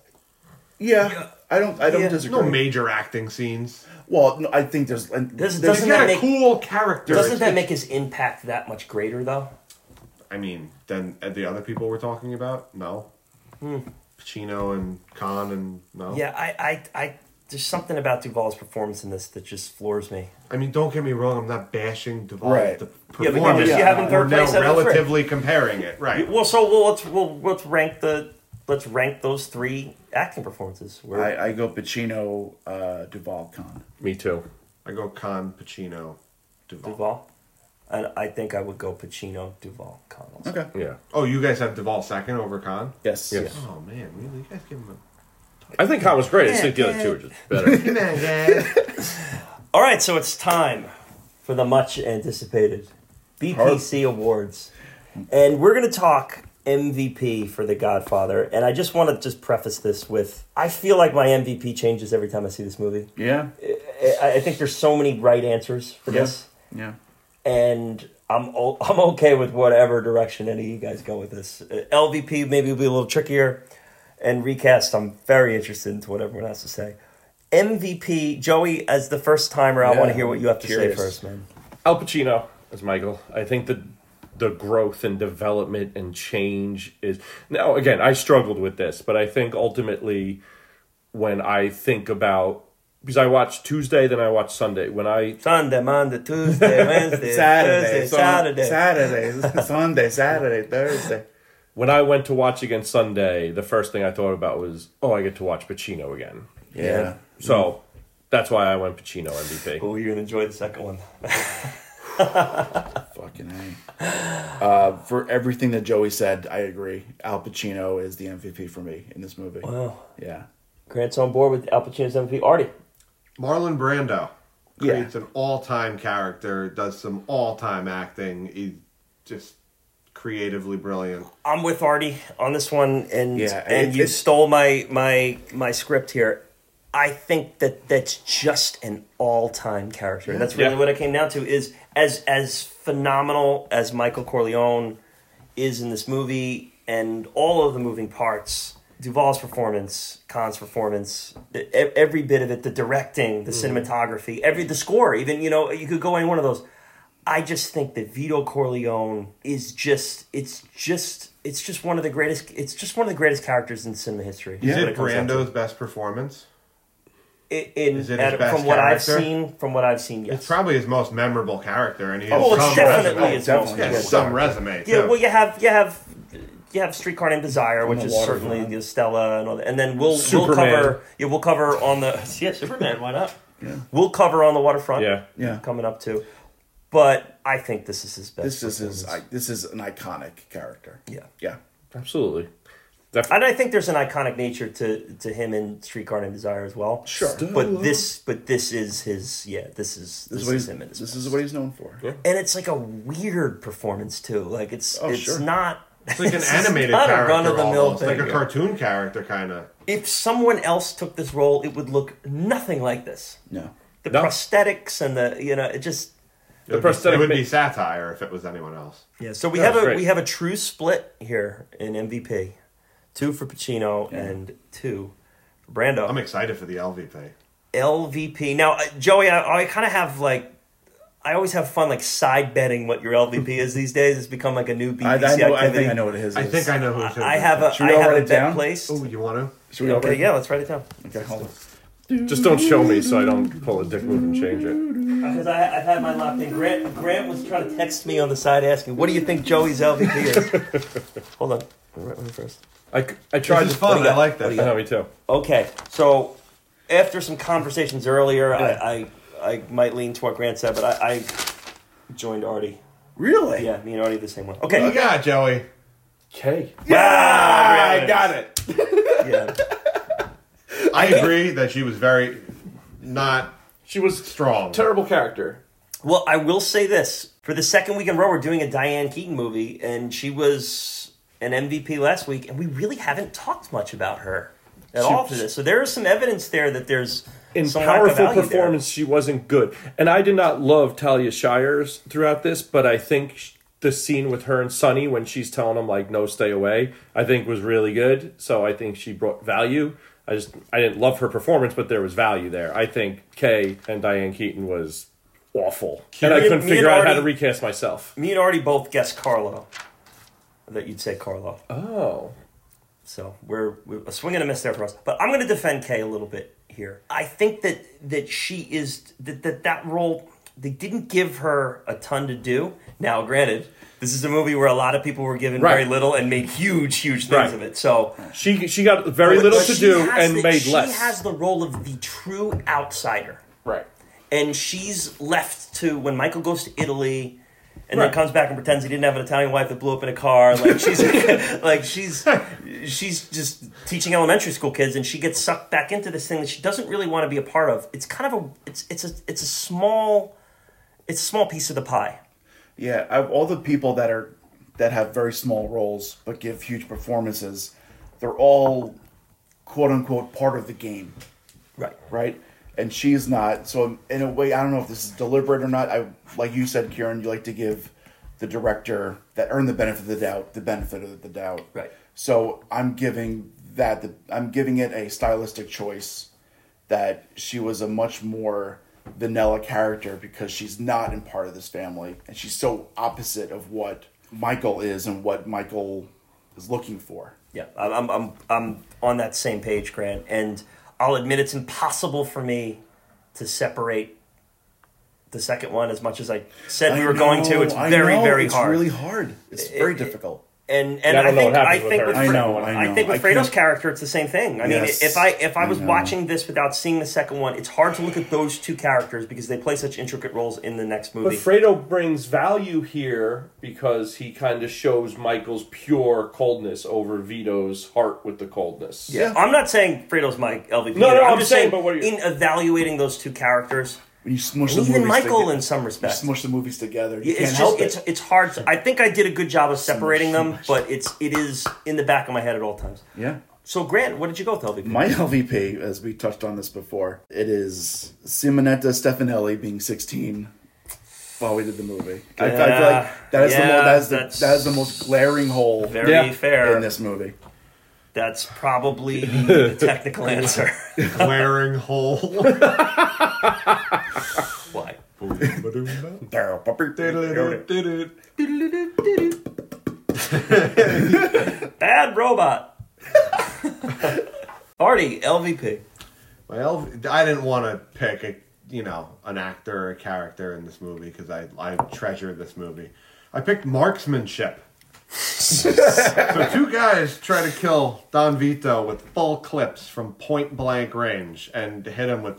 S5: Yeah, I don't. I don't
S1: Yeah.
S5: disagree.
S4: No major acting scenes.
S5: well, no, I think there's. and
S1: This
S5: there's-
S1: Doesn't
S4: He's
S1: that
S4: got a
S1: make-
S4: cool character.
S1: Doesn't
S4: It's-
S1: that make his impact that much greater though?
S4: I mean, than the other people we're talking
S3: Hmm.
S4: about. No. Pacino and Khan and no.
S1: Yeah, I, I, I there's something about Duvall's performance in this that just floors me.
S4: I mean, don't get me wrong. I'm not bashing Duvall.
S3: Right.
S4: The
S3: Yeah,
S1: but you
S4: performance.
S3: just- you have him
S1: third
S4: We're now
S1: place out of the three.
S4: relatively comparing it, right?
S1: Well, so we'll, let's we'll, let's rank the let's rank those three acting performances. Where
S3: I, I go Pacino, uh, Duval, Khan.
S2: Me too.
S4: I go Khan, Pacino, Duvall.
S1: Duvall, and I think I would go Pacino, Duvall, Connell.
S3: Okay.
S2: Yeah.
S4: Oh, you guys have Duvall second over Khan.
S3: Yes.
S2: Yes.
S4: Oh man, really? You guys give him a.
S2: I think Khan was great. I just think the other two are just better.
S4: Come on, guys.
S1: All right, so it's time for the much anticipated BPC Awards. And we're going to talk MVP for The Godfather. And I just want to just preface this with I feel like my MVP changes every time I see this movie.
S3: Yeah.
S1: I, I think there's so many right answers for this.
S3: Yeah.
S1: And I'm, o- I'm okay with whatever direction any of you guys go with this. Uh, LVP maybe will be a little trickier. And recast, I'm very interested into what everyone has to say. MVP, Joey, as the first timer, I
S3: Yeah,
S1: want to hear what you have to
S3: curious.
S1: say first, man.
S2: Al Pacino as Michael. I think the the growth and development and change is now again. I struggled with this, but I think ultimately when I think about because I watched Tuesday, then I watched Sunday. When I
S1: Sunday, Monday, Tuesday, Wednesday,
S3: Saturday,
S1: Thursday,
S3: Sun-
S1: Saturday.
S3: Saturday, Sunday, Saturday, Thursday.
S2: when I went to watch again Sunday, the first thing I thought about was, oh, I get to watch Pacino again.
S3: Yeah.
S2: So that's why I went Pacino MVP.
S1: Oh, you're gonna enjoy the second one.
S3: Fucking A. Uh, for everything that Joey said, I agree. Al Pacino is the MVP for me in this movie.
S1: Wow,
S3: Yeah.
S1: Grant's on board with Al Pacino's MVP. Artie,
S4: Marlon Brando
S3: Yeah.
S4: creates an all-time character, does some all-time acting. He's just creatively brilliant.
S1: I'm with Artie on this one, and
S3: Yeah,
S1: and
S3: it-
S1: you
S3: it-
S1: stole my my my script here. I think that that's just an all time character, and that's really
S2: Yeah.
S1: what I came down to. Is as as phenomenal as Michael Corleone is in this movie, and all of the moving parts. Duvall's performance, Khan's performance, e- every bit of it, the directing, the cinematography, every the score, even you know, you could go any one of those. I just think that Vito Corleone is just it's just it's just one of the greatest it's just one of the greatest characters in cinema history.
S4: Is
S1: what
S4: it
S1: comes down to.
S4: Brando's best performance?
S1: I- in,
S4: is it
S1: at-
S4: his best
S1: from what I've
S4: character?
S1: seen from what I've seen, yes.
S4: It's probably his most memorable character, and he has
S1: Oh, it's
S4: some
S1: definitely
S4: resume.
S1: his
S3: definitely.
S1: most
S4: He has
S1: memorable
S4: some resume too.
S1: Yeah, well, you have you have you have Streetcar Named Desire, which
S3: the
S1: is
S3: waterfront.
S1: certainly the Stella, and all that. And then we'll
S2: Superman.
S1: we'll cover yeah we'll cover on the yeah Superman. Why not?
S3: Yeah.
S1: We'll cover on the waterfront.
S2: Yeah.
S3: Yeah.
S1: coming up too. But I think this is his best.
S3: This is his,
S1: performance.
S3: I, this is an iconic character.
S1: yeah.
S3: Yeah.
S2: Absolutely. Def-
S1: And I think there's an iconic nature to to him in Streetcar Named Desire as well.
S3: Sure.
S1: But this but this is his yeah, this is this,
S3: This is what
S1: is
S3: he's,
S1: him in his
S3: this is what he's known for.
S2: Yeah.
S1: and it's like a weird performance too. Like it's
S3: Oh,
S1: it's
S3: sure.
S1: not
S4: it's like an
S1: it's
S4: animated
S1: not a
S4: character,
S1: run-of-the-mill
S4: almost, like
S1: thing,
S4: a
S1: yeah.
S4: cartoon character, kind of.
S1: if someone else took this role, it would look nothing like this.
S3: No.
S1: The
S2: No.
S1: prosthetics and the you know it just
S4: It, would be- it
S2: prosthetic
S4: would
S2: ma-
S4: be satire if it was anyone else.
S1: yeah. So we
S2: No,
S1: have
S2: it's
S1: a
S2: great.
S1: we have a true split here in MVP, two for Pacino and two for Brando.
S4: I'm excited for the LVP.
S1: LVP. Now, uh, Joey, I, I kind of have like. I always have fun like side betting what your LVP is these days. It's become like a new BPC
S3: I, I, know, I
S1: activity.
S3: think I know what his is.
S4: I think I know who. it is.
S1: I have a
S3: Should we
S1: I
S3: all
S1: have
S3: write
S1: a
S3: it
S1: bet
S3: down?
S1: placed.
S4: Oh, you want to?
S3: Should we
S1: okay,
S3: open it?
S1: yeah, let's write it down.
S3: Okay, hold on.
S2: Just don't show me so I don't pull a dick move and change it.
S1: Because Uh, I, I've had mine locked in. Grant Grant was trying to text me on the side asking, "What do you think Joey's LVP is?" Hold on, I'll write one first.
S2: I, c- I tried
S4: This is
S2: to-
S4: fun.
S2: What do you
S4: I like
S2: got?
S4: this.
S2: I know, me too.
S1: Okay, so after some conversations earlier, I, I I might lean to what Grant said, but I, I joined Artie.
S3: Really?
S1: Yeah, me and Artie the same one. Okay,
S4: You got it, Joey.
S2: Okay.
S1: Ah,
S3: I got it.
S1: yeah.
S4: I agree that she was very not
S2: She was
S4: strong.
S2: terrible character.
S1: Well, I will say this: for the second week in a row, we're doing a Diane Keaton movie, and she was an MVP last week, and we really haven't talked much about her at all to this. So there is some evidence there that there's
S2: in
S1: some lack of
S2: powerful
S1: value there.
S2: performance, she wasn't good. And I did not love Talia Shires throughout this, but I think sh- the scene with her and Sonny when she's telling him like no, stay away, I think was really good. So I think she brought value. I just I didn't love her performance, but there was value there. I think Kay and Diane Keaton was awful, and
S1: Me
S2: I
S1: and-
S2: couldn't
S1: me and
S2: figure out how
S1: Artie-
S2: to recast myself.
S1: Me and Artie both guessed Carlo. That you'd say Carlo.
S2: Oh,
S1: So we're, we're a swing and a miss there for us. But I'm going to defend Kay a little bit here. I think that that she is that that, that role they didn't give her a ton to do. Now, granted, this is a movie where a lot of people were given very
S2: Right.
S1: little and made huge, huge things
S2: Right.
S1: of it. So
S2: She she got very little
S1: But
S2: to
S1: she
S2: do
S1: has
S2: and
S1: the-
S2: made
S1: she
S2: less.
S1: has the role of the true outsider.
S2: right.
S1: and she's left to when Michael goes to Italy and
S2: Right.
S1: then comes back and pretends he didn't have an Italian wife that blew up in a car. Like she's like she's she's just teaching elementary school kids and she gets sucked back into this thing that she doesn't really want to be a part of. It's kind of a it's it's a it's a small it's a small piece of the pie.
S5: Yeah, of all the people that are that have very small roles but give huge performances, they're all quote unquote part of the game,
S1: Right.
S5: right? And she's not. So in a way, I don't know if this is deliberate or not. I like you said, Kieran, you like to give the director that earned the benefit of the doubt the benefit of the doubt.
S1: Right.
S5: So I'm giving that the, I'm giving it a stylistic choice that she was a much more vanilla character because she's not in part of this family and she's so opposite of what Michael is and what Michael is looking for.
S1: Yeah, I'm, I'm, I'm, I'm on that same page, Grant. And I'll admit it's impossible for me to separate the second one as much as I said we
S5: I
S1: were going to.
S5: know,
S1: It's
S5: I
S1: very,
S5: know,
S1: very
S5: it's
S1: hard.
S5: really hard. It's very difficult.
S1: and and
S2: I
S1: I,
S2: don't know
S1: think
S2: what
S1: I
S2: happens with
S1: think
S2: her.
S1: with
S2: I
S1: Fre-
S5: know, I know.
S1: think
S5: I
S1: with Fredo's
S5: can't-
S1: character, it's the same thing. I mean,
S5: Yes,
S1: if I if I
S5: I
S1: was
S5: know.
S1: watching this without seeing the second one, it's hard to look at those two characters because they play such intricate roles in the next
S2: But
S1: movie.
S2: Fredo brings value here because he kind of shows Michael's pure coldness over Vito's heart with the coldness.
S1: Yeah, I'm not saying Fredo's my LVP.
S2: No, no,
S1: I'm,
S2: I'm
S1: just
S2: saying,
S1: saying,
S2: but what are you-
S1: in evaluating those two characters,
S5: When you smush the
S1: even
S5: movies
S1: Michael
S5: toge-
S1: in some
S5: you
S1: respects,
S5: smush the movies together. You can't
S1: it's
S5: help
S1: just it's
S5: it.
S1: it's hard. To, I think I did a good job of separating them, but it's it is in the back of my head at all times.
S5: Yeah.
S1: So Grant, what did you go with LVP?
S5: My LVP, as we touched on this before, it is Simonetta Stefanelli being 16 while we did the movie. I, I feel
S1: Yeah.
S5: like that is the
S1: Yeah,
S5: most that is the,
S1: that's-
S5: that is the most glaring hole
S1: Very
S2: Yeah.
S1: fair.
S5: in this movie.
S1: That's probably the technical answer.
S4: glaring hole.
S1: Why? Bad robot. Artie, LVP.
S4: Well, I didn't want to pick a you know an actor or a character in this movie because I I treasure this movie. I picked marksmanship. so two guys try to kill Don Vito with full clips from point blank range and hit him with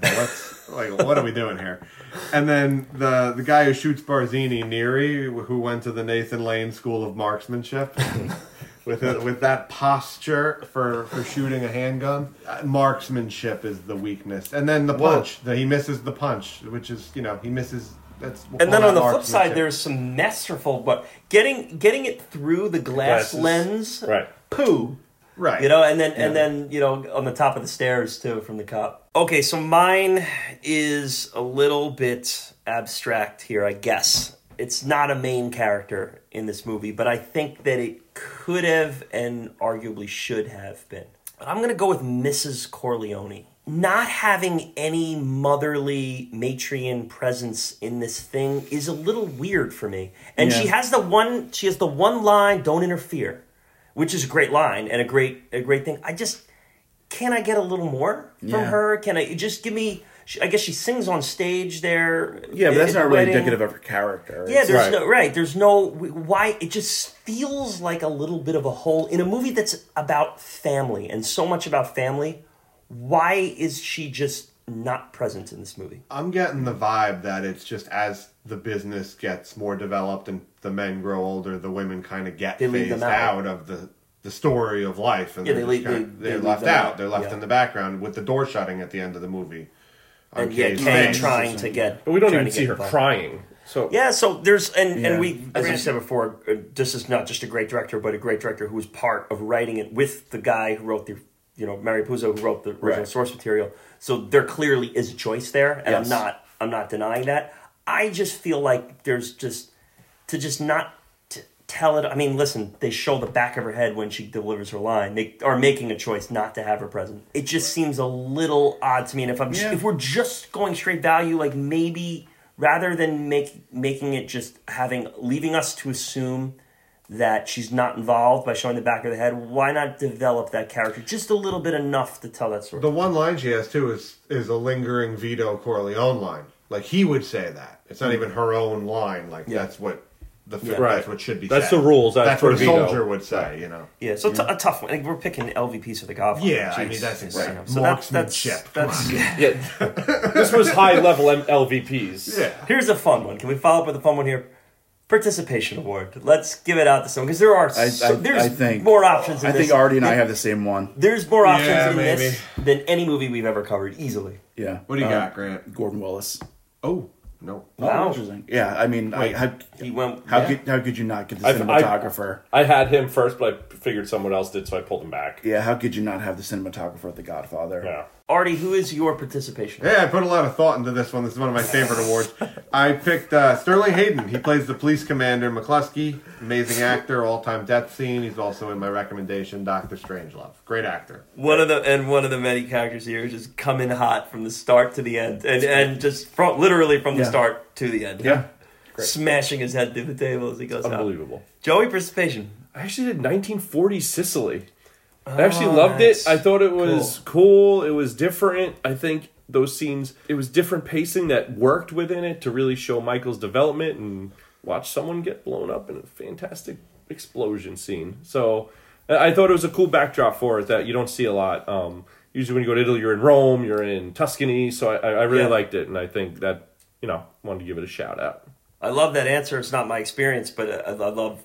S4: bullets. like what are we doing here? And then the the guy who shoots Barzini, Neri, who went to the Nathan Lane School of Marksmanship. with a, with that posture for for shooting a handgun. Uh, marksmanship is the weakness, and then the punch. The, he misses the punch, which is you know he misses. That's we'll
S1: And
S4: call
S1: then on
S4: that
S1: the flip side,
S4: marksmanship.
S1: there's some masterful, but getting getting it through the glass
S2: Glasses.
S1: lens,
S2: Right.
S1: Poo.
S4: right.
S1: You know, and then and then you know on the top of the stairs too from the cop. Okay, so mine is a little bit abstract here, I guess. It's not a main character in this movie, but I think that it could have and arguably should have been. But I'm gonna go with Mrs. Corleone. Not having any motherly matrian presence in this thing is a little weird for me. And she has the one she has the one line, don't interfere which is a great line and a great a great thing. I just can I get a little more from
S5: Yeah.
S1: her? Can I just give me? she- I guess she sings on stage there.
S5: Yeah, but that's
S1: at
S5: not
S1: the
S5: really
S1: wedding.
S5: indicative of her character.
S1: Yeah, there's
S2: Right.
S1: no right. There's no why. It just feels like a little bit of a hole in a movie that's about family and so much about family. Why is she just not present in this movie?
S4: I'm getting the vibe that it's just as the business gets more developed and the men grow older, the women kind of get
S1: They leave
S4: phased
S1: them out.
S4: out. of the the story of life, and
S1: Yeah,
S4: they're,
S1: they
S4: just
S1: leave-
S4: kinda-
S1: they-
S4: they're
S1: they leave
S4: left
S1: them
S4: out.
S1: out.
S4: They're left
S1: Yeah.
S4: in the background with the door shutting at the end of the movie.
S1: And yeah,
S4: Okay,
S1: Kane
S4: thanks.
S1: trying to get.
S2: But we don't
S1: trying
S2: even
S1: to
S2: see
S1: get
S2: her
S1: involved.
S2: crying. So
S1: Yeah, so there's and
S5: Yeah.
S1: and we as I said before, uh, this is not just a great director, but a great director who was part of writing it with the guy who wrote the you know Mary Puzo who wrote the original
S2: Right.
S1: source material. So there clearly is a choice there, and
S5: Yes.
S1: I'm not I'm not denying that. I just feel like there's just to just not t- tell it. I mean, listen, they show the back of her head when she delivers her line. They are making a choice not to have her present. It just seems a little odd to me. And if I'm
S5: Yeah.
S1: if we're just going straight value, like maybe rather than make making it just having leaving us to assume that she's not involved by showing the back of the head. Why not develop that character just a little bit enough to tell that story?
S4: The one line she has too is is a lingering Vito Corleone line. Like he would say that. It's
S1: Mm.
S4: not even her own line. Like that's what the fi-
S2: Right.
S4: that's what should be.
S2: That's
S4: said.
S2: the rules, that's
S4: That's what
S2: for
S4: a
S2: Vito.
S4: soldier would say. You know.
S1: yeah, so it's a- a tough one. Like, we're picking LVPs for the Godfather.
S4: Yeah, I
S1: Jeez.
S4: mean that's
S1: You
S4: insane.
S1: know, So that's that's
S4: Marksmanship.
S1: that's.
S2: Yeah, this was high level M- LVPs.
S4: yeah.
S1: Here's a fun one. Can we follow up with a fun one here? Participation award. Let's give it out to someone because there are
S3: I,
S1: so,
S3: I-
S1: there's
S3: I think
S1: more options. In
S3: I
S1: this.
S3: think Artie and I have the same one.
S1: There's more options
S4: Yeah,
S1: in
S4: maybe.
S1: this than any movie we've ever covered, easily.
S3: Yeah.
S4: What do
S1: Um,
S4: you
S3: Uh,
S4: got, Grant?
S3: Gordon Willis.
S4: Oh no.
S1: Wow.
S3: interesting. Yeah, I mean, I, how,
S1: He went.
S3: how could how could you not get the
S2: I've- I've-
S3: cinematographer?
S2: I had him first, but I figured someone else did, so I pulled him back.
S3: yeah, how could you not have the cinematographer of The Godfather?
S2: Yeah.
S1: Artie, who is your participation?
S4: Yeah, I put a lot of thought into this one. This is one of my favorite awards. I picked uh, Sterling Hayden. He plays the police commander McCluskey. Amazing actor, all-time death scene. He's also in my recommendation, Doctor Strangelove. Great actor.
S1: One of the and one of the many characters here is just come in hot from the start to the end, and and just from, literally from the
S3: Yeah.
S1: start to the end.
S3: Yeah.
S1: smashing his head through the table as he goes out.
S2: Unbelievable.
S1: Joey participation.
S2: I actually did 1940 Sicily. I actually
S1: Oh,
S2: loved
S1: nice.
S2: it. I thought it was cool. It was different. I think those scenes, it was different pacing that worked within it to really show Michael's development and watch someone get blown up in a fantastic explosion scene. So I I thought it was a cool backdrop for it that you don't see a lot. Um, usually when you go to Italy, you're in Rome, you're in Tuscany. So I, I I really
S1: Yeah.
S2: liked it. And I think that, you know, wanted to give it a shout out.
S1: I love that answer. It's not my experience, but uh, I, I love,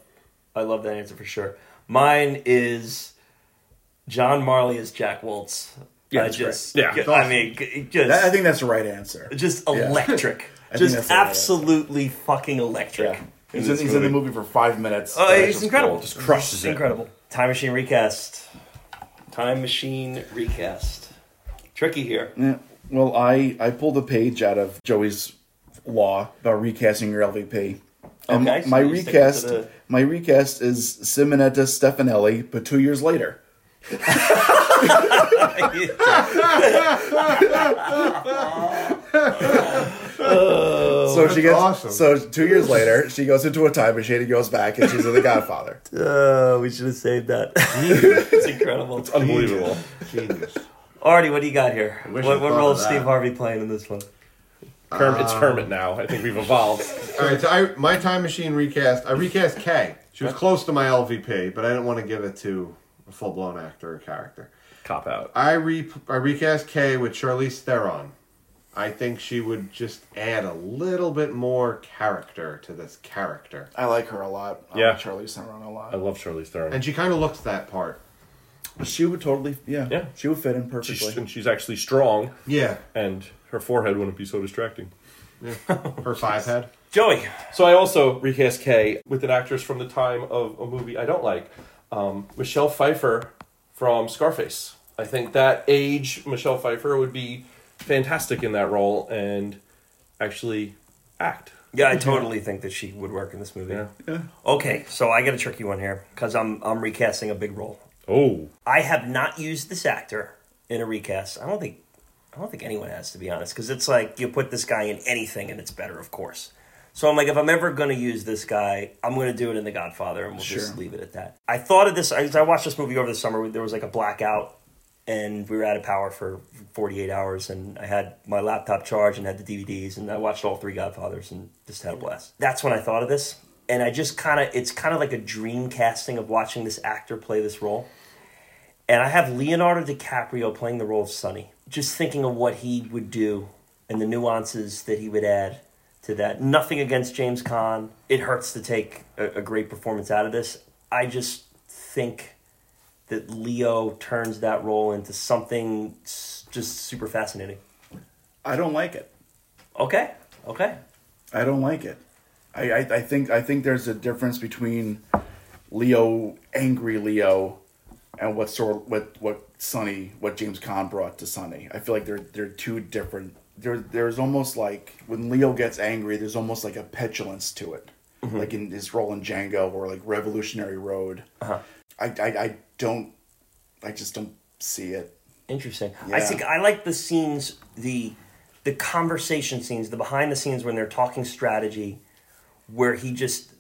S1: I love that answer for sure. Mine is John Marley as Jack Waltz.
S2: Yeah,
S1: I
S2: that's
S1: just,
S2: great. Yeah.
S1: I mean, g- just,
S3: That- I think that's the right answer.
S1: just
S3: Yeah.
S1: electric,
S3: I think that's
S1: just
S3: the right
S1: absolutely fucking electric.
S3: Yeah. He's, in, he's in the movie for five minutes.
S1: Oh,
S3: That's
S1: it's
S3: just
S1: incredible.
S3: cool.
S1: Just
S2: crushes it.
S1: Incredible. Time machine recast. Time machine recast. Tricky here.
S3: Yeah. Well, I, I pulled a page out of Joey's law about recasting your LVP. And
S1: Okay, so
S3: Um, my
S1: you're sticking to
S3: recast
S1: the-
S3: my recast is Simonetta Stefanelli, but two years later.
S1: Oh,
S3: so she gets
S4: awesome.
S3: so two years later she goes into a time machine and goes back and she's in The Godfather.
S1: Oh, we should have saved that. it's incredible.
S2: Unbelievable.
S4: Genius.
S1: Artie, what do you got here?
S4: wish
S1: What,
S4: I
S1: what
S4: thought
S1: role
S4: of
S1: is
S4: that.
S1: Steve Harvey playing in this one?
S2: Kermit,
S1: Um,
S2: it's Kermit now. I think we've evolved.
S4: All right, so I, my time machine recast. I recast Kay. She was close to my LVP, but I didn't want to give it to a full blown actor or character.
S2: Cop out.
S4: I re I recast Kay with Charlize Theron. I think she would just add a little bit more character to this character,
S3: I like her a lot. I
S2: Yeah.
S3: like Charlie Theron a
S2: I
S3: lot.
S2: love Charlize Theron.
S4: and she kind of looks that part.
S3: She would totally yeah.
S2: Yeah.
S3: She would fit in
S2: she's,
S3: perfectly.
S2: and she's actually strong,
S4: Yeah,
S2: and her forehead wouldn't be so distracting.
S4: her five head.
S1: Joey.
S2: So I also recast Kay with an actress from the time of a movie I don't like, um, Michelle Pfeiffer from Scarface. I think that age Michelle Pfeiffer would be fantastic in that role and actually act.
S1: Yeah, I totally think that she would work in this movie.
S2: Yeah.
S1: Okay, so I got a tricky one here because I'm I'm recasting a big role.
S2: Oh,
S1: I have not used this actor in a recast. I don't think I don't think anyone has to be honest because it's like you put this guy in anything and it's better, of course. So I'm like, if I'm ever gonna use this guy, I'm gonna do it in The Godfather, and we'll just leave it at that. I thought of this. I, I watched this movie over the summer. There was like a blackout, and we were out of power for 48 hours. And I had my laptop charged and had the DVDs, and I watched all three Godfathers and just had a blast. That's when I thought of this, and I just kind of it's kind of like a dream casting of watching this actor play this role. And I have Leonardo DiCaprio playing the role of Sonny. Just thinking of what he would do and the nuances that he would add to that. Nothing against James Caan. It hurts to take a, a great performance out of this. I just think that Leo turns that role into something s- just super fascinating.
S3: I don't like it.
S1: Okay, okay.
S3: I don't like it. I, I, I think I think there's a difference between Leo, angry Leo, and what sort what what Sonny what James Caan brought to Sonny. I feel like they're they're two different. There there's almost like when Leo gets angry, there's almost like a petulance to it,
S1: Mm-hmm.
S4: Mm-hmm.
S3: like in his role in Django or like Revolutionary Road.
S4: Uh-huh.
S3: I, I I don't I just don't see it.
S1: Interesting. I
S3: Yeah.
S1: think I like the scenes, the the conversation scenes, the behind the scenes when they're talking strategy, where he just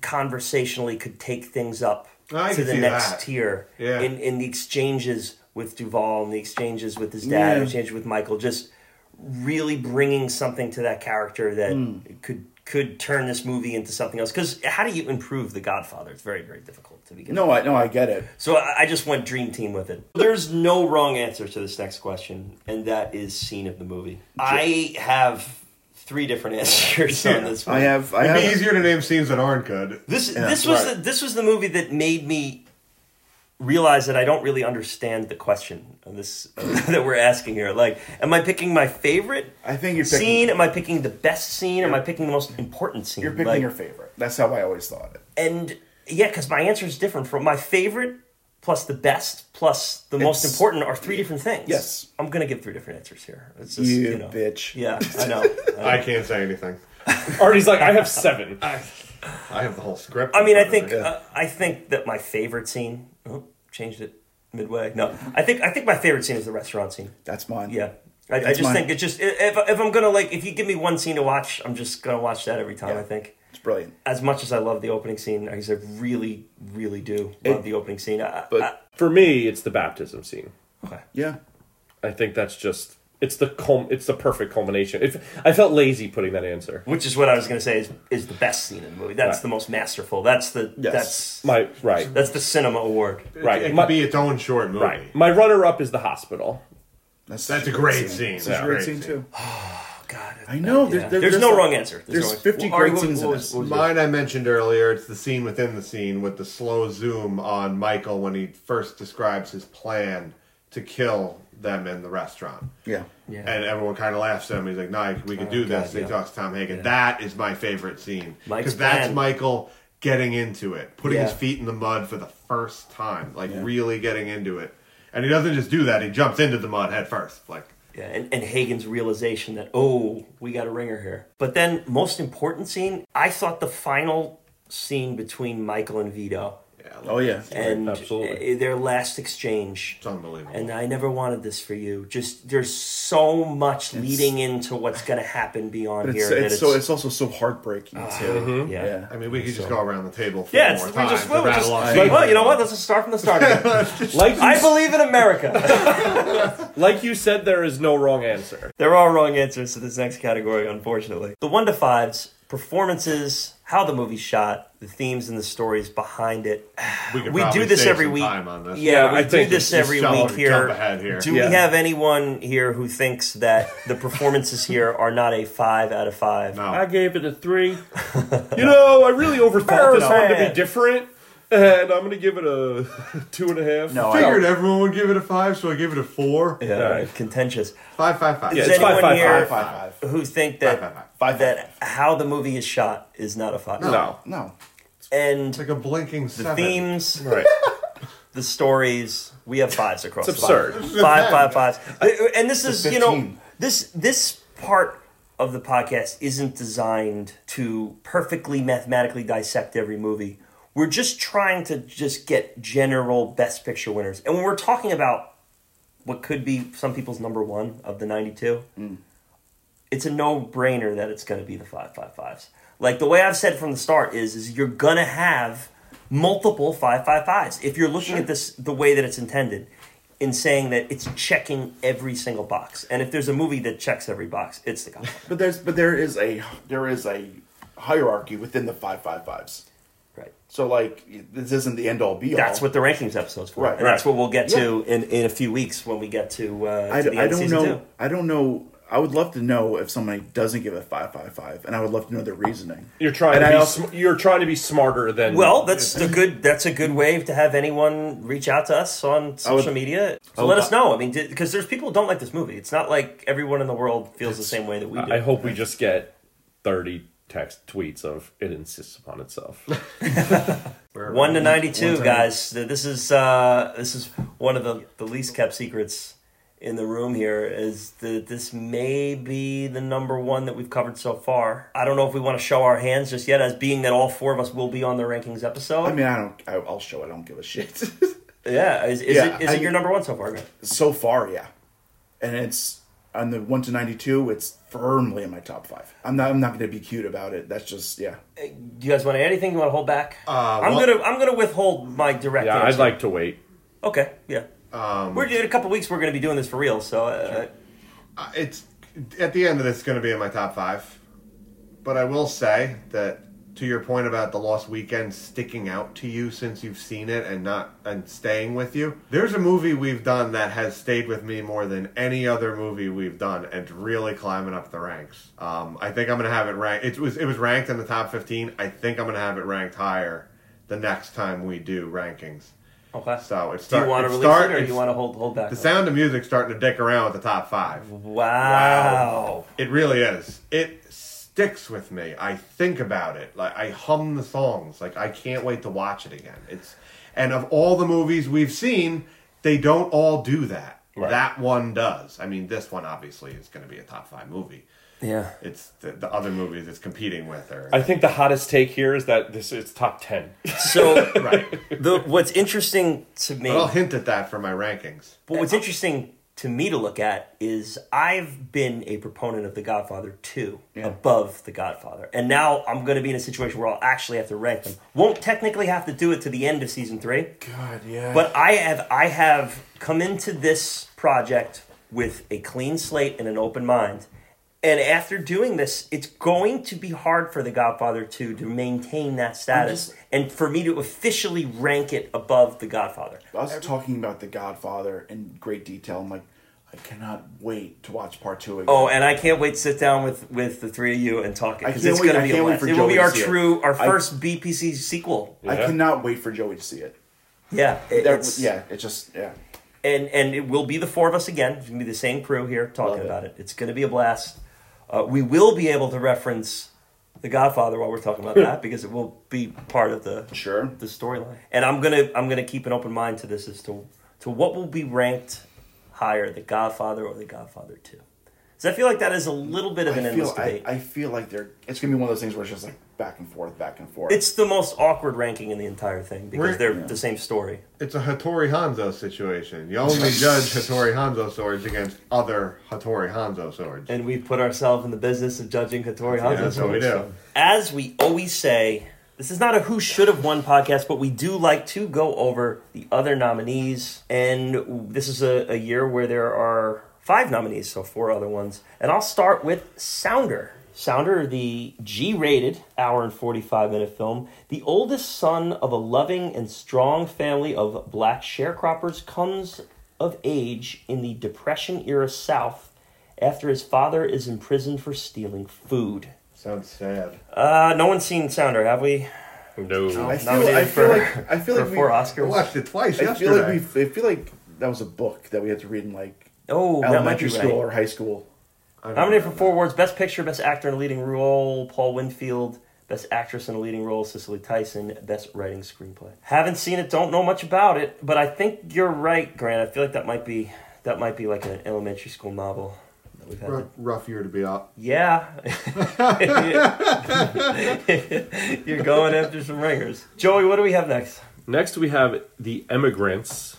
S1: conversationally could take things up
S4: I
S1: to
S4: can
S1: the
S4: see
S1: next
S4: that.
S1: tier
S4: Yeah.
S1: in, in the exchanges with Duvall and the exchanges with his dad,
S3: Yeah.
S1: exchange with Michael, just really bringing something to that character that
S4: Hmm.
S1: could could turn this movie into something else. Because how do you improve The Godfather? It's very very difficult to begin. with.
S3: No, I no, I get it.
S1: So I, I just went dream team with it. There's no wrong answer to this next question, and that is scene of the movie. I have three different answers on this. One.
S3: I have. I
S4: It'd be
S3: have.
S4: easier to name scenes that aren't good.
S1: This this was
S3: right.
S1: the, this was the movie that made me realize that I don't really understand the question of this that we're asking here. Like, am I picking my favorite
S3: I think you're picking,
S1: scene? Am I picking the best scene? Am I picking the most important scene?
S3: You're picking
S1: Like,
S3: your favorite. That's how I always thought it.
S1: and yeah, because my answer is different from my favorite plus the best plus the most
S3: It's-
S1: important are three different things.
S3: Yes.
S1: I'm gonna give three different answers here. It's just,
S3: You
S1: you, know,
S3: bitch.
S1: Yeah, I know.
S4: I can't say anything.
S2: Artie's like, I have seven.
S4: I have the whole script.
S1: I mean, I
S4: in front of
S1: think
S4: me.
S1: uh, I think that my favorite scene. Oh, changed it midway. No, I think I think my favorite scene is the restaurant scene.
S3: That's mine.
S1: Yeah. I, I
S3: That's
S1: just
S3: mine.
S1: think it's just i- if, if I'm gonna like if you give me one scene to watch, I'm just gonna watch that every time. I think
S3: it's brilliant.
S1: as much as I love the opening scene, I guess I really, really do love the opening scene. I,
S3: But
S1: I-
S2: For me, it's the baptism scene.
S3: yeah,
S2: I think that's just it's the culm it's the perfect culmination. It, I felt lazy putting that answer.
S1: which is what I was gonna say is, is the best scene in the movie. That's
S2: Right.
S1: the most masterful. That's the
S3: Yes.
S1: that's
S2: My right,
S1: that's the cinema award.
S4: It-
S2: right,
S4: It, could
S2: my-
S4: be its own short movie.
S2: right. My runner up is the hospital.
S3: that's
S4: That's a great scene.
S3: It's
S4: That's
S3: a great scene too.
S1: Oh God,
S3: I know. there-
S1: Yeah.
S3: there-
S1: There's, no
S3: like-
S1: wrong answer.
S3: There's
S1: no-
S3: 50
S1: Well, Ari,
S3: great
S1: what-
S3: scenes in
S1: what
S3: this.
S1: was- what was yours?
S4: Mine I mentioned earlier. It's the scene within the scene with the slow zoom on Michael when he first describes his plan to kill them in the restaurant.
S3: Yeah.
S1: Yeah. Oh,
S4: And everyone kind of laughs at him. He's like, "No, we can do this."
S1: God,
S4: And he
S1: yeah.
S4: talks to Tom Hagen. That is my favorite scene
S1: Mike's
S4: because that's
S1: plan.
S4: Michael getting into it, putting his
S1: Yeah.
S4: feet in the mud for the first time, like really getting into it. And he doesn't just do that; he jumps into the mud head first. Like,
S1: Yeah, and, and Hagen's realization that, oh, we got a ringer here. But then, most important scene, I thought the final scene between Michael and Vito
S4: yeah,
S3: Oh yeah.
S1: and
S2: Absolutely.
S1: uh, their last exchange.
S4: it's unbelievable.
S1: And uh, I never wanted this for you. Just there's so much leading into what's going to happen beyond
S3: But
S1: here. Ah.
S3: it's,
S1: that
S3: it's so it's also so heartbreaking too.
S1: yeah.
S3: Yeah.
S4: I mean, we could just go around the table four
S1: Yeah,
S4: more
S1: it's, we
S4: times.
S1: just,
S4: to
S1: well, we
S4: rattle
S1: just,
S4: off
S1: well,
S4: names.
S1: you know what? Let's just start from the start. again.
S2: Like
S1: I
S2: you,
S1: believe in America.
S2: like you said, there is no wrong answer.
S1: There are wrong answers to this next category, unfortunately. The one to fives, performances, how the movie's shot, the themes and the stories behind it.
S4: we, could
S1: we do
S4: probably
S1: this
S4: save
S1: every
S4: some
S1: week.
S4: time on this.
S1: Yeah,
S2: Yeah,
S1: we
S2: I
S1: do
S2: think
S1: this
S4: just
S1: every
S4: jump-
S1: week here.
S4: jump ahead here.
S1: Do
S3: Yeah.
S1: we have anyone here who thinks that the performances here are not a five out of five?
S4: No.
S2: I gave it a three. you know, I really overthought this one to be
S1: Perfect.
S2: different, and I'm gonna give it a two and a half.
S3: No,
S4: I figured everyone would give it a five, so I give it a four.
S1: Yeah,
S2: All right.
S1: contentious.
S4: Five, five, five.
S2: Yeah,
S1: Does
S2: it's
S1: anyone
S2: five, five,
S1: here
S3: Five five five.
S1: who think that
S4: Five, five,
S3: five.
S1: that how the movie is shot is not a five?
S2: no,
S3: No.
S1: And
S4: It's like a blinking
S1: the
S4: seven.
S1: themes,
S2: right.
S1: the stories. We have fives across.
S2: It's
S1: the bottom.
S2: absurd.
S1: Five, five, five. And this is you know
S3: 15.
S1: this this part of the podcast isn't designed to perfectly mathematically dissect every movie. We're just trying to just get general best picture winners. And when we're talking about what could be some people's number one of the 92, it's a no-brainer that it's going to be the 555s. Like the way I've said from the start is is you're going to have multiple 555s if you're looking at this the way that it's intended in saying that it's checking every single box. And if there's a movie that checks every box, it's the Godfather.
S3: But there's but there is a there is a hierarchy within the five five fives.
S1: right.
S3: So like this isn't the end all be all.
S1: That's what the rankings episode's for.
S3: Right,
S1: and that's
S2: right.
S1: what we'll get to in, in a few weeks when we get to, uh,
S3: I,
S1: to the
S3: I
S1: end of
S3: don't
S1: season
S3: know.
S1: two.
S3: I don't know. I would love to know if somebody doesn't give it five five five, and I would love to know their reasoning.
S2: You're trying
S3: And
S2: to
S3: I
S2: be
S3: also-
S2: sm- you're trying to be smarter than
S1: Well, that's a good that's a good way to have anyone reach out to us on social
S3: would-
S1: media. So
S3: would
S1: let
S3: lo-
S1: us know. I mean, because there's people who don't like this movie. It's not like everyone in the world feels the same way that we do.
S2: I hope we just get 30 text tweets of it insists upon itself.
S1: One to ninety-two,
S3: One time.
S1: guys. Th- This is uh, this is one of the, the least kept secrets in the room here. Is that this may be the number one that we've covered so far. I don't know if we want to show our hands just yet, as being that all four of us will be on the rankings episode.
S3: I mean, I don't. I, I'll show. I don't give a shit.
S1: yeah, is, is
S3: Yeah,
S1: it is
S3: I
S1: it your
S3: mean-
S1: number one so far? Greg?
S3: so far, yeah, and it's on the one to ninety two, it's firmly in my top five. I'm not I'm not gonna be cute about it. That's just yeah.
S1: Do you guys want to add anything? You want to hold back?
S4: Uh,
S1: I'm
S4: well-
S1: gonna I'm gonna withhold my direct.
S2: Yeah, I'd
S1: answer.
S2: like to wait.
S1: Okay, yeah.
S4: Um,
S1: we're in a couple weeks. We're gonna be doing this for real. So uh,
S4: Uh, it's at the end of this going to be in my top five, but I will say that to your point about the Lost Weekend sticking out to you since you've seen it and not and staying with you. There's a movie we've done that has stayed with me more than any other movie we've done, and it's really climbing up the ranks. Um, I think I'm going to have it ranked. It was it was ranked in the top 15. I think I'm going to have it ranked higher the next time we do rankings.
S1: uh, okay.
S4: So it's
S1: do
S4: start,
S1: you want to
S4: it's
S1: release
S4: start-
S1: it or do
S4: it's-
S1: you want to hold hold back?
S4: the sound of music starting to dick around with the top five.
S1: wow.
S4: It really is. It sticks with me. I think about it. Like I hum the songs. Like I can't wait to watch it again. It's and of all the movies we've seen, they don't all do that. That one does. I mean, this one obviously is going to be a top five movie.
S1: Yeah.
S4: It's the, the other movies it's competing with are
S2: I think the hottest take here is that this is top ten.
S1: So
S4: right.
S1: the what's interesting to me.
S4: But I'll hint at that for my rankings.
S1: But what's interesting to me to look at is I've been a proponent of The Godfather 2 above The Godfather. And now I'm going to be in a situation where I'll actually have to rank them. Won't technically have to do it to the end of season 3,
S3: God, yeah.
S1: but I have I have come into this project with a clean slate and an open mind. And after doing this, it's going to be hard for The Godfather 2 to maintain that status and for me to officially rank it above The Godfather.
S3: I was talking about The Godfather in great detail. I'm like, I cannot wait to watch part two again.
S1: Oh, and I can't wait to sit down with with the three of you and talk it
S3: I
S1: because
S3: can't
S1: it's
S3: wait-
S1: going to
S3: I
S1: be a
S3: can't wait
S1: blast.
S3: for
S1: It will be
S3: Joey
S1: our
S3: to see it.
S1: true, our
S3: I-
S1: first BPC sequel.
S3: I
S2: Yeah.
S3: cannot wait for Joey to see it.
S1: Yeah, it-
S3: That,
S1: it's,
S3: yeah, it's just yeah.
S1: and and it will be the four of us again. It's going to be the same crew here talking
S3: Love it.
S1: about it. It's going to be a blast. Uh, we will be able to reference The Godfather while we're talking about that because it will be part of the
S3: Sure.
S1: the storyline. And I'm gonna I'm gonna keep an open mind to this as to to what will be ranked higher, The Godfather or The Godfather Two. So I feel like that is a little bit of an
S3: I
S1: endless
S3: feel I,
S1: debate.
S3: I feel like they're it's gonna be one of those things where it's just like back and forth, back and forth.
S1: It's the most awkward ranking in the entire thing because
S4: We're-
S1: they're the same story.
S4: It's a Hattori Hanzo situation. You only judge Hattori Hanzo swords against other Hattori Hanzo swords.
S1: And we've put ourselves in the business of judging Hattori Hanzo.
S4: Yeah, that's what we do.
S1: As we always say, this is not a who should have won podcast, but we do like to go over the other nominees. And this is a, a year where there are five nominees, so four other ones. And I'll start with Sounder. Sounder, the G rated hour and 45 minute film, the oldest son of a loving and strong family of black sharecroppers, comes of age in the Depression era South after his father is imprisoned for stealing food.
S4: Sounds sad.
S1: Uh, no one's seen Sounder, have we?
S2: No,
S3: I feel,
S1: nominated
S3: I feel
S1: for-
S3: like I feel
S1: For
S3: like we,
S1: four
S4: I
S1: Oscars.
S4: watched it twice
S3: I feel
S4: yesterday.
S3: like we I feel like that was a book that we had to read in like
S1: Oh, that might be
S3: elementary
S1: right.
S3: school or high school.
S1: Nominated for four awards: Best Picture, Best Actor in a Leading Role, Paul Winfield; Best Actress in a Leading Role, Cicely Tyson; Best Writing Screenplay. Haven't seen it, don't know much about it, but I think you're right, Grant. I feel like that might be that might be like an elementary school novel that we've had.
S4: rough,
S1: to-
S4: rough year to be up.
S1: Yeah, you're going after some ringers, Joey. What do we have next?
S2: Next, we have The Emigrants.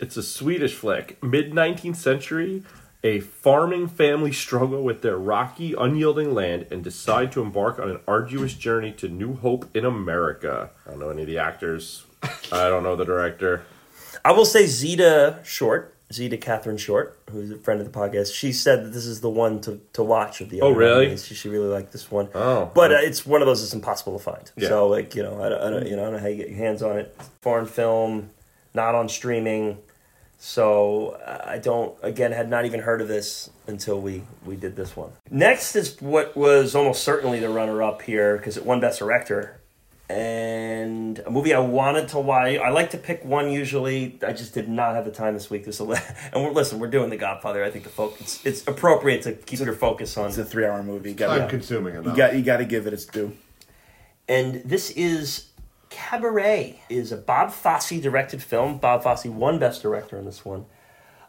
S2: It's a Swedish flick, mid 19th century. A farming family struggle with their rocky, unyielding land and decide to embark on an arduous journey to new hope in America. I don't know any of the actors. I don't know the director.
S1: I will say Zeta Short, Zeta Catherine Short, who's a friend of the podcast. She said that this is the one to, to watch of the.
S2: Oh,
S1: other
S2: really?
S1: nominees. She, she really liked this one.
S2: Oh.
S1: but uh, it's one of those that's impossible to find.
S2: Yeah.
S1: So like you know, I don't, I don't you know I don't know how you get your hands on it. Foreign film, not on streaming. So uh, I don't again had not even heard of this until we we did this one. Next is what was almost certainly the runner up here because it won best director and a movie I wanted to watch. I like to pick one usually. I just did not have the time this week. This will- and we're, listen, we're doing The Godfather. I think the focus it's, it's appropriate to keep your focus on
S3: It's a three hour movie. You
S4: Time
S3: gotta,
S4: consuming enough.
S3: you got you gotta give it its due.
S1: and this is Cabaret is a Bob Fosse directed film. Bob Fosse won Best Director in this one.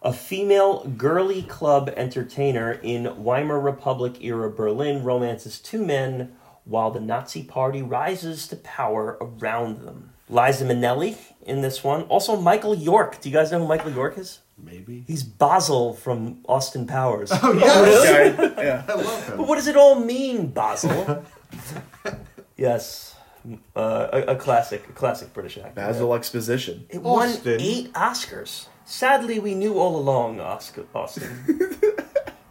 S1: A female girly club entertainer in Weimar Republic era Berlin romances two men while the Nazi party rises to power around them. Liza Minnelli in this one. Also Michael York. Do you guys know who Michael York is?
S4: Maybe.
S1: He's Basil from Austin Powers. but
S5: Okay.
S4: I love him.
S1: what does it all mean, Basil? yes, uh, a, a classic, a classic British actor.
S3: Basil Exposition.
S1: It won
S4: Austin.
S1: eight Oscars. Sadly, we knew all along, Oscar Austin.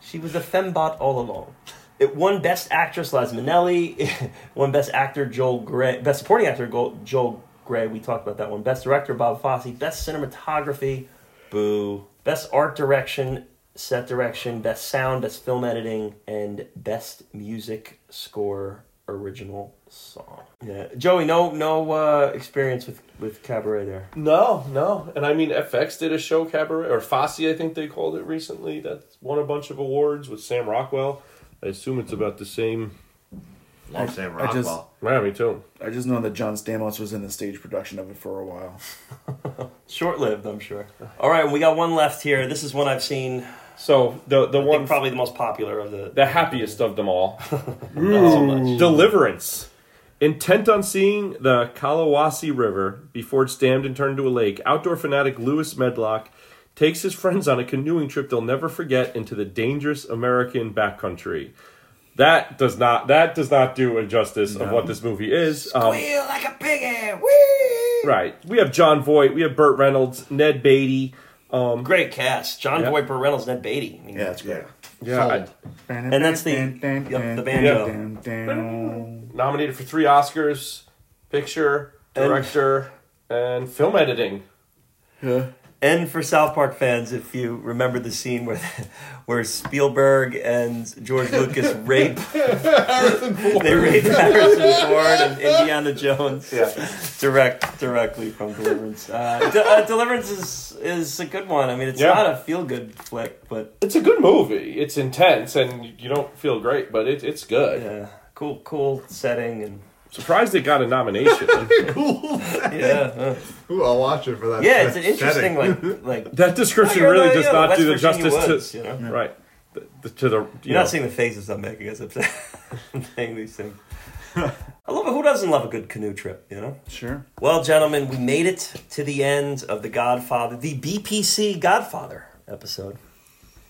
S1: she was a fembot all along. It won Best Actress, Liza Minnelli. won Best Actor, Joel Gray. Best Supporting Actor, Go- Joel Gray. We talked about that one. Best Director, Bob Fosse. Best Cinematography, Boo. Best Art Direction, Set Direction. Best Sound, Best Film Editing, and Best Music Score Original Song. Yeah, Joey, no, no uh, experience with with cabaret there.
S2: No, no. And I mean, FX did a show cabaret, or Fosse, I think they called it recently, that won a bunch of awards with Sam Rockwell. I assume it's about the same.
S4: Love Sam
S3: I just-
S4: Rockwell.
S2: Yeah, me too.
S3: I just know that John Stamos was in the stage production of it for a while.
S1: Short lived, I'm sure. All right, we got one left here. This is one I've seen.
S2: So the the
S1: I
S2: one
S1: think probably the most popular of the.
S2: the happiest of them all,
S1: Not so much.
S2: Deliverance. Intent on seeing the Kalawasi River before it's dammed and turned into a lake, outdoor fanatic Lewis Medlock takes his friends on a canoeing trip they'll never forget into the dangerous American backcountry. That does not that does not do a justice of what this movie is. Um,
S1: Squeal like a piggy. Whee!
S2: right. We have John Voight, we have Burt Reynolds, Ned Beatty. um,
S1: Great cast: John
S2: Yeah.
S1: Voight, Burt Reynolds, Ned Beatty. I mean,
S3: Yeah, that's great.
S2: Yeah,
S4: Yeah.
S2: I-
S1: And that's the- yep, the banjo.
S2: nominated for three Oscars, picture,
S1: And-
S2: director, and film editing.
S1: And for South Park fans, if you remember the scene where where Spielberg and George Lucas rape they rape Harrison Ford and Indiana Jones direct directly from Deliverance. Uh, De- uh, Deliverance is is a good one. I mean, it's
S2: Yeah.
S1: not a feel good flick, but
S2: It's a good movie. It's intense, and you don't feel great, but it, it's good.
S1: yeah, cool cool setting and
S2: Surprised it got a nomination.
S1: yeah uh,
S4: Ooh, I'll watch it for that.
S1: yeah. It's an
S4: setting.
S1: interesting like like.
S2: that description
S1: You're
S2: really
S1: the- you're
S2: does
S1: the
S2: not
S1: West
S2: do the
S1: Virginia
S2: justice
S1: Woods,
S2: to
S1: you know?
S2: right the, the- to the you
S1: You're
S2: know.
S1: not seeing the faces I'm making as I'm saying saying these things. I love it. Who doesn't love a good canoe trip? You know.
S3: Sure.
S1: Well, gentlemen, we made it to the end of the Godfather, the BPC Godfather episode.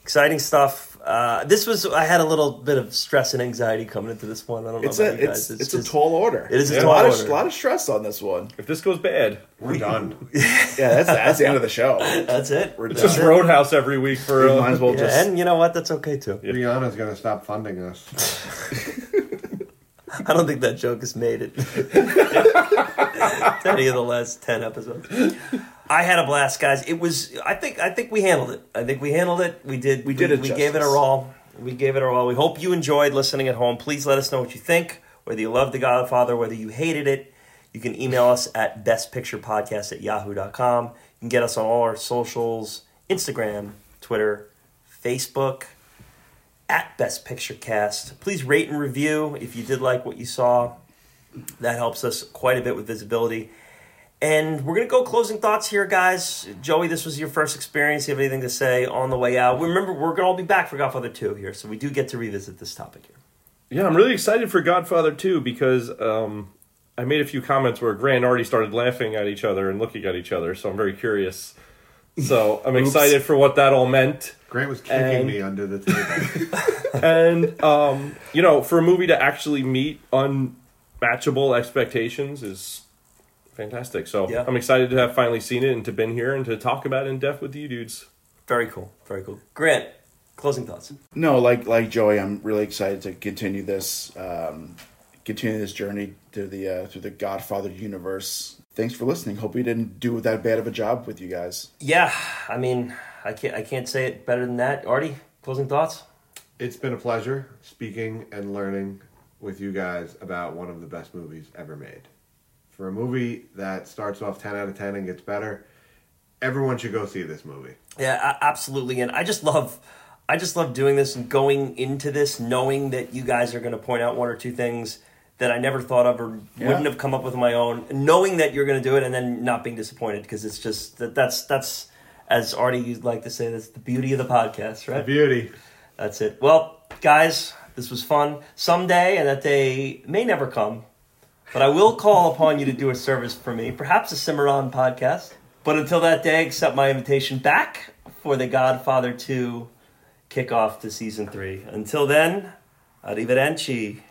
S1: Exciting stuff. Uh, this was I had a little bit of stress and anxiety coming into this one. I don't
S3: It's
S1: know
S3: a
S1: about you guys.
S3: it's it's, a
S1: just-
S3: tall order.
S1: It is a
S3: There's
S1: tall
S3: lot Of,
S1: order.
S3: lot of stress on this one.
S2: if this goes bad,
S4: We're done.
S3: Yeah, that's that's the end of the show. Might
S1: That's it.
S3: We're
S2: it's
S1: That's
S2: just
S1: it.
S2: Roadhouse every week for uh,
S3: as well
S1: Yeah,
S3: just
S1: and you know what? That's okay too.
S4: Rihanna's gonna stop funding us.
S1: I don't think that joke has made it to any of the last ten episodes. I had a blast, guys. It was. I think. I think we handled it. I think we handled it. We did. We
S3: did it
S1: We gave it
S3: justice.
S1: our all. We gave it our all. We hope you enjoyed listening at home. Please let us know what you think. Whether you loved The Godfather, whether you hated it, you can email us at bestpicturepodcast at yahoo.com. You can get us on all our socials Instagram, Twitter, Facebook at Best Picture Cast. Please rate and review if you did like what you saw. That helps us quite a bit with visibility. And we're gonna go closing thoughts here, guys. Joey, this was your first experience. You have anything to say on the way out? Remember, we're gonna all be back for Godfather Two here, so we do get to revisit this topic here.
S2: Yeah, I'm really excited for Godfather 2 because um, I made a few comments where Grant already started laughing at each other and looking at each other, so I'm very curious. So I'm excited for what that all meant.
S4: Grant was kicking
S2: And-
S4: me under the table.
S2: And, um, you know, for a movie to actually meet unmatchable expectations is fantastic. So
S1: Yeah.
S2: I'm excited to have finally seen it and to been here and to talk about it in depth with you dudes.
S1: Very cool. Very cool. Grant, closing thoughts.
S3: No, like like Joey, I'm really excited to continue this um, continue this journey through the uh, through the Godfather universe. Thanks for listening. Hope we didn't do that bad of a job with you guys.
S1: Yeah, I mean, I can't I can't say it better than that. Artie, closing thoughts?
S4: it's been a pleasure speaking and learning with you guys about one of the best movies ever made. For a movie that starts off 10 out of 10 and gets better, everyone should go see this movie.
S1: Yeah, a- absolutely. And I just love, I just love doing this and going into this knowing that you guys are going to point out one or two things that I never thought of or wouldn't have come up with on my own. Knowing that you're going to do it and then not being disappointed because it's just that that's that's as Artie you'd like to say that's the beauty of the podcast, right?
S4: Beauty.
S1: That's it. Well, guys, this was fun. Someday, and that day may never come, but I will call upon you to do a service for me, perhaps a Cimarron podcast. But until that day, accept my invitation back for the Godfather 2 kickoff to season 3. Until then, arrivederci.